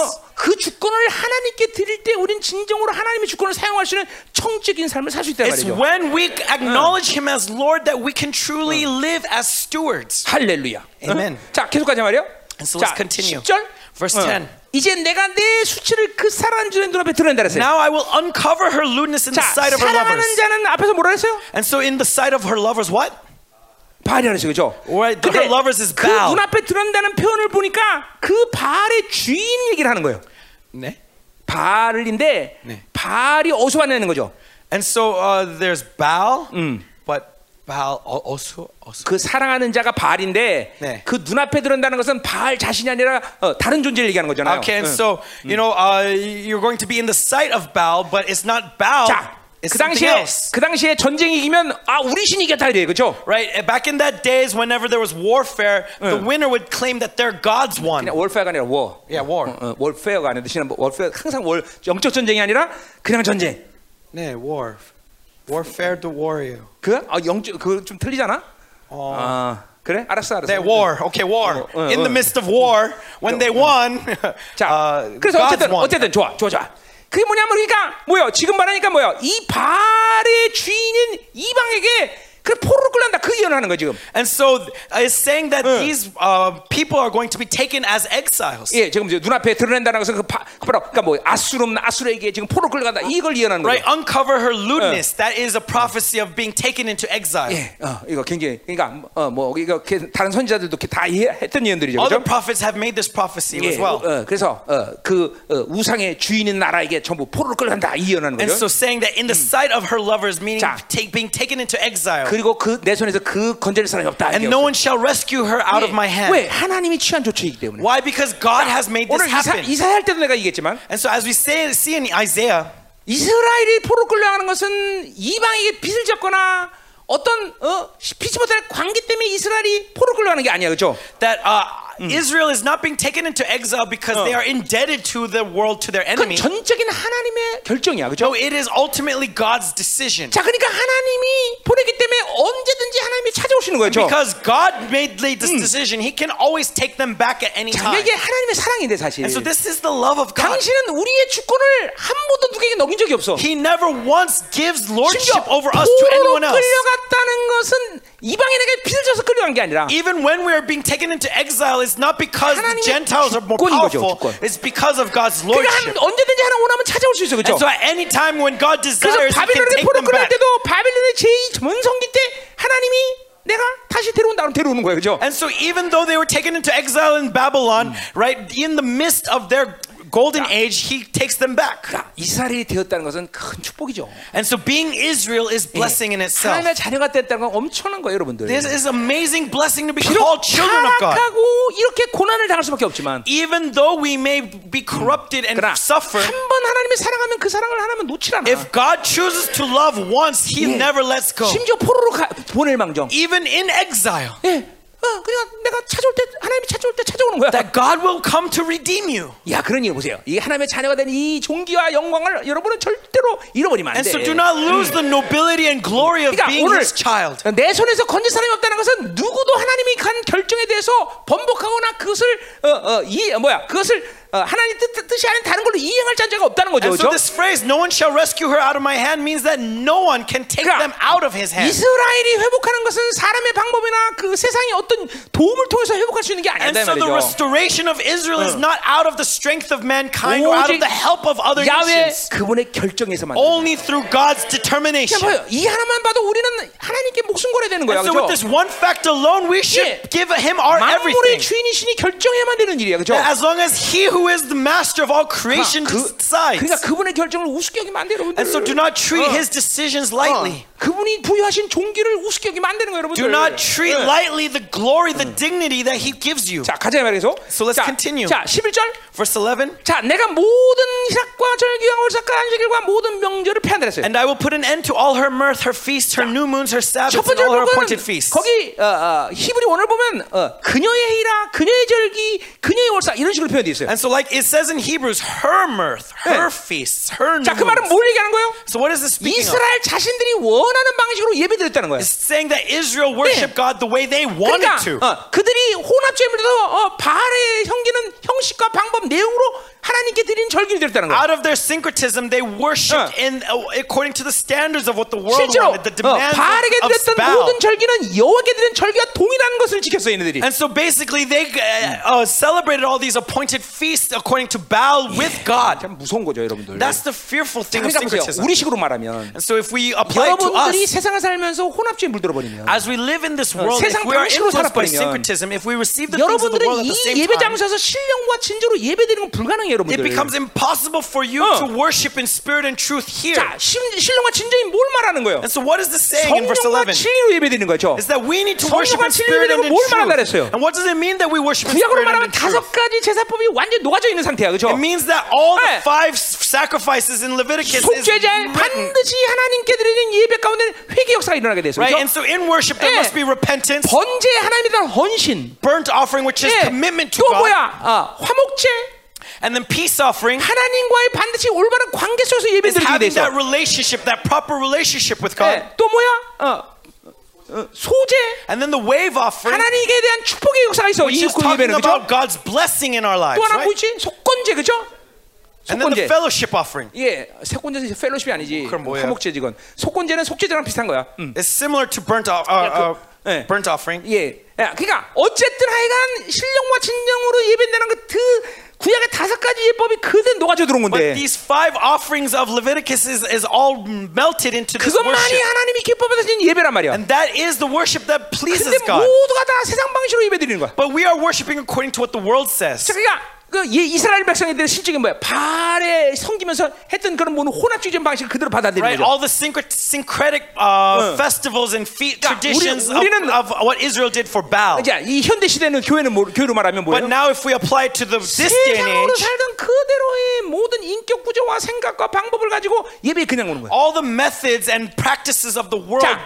[SPEAKER 1] 어, 그 주권을 하나님께 드릴 때 우린 진정으로 하나님의 주권을 사용할 수 있는 청적인 삶을 살 수 있단
[SPEAKER 2] It's
[SPEAKER 1] 말이죠
[SPEAKER 2] when we
[SPEAKER 1] Mm.
[SPEAKER 2] acknowledge Him as Lord that we can truly live as stewards.
[SPEAKER 1] 할렐루야
[SPEAKER 2] Amen.
[SPEAKER 1] 어? 자 계속 가자 말이요
[SPEAKER 2] And so
[SPEAKER 1] 자
[SPEAKER 2] let's continue.
[SPEAKER 1] 10절
[SPEAKER 2] Verse
[SPEAKER 1] 어.
[SPEAKER 2] 10.
[SPEAKER 1] 이제 내가 내 수치를 그 사랑하는 자의 눈앞에 드러낸다 그랬어요
[SPEAKER 2] Now I will uncover her lewdness in the
[SPEAKER 1] 자,
[SPEAKER 2] sight of her lovers.
[SPEAKER 1] 사랑하는 자는 앞에서 뭐라 했어요?
[SPEAKER 2] And so, in the sight of her lovers, what?
[SPEAKER 1] 바알이라 했어요, 그죠?
[SPEAKER 2] Right,
[SPEAKER 1] 근데
[SPEAKER 2] her lovers is
[SPEAKER 1] 그
[SPEAKER 2] Baal.
[SPEAKER 1] 눈앞에 드러난다는 표현을 보니까 그 바알의 주인 얘기를 하는 거예요.
[SPEAKER 2] 네?
[SPEAKER 1] 바알인데
[SPEAKER 2] 네.
[SPEAKER 1] 발이 어디서 왔냐는 거죠.
[SPEAKER 2] And so uh, there's Baal,
[SPEAKER 1] Mm.
[SPEAKER 2] but Baal al- also also.
[SPEAKER 1] 그 사랑하는 자가 발인데
[SPEAKER 2] 네.
[SPEAKER 1] 그 눈앞에 드러난다는 것은 발 자신이 아니라 어, 다른 존재를 얘기하는 거잖아요.
[SPEAKER 2] Okay, and so
[SPEAKER 1] Mm.
[SPEAKER 2] you know uh, you're going to be in the sight of Baal, but it's not Baal.
[SPEAKER 1] 자,
[SPEAKER 2] It's
[SPEAKER 1] 그
[SPEAKER 2] something
[SPEAKER 1] 당시에
[SPEAKER 2] else.
[SPEAKER 1] 그 당시에 전쟁이 이기면 아 우리 신이 이겼다 이래 그렇죠?
[SPEAKER 2] Right, And back in that days, whenever there was warfare, the winner would claim that their gods won.
[SPEAKER 1] 그냥 월페어가 아니라 워.
[SPEAKER 2] Yeah, war.
[SPEAKER 1] 어, 월페어가 아니라 지난 월페어 항상 월 영적 전쟁이 아니라 그냥 전쟁.
[SPEAKER 2] 네, war. Warfare to warrior.
[SPEAKER 1] 그 아, 영적 그좀 틀리잖아?
[SPEAKER 2] 어.
[SPEAKER 1] 아 그래? 알았어 알았어.
[SPEAKER 2] That war. Okay, war. mm,
[SPEAKER 1] 어, 어,
[SPEAKER 2] in the
[SPEAKER 1] 어.
[SPEAKER 2] midst of war, when they won,
[SPEAKER 1] 자,
[SPEAKER 2] uh,
[SPEAKER 1] 그래서
[SPEAKER 2] gods
[SPEAKER 1] 어쨌든
[SPEAKER 2] won.
[SPEAKER 1] 어쨌든 좋아 좋아 좋아. 그게 뭐냐면 그러니까 뭐요? 지금 말하니까 뭐요? 이 발의 주인인 이방에게 그 포로를 끌란다 그 예언하는 거야 지금.
[SPEAKER 2] And so it's saying that these uh, people are going to be taken as exiles.
[SPEAKER 1] 예, 지금 이제 눈앞에 드러낸다는 것은 그, 파, 그 바로 그러니까 뭐 아수름 아수르에게 지금 포로 끌려간다 이걸 예언하는 거죠.
[SPEAKER 2] 어? Right? Uncover her lewdness. That is a prophecy of being taken into exile.
[SPEAKER 1] 예, 어, 이거 굉장히 그러니까 어뭐 이거 게- 다른 선지자들도 이렇게 다 이해했던 예언들이죠. 그죠?
[SPEAKER 2] Other prophets have made this prophecy
[SPEAKER 1] 예,
[SPEAKER 2] as well.
[SPEAKER 1] 어, 그래서 어, 그 어, 우상의 주인인 나라에게 전부 포로를 끌려간다 이 예언하는
[SPEAKER 2] and
[SPEAKER 1] 거죠.
[SPEAKER 2] so saying that in the sight of her lovers, meaning
[SPEAKER 1] 자.
[SPEAKER 2] take, being taken into exile.
[SPEAKER 1] 그리고 그 내 손에서 그 건져낼 사람이 없다. 이게
[SPEAKER 2] and no one shall rescue her out of my hand.
[SPEAKER 1] 예, 왜 하나님이 취한 조치이기 때문에.
[SPEAKER 2] Why? Because God has made this
[SPEAKER 1] 오늘 이사,
[SPEAKER 2] happen.
[SPEAKER 1] 이사할 때도 내가 얘기했지만
[SPEAKER 2] and so as we say, see in Isaiah,
[SPEAKER 1] 이스라엘이 포로 끌려가는 것은 이방에게 빚을 졌거나 어떤 어, 피치 못할 관계 때문에 이스라엘이 포로 끌려가는 게 아니야, 그렇죠?
[SPEAKER 2] that uh, Israel is not being taken into exile because they are indebted to the world, to their
[SPEAKER 1] 그건
[SPEAKER 2] enemy.
[SPEAKER 1] 전적인 하나님의 결정이야, 그렇죠?
[SPEAKER 2] No, it is ultimately God's decision.
[SPEAKER 1] 자, 그러니까 하나님이 보내기 때문에 언제든지 하나님이 찾아오시는 거예요, 그렇죠?
[SPEAKER 2] Because God made the- this decision, He can always take them back at any
[SPEAKER 1] 자,
[SPEAKER 2] time.
[SPEAKER 1] 이게 하나님의 사랑인데 사실.
[SPEAKER 2] And so this is the love of God.
[SPEAKER 1] 당신은 우리의 주권을 한 번도 누구에게 넘긴 적이 없어.
[SPEAKER 2] He never once gives
[SPEAKER 1] 심지어
[SPEAKER 2] lordship over us to
[SPEAKER 1] 포로로
[SPEAKER 2] anyone else.
[SPEAKER 1] 끌려갔다는 것은 이방인에게 빚을 져서 끌려간 게 아니라
[SPEAKER 2] Even when we are being taken into exile, it's not because the
[SPEAKER 1] 하나님의
[SPEAKER 2] Gentiles are more
[SPEAKER 1] 주권인 거죠,
[SPEAKER 2] powerful.
[SPEAKER 1] 주권.
[SPEAKER 2] It's because of God's
[SPEAKER 1] 그러니까 한-
[SPEAKER 2] lordship.
[SPEAKER 1] 언제든지 하나 원하면 찾아올 수 있어, 그렇죠?
[SPEAKER 2] And so at any time when God desires,
[SPEAKER 1] 그래서
[SPEAKER 2] He can
[SPEAKER 1] 바빌론에게
[SPEAKER 2] take
[SPEAKER 1] 포로
[SPEAKER 2] them
[SPEAKER 1] 끌어갈
[SPEAKER 2] back.
[SPEAKER 1] 때도 바빌론의 제2 전성기 때 하나님이 내가 다시 데려온다 하면 데려오는 거예요. 그죠?
[SPEAKER 2] And so even though they were taken into exile in Babylon, right, in the midst of their golden age, he takes them back.
[SPEAKER 1] 그러니까 이스라엘이 되었다는 것은 큰 축복이죠. 예.
[SPEAKER 2] And so being Israel is blessing in itself.
[SPEAKER 1] 하나님의 자녀가 됐다는 건 엄청난 거예요, 여러분들.
[SPEAKER 2] This is amazing blessing to be
[SPEAKER 1] 비록
[SPEAKER 2] called children of God.
[SPEAKER 1] 타락하고 이렇게 고난을 당할 수밖에 없지만
[SPEAKER 2] Even though we may be corrupted and
[SPEAKER 1] 그러나
[SPEAKER 2] suffer,
[SPEAKER 1] 한 번 하나님의 사랑하면 그 사랑을 하나면 놓지 않아.
[SPEAKER 2] if God chooses to love once, he
[SPEAKER 1] 예.
[SPEAKER 2] never lets go.
[SPEAKER 1] 심지어 포로로 가, 보낼 망정.
[SPEAKER 2] Even in exile,
[SPEAKER 1] 예. 어, 그냥 내가 찾아올 때 하나님이 찾아올 때 찾아오는 거야.
[SPEAKER 2] that God will come to redeem you.
[SPEAKER 1] 야, 그런 일 보세요. 이 하나님의 자녀가 된 이 종기와 영광을 여러분은 절대로 잃어버리면 안
[SPEAKER 2] And
[SPEAKER 1] 돼.
[SPEAKER 2] so do not lose the nobility and glory of
[SPEAKER 1] 그러니까
[SPEAKER 2] being
[SPEAKER 1] 오늘
[SPEAKER 2] his child.
[SPEAKER 1] 내 손에서 건질 사람이 없다는 것은 누구도 하나님이 간 결정에 대해서 번복하거나 그것을 어어이 뭐야 그것을 어, 하나님 뜻, 뜻이 아닌 다른 걸로 이행할 자가 없다는 거죠.
[SPEAKER 2] And
[SPEAKER 1] 그렇죠?
[SPEAKER 2] so this phrase, no one shall rescue her out of my hand, means that no one can take
[SPEAKER 1] 그러니까
[SPEAKER 2] them out of his hand.
[SPEAKER 1] 이스라엘이 회복하는 것은 사람의 방법이나 그 세상의 어떤 도움을 통해서 회복할 수 있는 게
[SPEAKER 2] And
[SPEAKER 1] 아니다
[SPEAKER 2] so the
[SPEAKER 1] 말이죠.
[SPEAKER 2] restoration of Israel is not out of the strength of mankind or out
[SPEAKER 1] 오직
[SPEAKER 2] of the help of other
[SPEAKER 1] 야외
[SPEAKER 2] nations. Oh,
[SPEAKER 1] 그분의 결정에서만.
[SPEAKER 2] Only through God's determination.
[SPEAKER 1] 그냥 봐요. 이 하나만 봐도 우리는 하나님께 목숨 걸어야 되는 거야.
[SPEAKER 2] And so with this
[SPEAKER 1] 그렇죠?
[SPEAKER 2] one fact alone, we
[SPEAKER 1] Yeah.
[SPEAKER 2] should give him our
[SPEAKER 1] 만물의
[SPEAKER 2] everything.
[SPEAKER 1] 주인이시니 결정해야만 되는 일이야. 그렇죠?
[SPEAKER 2] That As long as he who is the master of all creation
[SPEAKER 1] 그,
[SPEAKER 2] decides.
[SPEAKER 1] 그러니까 그분의 결정을 우습게 여기면 안 돼요, 여러분들.
[SPEAKER 2] And so do not treat
[SPEAKER 1] 어.
[SPEAKER 2] his decisions lightly.
[SPEAKER 1] 그분이 부여하신 종기를 우습게 여기면 안 되는 거예요, 여러분들.
[SPEAKER 2] Do not treat
[SPEAKER 1] 예.
[SPEAKER 2] lightly the glory, the dignity that he gives you.
[SPEAKER 1] 자, 가자 말해서.
[SPEAKER 2] So let's
[SPEAKER 1] 자,
[SPEAKER 2] continue.
[SPEAKER 1] 자, 11절.
[SPEAKER 2] Verse 11.
[SPEAKER 1] 자, 내가 모든 희삭과 절기와 월삭과 안식일과 모든 명절을 폐한다 했어요.
[SPEAKER 2] And I will put an end to all her mirth, her feasts, her new moons, her
[SPEAKER 1] 첫
[SPEAKER 2] Sabbaths, and
[SPEAKER 1] 번째
[SPEAKER 2] all her
[SPEAKER 1] 보면
[SPEAKER 2] appointed feasts.
[SPEAKER 1] 거기 어, 어, 히브리 원을 보면 어, 그녀의 해이라 그녀의 절기 그녀의 월삭 이런 식으로 표현되어 있어요.
[SPEAKER 2] And so, like it says in Hebrews, her mirth, her feasts, her new
[SPEAKER 1] 자, 그 말은
[SPEAKER 2] moons.
[SPEAKER 1] 뭘 얘기하는 거예요?
[SPEAKER 2] So, what is this speaking of?
[SPEAKER 1] 이스라엘 자신들이 원하는 방식으로 예배드렸다는 거예요.
[SPEAKER 2] It's saying that Israel worshiped
[SPEAKER 1] Yeah.
[SPEAKER 2] God the way they wanted
[SPEAKER 1] 그러니까
[SPEAKER 2] to.
[SPEAKER 1] 어, 그들이 혼합제물에서 어, 바알의 형기는 형식과 방법 내용으로 하나님께 드린 절기를 드렸다는 거예요.
[SPEAKER 2] Out of their syncretism, they worshipped
[SPEAKER 1] Yeah.
[SPEAKER 2] in uh, according to the standards of what the world
[SPEAKER 1] 실제로
[SPEAKER 2] wanted, the
[SPEAKER 1] 어,
[SPEAKER 2] demands
[SPEAKER 1] 바알에게
[SPEAKER 2] of,
[SPEAKER 1] 드렸던
[SPEAKER 2] of Baal.
[SPEAKER 1] 모든 절기는 여호와께 드린 절기와 동일한 것을 지켰어요, 얘네들이.
[SPEAKER 2] And so, basically, they uh, uh, celebrated all these appointed feasts according to Baal with God.
[SPEAKER 1] 참 무서운 거죠, 여러분들.
[SPEAKER 2] That's the fearful thing of
[SPEAKER 1] 그러니까 보세요.
[SPEAKER 2] syncretism.
[SPEAKER 1] 우리식으로 말하면
[SPEAKER 2] And so, if we apply it to
[SPEAKER 1] 여러분들이
[SPEAKER 2] us,
[SPEAKER 1] 세상을 살면서 혼합주의 물들어버리면
[SPEAKER 2] As we live in this world,
[SPEAKER 1] 세상
[SPEAKER 2] if we are
[SPEAKER 1] 방식으로
[SPEAKER 2] influenced by
[SPEAKER 1] 살아버리면
[SPEAKER 2] syncretism, if we receive the things of the world
[SPEAKER 1] 여러분들은
[SPEAKER 2] at the
[SPEAKER 1] 이
[SPEAKER 2] same
[SPEAKER 1] 예배
[SPEAKER 2] time,
[SPEAKER 1] 장소에서 신령과 진주로 예배드리는 건 불가능해요,
[SPEAKER 2] It
[SPEAKER 1] 여러분들.
[SPEAKER 2] becomes impossible for you
[SPEAKER 1] Oh.
[SPEAKER 2] to worship in spirit and truth here.
[SPEAKER 1] 자, 신- 신령과 진정이 뭘 말하는 거예요?
[SPEAKER 2] And so, what is this saying in verse
[SPEAKER 1] 성령과
[SPEAKER 2] 11?
[SPEAKER 1] 진리로 예배드리는 거죠.
[SPEAKER 2] Is that we need to worship in
[SPEAKER 1] 성령과
[SPEAKER 2] spirit and in
[SPEAKER 1] 진리로 뭘 말한다
[SPEAKER 2] truth.
[SPEAKER 1] 그랬어요?
[SPEAKER 2] And what does it mean that we worship in
[SPEAKER 1] 구약으로
[SPEAKER 2] spirit and
[SPEAKER 1] 말하면
[SPEAKER 2] in truth?
[SPEAKER 1] 다섯 가지 제사법이 완전 히 녹아져 있는 상태야, 그렇죠?
[SPEAKER 2] It means that all
[SPEAKER 1] 네.
[SPEAKER 2] the five s- sacrifices in Leviticus is
[SPEAKER 1] 속죄자의
[SPEAKER 2] written.
[SPEAKER 1] 반드시 하나님께 드리는 예배 가운데 회개 역사가 일어나게 돼서
[SPEAKER 2] Right?
[SPEAKER 1] 그렇죠?
[SPEAKER 2] And so in worship there
[SPEAKER 1] 네.
[SPEAKER 2] must be repentance,
[SPEAKER 1] 번제 하나님에 대한 헌신,
[SPEAKER 2] burnt offering which is
[SPEAKER 1] 예.
[SPEAKER 2] commitment to
[SPEAKER 1] 또
[SPEAKER 2] God,
[SPEAKER 1] 뭐야? 아, 화목제
[SPEAKER 2] and then peace offering
[SPEAKER 1] 하나님과의 반드시 올바른 관계 속에서 예배
[SPEAKER 2] is
[SPEAKER 1] 드리게
[SPEAKER 2] having
[SPEAKER 1] 돼서
[SPEAKER 2] that relationship, that proper relationship with God.
[SPEAKER 1] 예, 또 뭐야? 어, 어, 소제
[SPEAKER 2] And then the wave offering
[SPEAKER 1] 하나님께 대한 축복의 역사가 있어
[SPEAKER 2] which
[SPEAKER 1] 이
[SPEAKER 2] is
[SPEAKER 1] 그
[SPEAKER 2] talking
[SPEAKER 1] 예배는 그죠?
[SPEAKER 2] about God's blessing in our lives,
[SPEAKER 1] 또 하나
[SPEAKER 2] right?
[SPEAKER 1] 뭐지? 속건제 그죠?
[SPEAKER 2] And then the
[SPEAKER 1] 속건제
[SPEAKER 2] fellowship offering
[SPEAKER 1] 예, 속건제는 펠로십이 아니지
[SPEAKER 2] 그럼 뭐예요?
[SPEAKER 1] 화목제 지건 속건제는 속죄제랑 비슷한 거야 음.
[SPEAKER 2] is similar to burnt off- uh, uh,
[SPEAKER 1] 예.
[SPEAKER 2] burnt offering.
[SPEAKER 1] 예. 야, 그러니까 어쨌든 하여간 신령과 진정으로 예배된다는 그 드- 구약의 다섯 가지 예법이 그대로 녹아져 들어온
[SPEAKER 2] But
[SPEAKER 1] 건데
[SPEAKER 2] these five offerings of Leviticus is, is all melted into this worship.
[SPEAKER 1] 그것만이 하나님이 기뻐받으신 예배란 말이야.
[SPEAKER 2] And that is the worship that
[SPEAKER 1] 근데
[SPEAKER 2] pleases God.
[SPEAKER 1] 모두가 다 세상 방식으로 예배드리는 거야.
[SPEAKER 2] But we are worshiping according to what the world says.
[SPEAKER 1] 자, 그러니까 그 예- 이스라엘 백성들의 실적인 뭐야? 발에 섬기면서 했던 그런 모든 혼합주의적 방식을 그대로 받아들이는
[SPEAKER 2] Right,
[SPEAKER 1] 거죠.
[SPEAKER 2] all the syncret- syncretic uh, festivals and fe- traditions of,
[SPEAKER 1] 우리는-
[SPEAKER 2] of what Israel did for Baal.
[SPEAKER 1] 자, 이 현대 시대는 교회는 뭐, 교회로 말하면
[SPEAKER 2] But
[SPEAKER 1] 뭐예요?
[SPEAKER 2] now, if we apply it to the, this day and
[SPEAKER 1] 세상으로
[SPEAKER 2] age,
[SPEAKER 1] 살던 그대로의 모든 인격 구조와 생각과 방법을 가지고 예배 그냥 오는 거야.
[SPEAKER 2] all the methods and practices of the world,
[SPEAKER 1] 자,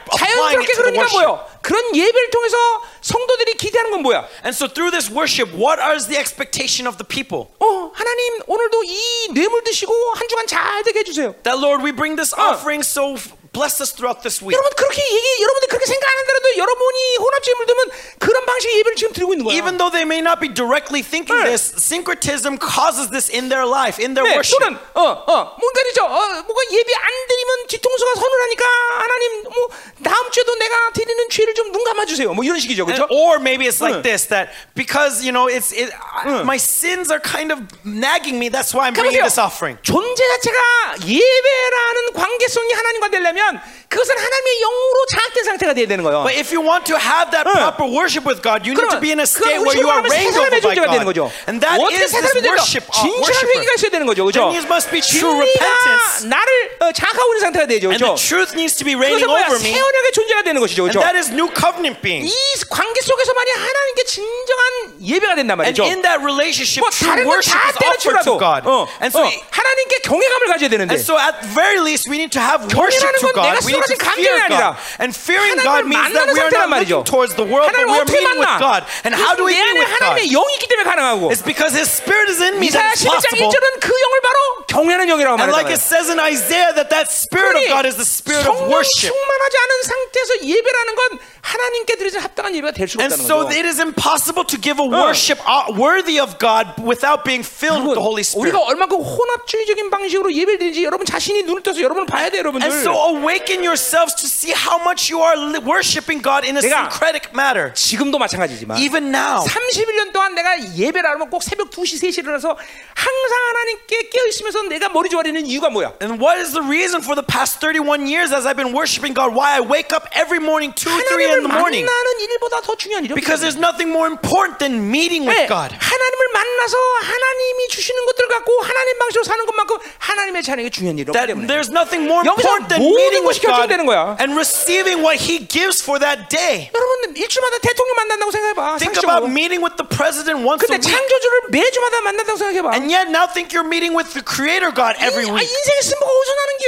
[SPEAKER 1] 자연스럽게
[SPEAKER 2] applying it to the
[SPEAKER 1] 그러니까
[SPEAKER 2] worship.
[SPEAKER 1] 뭐요? 그런 예배를 통해서 성도들이 기대하는 건 뭐야?
[SPEAKER 2] And so, through this worship, what is the expectation of the people?
[SPEAKER 1] 어, 하나님 오늘도 이 뇌물 드시고 한 주간 잘 되게 해주세요.
[SPEAKER 2] That, Lord, we bring this offering, so f- bless us throughout this week.
[SPEAKER 1] 여러분 그렇게 얘기, 여러분들 그렇게 생각하는데라도 여러분이 혼합제물 들면 그런 방식의 예배를 지금 드리고 있는 거야.
[SPEAKER 2] Even though they may not be directly thinking
[SPEAKER 1] 네.
[SPEAKER 2] this, syncretism causes this in their life, in their
[SPEAKER 1] 네,
[SPEAKER 2] worship.
[SPEAKER 1] 또는 어, 어, 뭔가 이죠 어, 뭔가 예배 안 드리면 뒤통수가 서늘하니까 하나님 뭐 다음 주에도 내가 드리는 죄를 좀 눈 감아 주세요. 뭐 이런 식이죠,
[SPEAKER 2] And-
[SPEAKER 1] 그렇죠?
[SPEAKER 2] or maybe it's
[SPEAKER 1] Mm.
[SPEAKER 2] like this that because you know it's it,
[SPEAKER 1] Mm.
[SPEAKER 2] I- my sins are kind of nagging me that's why I'm bringing
[SPEAKER 1] 그러세요.
[SPEAKER 2] this offering
[SPEAKER 1] 존재 자체가 예배라는 관계성이 하나님과 되려면 그것은 하나님의 영으로 장악된 상태가 돼야 되는 거예요.
[SPEAKER 2] but if you want to have that
[SPEAKER 1] Mm.
[SPEAKER 2] proper worship with God you need to
[SPEAKER 1] 그러면
[SPEAKER 2] be in a state
[SPEAKER 1] 그런
[SPEAKER 2] where you
[SPEAKER 1] 음식으로
[SPEAKER 2] are
[SPEAKER 1] 하면 새
[SPEAKER 2] reigned over
[SPEAKER 1] 사람의
[SPEAKER 2] by
[SPEAKER 1] 존재가 되는 거죠.
[SPEAKER 2] God and that
[SPEAKER 1] 어떻게
[SPEAKER 2] is
[SPEAKER 1] 새
[SPEAKER 2] this
[SPEAKER 1] 사람이 되려?
[SPEAKER 2] worship uh,
[SPEAKER 1] 진실한 회개가
[SPEAKER 2] worshiper
[SPEAKER 1] 있어야 되는 거죠, 그죠?
[SPEAKER 2] Then it must be true repentance
[SPEAKER 1] 진리가 나를 어, 장악하고 있는 상태가 되죠,
[SPEAKER 2] and the
[SPEAKER 1] 그죠?
[SPEAKER 2] truth needs to be
[SPEAKER 1] 그래서
[SPEAKER 2] reigning
[SPEAKER 1] 뭐야?
[SPEAKER 2] over me
[SPEAKER 1] 새 언약의 존재가 되는 것이죠,
[SPEAKER 2] and
[SPEAKER 1] 그죠?
[SPEAKER 2] that is new covenant being
[SPEAKER 1] 이 관계 속에서만이 하나님께 진정한 예배가 된단
[SPEAKER 2] and
[SPEAKER 1] 말이죠.
[SPEAKER 2] in that relationship
[SPEAKER 1] 뭐
[SPEAKER 2] true
[SPEAKER 1] 다른
[SPEAKER 2] worship
[SPEAKER 1] 건다
[SPEAKER 2] is offered
[SPEAKER 1] 때려치더라도
[SPEAKER 2] to God
[SPEAKER 1] 어,
[SPEAKER 2] and so
[SPEAKER 1] 어, 하나님께 경외감을 가져야 되는데
[SPEAKER 2] And so at the very least we need to have worship to
[SPEAKER 1] 건
[SPEAKER 2] God.
[SPEAKER 1] 내가
[SPEAKER 2] We need to
[SPEAKER 1] 쏟아진
[SPEAKER 2] fear
[SPEAKER 1] 감정이
[SPEAKER 2] God.
[SPEAKER 1] 아니라
[SPEAKER 2] And fearing
[SPEAKER 1] 하나님을
[SPEAKER 2] God means that
[SPEAKER 1] 만나는
[SPEAKER 2] we are not
[SPEAKER 1] 상태란 말이죠.
[SPEAKER 2] looking towards the world, but
[SPEAKER 1] 하나님
[SPEAKER 2] we are
[SPEAKER 1] 어떻게
[SPEAKER 2] meeting with
[SPEAKER 1] 만나?
[SPEAKER 2] God. And how do we
[SPEAKER 1] 내
[SPEAKER 2] meet
[SPEAKER 1] 안에
[SPEAKER 2] with God?
[SPEAKER 1] 하나님의 영이 있기 때문에 가능하고
[SPEAKER 2] It's because His Spirit is in me
[SPEAKER 1] 이사야
[SPEAKER 2] that it's
[SPEAKER 1] 11장
[SPEAKER 2] possible.
[SPEAKER 1] 1절은 그 영을 바로 경외하는 영이라고
[SPEAKER 2] And like
[SPEAKER 1] 말한다
[SPEAKER 2] it says in Isaiah that that Spirit of God is the Spirit of
[SPEAKER 1] 성령
[SPEAKER 2] worship.
[SPEAKER 1] 충만하지 않은 상태에서 예배라는 건 하나님께 드리는 합당한 예배가 될 수가
[SPEAKER 2] And
[SPEAKER 1] 없다는
[SPEAKER 2] so
[SPEAKER 1] 거죠
[SPEAKER 2] it is impossible to give a worship uh, worthy of God without being filled with the Holy Spirit.
[SPEAKER 1] 우리가 얼마큼 혼합주의적인 방식으로 예배를 드리는지 여러분 자신이 눈을 떠서 여러분을 봐야 돼요 여러분들
[SPEAKER 2] And so awaken yourselves to see how much you are li- worshiping God in a
[SPEAKER 1] 내가
[SPEAKER 2] syncretic matter.
[SPEAKER 1] 지금도 마찬가지지만
[SPEAKER 2] Even now.
[SPEAKER 1] 31년 동안 내가 예배를 하면 꼭 새벽 2시, 3시에 일어나서 항상 하나님께 깨어있으면서 내가 머리 조아리는 이유가 뭐야?
[SPEAKER 2] And what is the reason for the past 31 years as I've been worshiping God? Why I wake up every morning, 2 3 in
[SPEAKER 1] 하나님을
[SPEAKER 2] the morning?
[SPEAKER 1] 만나는 일보다 더 중요한 일이
[SPEAKER 2] Because
[SPEAKER 1] 없어요.
[SPEAKER 2] there's nothing more important than meeting with
[SPEAKER 1] 네,
[SPEAKER 2] God.
[SPEAKER 1] 하나님을 만나서 하나님이 주시는 것들 갖고 하나님 방식으로 사는 것만큼 하나님의 자녀에게 중요한 일이 없기
[SPEAKER 2] That
[SPEAKER 1] 때문에
[SPEAKER 2] there's nothing more
[SPEAKER 1] 여기서
[SPEAKER 2] important than
[SPEAKER 1] 모든
[SPEAKER 2] meeting
[SPEAKER 1] 것이
[SPEAKER 2] with God
[SPEAKER 1] 결정되는 거야.
[SPEAKER 2] and receiving what He gives for that day.
[SPEAKER 1] 여러분 일주마다 대통령 만난다고 생각해봐
[SPEAKER 2] Think
[SPEAKER 1] 상식적으로
[SPEAKER 2] about meeting with the president once a
[SPEAKER 1] 근데
[SPEAKER 2] week,
[SPEAKER 1] 창조주를 매주마다 만난다고 생각해봐
[SPEAKER 2] and yet now think you're meeting with the Creator God
[SPEAKER 1] 이-
[SPEAKER 2] every
[SPEAKER 1] 아,
[SPEAKER 2] week.
[SPEAKER 1] 인생의 승부가 어디서 나는겨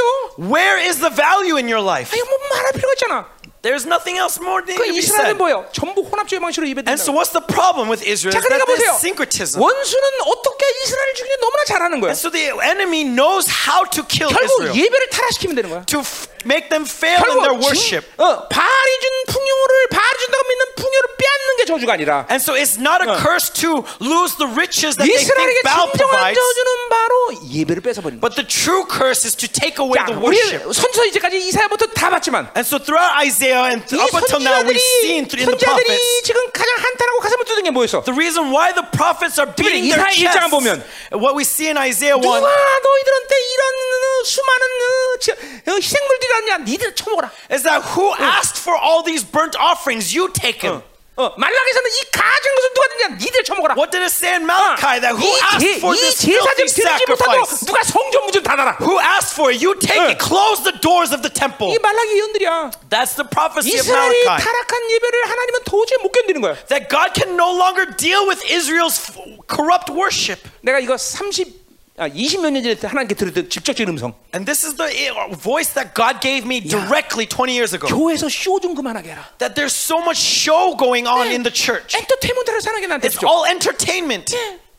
[SPEAKER 2] Where is the value in your life?
[SPEAKER 1] 아니 뭐 말할 필요가 있잖아
[SPEAKER 2] There's nothing else more than
[SPEAKER 1] 그
[SPEAKER 2] to be
[SPEAKER 1] 이스라엘은
[SPEAKER 2] said.
[SPEAKER 1] 뭐예요? 전부 혼합주의 방식으로
[SPEAKER 2] And
[SPEAKER 1] 예배된다
[SPEAKER 2] so what's the problem with Israel?
[SPEAKER 1] 자
[SPEAKER 2] Is
[SPEAKER 1] 그러니까
[SPEAKER 2] that there's
[SPEAKER 1] 보세요
[SPEAKER 2] syncretism.
[SPEAKER 1] 원수는 어떻게 이스라엘을 죽이는지 너무나 잘하는 거야
[SPEAKER 2] And so the enemy knows how to kill
[SPEAKER 1] 결국
[SPEAKER 2] Israel,
[SPEAKER 1] 예배를 타락시키면 되는 거야
[SPEAKER 2] to f- make them fail in their
[SPEAKER 1] 결국
[SPEAKER 2] worship.
[SPEAKER 1] 진- 어, 바알이 준 풍요를 바알이 준다고 믿는 풍요를 빼앗는 게 저주가 아니라
[SPEAKER 2] And so it's not
[SPEAKER 1] 어.
[SPEAKER 2] a curse to lose the riches that they
[SPEAKER 1] 이스라엘에게
[SPEAKER 2] think Baal
[SPEAKER 1] 진정한
[SPEAKER 2] provides,
[SPEAKER 1] 저주는 바로 예배를 뺏어버린 거야
[SPEAKER 2] but the true curse is to take away
[SPEAKER 1] 자,
[SPEAKER 2] the
[SPEAKER 1] 우리
[SPEAKER 2] worship.
[SPEAKER 1] 선서 이제까지 이사야부터 다 봤지만
[SPEAKER 2] And so throughout Isaiah and
[SPEAKER 1] 이
[SPEAKER 2] up until now, we've seen
[SPEAKER 1] 선지자들이
[SPEAKER 2] through in the
[SPEAKER 1] 선지자들이
[SPEAKER 2] prophets.
[SPEAKER 1] 지금 가장 한탄하고 가슴을 뜯은 게 뭐였어?
[SPEAKER 2] The reason why the prophets are beating their
[SPEAKER 1] 이사야
[SPEAKER 2] chests,
[SPEAKER 1] 1장 보면
[SPEAKER 2] what we see in Isaiah 1,
[SPEAKER 1] 누가 너희들한테 이런 어, 수많은 어, 지- 어, 희생물들이었냐? 니들 처먹어라.
[SPEAKER 2] is that who asked for all these burnt offerings? You take them.
[SPEAKER 1] 어, 말라기서는 이 가진 것을 누가 드냐 니들 처먹어라. 어,
[SPEAKER 2] What did it say in Malachi that who
[SPEAKER 1] 이, 제,
[SPEAKER 2] asked
[SPEAKER 1] 이
[SPEAKER 2] for this
[SPEAKER 1] 제사 좀
[SPEAKER 2] filthy
[SPEAKER 1] 드리지 못하도록
[SPEAKER 2] sacrifice?
[SPEAKER 1] 누가 성전 문좀 닫아라.
[SPEAKER 2] Who asked for it? You take it. Close the doors of the temple.
[SPEAKER 1] 이 말라기 예언들이야.
[SPEAKER 2] That's the prophecy of
[SPEAKER 1] 이스라엘이
[SPEAKER 2] Malachi.
[SPEAKER 1] 타락한 예배를 하나님은 도저히 못 견디는 거야.
[SPEAKER 2] That God can no longer deal with Israel's f- corrupt worship.
[SPEAKER 1] 내가 이거 30, 아, 20몇 년 전에 하나님께 들었던 직접적인 음성.
[SPEAKER 2] And this is the i- voice that God gave me directly 20 years ago.
[SPEAKER 1] 교회에서 쇼 좀 그만하게 해라.
[SPEAKER 2] That there's so much show going on
[SPEAKER 1] 네.
[SPEAKER 2] in the church.
[SPEAKER 1] 엔터테인먼트를 사는 게 나한테
[SPEAKER 2] It's
[SPEAKER 1] 죠
[SPEAKER 2] all entertainment.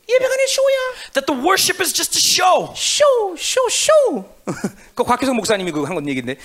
[SPEAKER 1] 예배가 아니라 쇼야.
[SPEAKER 2] That the worship is just a show.
[SPEAKER 1] 쇼, 쇼, 쇼. 그 곽혜성 목사님이 그거 한건 얘긴데.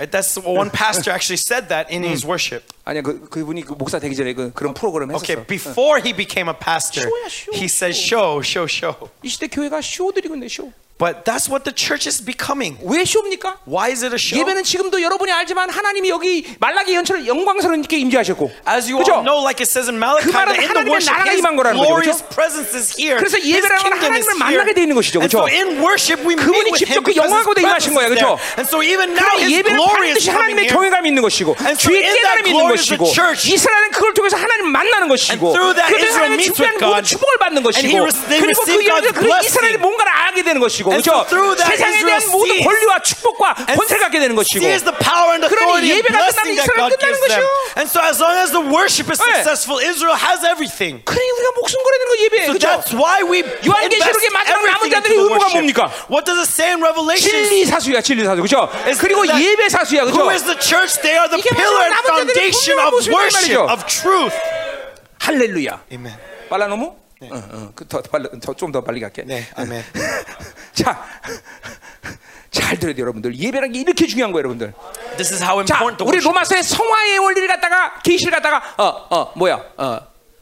[SPEAKER 2] Right? That's one pastor actually said that in his worship.
[SPEAKER 1] 아니야, 그 그분이 그 목사 되기 전에 그 그런 프로그램 했었어.
[SPEAKER 2] Okay, before he became a pastor,
[SPEAKER 1] Show, yeah, show,
[SPEAKER 2] he said show, show, show.
[SPEAKER 1] 이 시대 교회가 쇼들이고 있네, 쇼.
[SPEAKER 2] But that's what the church is becoming.
[SPEAKER 1] 왜 쇼입니까?
[SPEAKER 2] Why is it a show?
[SPEAKER 1] 예배는 지금도 여러분이 알지만 하나님이 여기 말라기 연처럼 영광스럽게 임재하셨고
[SPEAKER 2] As you
[SPEAKER 1] 그죠?
[SPEAKER 2] all know, like it says in
[SPEAKER 1] 그
[SPEAKER 2] Malachi,
[SPEAKER 1] 말은
[SPEAKER 2] that in the
[SPEAKER 1] 하나님의
[SPEAKER 2] worship,
[SPEAKER 1] 나라가
[SPEAKER 2] His
[SPEAKER 1] 임한 거라는 거죠,
[SPEAKER 2] glorious
[SPEAKER 1] 그죠?
[SPEAKER 2] presence is here.
[SPEAKER 1] 그래서
[SPEAKER 2] His
[SPEAKER 1] 예배라는 건
[SPEAKER 2] kingdom is
[SPEAKER 1] 하나님을
[SPEAKER 2] here.
[SPEAKER 1] 만나게 되는 것이죠,
[SPEAKER 2] And so
[SPEAKER 1] 그죠?
[SPEAKER 2] in worship we meet
[SPEAKER 1] 그분이
[SPEAKER 2] with
[SPEAKER 1] 직접
[SPEAKER 2] Him
[SPEAKER 1] 그
[SPEAKER 2] because His
[SPEAKER 1] 영광하고
[SPEAKER 2] presence
[SPEAKER 1] 대응하신 거예요,
[SPEAKER 2] is there.
[SPEAKER 1] 그죠?
[SPEAKER 2] And so even now
[SPEAKER 1] 그러니까
[SPEAKER 2] His
[SPEAKER 1] 예배는
[SPEAKER 2] glory is
[SPEAKER 1] 반드시
[SPEAKER 2] coming
[SPEAKER 1] 하나님의
[SPEAKER 2] here.
[SPEAKER 1] 경외감이 있는 것이고
[SPEAKER 2] And so
[SPEAKER 1] 주의
[SPEAKER 2] in that
[SPEAKER 1] 깨달음이 있는
[SPEAKER 2] glory is the
[SPEAKER 1] 것이고
[SPEAKER 2] church.
[SPEAKER 1] 이스라엘은 그걸 통해서 하나님 만나는 것이고
[SPEAKER 2] And through that
[SPEAKER 1] 그래서
[SPEAKER 2] Israel
[SPEAKER 1] 하나님
[SPEAKER 2] meets
[SPEAKER 1] 준비하는
[SPEAKER 2] with
[SPEAKER 1] 모든
[SPEAKER 2] God.
[SPEAKER 1] 축복을 받는
[SPEAKER 2] And
[SPEAKER 1] 것이고
[SPEAKER 2] he re- they
[SPEAKER 1] 그리고 그
[SPEAKER 2] receive
[SPEAKER 1] 영혼에서
[SPEAKER 2] God's
[SPEAKER 1] 그 이스라엘이
[SPEAKER 2] blessing.
[SPEAKER 1] 뭔가를 알게 되는 것이고
[SPEAKER 2] And
[SPEAKER 1] 그렇죠?
[SPEAKER 2] so through that
[SPEAKER 1] 세상에 대한
[SPEAKER 2] Israel
[SPEAKER 1] 모든
[SPEAKER 2] sees-
[SPEAKER 1] 권리와 축복과
[SPEAKER 2] And
[SPEAKER 1] 권세를 갖게 되는 것이고
[SPEAKER 2] sees the power and
[SPEAKER 1] 그러니
[SPEAKER 2] authority and
[SPEAKER 1] 예배가
[SPEAKER 2] blessing
[SPEAKER 1] 끝나면
[SPEAKER 2] that
[SPEAKER 1] 이스라엘
[SPEAKER 2] God gives
[SPEAKER 1] 끝나는
[SPEAKER 2] them.
[SPEAKER 1] 것이요
[SPEAKER 2] And so as long as the worship is
[SPEAKER 1] 네.
[SPEAKER 2] successful, Israel has everything.
[SPEAKER 1] 그러니 우리가 목숨 걸어야 되는 거 예배예요
[SPEAKER 2] So
[SPEAKER 1] 그렇죠?
[SPEAKER 2] that's why we
[SPEAKER 1] 요한계시록의
[SPEAKER 2] invest
[SPEAKER 1] 마지막 남은
[SPEAKER 2] everything
[SPEAKER 1] 자들의
[SPEAKER 2] into the
[SPEAKER 1] 의무가
[SPEAKER 2] worship.
[SPEAKER 1] 뭡니까?
[SPEAKER 2] What does it say in Revelation?
[SPEAKER 1] 진리 사수야 진리 사수 그렇죠? 그리고
[SPEAKER 2] that-
[SPEAKER 1] 예배 사수야
[SPEAKER 2] Who
[SPEAKER 1] 그렇죠?
[SPEAKER 2] is the church? They are the
[SPEAKER 1] 이게 바로
[SPEAKER 2] pillar and
[SPEAKER 1] 남은 자들의
[SPEAKER 2] foundation
[SPEAKER 1] 분명한
[SPEAKER 2] of
[SPEAKER 1] 모습이란
[SPEAKER 2] worship,
[SPEAKER 1] 말이죠.
[SPEAKER 2] of truth.
[SPEAKER 1] 할렐루야
[SPEAKER 2] Amen.
[SPEAKER 1] 빨라 너무? 네. 어, 어, 그 더, 빨리, 더, 좀더 빨리 갈게.
[SPEAKER 2] 네, 아멘.
[SPEAKER 1] 자, 잘 들어야 돼요, 여러분들. 예배라는 게 이렇게 중요한 거예요, 여러분들.
[SPEAKER 2] This is how
[SPEAKER 1] 자,
[SPEAKER 2] important the
[SPEAKER 1] 우리
[SPEAKER 2] worship.
[SPEAKER 1] 로마서의 성화의 원리를 갖다가 계시를 갖다가 어, 어, 뭐야, 어,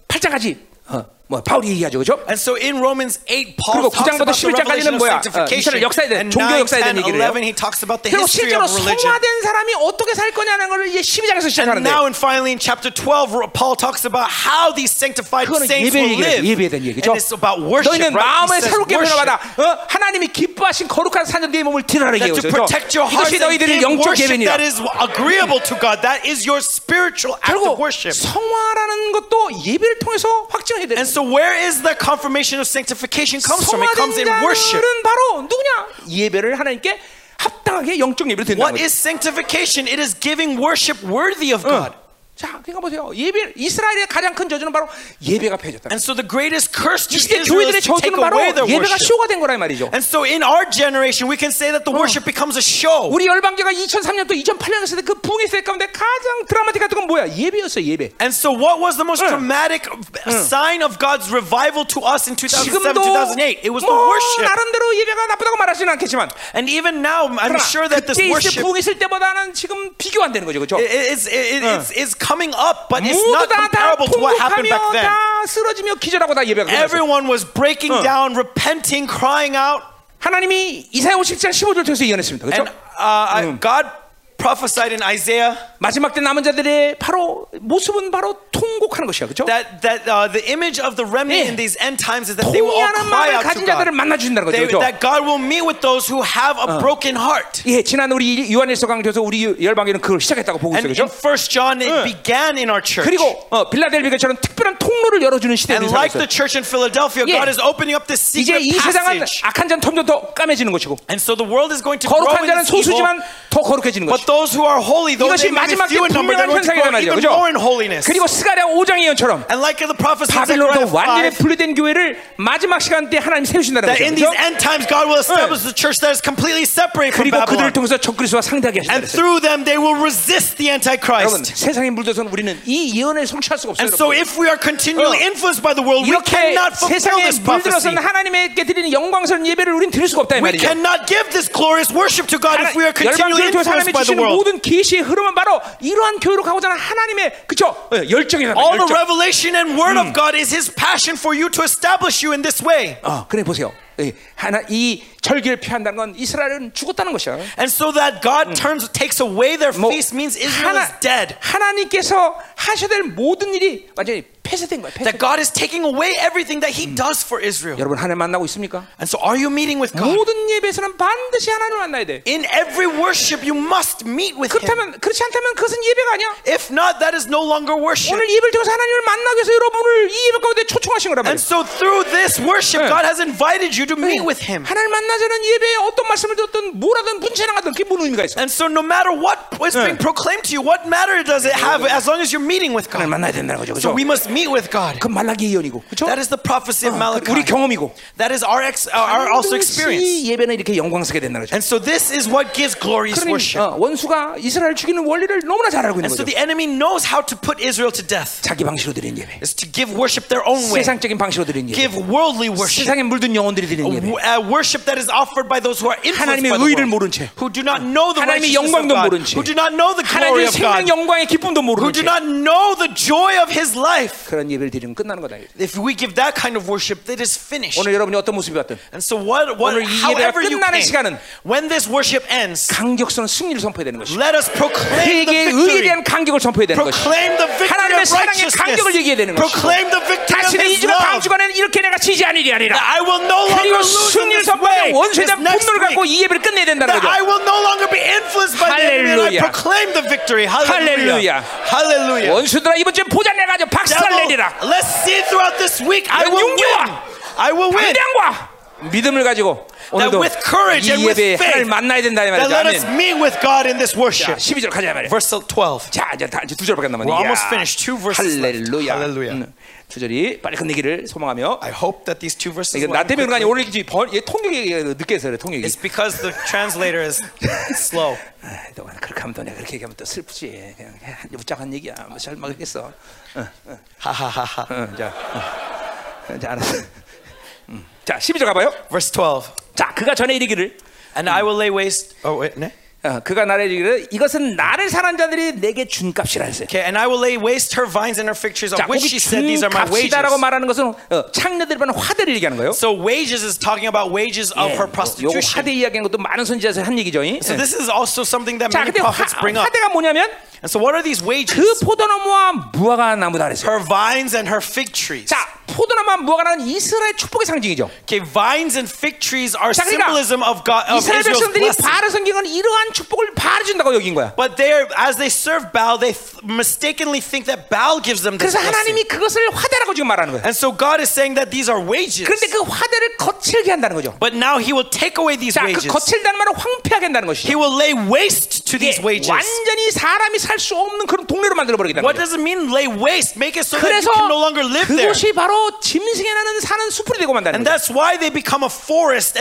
[SPEAKER 1] 팔장까지 어, 뭐 바울이 얘기하죠, 그죠?
[SPEAKER 2] And so in Romans 8,
[SPEAKER 1] 그리고
[SPEAKER 2] Paul talks
[SPEAKER 1] 구장부터 11
[SPEAKER 2] about the revelation
[SPEAKER 1] 장까지는
[SPEAKER 2] of
[SPEAKER 1] 뭐야? 어, 이스라엘
[SPEAKER 2] sanctification.
[SPEAKER 1] 역사에 대해,
[SPEAKER 2] And
[SPEAKER 1] 종교
[SPEAKER 2] 9,
[SPEAKER 1] 역사에 대한
[SPEAKER 2] 10,
[SPEAKER 1] 얘기를 해요.
[SPEAKER 2] 11, he talks about the
[SPEAKER 1] 그리고
[SPEAKER 2] history
[SPEAKER 1] 실제로
[SPEAKER 2] of religion.
[SPEAKER 1] 성화된 사람이 어떻게 살 거냐는 걸 이제 12장에서
[SPEAKER 2] And
[SPEAKER 1] 시작하는데
[SPEAKER 2] now and finally in chapter 12, Paul talks about how these sanctified
[SPEAKER 1] 그거는
[SPEAKER 2] saints
[SPEAKER 1] 예배
[SPEAKER 2] will
[SPEAKER 1] 얘기예요.
[SPEAKER 2] live.
[SPEAKER 1] 예배에 대한 얘기죠.
[SPEAKER 2] And it's about worship,
[SPEAKER 1] 너희는
[SPEAKER 2] right? He
[SPEAKER 1] 마음을
[SPEAKER 2] says
[SPEAKER 1] 새롭게
[SPEAKER 2] worship.
[SPEAKER 1] 변화받아 어? 하나님이 기뻐하신 거룩한 사냥대의 몸을 드러내게 하죠.
[SPEAKER 2] That to protect your heart
[SPEAKER 1] 이것이
[SPEAKER 2] and
[SPEAKER 1] 너희들의
[SPEAKER 2] give
[SPEAKER 1] 영적
[SPEAKER 2] worship
[SPEAKER 1] 예배니라.
[SPEAKER 2] that is agreeable to God. That is your spiritual act
[SPEAKER 1] 결국
[SPEAKER 2] of worship.
[SPEAKER 1] 성화라는 것도 예배를 통해서 확증해야 되는
[SPEAKER 2] And so where is the confirmation of sanctification comes from? It comes in
[SPEAKER 1] 성화된
[SPEAKER 2] worship.
[SPEAKER 1] 자는 바로 누구냐? 예배를 하나님께 합당하게 영적 예배를 드린다는
[SPEAKER 2] What
[SPEAKER 1] 거죠.
[SPEAKER 2] is sanctification? It is giving worship worthy of God.
[SPEAKER 1] 자, 그러니까 보세요. 예배 이스라엘의 가장 큰 저주는 바로 예배가 폐해졌다.
[SPEAKER 2] And so the greatest curse to
[SPEAKER 1] 이 시대
[SPEAKER 2] Israel
[SPEAKER 1] 교회들의
[SPEAKER 2] is to take
[SPEAKER 1] 저주는 바로
[SPEAKER 2] away their
[SPEAKER 1] 예배가
[SPEAKER 2] worship.
[SPEAKER 1] 쇼가 된 거란 말이죠.
[SPEAKER 2] And so in our generation, we can say that the worship becomes a show.
[SPEAKER 1] 우리 열방교가 2003년도 2008년 시대 그 부흥의 시대 가운데 가장 드라마틱했던 건 뭐야? 예배였어요, 예배.
[SPEAKER 2] And so what was the most
[SPEAKER 1] 응.
[SPEAKER 2] dramatic sign of God's revival to us in 2007,
[SPEAKER 1] 지금도
[SPEAKER 2] 2008? It was the
[SPEAKER 1] 뭐
[SPEAKER 2] worship.
[SPEAKER 1] 나름대로 예배가 나쁘다고 말하지는 않겠지만
[SPEAKER 2] And even now, I'm
[SPEAKER 1] 그러나
[SPEAKER 2] sure that this
[SPEAKER 1] 그때 있을
[SPEAKER 2] worship
[SPEAKER 1] 부흥 있을 때보다는 지금 비교 안 되는 거죠, 그렇죠?
[SPEAKER 2] i- i- is, it, it's, is coming up, but it's
[SPEAKER 1] 모두
[SPEAKER 2] not
[SPEAKER 1] 다, 다
[SPEAKER 2] comparable to what
[SPEAKER 1] 통곡하며
[SPEAKER 2] happened back then.
[SPEAKER 1] 다 쓰러지며 기절하고 다 예배가 끝났어요.
[SPEAKER 2] Everyone was breaking down, repenting, crying out,
[SPEAKER 1] 하나님이 이사야 57장 15절 통해서 예언했습니다. 그렇죠?
[SPEAKER 2] and uh, I-
[SPEAKER 1] Hmm.
[SPEAKER 2] God prophesied in Isaiah
[SPEAKER 1] 마지막 때 남은 자들의 바로 모습은 바로 통곡하는 것이야. 그렇죠?
[SPEAKER 2] that that uh, the image of the remnant
[SPEAKER 1] 예.
[SPEAKER 2] in these end times is that they will all
[SPEAKER 1] 통이하는
[SPEAKER 2] cry
[SPEAKER 1] 마음을
[SPEAKER 2] out
[SPEAKER 1] 가진
[SPEAKER 2] to
[SPEAKER 1] 자들을
[SPEAKER 2] God.
[SPEAKER 1] 만나 주신다는 거죠.
[SPEAKER 2] They-
[SPEAKER 1] 그렇죠?
[SPEAKER 2] that God will meet with those who have a broken heart.
[SPEAKER 1] 예, 지난 우리 요한일서 강조에서 우리 열방에는 그걸 시작했다고 보고 있어요.
[SPEAKER 2] And in
[SPEAKER 1] 그렇죠?
[SPEAKER 2] First John, it
[SPEAKER 1] 응.
[SPEAKER 2] began in our church.
[SPEAKER 1] 그리고 어, 빌라델비가처럼 특별한 통로를 열어주는 시대를
[SPEAKER 2] and like the
[SPEAKER 1] 살았어요.
[SPEAKER 2] church in Philadelphia,
[SPEAKER 1] 예.
[SPEAKER 2] God is opening up this
[SPEAKER 1] 이제
[SPEAKER 2] secret
[SPEAKER 1] 이 세상은
[SPEAKER 2] passage.
[SPEAKER 1] 악한 자는 점점 더 까매지는 것이고
[SPEAKER 2] And so the world is going to grow
[SPEAKER 1] 거룩한
[SPEAKER 2] in
[SPEAKER 1] 자는
[SPEAKER 2] this evil.
[SPEAKER 1] 소수지만 더 거룩해지는 것이고
[SPEAKER 2] But those who are holy, though
[SPEAKER 1] 이것이
[SPEAKER 2] they may be
[SPEAKER 1] 마지막 때
[SPEAKER 2] few in number, they're
[SPEAKER 1] 분명한
[SPEAKER 2] going to
[SPEAKER 1] 현상이란
[SPEAKER 2] grow
[SPEAKER 1] 말이죠.
[SPEAKER 2] even
[SPEAKER 1] 그죠?
[SPEAKER 2] more in holiness.
[SPEAKER 1] 그리고 스가랴 5장의 예언처럼
[SPEAKER 2] And like the prophet said in Zechariah
[SPEAKER 1] 바빌론도 완전히
[SPEAKER 2] 5,
[SPEAKER 1] 분리된 교회를 마지막 시간 때 하나님 세우신다는
[SPEAKER 2] that in
[SPEAKER 1] 거죠.
[SPEAKER 2] these
[SPEAKER 1] 그죠?
[SPEAKER 2] end times God will establish the church that is completely separate from
[SPEAKER 1] 그리고 그들을
[SPEAKER 2] Babylon.
[SPEAKER 1] 통해서 적그리스와 상대하게 하신다.
[SPEAKER 2] And
[SPEAKER 1] 그랬어요.
[SPEAKER 2] through them they will resist the
[SPEAKER 1] 여러분
[SPEAKER 2] Antichrist.
[SPEAKER 1] 세상에 물들어서는 우리는 이 예언을 성취할 수가 없어요.
[SPEAKER 2] And so
[SPEAKER 1] 여러분.
[SPEAKER 2] if we are continually
[SPEAKER 1] 어.
[SPEAKER 2] influenced by the world, we
[SPEAKER 1] 이렇게
[SPEAKER 2] cannot fulfill
[SPEAKER 1] 세상에
[SPEAKER 2] this prophecy.
[SPEAKER 1] 물들어서는 하나님께 드리는 영광스러운 예배를 우린 드릴 수가 없다 이
[SPEAKER 2] We
[SPEAKER 1] 말이죠.
[SPEAKER 2] cannot give this glorious worship to God if we are continually
[SPEAKER 1] 열방교회 통해서 하나님이
[SPEAKER 2] influenced by the
[SPEAKER 1] 주시는
[SPEAKER 2] world.
[SPEAKER 1] 모든 계시의 흐름은 바로 이러한 교회로 가고자 하는 하나님의 그쵸 예, 열정이란
[SPEAKER 2] All
[SPEAKER 1] 말이에요.
[SPEAKER 2] the
[SPEAKER 1] 열정.
[SPEAKER 2] revelation and word of God is His passion for you to establish you in this way.
[SPEAKER 1] 어, 그래 보세요. 예, 하나 이 절기를 피한다는 건 이스라엘은 죽었다는 것이야.
[SPEAKER 2] And so
[SPEAKER 1] Mm.
[SPEAKER 2] that God turns takes away their
[SPEAKER 1] 뭐
[SPEAKER 2] feast means Israel
[SPEAKER 1] 하나
[SPEAKER 2] is dead.
[SPEAKER 1] 하나님께서 하셔야 될 모든 일이 완전히 폐쇄된 거야. 폐쇄.
[SPEAKER 2] That God is taking away everything that
[SPEAKER 1] Mm.
[SPEAKER 2] He does for Israel.
[SPEAKER 1] 여러분 하나님 만나고 있습니까?
[SPEAKER 2] And so are you meeting with God?
[SPEAKER 1] 모든 예배에서는 반드시 하나님을 만나야 돼.
[SPEAKER 2] In every worship you must meet with Him.
[SPEAKER 1] 그렇다면 그렇지 않다면 그것은 예배가 아니야.
[SPEAKER 2] If not, that is no longer worship.
[SPEAKER 1] 오늘 예배를 통해서 하나님을 만나기 위해서 여러분을 이 예배 가운데 초청하신 거란 말이야.
[SPEAKER 2] And so through this worship,
[SPEAKER 1] Yeah.
[SPEAKER 2] God has invited you to meet with Him.
[SPEAKER 1] 하나님 만나자는 예배에 어떤 말씀을 듣든 뭐라든 문제나 가든 그게 무슨 의미가 있어?
[SPEAKER 2] And so no matter what is being
[SPEAKER 1] Yeah.
[SPEAKER 2] proclaimed to you, what matter does it have as long as you're meeting with
[SPEAKER 1] 하나님
[SPEAKER 2] God?
[SPEAKER 1] 만나야 된다는 거죠.
[SPEAKER 2] So
[SPEAKER 1] 그렇죠?
[SPEAKER 2] we must meet with God.
[SPEAKER 1] 그 말라기 예언이고. 그렇죠?
[SPEAKER 2] That is the prophecy of
[SPEAKER 1] Oh, 우리
[SPEAKER 2] Malachi.
[SPEAKER 1] 경험이고.
[SPEAKER 2] That is our, ex- uh, our also experience.
[SPEAKER 1] 반드시 예배는 이렇게 영광스게 된다는 거죠.
[SPEAKER 2] And so this is what gives glorious
[SPEAKER 1] 그러니
[SPEAKER 2] worship.
[SPEAKER 1] 어, 원수가 이스라엘 죽이는 원리를 너무나 잘 알고 있는
[SPEAKER 2] And so
[SPEAKER 1] 거죠.
[SPEAKER 2] the enemy knows how to put Israel to death.
[SPEAKER 1] 자기 방식으로 드리는 예배.
[SPEAKER 2] Is to give worship their own way.
[SPEAKER 1] 세상적인 방식으로 드리는 예배.
[SPEAKER 2] Give worldly worship.
[SPEAKER 1] 세상에 물든 영혼들이 드리는 예배.
[SPEAKER 2] w- uh, worship that is offered by those who are influenced
[SPEAKER 1] 하나님의
[SPEAKER 2] by the
[SPEAKER 1] 의를
[SPEAKER 2] world,
[SPEAKER 1] 모른 채.
[SPEAKER 2] who do not know the
[SPEAKER 1] 하나님의
[SPEAKER 2] righteousness of
[SPEAKER 1] 영광도
[SPEAKER 2] God,
[SPEAKER 1] 모른 채.
[SPEAKER 2] who do not know the glory
[SPEAKER 1] 하나님의
[SPEAKER 2] of
[SPEAKER 1] 생명
[SPEAKER 2] God,
[SPEAKER 1] 영광의 기쁨도
[SPEAKER 2] who
[SPEAKER 1] 모르는
[SPEAKER 2] do
[SPEAKER 1] 채
[SPEAKER 2] not know the joy of His life.
[SPEAKER 1] 그런 예배를 드리면 끝나는 거다.
[SPEAKER 2] If we give that kind of worship, it is finished.
[SPEAKER 1] 오늘 여러분이 어떤 모습이 왔든
[SPEAKER 2] And so what, what
[SPEAKER 1] 오늘 이 예배가
[SPEAKER 2] however you
[SPEAKER 1] 끝나는
[SPEAKER 2] came,
[SPEAKER 1] 시간은
[SPEAKER 2] when this worship ends,
[SPEAKER 1] 강격스러운 승리를 선포해야 되는 것이.
[SPEAKER 2] let us proclaim the
[SPEAKER 1] 세계의 의에
[SPEAKER 2] victory.
[SPEAKER 1] 대한 강격을 선포해야 되는 것이.
[SPEAKER 2] Proclaim the victory
[SPEAKER 1] 하나님의
[SPEAKER 2] of
[SPEAKER 1] 사랑의 강격을 얘기해야 되는 것이.
[SPEAKER 2] righteousness. Proclaim the victory of
[SPEAKER 1] 다시는 이
[SPEAKER 2] His
[SPEAKER 1] 주간 다음
[SPEAKER 2] love.
[SPEAKER 1] 주간에는 이렇게 내가 지지 않으리 아니라.
[SPEAKER 2] That I will no longer
[SPEAKER 1] 그리고
[SPEAKER 2] lose in
[SPEAKER 1] 승리를
[SPEAKER 2] this
[SPEAKER 1] 선포하는
[SPEAKER 2] way.
[SPEAKER 1] 원수에
[SPEAKER 2] This
[SPEAKER 1] 대한
[SPEAKER 2] next
[SPEAKER 1] 분노를 갖고
[SPEAKER 2] week.
[SPEAKER 1] 이 예배를 끝내야 된다는
[SPEAKER 2] That
[SPEAKER 1] 거죠.
[SPEAKER 2] I will no longer be influenced by the enemy. And I
[SPEAKER 1] Hallelujah.
[SPEAKER 2] proclaim the victory. Hallelujah.
[SPEAKER 1] Hallelujah.
[SPEAKER 2] Hallelujah.
[SPEAKER 1] 원수들아 이번 주에 보자 내가 아주 박살 내리라.
[SPEAKER 2] Devil, let's see throughout this week. I
[SPEAKER 1] 넌
[SPEAKER 2] will
[SPEAKER 1] 용기와
[SPEAKER 2] win. I will win.
[SPEAKER 1] 담량과 믿음을 가지고
[SPEAKER 2] That
[SPEAKER 1] 오늘도
[SPEAKER 2] with courage and
[SPEAKER 1] 이
[SPEAKER 2] with
[SPEAKER 1] 예배에 하나님
[SPEAKER 2] faith.
[SPEAKER 1] 만나야 된다 이
[SPEAKER 2] That
[SPEAKER 1] 말이죠.
[SPEAKER 2] let us
[SPEAKER 1] 아멘.
[SPEAKER 2] meet with God in this
[SPEAKER 1] 자,
[SPEAKER 2] worship.
[SPEAKER 1] 12절 가자 말이야.
[SPEAKER 2] Verse 12.
[SPEAKER 1] 자 이제 다 이제 두 절밖에 안 남았네.
[SPEAKER 2] We're almost
[SPEAKER 1] 이야.
[SPEAKER 2] finished. Two verses left. 아,
[SPEAKER 1] 할렐루야.
[SPEAKER 2] Hallelujah.
[SPEAKER 1] 음, 두 절이 빨리 끝내기를 소망하며.
[SPEAKER 2] I hope that these two verses.
[SPEAKER 1] 이게
[SPEAKER 2] will
[SPEAKER 1] 나
[SPEAKER 2] end
[SPEAKER 1] 때문에 그런 거
[SPEAKER 2] quickly.
[SPEAKER 1] 아니야. 오늘 이제 번- 얘 통역이 늦게 해서 그래 통역이.
[SPEAKER 2] It's because the translator is slow.
[SPEAKER 1] 아, 또 그렇게 하면 또 내가 그렇게 얘기하면 또 슬프지. 그냥 한 웃자간 얘기야. 뭐잘 막겠어.
[SPEAKER 2] Ha ha ha ha.
[SPEAKER 1] 응, 자, 응, 어. 자 알았어. 음. 자 12절 가봐요.
[SPEAKER 2] Verse 12.
[SPEAKER 1] 자 그가 전에 이르기를
[SPEAKER 2] And I will lay waste. Oh wait, ne?
[SPEAKER 1] 어, 그가 나를 이르기를 이것은 나를 사는 자들이 내게 준 값이라 했어요.
[SPEAKER 2] Okay, and I will lay waste her vines and her fig trees, of
[SPEAKER 1] 자,
[SPEAKER 2] which
[SPEAKER 1] 거기
[SPEAKER 2] she said,
[SPEAKER 1] 준
[SPEAKER 2] "These are my wages."
[SPEAKER 1] 값이다라고 말하는 것은 어, 창녀들이 받는 화대를 얘기하는 거예요.
[SPEAKER 2] So wages is talking about wages of
[SPEAKER 1] 예, 요
[SPEAKER 2] her
[SPEAKER 1] 요거
[SPEAKER 2] prostitution.
[SPEAKER 1] 화대 이야기한 것도 많은 선지자에서 한 얘기죠. 이.
[SPEAKER 2] So
[SPEAKER 1] 예.
[SPEAKER 2] this is also something that
[SPEAKER 1] 자,
[SPEAKER 2] many
[SPEAKER 1] 근데 화,
[SPEAKER 2] prophets bring up.
[SPEAKER 1] 화대가 뭐냐면
[SPEAKER 2] And so what are these wages?
[SPEAKER 1] 그 포도나무와 무화과 나무다 그랬어요.
[SPEAKER 2] Her vines and her fig trees.
[SPEAKER 1] 자, 포도나무와 무화과는 이스라엘 축복의 상징이죠.
[SPEAKER 2] Okay, vines and fig trees are
[SPEAKER 1] 자, 그러니까
[SPEAKER 2] symbolism of God of
[SPEAKER 1] 이스라엘
[SPEAKER 2] Israel's
[SPEAKER 1] 백성들이
[SPEAKER 2] blessing.
[SPEAKER 1] 바알 성경은 이러한 축복을 바알이 준다고 여긴 거야.
[SPEAKER 2] But they, are, as they serve Baal, they th- mistakenly think that Baal gives them this
[SPEAKER 1] 그래서
[SPEAKER 2] blessing.
[SPEAKER 1] 하나님이 그것을 화대라고 지금 말하는 거예요.
[SPEAKER 2] And so God is saying that these are wages.
[SPEAKER 1] 그런데 그 화대를 거칠게 한다는 거죠.
[SPEAKER 2] But now He will take away these
[SPEAKER 1] 자, 그
[SPEAKER 2] wages.
[SPEAKER 1] 거칠다는 말은 황폐하게 한다는 것이죠.
[SPEAKER 2] He will lay waste to these
[SPEAKER 1] 이게
[SPEAKER 2] wages.
[SPEAKER 1] 완전히 사람이 살 수 없는 그런 동네로 만들어 버리겠다는
[SPEAKER 2] What
[SPEAKER 1] 거죠.
[SPEAKER 2] does it mean lay waste? Make it so that
[SPEAKER 1] 그래서
[SPEAKER 2] you can no longer live there.
[SPEAKER 1] 그곳이 바로 짐승에 나는 사는 수풀이 되고 만다는
[SPEAKER 2] And
[SPEAKER 1] 거죠.
[SPEAKER 2] that's why they become a forest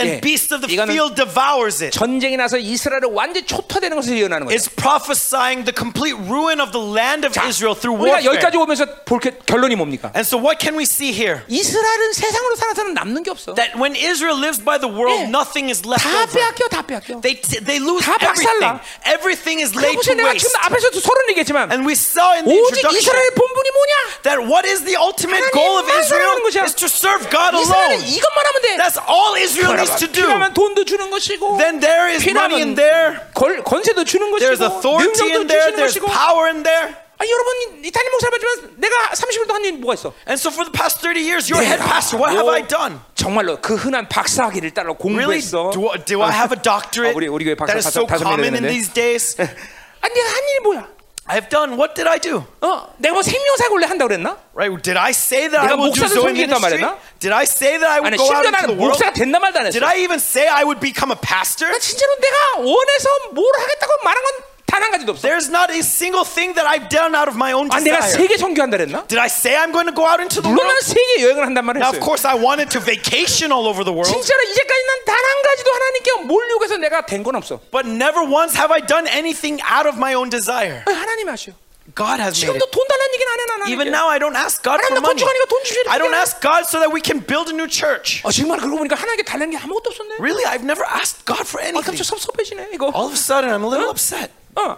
[SPEAKER 1] 예.
[SPEAKER 2] and beasts of the
[SPEAKER 1] 이거는-
[SPEAKER 2] field devours it.
[SPEAKER 1] 전쟁이 나서 이스라엘을 완전히 초토되는 것을 예언하는 거죠.
[SPEAKER 2] It's prophesying the complete ruin of the land of
[SPEAKER 1] 자,
[SPEAKER 2] Israel through
[SPEAKER 1] 우리가 여기까지
[SPEAKER 2] warfare.
[SPEAKER 1] 오면서 볼 게, 결론이 뭡니까?
[SPEAKER 2] And so what can we see here?
[SPEAKER 1] 이스라엘은 세상으로 살아서는 남는 게 없어.
[SPEAKER 2] That when Israel lives by the
[SPEAKER 1] 예.
[SPEAKER 2] world, nothing is left
[SPEAKER 1] 다
[SPEAKER 2] over.
[SPEAKER 1] 빼앗겨, 다 빼앗겨.
[SPEAKER 2] They, t- they lose
[SPEAKER 1] 다
[SPEAKER 2] everything.
[SPEAKER 1] 박살나.
[SPEAKER 2] Everything is laid
[SPEAKER 1] 그러고서
[SPEAKER 2] to
[SPEAKER 1] 내가 지금
[SPEAKER 2] waste.
[SPEAKER 1] 앞에서도 서론 얘기했지만
[SPEAKER 2] And we saw in the
[SPEAKER 1] 오직
[SPEAKER 2] introduction
[SPEAKER 1] 이스라엘 본분이 뭐냐?
[SPEAKER 2] that what is the ultimate
[SPEAKER 1] 하나님만
[SPEAKER 2] goal of
[SPEAKER 1] 사랑하는
[SPEAKER 2] Israel
[SPEAKER 1] 것이야.
[SPEAKER 2] is to serve God
[SPEAKER 1] 이스라엘은
[SPEAKER 2] alone.
[SPEAKER 1] 이것만 하면 돼.
[SPEAKER 2] That's all Israel needs to do.
[SPEAKER 1] 필요하면 돈도 주는 것이고
[SPEAKER 2] Then there is money
[SPEAKER 1] 필요하면
[SPEAKER 2] in there.
[SPEAKER 1] 걸, 권세도 주는 것이고
[SPEAKER 2] There's authority
[SPEAKER 1] 능력도
[SPEAKER 2] in there.
[SPEAKER 1] 주시는
[SPEAKER 2] There's
[SPEAKER 1] 것이고
[SPEAKER 2] power in there.
[SPEAKER 1] 아, 여러분 이탈리 목사 봤지만 내가 30년 동안 한일 뭐가 있어?
[SPEAKER 2] And so for the past 30 years, your head pastor, what have
[SPEAKER 1] 뭐,
[SPEAKER 2] I done?
[SPEAKER 1] 정말로 그 흔한 박사학위를 따라
[SPEAKER 2] Really?
[SPEAKER 1] 공부했어.
[SPEAKER 2] Do, I- do I have a doctorate
[SPEAKER 1] 아, 우리- 우리 교회 박사
[SPEAKER 2] that is
[SPEAKER 1] 다섯-
[SPEAKER 2] so
[SPEAKER 1] 다섯 명
[SPEAKER 2] common in
[SPEAKER 1] 되는데.
[SPEAKER 2] these days?
[SPEAKER 1] 아니 내가 한 일이 뭐야?
[SPEAKER 2] I've done, what did I do?
[SPEAKER 1] 어, 내가 뭐 생명사 원래 한다 고 그랬나?
[SPEAKER 2] Right? Did I say that I
[SPEAKER 1] 내가
[SPEAKER 2] will do
[SPEAKER 1] 목사를
[SPEAKER 2] Zoe
[SPEAKER 1] 섬기겠다
[SPEAKER 2] ministry?
[SPEAKER 1] 말했나?
[SPEAKER 2] Did I say that I would
[SPEAKER 1] 아니
[SPEAKER 2] go
[SPEAKER 1] 심지어
[SPEAKER 2] out into
[SPEAKER 1] 나는
[SPEAKER 2] the world?
[SPEAKER 1] 목사가 된다 말도 안 했어.
[SPEAKER 2] Did I even say I would become a pastor?
[SPEAKER 1] 나 진짜로 내가 원해서 뭘 하겠다고 말한 건 단 한 가지도 없어.
[SPEAKER 2] There's not a single thing that I've done out of my own
[SPEAKER 1] 아 내가
[SPEAKER 2] desire.
[SPEAKER 1] 세계 선교한다 그랬나?
[SPEAKER 2] Did I say I'm going to go out into the
[SPEAKER 1] 물론
[SPEAKER 2] world?
[SPEAKER 1] 나는 세계 여행을 한단 말을
[SPEAKER 2] Now,
[SPEAKER 1] 했어요.
[SPEAKER 2] of course, I wanted to vacation all over the world,
[SPEAKER 1] 진짜로 이제까지 난 단 한 가지도 하나님께 뭘 요구해서 내가 된 건 없어.
[SPEAKER 2] but never once have I done anything out of my own desire.
[SPEAKER 1] 아, 하나님이 하셔.
[SPEAKER 2] God has made it.
[SPEAKER 1] 지금도 돈 달라는 얘기는 안 해, 나는.
[SPEAKER 2] Even now, I don't ask God
[SPEAKER 1] 하나님 나
[SPEAKER 2] for money.
[SPEAKER 1] 건축하니까 돈 주셔야 돼.
[SPEAKER 2] I don't ask God so that we can build a new church.
[SPEAKER 1] 아, 정말 그러고 보니까 하나님께 달라는 게 아무것도 없었네.
[SPEAKER 2] Really, I've never asked God for
[SPEAKER 1] 아,
[SPEAKER 2] anything.
[SPEAKER 1] 갑자기 섭섭해지네, 이거.
[SPEAKER 2] All of a sudden, I'm a little upset.
[SPEAKER 1] 어.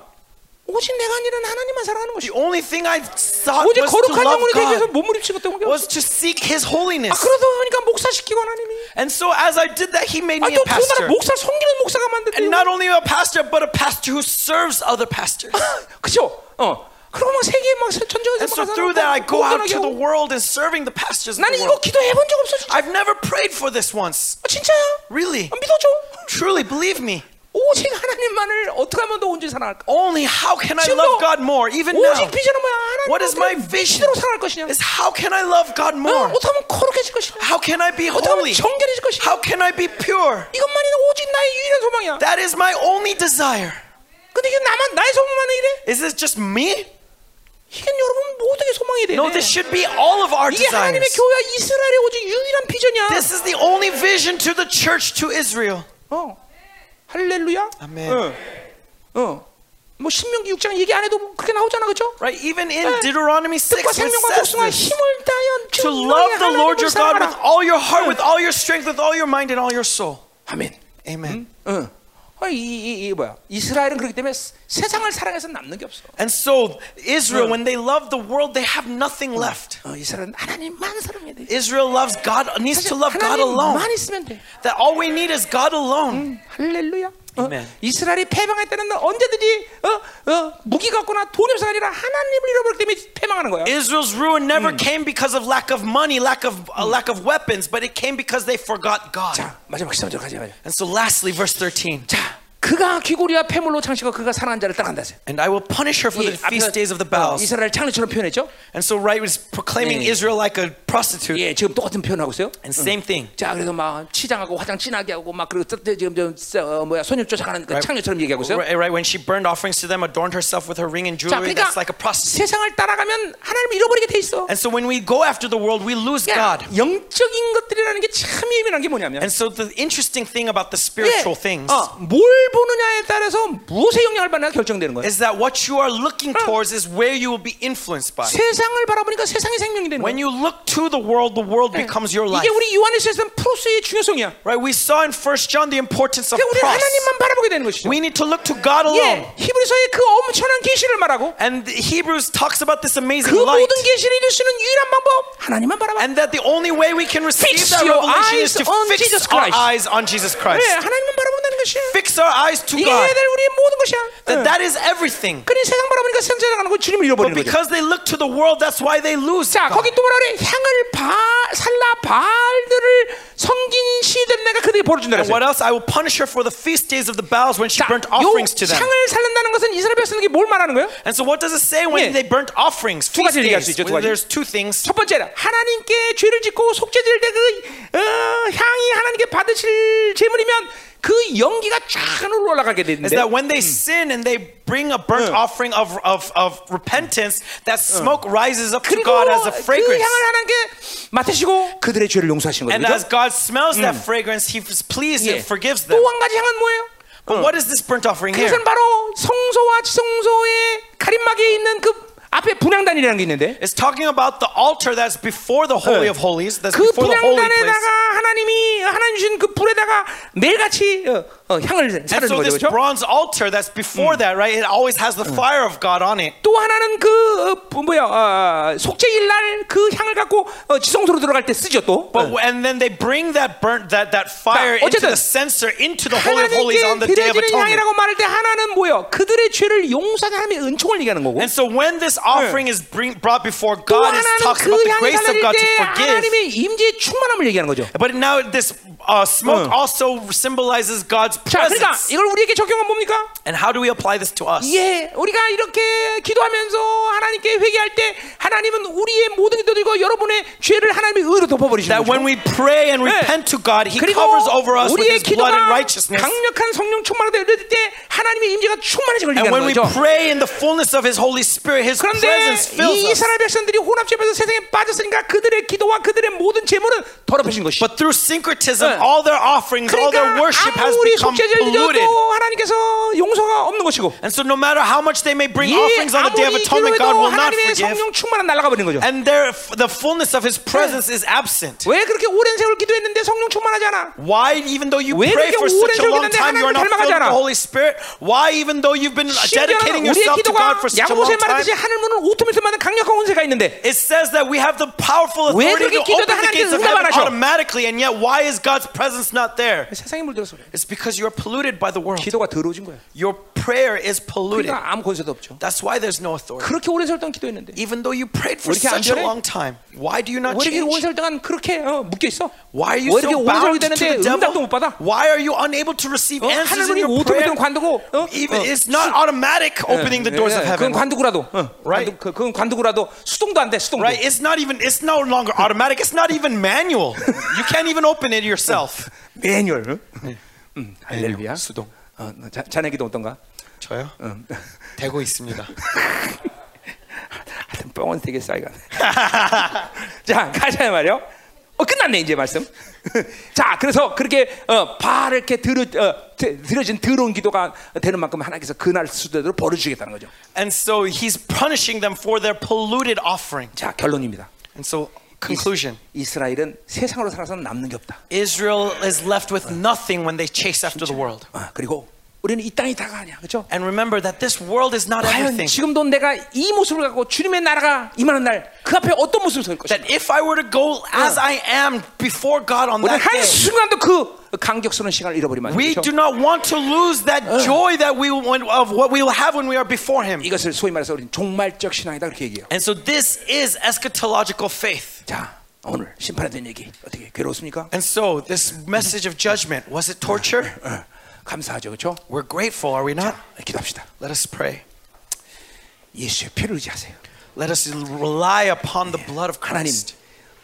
[SPEAKER 1] 오직 내가 아니라 하나님만 사랑하는 것이.
[SPEAKER 2] The only thing I sought
[SPEAKER 1] 오직
[SPEAKER 2] was to
[SPEAKER 1] 거룩한
[SPEAKER 2] love
[SPEAKER 1] 영혼이 되기 위해서
[SPEAKER 2] God,
[SPEAKER 1] 몸부림치고 때문에
[SPEAKER 2] was
[SPEAKER 1] 없어.
[SPEAKER 2] to seek His
[SPEAKER 1] 아
[SPEAKER 2] holiness.
[SPEAKER 1] 그러다 보니까 목사 시키고 하나님이.
[SPEAKER 2] And so as I did that, He made me a
[SPEAKER 1] 아또 그 나라
[SPEAKER 2] pastor.
[SPEAKER 1] 목사 섬기는 목사가
[SPEAKER 2] And
[SPEAKER 1] 만든대요.
[SPEAKER 2] not only a pastor, but a pastor who serves other pastors.
[SPEAKER 1] 그죠? 어. 그리고 막 세계 막
[SPEAKER 2] And
[SPEAKER 1] 전쟁에서
[SPEAKER 2] so
[SPEAKER 1] 막 가서
[SPEAKER 2] through that, I go out
[SPEAKER 1] 공존하게
[SPEAKER 2] to the
[SPEAKER 1] 하고.
[SPEAKER 2] world and serving the pastors. Of
[SPEAKER 1] 나는
[SPEAKER 2] the
[SPEAKER 1] 이거
[SPEAKER 2] world.
[SPEAKER 1] 기도해 본 적 없어 진짜.
[SPEAKER 2] I've never prayed for this once.
[SPEAKER 1] 아, 진짜야?
[SPEAKER 2] Really?
[SPEAKER 1] 아, 믿어줘.
[SPEAKER 2] Truly, believe me.
[SPEAKER 1] 오직 하나님만을 어떻게 하면 더 온전히 사랑할까?
[SPEAKER 2] Only how can I
[SPEAKER 1] 지금도
[SPEAKER 2] love God more? Even now,
[SPEAKER 1] 오직 비전은 뭐야?
[SPEAKER 2] what is my
[SPEAKER 1] 하나님을 어떻게
[SPEAKER 2] vision?
[SPEAKER 1] 그대로 사랑할 것이냐?
[SPEAKER 2] Is how can I love God
[SPEAKER 1] 어,
[SPEAKER 2] more?
[SPEAKER 1] 어떻게 하면 거룩해질 것이냐?
[SPEAKER 2] How can I be
[SPEAKER 1] 어떻게 하면
[SPEAKER 2] holy?
[SPEAKER 1] 정결해질 것이냐?
[SPEAKER 2] How can I be pure?
[SPEAKER 1] 이것만이 오직 나의 유일한 소망이야.
[SPEAKER 2] That is my only desire.
[SPEAKER 1] 근데 이게 나만 나의 소망만 이래?
[SPEAKER 2] Is this just me?
[SPEAKER 1] 이게 여러분 모두의 소망이 되네.
[SPEAKER 2] No, this should be all of our
[SPEAKER 1] 이게 하나님의
[SPEAKER 2] desires.
[SPEAKER 1] 교회와 이스라엘의 오직 유일한 비전이야.
[SPEAKER 2] This is the only vision to the church to Israel.
[SPEAKER 1] 어. 할렐루야.
[SPEAKER 2] 아멘.
[SPEAKER 1] 어. 어. 뭐 신명기 6장 얘기 안 해도 그렇게 나오잖아. 그렇죠?
[SPEAKER 2] Right? Even in Deuteronomy 6,
[SPEAKER 1] 뜻과
[SPEAKER 2] it
[SPEAKER 1] 생명과
[SPEAKER 2] says
[SPEAKER 1] 복숭아
[SPEAKER 2] this.
[SPEAKER 1] 힘을 다연 주
[SPEAKER 2] To
[SPEAKER 1] 너의
[SPEAKER 2] love the Lord
[SPEAKER 1] 하나님을
[SPEAKER 2] your God with
[SPEAKER 1] 사랑하라.
[SPEAKER 2] all your heart, with all your strength, with all your mind, and all your soul.
[SPEAKER 1] 아멘.
[SPEAKER 2] Amen.
[SPEAKER 1] 응. 어, 이, 이, 이 뭐야? 이스라엘은 그렇기 때문에 세- 세상을 사랑해서 남는 게 없어.
[SPEAKER 2] And so, Israel, when they love the world, they have nothing left.
[SPEAKER 1] 어, 이스라엘은 하나님만 사랑해야 돼.
[SPEAKER 2] Israel loves God, needs to
[SPEAKER 1] 사실
[SPEAKER 2] love God alone.
[SPEAKER 1] 하나님만 있으면 돼.
[SPEAKER 2] That all we need is God
[SPEAKER 1] Hmm.
[SPEAKER 2] alone.
[SPEAKER 1] 할렐루야. 어,
[SPEAKER 2] 아멘.
[SPEAKER 1] 이스라엘이 패망했다는 건 언제든지 어, 어, 무기 갖거나 돈 없어가 아니라 하나님을 잃어버렸기 때문에 패망하는 거야.
[SPEAKER 2] Israel's ruin never came because of lack of money, lack of uh, lack of weapons, but it came because they forgot God.
[SPEAKER 1] 자 마지막 13절 가자 가자.
[SPEAKER 2] And so, lastly, verse 13.
[SPEAKER 1] 자 그가 귀고리와 폐물로 장식하고 그가 사랑한 자를 따라간다 했어요.
[SPEAKER 2] And I will punish her for
[SPEAKER 1] 이
[SPEAKER 2] the feast days of the
[SPEAKER 1] 어,
[SPEAKER 2] bowels.
[SPEAKER 1] 이스라엘 창조처럼 표현했죠.
[SPEAKER 2] And so, right was proclaiming
[SPEAKER 1] 네.
[SPEAKER 2] Israel like a prostitute.
[SPEAKER 1] 예 지금 똑같은 표현하고 있어요.
[SPEAKER 2] And same thing.
[SPEAKER 1] 자 그래서 막 치장하고 화장 진하게 하고 막 그리고 뜨뜻 지금 좀 써- 어, 뭐야 손님 쫓아가는 그 창조처럼 얘기하고 있어요.
[SPEAKER 2] Right, right when she burned offerings to them, adorned herself with her ring and
[SPEAKER 1] 자
[SPEAKER 2] jewelry,
[SPEAKER 1] 그러니까
[SPEAKER 2] that's like a prostitute.
[SPEAKER 1] 세상을 따라가면 하나님을 잃어버리게 돼 있어.
[SPEAKER 2] And so when we go after the world, we lose God.
[SPEAKER 1] 그러니까 영적인 것들이라는 게 참 예민한 게 뭐냐면
[SPEAKER 2] And so the interesting thing about the spiritual things
[SPEAKER 1] 어, 뭘 보느냐에 따라서 무엇에 영향을 받느냐 결정되는 거예요.
[SPEAKER 2] is that what you are looking towards is where you will be influenced by.
[SPEAKER 1] 세상을 바라보니까 세상의 생명이 되는
[SPEAKER 2] When
[SPEAKER 1] 거예요.
[SPEAKER 2] you look to the world, the world becomes your life.
[SPEAKER 1] 이게 우리 요한일서에서는 프로스의 중요성이야.
[SPEAKER 2] Right? We saw in 1 John the importance of
[SPEAKER 1] 그러니까 우리는
[SPEAKER 2] cross.
[SPEAKER 1] 하나님만 바라보게 되는 것이죠.
[SPEAKER 2] We need to look to God
[SPEAKER 1] 예,
[SPEAKER 2] alone.
[SPEAKER 1] 히브리서의 그 엄청난 계시를 말하고
[SPEAKER 2] And the Hebrews talks about this
[SPEAKER 1] 그
[SPEAKER 2] amazing light.
[SPEAKER 1] 모든 계시를 이룰 수 있는 유일한 방법 하나님만 바라봐.
[SPEAKER 2] And that the only way we can receive
[SPEAKER 1] Fix
[SPEAKER 2] that
[SPEAKER 1] your
[SPEAKER 2] revelation
[SPEAKER 1] eyes
[SPEAKER 2] is to
[SPEAKER 1] on
[SPEAKER 2] fix
[SPEAKER 1] Jesus
[SPEAKER 2] our
[SPEAKER 1] Christ.
[SPEAKER 2] eyes on
[SPEAKER 1] 예,
[SPEAKER 2] Jesus Christ.
[SPEAKER 1] 하나님만 바라본다는 것이야.
[SPEAKER 2] Fix our eyes to
[SPEAKER 1] 이게
[SPEAKER 2] God.
[SPEAKER 1] 해야 될 우리의 모든 것이야.
[SPEAKER 2] That
[SPEAKER 1] 예.
[SPEAKER 2] that is everything.
[SPEAKER 1] 그래 세상 바라보니까 세상 살아가는 거 주님을
[SPEAKER 2] But
[SPEAKER 1] 잃어버리는 거죠.
[SPEAKER 2] because they look to the world, that's why they lose.
[SPEAKER 1] 자
[SPEAKER 2] God.
[SPEAKER 1] 거기 또 뭐라 그래? 향을 바 살라 바알들을 성긴 시들 내가 그들에게 벌어준다
[SPEAKER 2] And what
[SPEAKER 1] 그랬어요.
[SPEAKER 2] else? I will punish her for the feast days of the bowels when she
[SPEAKER 1] 자,
[SPEAKER 2] burnt
[SPEAKER 1] 요
[SPEAKER 2] offerings to them.
[SPEAKER 1] 향을 살린다는 것은 이스라엘 백성에게 뭘 말하는 거예요?
[SPEAKER 2] And so what does it say when
[SPEAKER 1] 예.
[SPEAKER 2] they burnt offerings? Feast
[SPEAKER 1] 가지를 얘기할 수
[SPEAKER 2] days.
[SPEAKER 1] 있죠, 두 가지.
[SPEAKER 2] Well, there's two things.
[SPEAKER 1] 첫 번째는 하나님께 죄를 짓고 속죄질 때그 어, 향이 하나님께 받으실 제물이면 그 연기가 쫙 하늘로 올라가게
[SPEAKER 2] Is
[SPEAKER 1] 되는데
[SPEAKER 2] that when they sin and they bring a burnt offering of, of, of repentance, that smoke rises up to
[SPEAKER 1] 그리고
[SPEAKER 2] God as a
[SPEAKER 1] 그
[SPEAKER 2] fragrance.
[SPEAKER 1] 향을 하나님께 맡으시고 그들의 죄를 용서하시는
[SPEAKER 2] And
[SPEAKER 1] 거죠.
[SPEAKER 2] as
[SPEAKER 1] 그죠?
[SPEAKER 2] God smells that fragrance, He is pleased and forgives them.
[SPEAKER 1] 또 한 가지 향은 뭐예요?
[SPEAKER 2] But what is this burnt offering here?
[SPEAKER 1] 그것은 바로 성소와 지성소의 가림막에 있는 그 앞에 분향단이라는 게 있는데
[SPEAKER 2] It's talking about the altar that's before the
[SPEAKER 1] 예.
[SPEAKER 2] Holy of Holies, that's
[SPEAKER 1] 그
[SPEAKER 2] before the holy place.
[SPEAKER 1] 분향단에다가 하나님이 하나님 주신 그 불에다가 매일같이 어, 어, 향을
[SPEAKER 2] And
[SPEAKER 1] 사르는
[SPEAKER 2] so
[SPEAKER 1] 거죠.
[SPEAKER 2] this
[SPEAKER 1] 그죠?
[SPEAKER 2] bronze altar that's before that, right? It always has the fire of God on it.
[SPEAKER 1] 또 하나는 그 어, 부- 뭐야 아, 속죄일 날 그 향을 갖고 어, 지성소로 들어갈 때 쓰죠 또.
[SPEAKER 2] But and then they bring that burnt that that fire
[SPEAKER 1] 자,
[SPEAKER 2] into
[SPEAKER 1] 어쨌든
[SPEAKER 2] the censer into the holy of holies on
[SPEAKER 1] 하나님께
[SPEAKER 2] the day of
[SPEAKER 1] 드려지는
[SPEAKER 2] atonement.
[SPEAKER 1] 향이라고 말할 때 하나는 뭐예요? 그들의 죄를 용서하는 하나님의 은총을 얘기하는 거고.
[SPEAKER 2] And so when this offering is bring, brought before
[SPEAKER 1] 또
[SPEAKER 2] God, it
[SPEAKER 1] 하나는
[SPEAKER 2] talks about
[SPEAKER 1] 그
[SPEAKER 2] the
[SPEAKER 1] 향이
[SPEAKER 2] grace of
[SPEAKER 1] 달릴
[SPEAKER 2] God to
[SPEAKER 1] 때
[SPEAKER 2] forgive.
[SPEAKER 1] 하나님의 임재의 충만함을 얘기하는 거죠.
[SPEAKER 2] But now this uh, smoke
[SPEAKER 1] 응.
[SPEAKER 2] also symbolizes God's
[SPEAKER 1] 자, 그러니까
[SPEAKER 2] presence.
[SPEAKER 1] 이걸 우리에게 적용한 뭡니까?
[SPEAKER 2] And how do we apply this to us?
[SPEAKER 1] 예, 우리가 이렇게 기도하면서 하나님께 회개할 때 하나님은 우리의 모든 기도도 이고 여러분의 죄를 하나님의 의로 덮어버리시는
[SPEAKER 2] That
[SPEAKER 1] 거죠.
[SPEAKER 2] when we pray and
[SPEAKER 1] 네.
[SPEAKER 2] repent to God, He
[SPEAKER 1] 그리고
[SPEAKER 2] covers over us with
[SPEAKER 1] 우리의
[SPEAKER 2] His
[SPEAKER 1] 기도가
[SPEAKER 2] blood and righteousness.
[SPEAKER 1] 강력한 성령 충만하다 이럴 때 하나님의 임재가 충만해진 걸
[SPEAKER 2] And
[SPEAKER 1] 얘기하는
[SPEAKER 2] when we
[SPEAKER 1] 거죠.
[SPEAKER 2] pray in the fullness of His Holy Spirit, His
[SPEAKER 1] 그런데
[SPEAKER 2] presence
[SPEAKER 1] 이
[SPEAKER 2] fills us.
[SPEAKER 1] 이스라엘 백성들이 혼합집에서 세상에 빠졌으니까 그들의 기도와 그들의 모든 재물은 더럽혀진 것이죠.
[SPEAKER 2] But through syncretism,
[SPEAKER 1] 네.
[SPEAKER 2] all the를 offerings, all their
[SPEAKER 1] 그러니까
[SPEAKER 2] worship has
[SPEAKER 1] 아무리
[SPEAKER 2] become
[SPEAKER 1] 속죄제를 드려도
[SPEAKER 2] polluted.
[SPEAKER 1] 하나님께서 용서가 없는 것이고
[SPEAKER 2] And so, no matter how much they may bring
[SPEAKER 1] 이
[SPEAKER 2] offerings on the Day of
[SPEAKER 1] 아무리
[SPEAKER 2] Atonement, God
[SPEAKER 1] 기도해도
[SPEAKER 2] will not
[SPEAKER 1] 하나님의
[SPEAKER 2] forgive.
[SPEAKER 1] 성령 충만은 날아가 버린 거죠.
[SPEAKER 2] And their, the fullness of His presence is absent.
[SPEAKER 1] 왜 그렇게 오랜 세월 기도했는데 성령 충만하지 않아?
[SPEAKER 2] Why, even though you
[SPEAKER 1] 왜
[SPEAKER 2] pray
[SPEAKER 1] 그렇게
[SPEAKER 2] for such a
[SPEAKER 1] 오랜
[SPEAKER 2] long
[SPEAKER 1] 기도했는데
[SPEAKER 2] time, you are
[SPEAKER 1] 하나님을
[SPEAKER 2] not filled with
[SPEAKER 1] 닮아가지
[SPEAKER 2] the
[SPEAKER 1] 않아?
[SPEAKER 2] Holy Spirit? Why, even though you've been dedicating
[SPEAKER 1] 심지어는 우리의
[SPEAKER 2] yourself to God
[SPEAKER 1] 기도가
[SPEAKER 2] for such a long
[SPEAKER 1] 야고보서에
[SPEAKER 2] time,
[SPEAKER 1] 말하듯이 하늘 문은 오토매서 만든 강력한 운세가 있는데
[SPEAKER 2] it says that we have the powerful
[SPEAKER 1] 왜
[SPEAKER 2] authority
[SPEAKER 1] 그렇게
[SPEAKER 2] to
[SPEAKER 1] 기도도
[SPEAKER 2] open the
[SPEAKER 1] 하나님께
[SPEAKER 2] gates of
[SPEAKER 1] 응답 안
[SPEAKER 2] heaven
[SPEAKER 1] 하셔?
[SPEAKER 2] automatically, and yet why is God's presence not there?
[SPEAKER 1] 세상에 물들어서 그래.
[SPEAKER 2] It's because you are polluted by the world.
[SPEAKER 1] 기도가 더러워진 거야.
[SPEAKER 2] Your prayer is polluted.
[SPEAKER 1] 그러니까 아무 권세도 없죠.
[SPEAKER 2] That's why there's no authority.
[SPEAKER 1] 그렇게 오랜 세월 동안 기도했는데
[SPEAKER 2] Even though you prayed for
[SPEAKER 1] 왜 이렇게 안
[SPEAKER 2] such a
[SPEAKER 1] 변해?
[SPEAKER 2] long time, why do you not
[SPEAKER 1] 왜 이렇게 오랜
[SPEAKER 2] change?
[SPEAKER 1] 세월 동안 그렇게 어, 묶여 있어?
[SPEAKER 2] Why
[SPEAKER 1] 왜
[SPEAKER 2] are you
[SPEAKER 1] 이렇게
[SPEAKER 2] so
[SPEAKER 1] 오래
[SPEAKER 2] bound
[SPEAKER 1] 살게
[SPEAKER 2] to Oh,
[SPEAKER 1] 되는데
[SPEAKER 2] the
[SPEAKER 1] 응답도 못
[SPEAKER 2] devil?
[SPEAKER 1] 받아?
[SPEAKER 2] Why are you unable to receive
[SPEAKER 1] 어?
[SPEAKER 2] answers in
[SPEAKER 1] 하늘문이
[SPEAKER 2] your prayer?
[SPEAKER 1] 오토매서 관두고 어? 어?
[SPEAKER 2] Even it's not automatic opening the doors
[SPEAKER 1] 예,
[SPEAKER 2] of
[SPEAKER 1] 예, 그건
[SPEAKER 2] heaven.
[SPEAKER 1] 관두고라도 어,
[SPEAKER 2] Right.
[SPEAKER 1] 관두- 그- 그건 관두고라도 수동도 안 돼. 수동도.
[SPEAKER 2] Right? It's not even it's no longer automatic. It's not even manual. You can't even open it yourself.
[SPEAKER 1] 매뉴얼. 응? 음, 할렐루야. 수동. 어, 자, 자네 기도 어떤가?
[SPEAKER 2] 저요?
[SPEAKER 1] 응.
[SPEAKER 2] 되고 있습니다.
[SPEAKER 1] 하여튼 뻥은 되게 싸이가네. 자 가자 말이요. 어 끝났네 이제 말씀. 자 그래서 그렇게 어, 발을 이렇게 들어 어, 드- 들어진 더러운 기도가 되는 만큼 하나님께서 그날 수대대로 벌어주겠다는 거죠.
[SPEAKER 2] And so he's punishing them for their polluted offering.
[SPEAKER 1] 자 결론입니다.
[SPEAKER 2] And so conclusion.
[SPEAKER 1] 이스라엘은 세상으로 살아서 남는 게 없다.
[SPEAKER 2] Israel is left with nothing when they chase after the world.
[SPEAKER 1] 아, 그리고 우리는 이 땅이 다가 아니야, 그렇죠?
[SPEAKER 2] And remember that this world is not
[SPEAKER 1] 과연
[SPEAKER 2] everything.
[SPEAKER 1] 지금도 내가 이 모습을 갖고 주님의 나라가 임하는 날 그 앞에 어떤 모습을 설 것인가?
[SPEAKER 2] That if I were to go as I am before God on
[SPEAKER 1] 우리는
[SPEAKER 2] that
[SPEAKER 1] 한
[SPEAKER 2] day,
[SPEAKER 1] 순간도 그 강격스러운 시간을 잃어버리면 안
[SPEAKER 2] we
[SPEAKER 1] 되죠.
[SPEAKER 2] do not want to lose that joy that we want of what we will have when we are before Him.
[SPEAKER 1] 이것을 소위 말해서 우리는 종말적 신앙이다 그렇게 얘기해요.
[SPEAKER 2] And so this is eschatological faith.
[SPEAKER 1] 자 오늘 심판에 대한 얘기 어떻게 괴로웠습니까?
[SPEAKER 2] And so this message of judgment was it torture?
[SPEAKER 1] 어, 감사하죠, 그렇죠?
[SPEAKER 2] We're grateful, are we not?
[SPEAKER 1] 기도합시다.
[SPEAKER 2] Let us pray.
[SPEAKER 1] 예수의 피를 의지하세요.
[SPEAKER 2] Let us rely upon the blood of
[SPEAKER 1] 하나님,
[SPEAKER 2] Christ.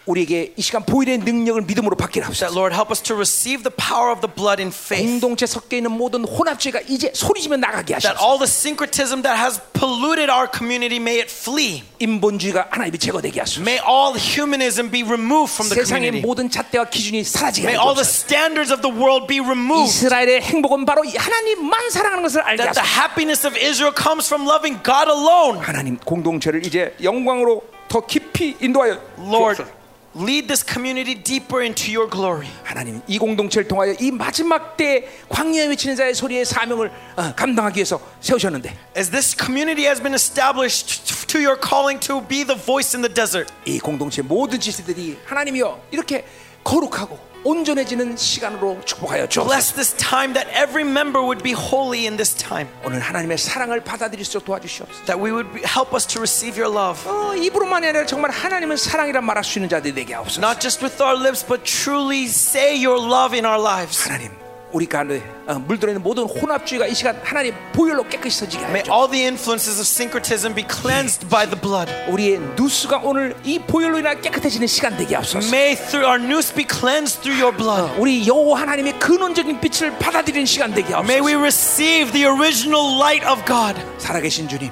[SPEAKER 1] 우리게 이 시간 보일의 능력을 믿음으로 받기를
[SPEAKER 2] That
[SPEAKER 1] 합시다.
[SPEAKER 2] Lord help us to receive the power of the blood in faith.
[SPEAKER 1] 공동체 섞여 있는 모든 혼합체가 이제 소리지며 나가게
[SPEAKER 2] That
[SPEAKER 1] 하시옵소서.
[SPEAKER 2] all the syncretism that has polluted our community may it flee.
[SPEAKER 1] 인본주의가 하나님이 제거되게 하소서.
[SPEAKER 2] May all humanism be removed from the
[SPEAKER 1] 세상의
[SPEAKER 2] community.
[SPEAKER 1] 모든 잣대와 기준이 사라지게
[SPEAKER 2] May all the
[SPEAKER 1] 하소서.
[SPEAKER 2] standards of the world be removed.
[SPEAKER 1] 이스라엘의 행복은 바로 이 하나님만 사랑하는 것을 알게
[SPEAKER 2] That the
[SPEAKER 1] 하소서.
[SPEAKER 2] happiness of Israel comes from loving God alone.
[SPEAKER 1] 하나님 공동체를 이제 영광으로 더 깊이 인도하여
[SPEAKER 2] Lord,
[SPEAKER 1] 주옵소서.
[SPEAKER 2] lead this community deeper into your glory.
[SPEAKER 1] 하나님 이 공동체를 통하여 이 마지막 때 광야에 외치는 자의 소리의 사명을 어, 감당하기 위해서 세우셨는데
[SPEAKER 2] As this community has been established t- to your calling to be the voice in the desert.
[SPEAKER 1] 이 공동체 모든 지체들이 하나님이여 이렇게 거룩하고 온전해지는 시간으로 축복하여 주옵소서.
[SPEAKER 2] Bless this time that every member would be holy in this time.
[SPEAKER 1] 오늘 하나님의 사랑을 받아들일 수 있도록 도와주시옵소서.
[SPEAKER 2] That we would be, help us to receive your love.
[SPEAKER 1] 어, 입으로만이 아니라 정말 하나님은 사랑이란 말할 수 있는 자들이 되게 하옵소서.
[SPEAKER 2] Not just with our lips, but truly say your love in our lives.
[SPEAKER 1] 하나님 우리 가운데 어, 물들어 있는 모든 혼합주의가 이 시간 하나님 보혈로 깨끗이 서지게 하여
[SPEAKER 2] May
[SPEAKER 1] 주옵소서.
[SPEAKER 2] all the influences of syncretism be cleansed by the blood.
[SPEAKER 1] 우리의 누수가 오늘 이 보혈로 인하 깨끗해지는 시간 되게 하옵소서.
[SPEAKER 2] May through our noose be cleansed through your blood.
[SPEAKER 1] 우리 여호와 하나님의 근원적인 빛을 받아들이는 시간 되게
[SPEAKER 2] May we
[SPEAKER 1] 하옵소서.
[SPEAKER 2] receive the original light of God,
[SPEAKER 1] 살아계신 주님,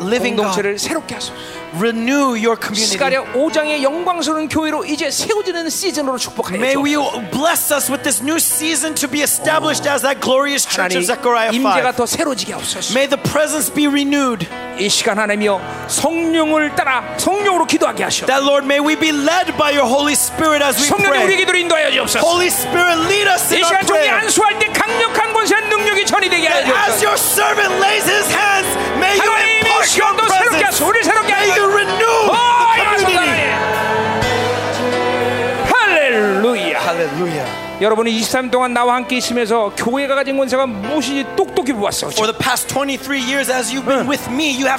[SPEAKER 2] living God.
[SPEAKER 1] 공동체를 새롭게 하소서.
[SPEAKER 2] Renew your community.
[SPEAKER 1] 시가랴 5장의 영광스러운 교회로 이제 세워지는 시즌으로 축복하여
[SPEAKER 2] May
[SPEAKER 1] 주옵소서.
[SPEAKER 2] you bless us with this new season to be established as that glorious church
[SPEAKER 1] 하나님
[SPEAKER 2] of Zechariah
[SPEAKER 1] 임재가
[SPEAKER 2] 5.
[SPEAKER 1] 더 새로지게 하옵소서.
[SPEAKER 2] May the presence be renewed.
[SPEAKER 1] 이 시간 하나님이여 성령을 따라 성령으로 기도하게 하시옵소서.
[SPEAKER 2] That Lord, may we be led by your Holy Spirit as we
[SPEAKER 1] 성령이 우리
[SPEAKER 2] pray.
[SPEAKER 1] 기도를 인도하여 주옵소서.
[SPEAKER 2] Holy Spirit, lead us
[SPEAKER 1] 이
[SPEAKER 2] in our
[SPEAKER 1] 시간 종이
[SPEAKER 2] prayer.
[SPEAKER 1] 안수할 때 강력한 권세 능력이 전이되게
[SPEAKER 2] And
[SPEAKER 1] 하여 주옵소서.
[SPEAKER 2] as your servant lays his hands, may you
[SPEAKER 1] 하나님, 이
[SPEAKER 2] impart your
[SPEAKER 1] 시간도 새롭게
[SPEAKER 2] presence.
[SPEAKER 1] 하소서. 우리 새롭게
[SPEAKER 2] May
[SPEAKER 1] 하소서.
[SPEAKER 2] you renew
[SPEAKER 1] 오,
[SPEAKER 2] the
[SPEAKER 1] 예수
[SPEAKER 2] community.
[SPEAKER 1] 하나님. 할렐루야.
[SPEAKER 2] Hallelujah.
[SPEAKER 1] 여러분이 23년 동안 나와 함께 있으면서 교회가 가진 권세가 무엇인지 똑똑히 보았어.
[SPEAKER 2] For the past 23 years, as you've
[SPEAKER 1] Mm.
[SPEAKER 2] been with me, you have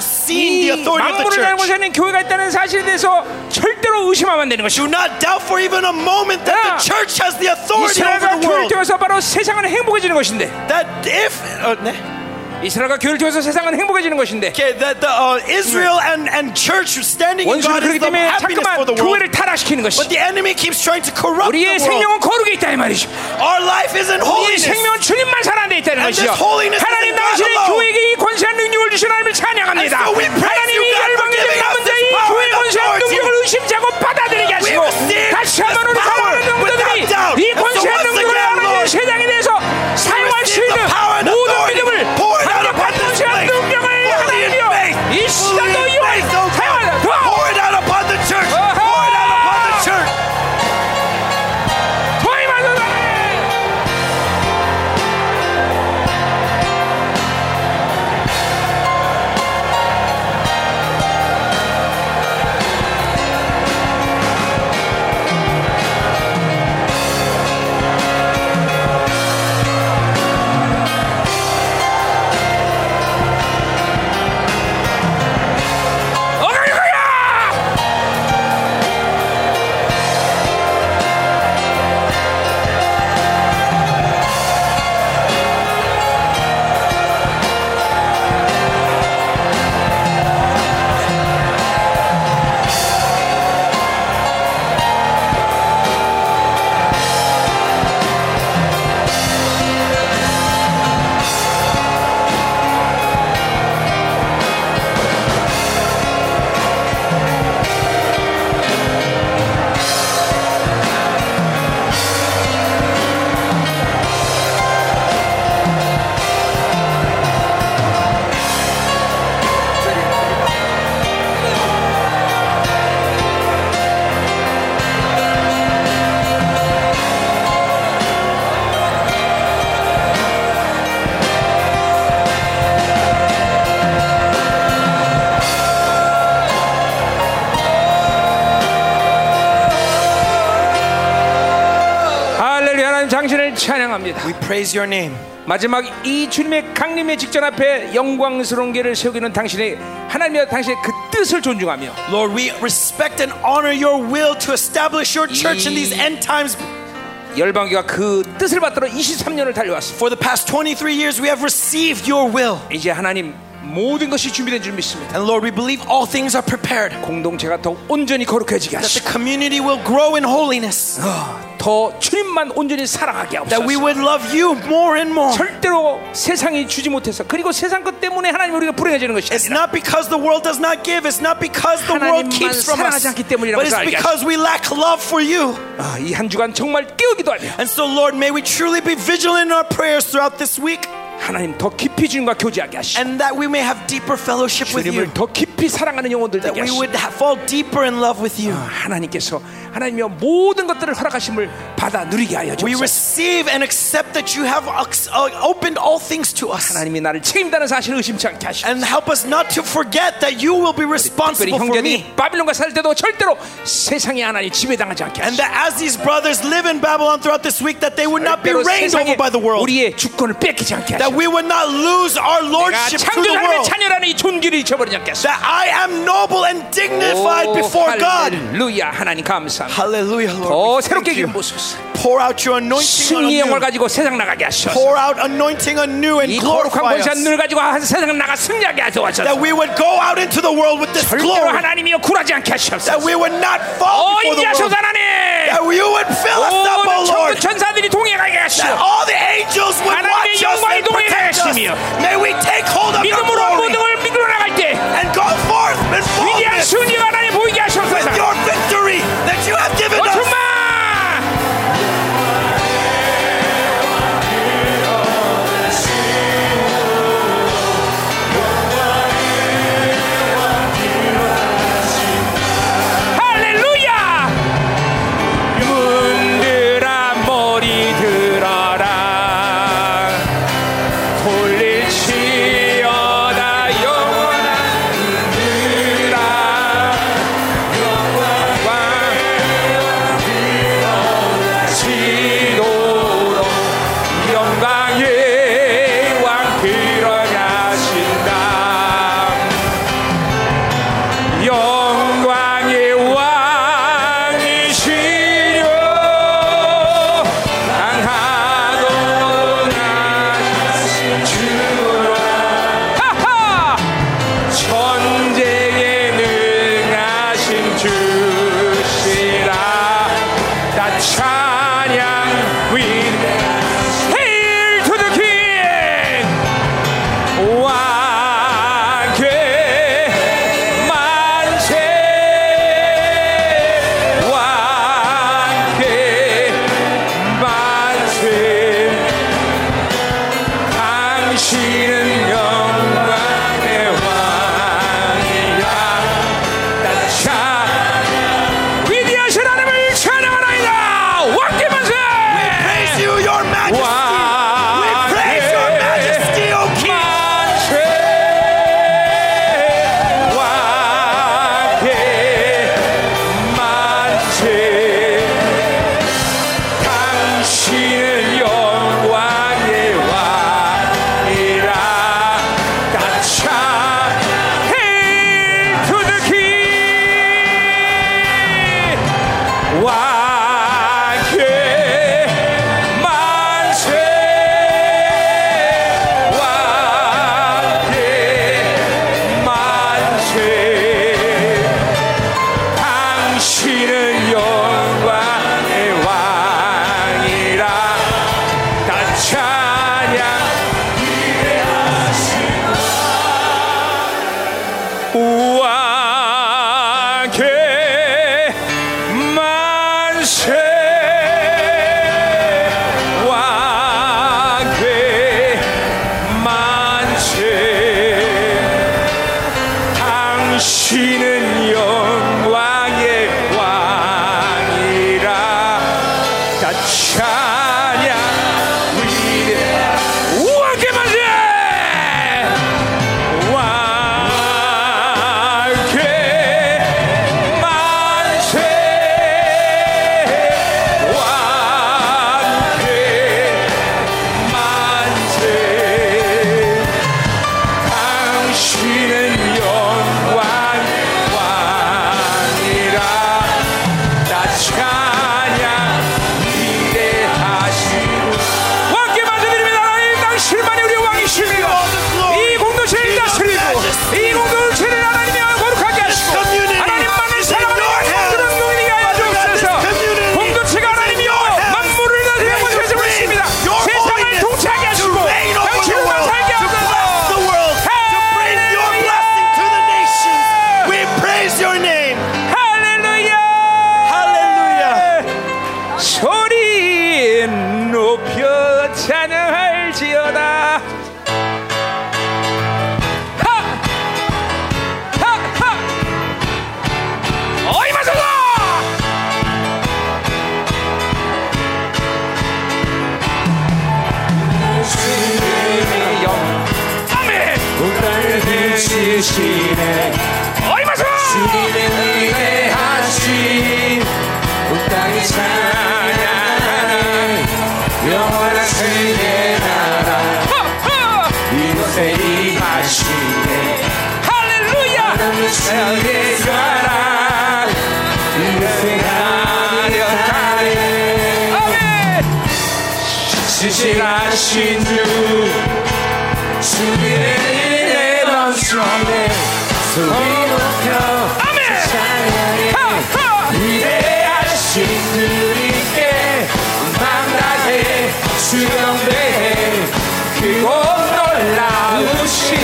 [SPEAKER 1] 이
[SPEAKER 2] seen the authority of the
[SPEAKER 1] 만물을 다는
[SPEAKER 2] church.
[SPEAKER 1] 곳에는 교회가 있다는 사실에 대해서 절대로 의심하면 안 되는 것이.
[SPEAKER 2] Do not doubt for even a moment that the
[SPEAKER 1] Yeah.
[SPEAKER 2] church has the authority
[SPEAKER 1] 이스라엘과
[SPEAKER 2] over the
[SPEAKER 1] 교회를
[SPEAKER 2] world.
[SPEAKER 1] 통해서 바로 세상은 행복해지는 것인데,
[SPEAKER 2] That if uh, ne-
[SPEAKER 1] 이스라엘과 교회를 통해서 세상은 행복해지는 것인데,
[SPEAKER 2] okay, that the uh, Israel and and church standing in
[SPEAKER 1] 원수는
[SPEAKER 2] God
[SPEAKER 1] 그렇기
[SPEAKER 2] is the
[SPEAKER 1] 때문에
[SPEAKER 2] happiness for
[SPEAKER 1] 자꾸만
[SPEAKER 2] the world.
[SPEAKER 1] 교회를 타락시키는
[SPEAKER 2] But
[SPEAKER 1] 것이.
[SPEAKER 2] the enemy keeps trying to corrupt
[SPEAKER 1] 우리의
[SPEAKER 2] the world.
[SPEAKER 1] 생명은 거룩에 있다 이 말이죠.
[SPEAKER 2] Our life isn't
[SPEAKER 1] 우리의
[SPEAKER 2] holiness.
[SPEAKER 1] 생명은 주님만 살아내 있다는
[SPEAKER 2] And
[SPEAKER 1] 것이죠.
[SPEAKER 2] this holiness is
[SPEAKER 1] 하나님
[SPEAKER 2] in God
[SPEAKER 1] 당신의
[SPEAKER 2] alone.
[SPEAKER 1] 교회에게 이 권세한 능력을 주신 하나님을 찬양합니다.
[SPEAKER 2] And so we praise
[SPEAKER 1] 하나님이
[SPEAKER 2] you, God, for
[SPEAKER 1] 열방의
[SPEAKER 2] giving us
[SPEAKER 1] 남은
[SPEAKER 2] this
[SPEAKER 1] 자이
[SPEAKER 2] power
[SPEAKER 1] 교회
[SPEAKER 2] and
[SPEAKER 1] 권세한
[SPEAKER 2] authority.
[SPEAKER 1] 능력을 의심자고 받아들이게 하시고
[SPEAKER 2] We receive
[SPEAKER 1] 다시 한번 우리
[SPEAKER 2] this
[SPEAKER 1] 사랑하는
[SPEAKER 2] power
[SPEAKER 1] 영혼들이
[SPEAKER 2] without doubt.
[SPEAKER 1] 이
[SPEAKER 2] And so
[SPEAKER 1] 권세한
[SPEAKER 2] once
[SPEAKER 1] 능력을
[SPEAKER 2] again,
[SPEAKER 1] 하나님의
[SPEAKER 2] Lord,
[SPEAKER 1] 세상에 대해서 사용할 수
[SPEAKER 2] receive
[SPEAKER 1] 있는
[SPEAKER 2] the power and
[SPEAKER 1] 모든
[SPEAKER 2] authority
[SPEAKER 1] 믿음을
[SPEAKER 2] poured out
[SPEAKER 1] 하나님의
[SPEAKER 2] upon this
[SPEAKER 1] 권세한
[SPEAKER 2] place.
[SPEAKER 1] 능력을
[SPEAKER 2] Fully in faith.
[SPEAKER 1] 하나님이여 이
[SPEAKER 2] Fully
[SPEAKER 1] 시간도
[SPEAKER 2] in
[SPEAKER 1] 이용해
[SPEAKER 2] faith, oh God.
[SPEAKER 1] 사용하여 더
[SPEAKER 2] Pour it out upon the church.
[SPEAKER 1] Uh-huh.
[SPEAKER 2] Pour it out upon the church.
[SPEAKER 1] 더 임하소서 찬양합니다.
[SPEAKER 2] We praise your name.
[SPEAKER 1] 마지막 이 주님의 강림의 직전 앞에 영광스러운 길을 세우기는 당신의 하나님의 당신의 그 뜻을 존중하며
[SPEAKER 2] Lord, we respect and honor your will to establish your church in these end times.
[SPEAKER 1] 열방교가 그 뜻을 받들어 23년을 달려왔습니다.
[SPEAKER 2] For the past 23 years, we have received your will.
[SPEAKER 1] 이제 하나님 모든 것이 준비된 줄 믿습니다.
[SPEAKER 2] And Lord, we believe all things are prepared,
[SPEAKER 1] 공동체가 더욱 온전히 거룩해지게
[SPEAKER 2] that the
[SPEAKER 1] 하시고
[SPEAKER 2] community will grow in holiness,
[SPEAKER 1] 더 주님만 온전히 사랑하게
[SPEAKER 2] that we
[SPEAKER 1] 하옵소서.
[SPEAKER 2] would love you more and more.
[SPEAKER 1] 절대로 세상이 주지 못해서 그리고 세상 것 때문에 하나님 우리가 불행해지는 것이
[SPEAKER 2] It's
[SPEAKER 1] 아니라
[SPEAKER 2] not because the world does not give, it's not because the world
[SPEAKER 1] 하나님만
[SPEAKER 2] keeps from us,
[SPEAKER 1] 사랑하지 않기 때문이라는
[SPEAKER 2] but it's
[SPEAKER 1] 것을 알게
[SPEAKER 2] because we lack love for you.
[SPEAKER 1] 아, 이한 주간 정말 깨우기도 하며
[SPEAKER 2] And so, Lord, may we truly be vigilant in our prayers throughout this week,
[SPEAKER 1] 하나님 더 깊이 주님과 교제하게 하시고
[SPEAKER 2] and that we may have deeper fellowship with you,
[SPEAKER 1] 주님을 더 깊이 사랑하는 영혼들
[SPEAKER 2] that
[SPEAKER 1] 되게
[SPEAKER 2] we
[SPEAKER 1] 하시고
[SPEAKER 2] would ha- fall deeper in love with you.
[SPEAKER 1] 하나님께서 하나님의 모든 것들을 허락하심을 받아 누리게 하여
[SPEAKER 2] We
[SPEAKER 1] 주옵소서.
[SPEAKER 2] receive and accept that you have ox- uh, opened all things to us.
[SPEAKER 1] 하나님이 나를 책임다는 사실을 의심치 않게 하시고
[SPEAKER 2] And help us not to forget that you will be
[SPEAKER 1] 특별히
[SPEAKER 2] responsible for me.
[SPEAKER 1] 형제들이 바빌론과 살 때도 절대로 세상의 하나님 지배당하지 않게
[SPEAKER 2] And
[SPEAKER 1] 하시고
[SPEAKER 2] that as these brothers live in Babylon throughout this week, that they would not be
[SPEAKER 1] 절대로
[SPEAKER 2] reigned
[SPEAKER 1] 세상에
[SPEAKER 2] over by the world.
[SPEAKER 1] 우리의 주권을 뺏기지 않게
[SPEAKER 2] That
[SPEAKER 1] 하시고
[SPEAKER 2] we would not lose our
[SPEAKER 1] 내가
[SPEAKER 2] lordship to the
[SPEAKER 1] 창조하나님의
[SPEAKER 2] world.
[SPEAKER 1] 자녀라는 이 존귀를 잊어버리지 않게 하시고
[SPEAKER 2] That I am noble and dignified
[SPEAKER 1] 오,
[SPEAKER 2] before God.
[SPEAKER 1] 할렐루야 하나님 감사합니다
[SPEAKER 2] Hallelujah,
[SPEAKER 1] 더
[SPEAKER 2] Lord. we
[SPEAKER 1] 새롭게
[SPEAKER 2] thank you.
[SPEAKER 1] 기름부소서
[SPEAKER 2] Pour out your anointing
[SPEAKER 1] 승리의 영을
[SPEAKER 2] anew.
[SPEAKER 1] 가지고 세상 나가게 하셔서
[SPEAKER 2] Pour out anointing anew and
[SPEAKER 1] 이 거룩한
[SPEAKER 2] glorify
[SPEAKER 1] 권세한
[SPEAKER 2] us.
[SPEAKER 1] 눈을 가지고 한 세상 나가 승리하게 하셔서
[SPEAKER 2] That we would go out into the world with this
[SPEAKER 1] 절대로
[SPEAKER 2] glory.
[SPEAKER 1] 하나님이여 굴하지 않게 하셔서
[SPEAKER 2] That we would not fall before the
[SPEAKER 1] 어인자소서
[SPEAKER 2] world.
[SPEAKER 1] 하나님
[SPEAKER 2] That you would fill us up, O
[SPEAKER 1] 모든
[SPEAKER 2] Lord.
[SPEAKER 1] 그 천국 천사들이 동행하게 하시오
[SPEAKER 2] That all the angels would
[SPEAKER 1] 하나님의
[SPEAKER 2] watch us
[SPEAKER 1] 영광이
[SPEAKER 2] and uh, protect us.
[SPEAKER 1] 동행하심이여.
[SPEAKER 2] May we take hold of your
[SPEAKER 1] 믿음으로 모든
[SPEAKER 2] glory
[SPEAKER 1] 걸 믿으러 나갈 때
[SPEAKER 2] and go forth in
[SPEAKER 1] 위대한
[SPEAKER 2] boldness
[SPEAKER 1] 승리가 하나님 보이게
[SPEAKER 2] with
[SPEAKER 1] 하셔서
[SPEAKER 2] your victory that you have given
[SPEAKER 1] 어,
[SPEAKER 2] us.
[SPEAKER 1] 어쭈마 할렐루야 문들아 머리 들어라 돌릴지어다 영원한 문들아 영원한 지도로 영광의 왕 드러나신다 영광의 왕이시려 강하고 나신 주로 하하 천재에 능하신 주시라 다 찬양 위대한 Hail to the King 왕께 만세 왕께 만세 당신은 영광의 왕이야 따차 위대하신 하나님을 찬양하나이다 왕께 만세
[SPEAKER 2] Praise you, your majesty. We
[SPEAKER 1] 왕께
[SPEAKER 2] praise your majesty, O King.
[SPEAKER 1] 만세 왕께 만세 당신은 영광의 왕이라 주시네
[SPEAKER 3] 얼마서?
[SPEAKER 1] 주님의 은혜 하신 온 땅이 찬양하는 영원한 그의 나라 이곳에 임하시네
[SPEAKER 3] 할렐루야!
[SPEAKER 1] 하나님 주의 사랑 이곳에 가려하네
[SPEAKER 3] 아멘!
[SPEAKER 1] 지식하신 주 주님의 은혜 넘치네 소리 높여
[SPEAKER 3] 아멘!
[SPEAKER 1] 찬양해
[SPEAKER 3] 하!
[SPEAKER 1] 위대하신 주님께 만나게 수영배해 그곳 놀라우신 주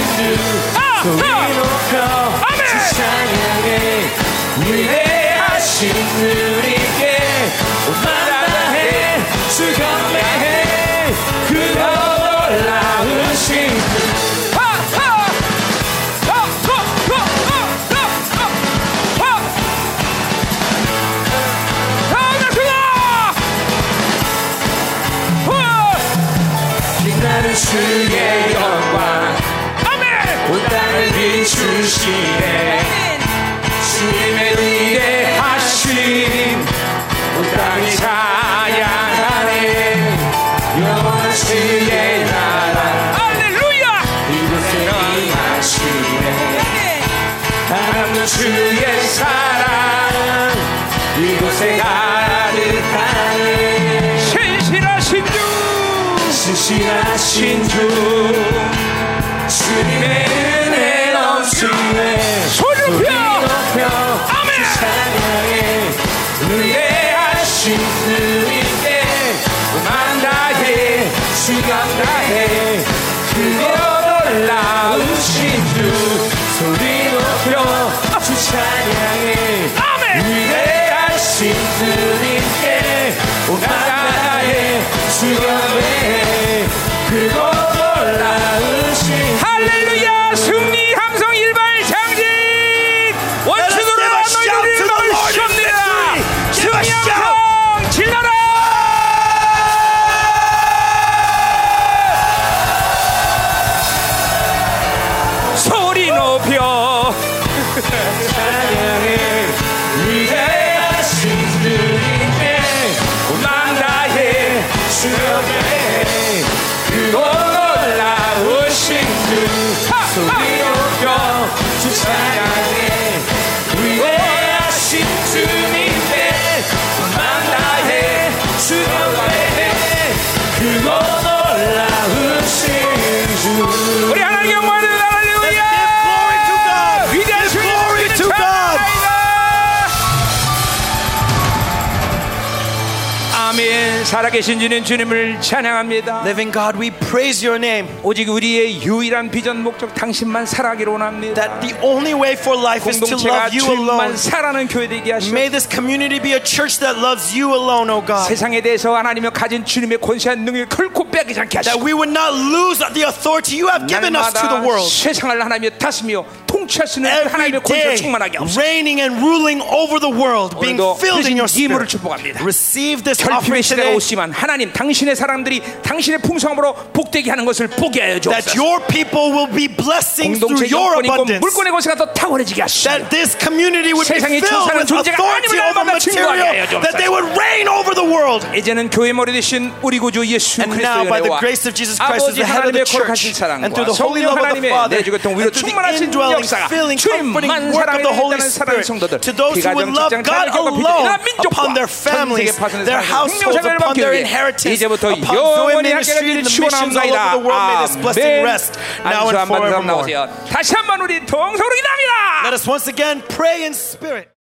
[SPEAKER 3] 하!
[SPEAKER 1] 소리
[SPEAKER 3] 하!
[SPEAKER 1] 높여
[SPEAKER 3] 아멘!
[SPEAKER 1] 주 찬양해 위대하신 주님께 만나게 수영배해 그곳 놀라우신 주
[SPEAKER 3] 하! 하! 하! 하! 하! 하! 하! 하! 하나님아! 하!
[SPEAKER 1] 빛나는 주의 영광
[SPEAKER 3] 아멘!
[SPEAKER 1] 온 땅을 비추시네 주님의 은혜 하심 온 땅이 찬양하네 영원한 주의 나라
[SPEAKER 3] 할렐루야!
[SPEAKER 1] 이곳에 임하시네 하나님 주의 사랑 이곳에 가득하네
[SPEAKER 3] 신실하신 주!
[SPEAKER 1] 신실하신 주 주님의 은혜 넘치네
[SPEAKER 3] 소리 높여!
[SPEAKER 1] 높여
[SPEAKER 3] 아멘!
[SPEAKER 1] 찬양해 의뢰하신 주님께 만나게 수감다해 그거 놀라우신 주 소리 높여 주 찬양해
[SPEAKER 3] 아멘!
[SPEAKER 1] 위대하신 주님께 온 나라의 수감해 그거 놀라우신
[SPEAKER 3] 할렐루야 승리 함성 일발 장진 원수들을
[SPEAKER 2] Let us give a shout
[SPEAKER 3] 너희를
[SPEAKER 2] to the Lord in
[SPEAKER 3] 몰습니다
[SPEAKER 2] victory. Give a
[SPEAKER 3] 승리
[SPEAKER 2] shout.
[SPEAKER 3] 함성 질러라 소리 높여
[SPEAKER 1] 찬양해 위대하신 주님께 온만다해 수련해 그곳 올라오신 주 소리 높여 주 찬양해 위대하신 주님께 온만다해 수련해 그곳 올라오신 주
[SPEAKER 3] 우리 하나님 영광을 할렐루야
[SPEAKER 2] Glory to God.
[SPEAKER 3] 위대한 주님
[SPEAKER 2] glory to God.
[SPEAKER 3] 찬양하이다. 아멘 살아계신 주님 주님을 찬양합니다
[SPEAKER 2] Living God, we praise your name.
[SPEAKER 3] 오직 우리의 유일한 비전 목적 당신만 사랑하기로 원합니다.
[SPEAKER 2] That the only way for life is to
[SPEAKER 3] 공동체가
[SPEAKER 2] love you
[SPEAKER 3] 주님만
[SPEAKER 2] alone.
[SPEAKER 3] 사랑하는 교회 되게 하시고
[SPEAKER 2] May this community be a church that loves you alone, O God.
[SPEAKER 3] 세상에 대해서 하나님이 가진 주님의 권세한 능력을 결코 빼앗기지 않게
[SPEAKER 2] That
[SPEAKER 3] 하시고
[SPEAKER 2] we would not lose the authority you have given us to the
[SPEAKER 3] 날마다
[SPEAKER 2] world.
[SPEAKER 3] 세상을 하나님의 다스며 통치할 수 있는
[SPEAKER 2] Every
[SPEAKER 3] 하나님의 권세를
[SPEAKER 2] day,
[SPEAKER 3] 충만하게 하옵소서.
[SPEAKER 2] reigning and ruling over the world, being
[SPEAKER 3] 오늘도
[SPEAKER 2] filled in your
[SPEAKER 3] 크신 힘으로
[SPEAKER 2] spirit.
[SPEAKER 3] 축복합니다.
[SPEAKER 2] Receive this
[SPEAKER 3] 결핍의
[SPEAKER 2] offering
[SPEAKER 3] 시대가
[SPEAKER 2] today.
[SPEAKER 3] 오지만 하나님 당신의 사람들이 당신의 풍성함으로 복되게 하는 것을 보게 하여
[SPEAKER 2] That
[SPEAKER 3] 주옵소서.
[SPEAKER 2] your people will be blessings through
[SPEAKER 3] 공동체
[SPEAKER 2] your
[SPEAKER 3] 영권이 있고
[SPEAKER 2] abundance.
[SPEAKER 3] 물권의 권세가 더 탁월해지게 하시고
[SPEAKER 2] That this community would be
[SPEAKER 3] 세상에
[SPEAKER 2] filled
[SPEAKER 3] 주사는
[SPEAKER 2] with
[SPEAKER 3] 존재가
[SPEAKER 2] authority
[SPEAKER 3] 아님을
[SPEAKER 2] over
[SPEAKER 3] 얼마나 증거하게 하여
[SPEAKER 2] material. That they would reign over the world.
[SPEAKER 3] 이제는 교회 머리 되신 우리 구주 예수
[SPEAKER 2] And now,
[SPEAKER 3] 그리스도의
[SPEAKER 2] by the
[SPEAKER 3] 은혜와
[SPEAKER 2] grace of Jesus Christ, as the
[SPEAKER 3] 아버지
[SPEAKER 2] head of the
[SPEAKER 3] 하나님의 거룩하신
[SPEAKER 2] church, and through the
[SPEAKER 3] 사랑과
[SPEAKER 2] holy
[SPEAKER 3] 성령
[SPEAKER 2] love of the
[SPEAKER 3] 하나님의
[SPEAKER 2] Father,
[SPEAKER 3] 내주교통
[SPEAKER 2] and
[SPEAKER 3] 위로
[SPEAKER 2] through the
[SPEAKER 3] 충만하신
[SPEAKER 2] indwelling,
[SPEAKER 3] 역사가
[SPEAKER 2] filling,
[SPEAKER 3] 주님만
[SPEAKER 2] comforting work of
[SPEAKER 3] 사랑을
[SPEAKER 2] the Holy
[SPEAKER 3] 믿다는 사랑하는 성도들
[SPEAKER 2] Spirit to those who would
[SPEAKER 3] 비가정,
[SPEAKER 2] love
[SPEAKER 3] 직장,
[SPEAKER 2] God
[SPEAKER 3] 자녀, 교과, 비전,
[SPEAKER 2] alone,
[SPEAKER 3] 이런 민족과
[SPEAKER 2] upon their families,
[SPEAKER 3] 전 세계 파손에서
[SPEAKER 2] their
[SPEAKER 3] 사는
[SPEAKER 2] households,
[SPEAKER 3] 생명사를
[SPEAKER 2] upon their
[SPEAKER 3] 받기 위해
[SPEAKER 2] inheritance,
[SPEAKER 3] 이제부터
[SPEAKER 2] upon Zoe
[SPEAKER 3] 영원히
[SPEAKER 2] ministry
[SPEAKER 3] 함께하기를
[SPEAKER 2] and the missions all over the world. May this
[SPEAKER 3] 축원합니다
[SPEAKER 2] blessing rest now
[SPEAKER 3] 안수
[SPEAKER 2] and
[SPEAKER 3] 한번
[SPEAKER 2] forevermore.
[SPEAKER 3] 나오세요 다시 한번 우리 동서로 기도합니다
[SPEAKER 2] Let us once again pray in spirit.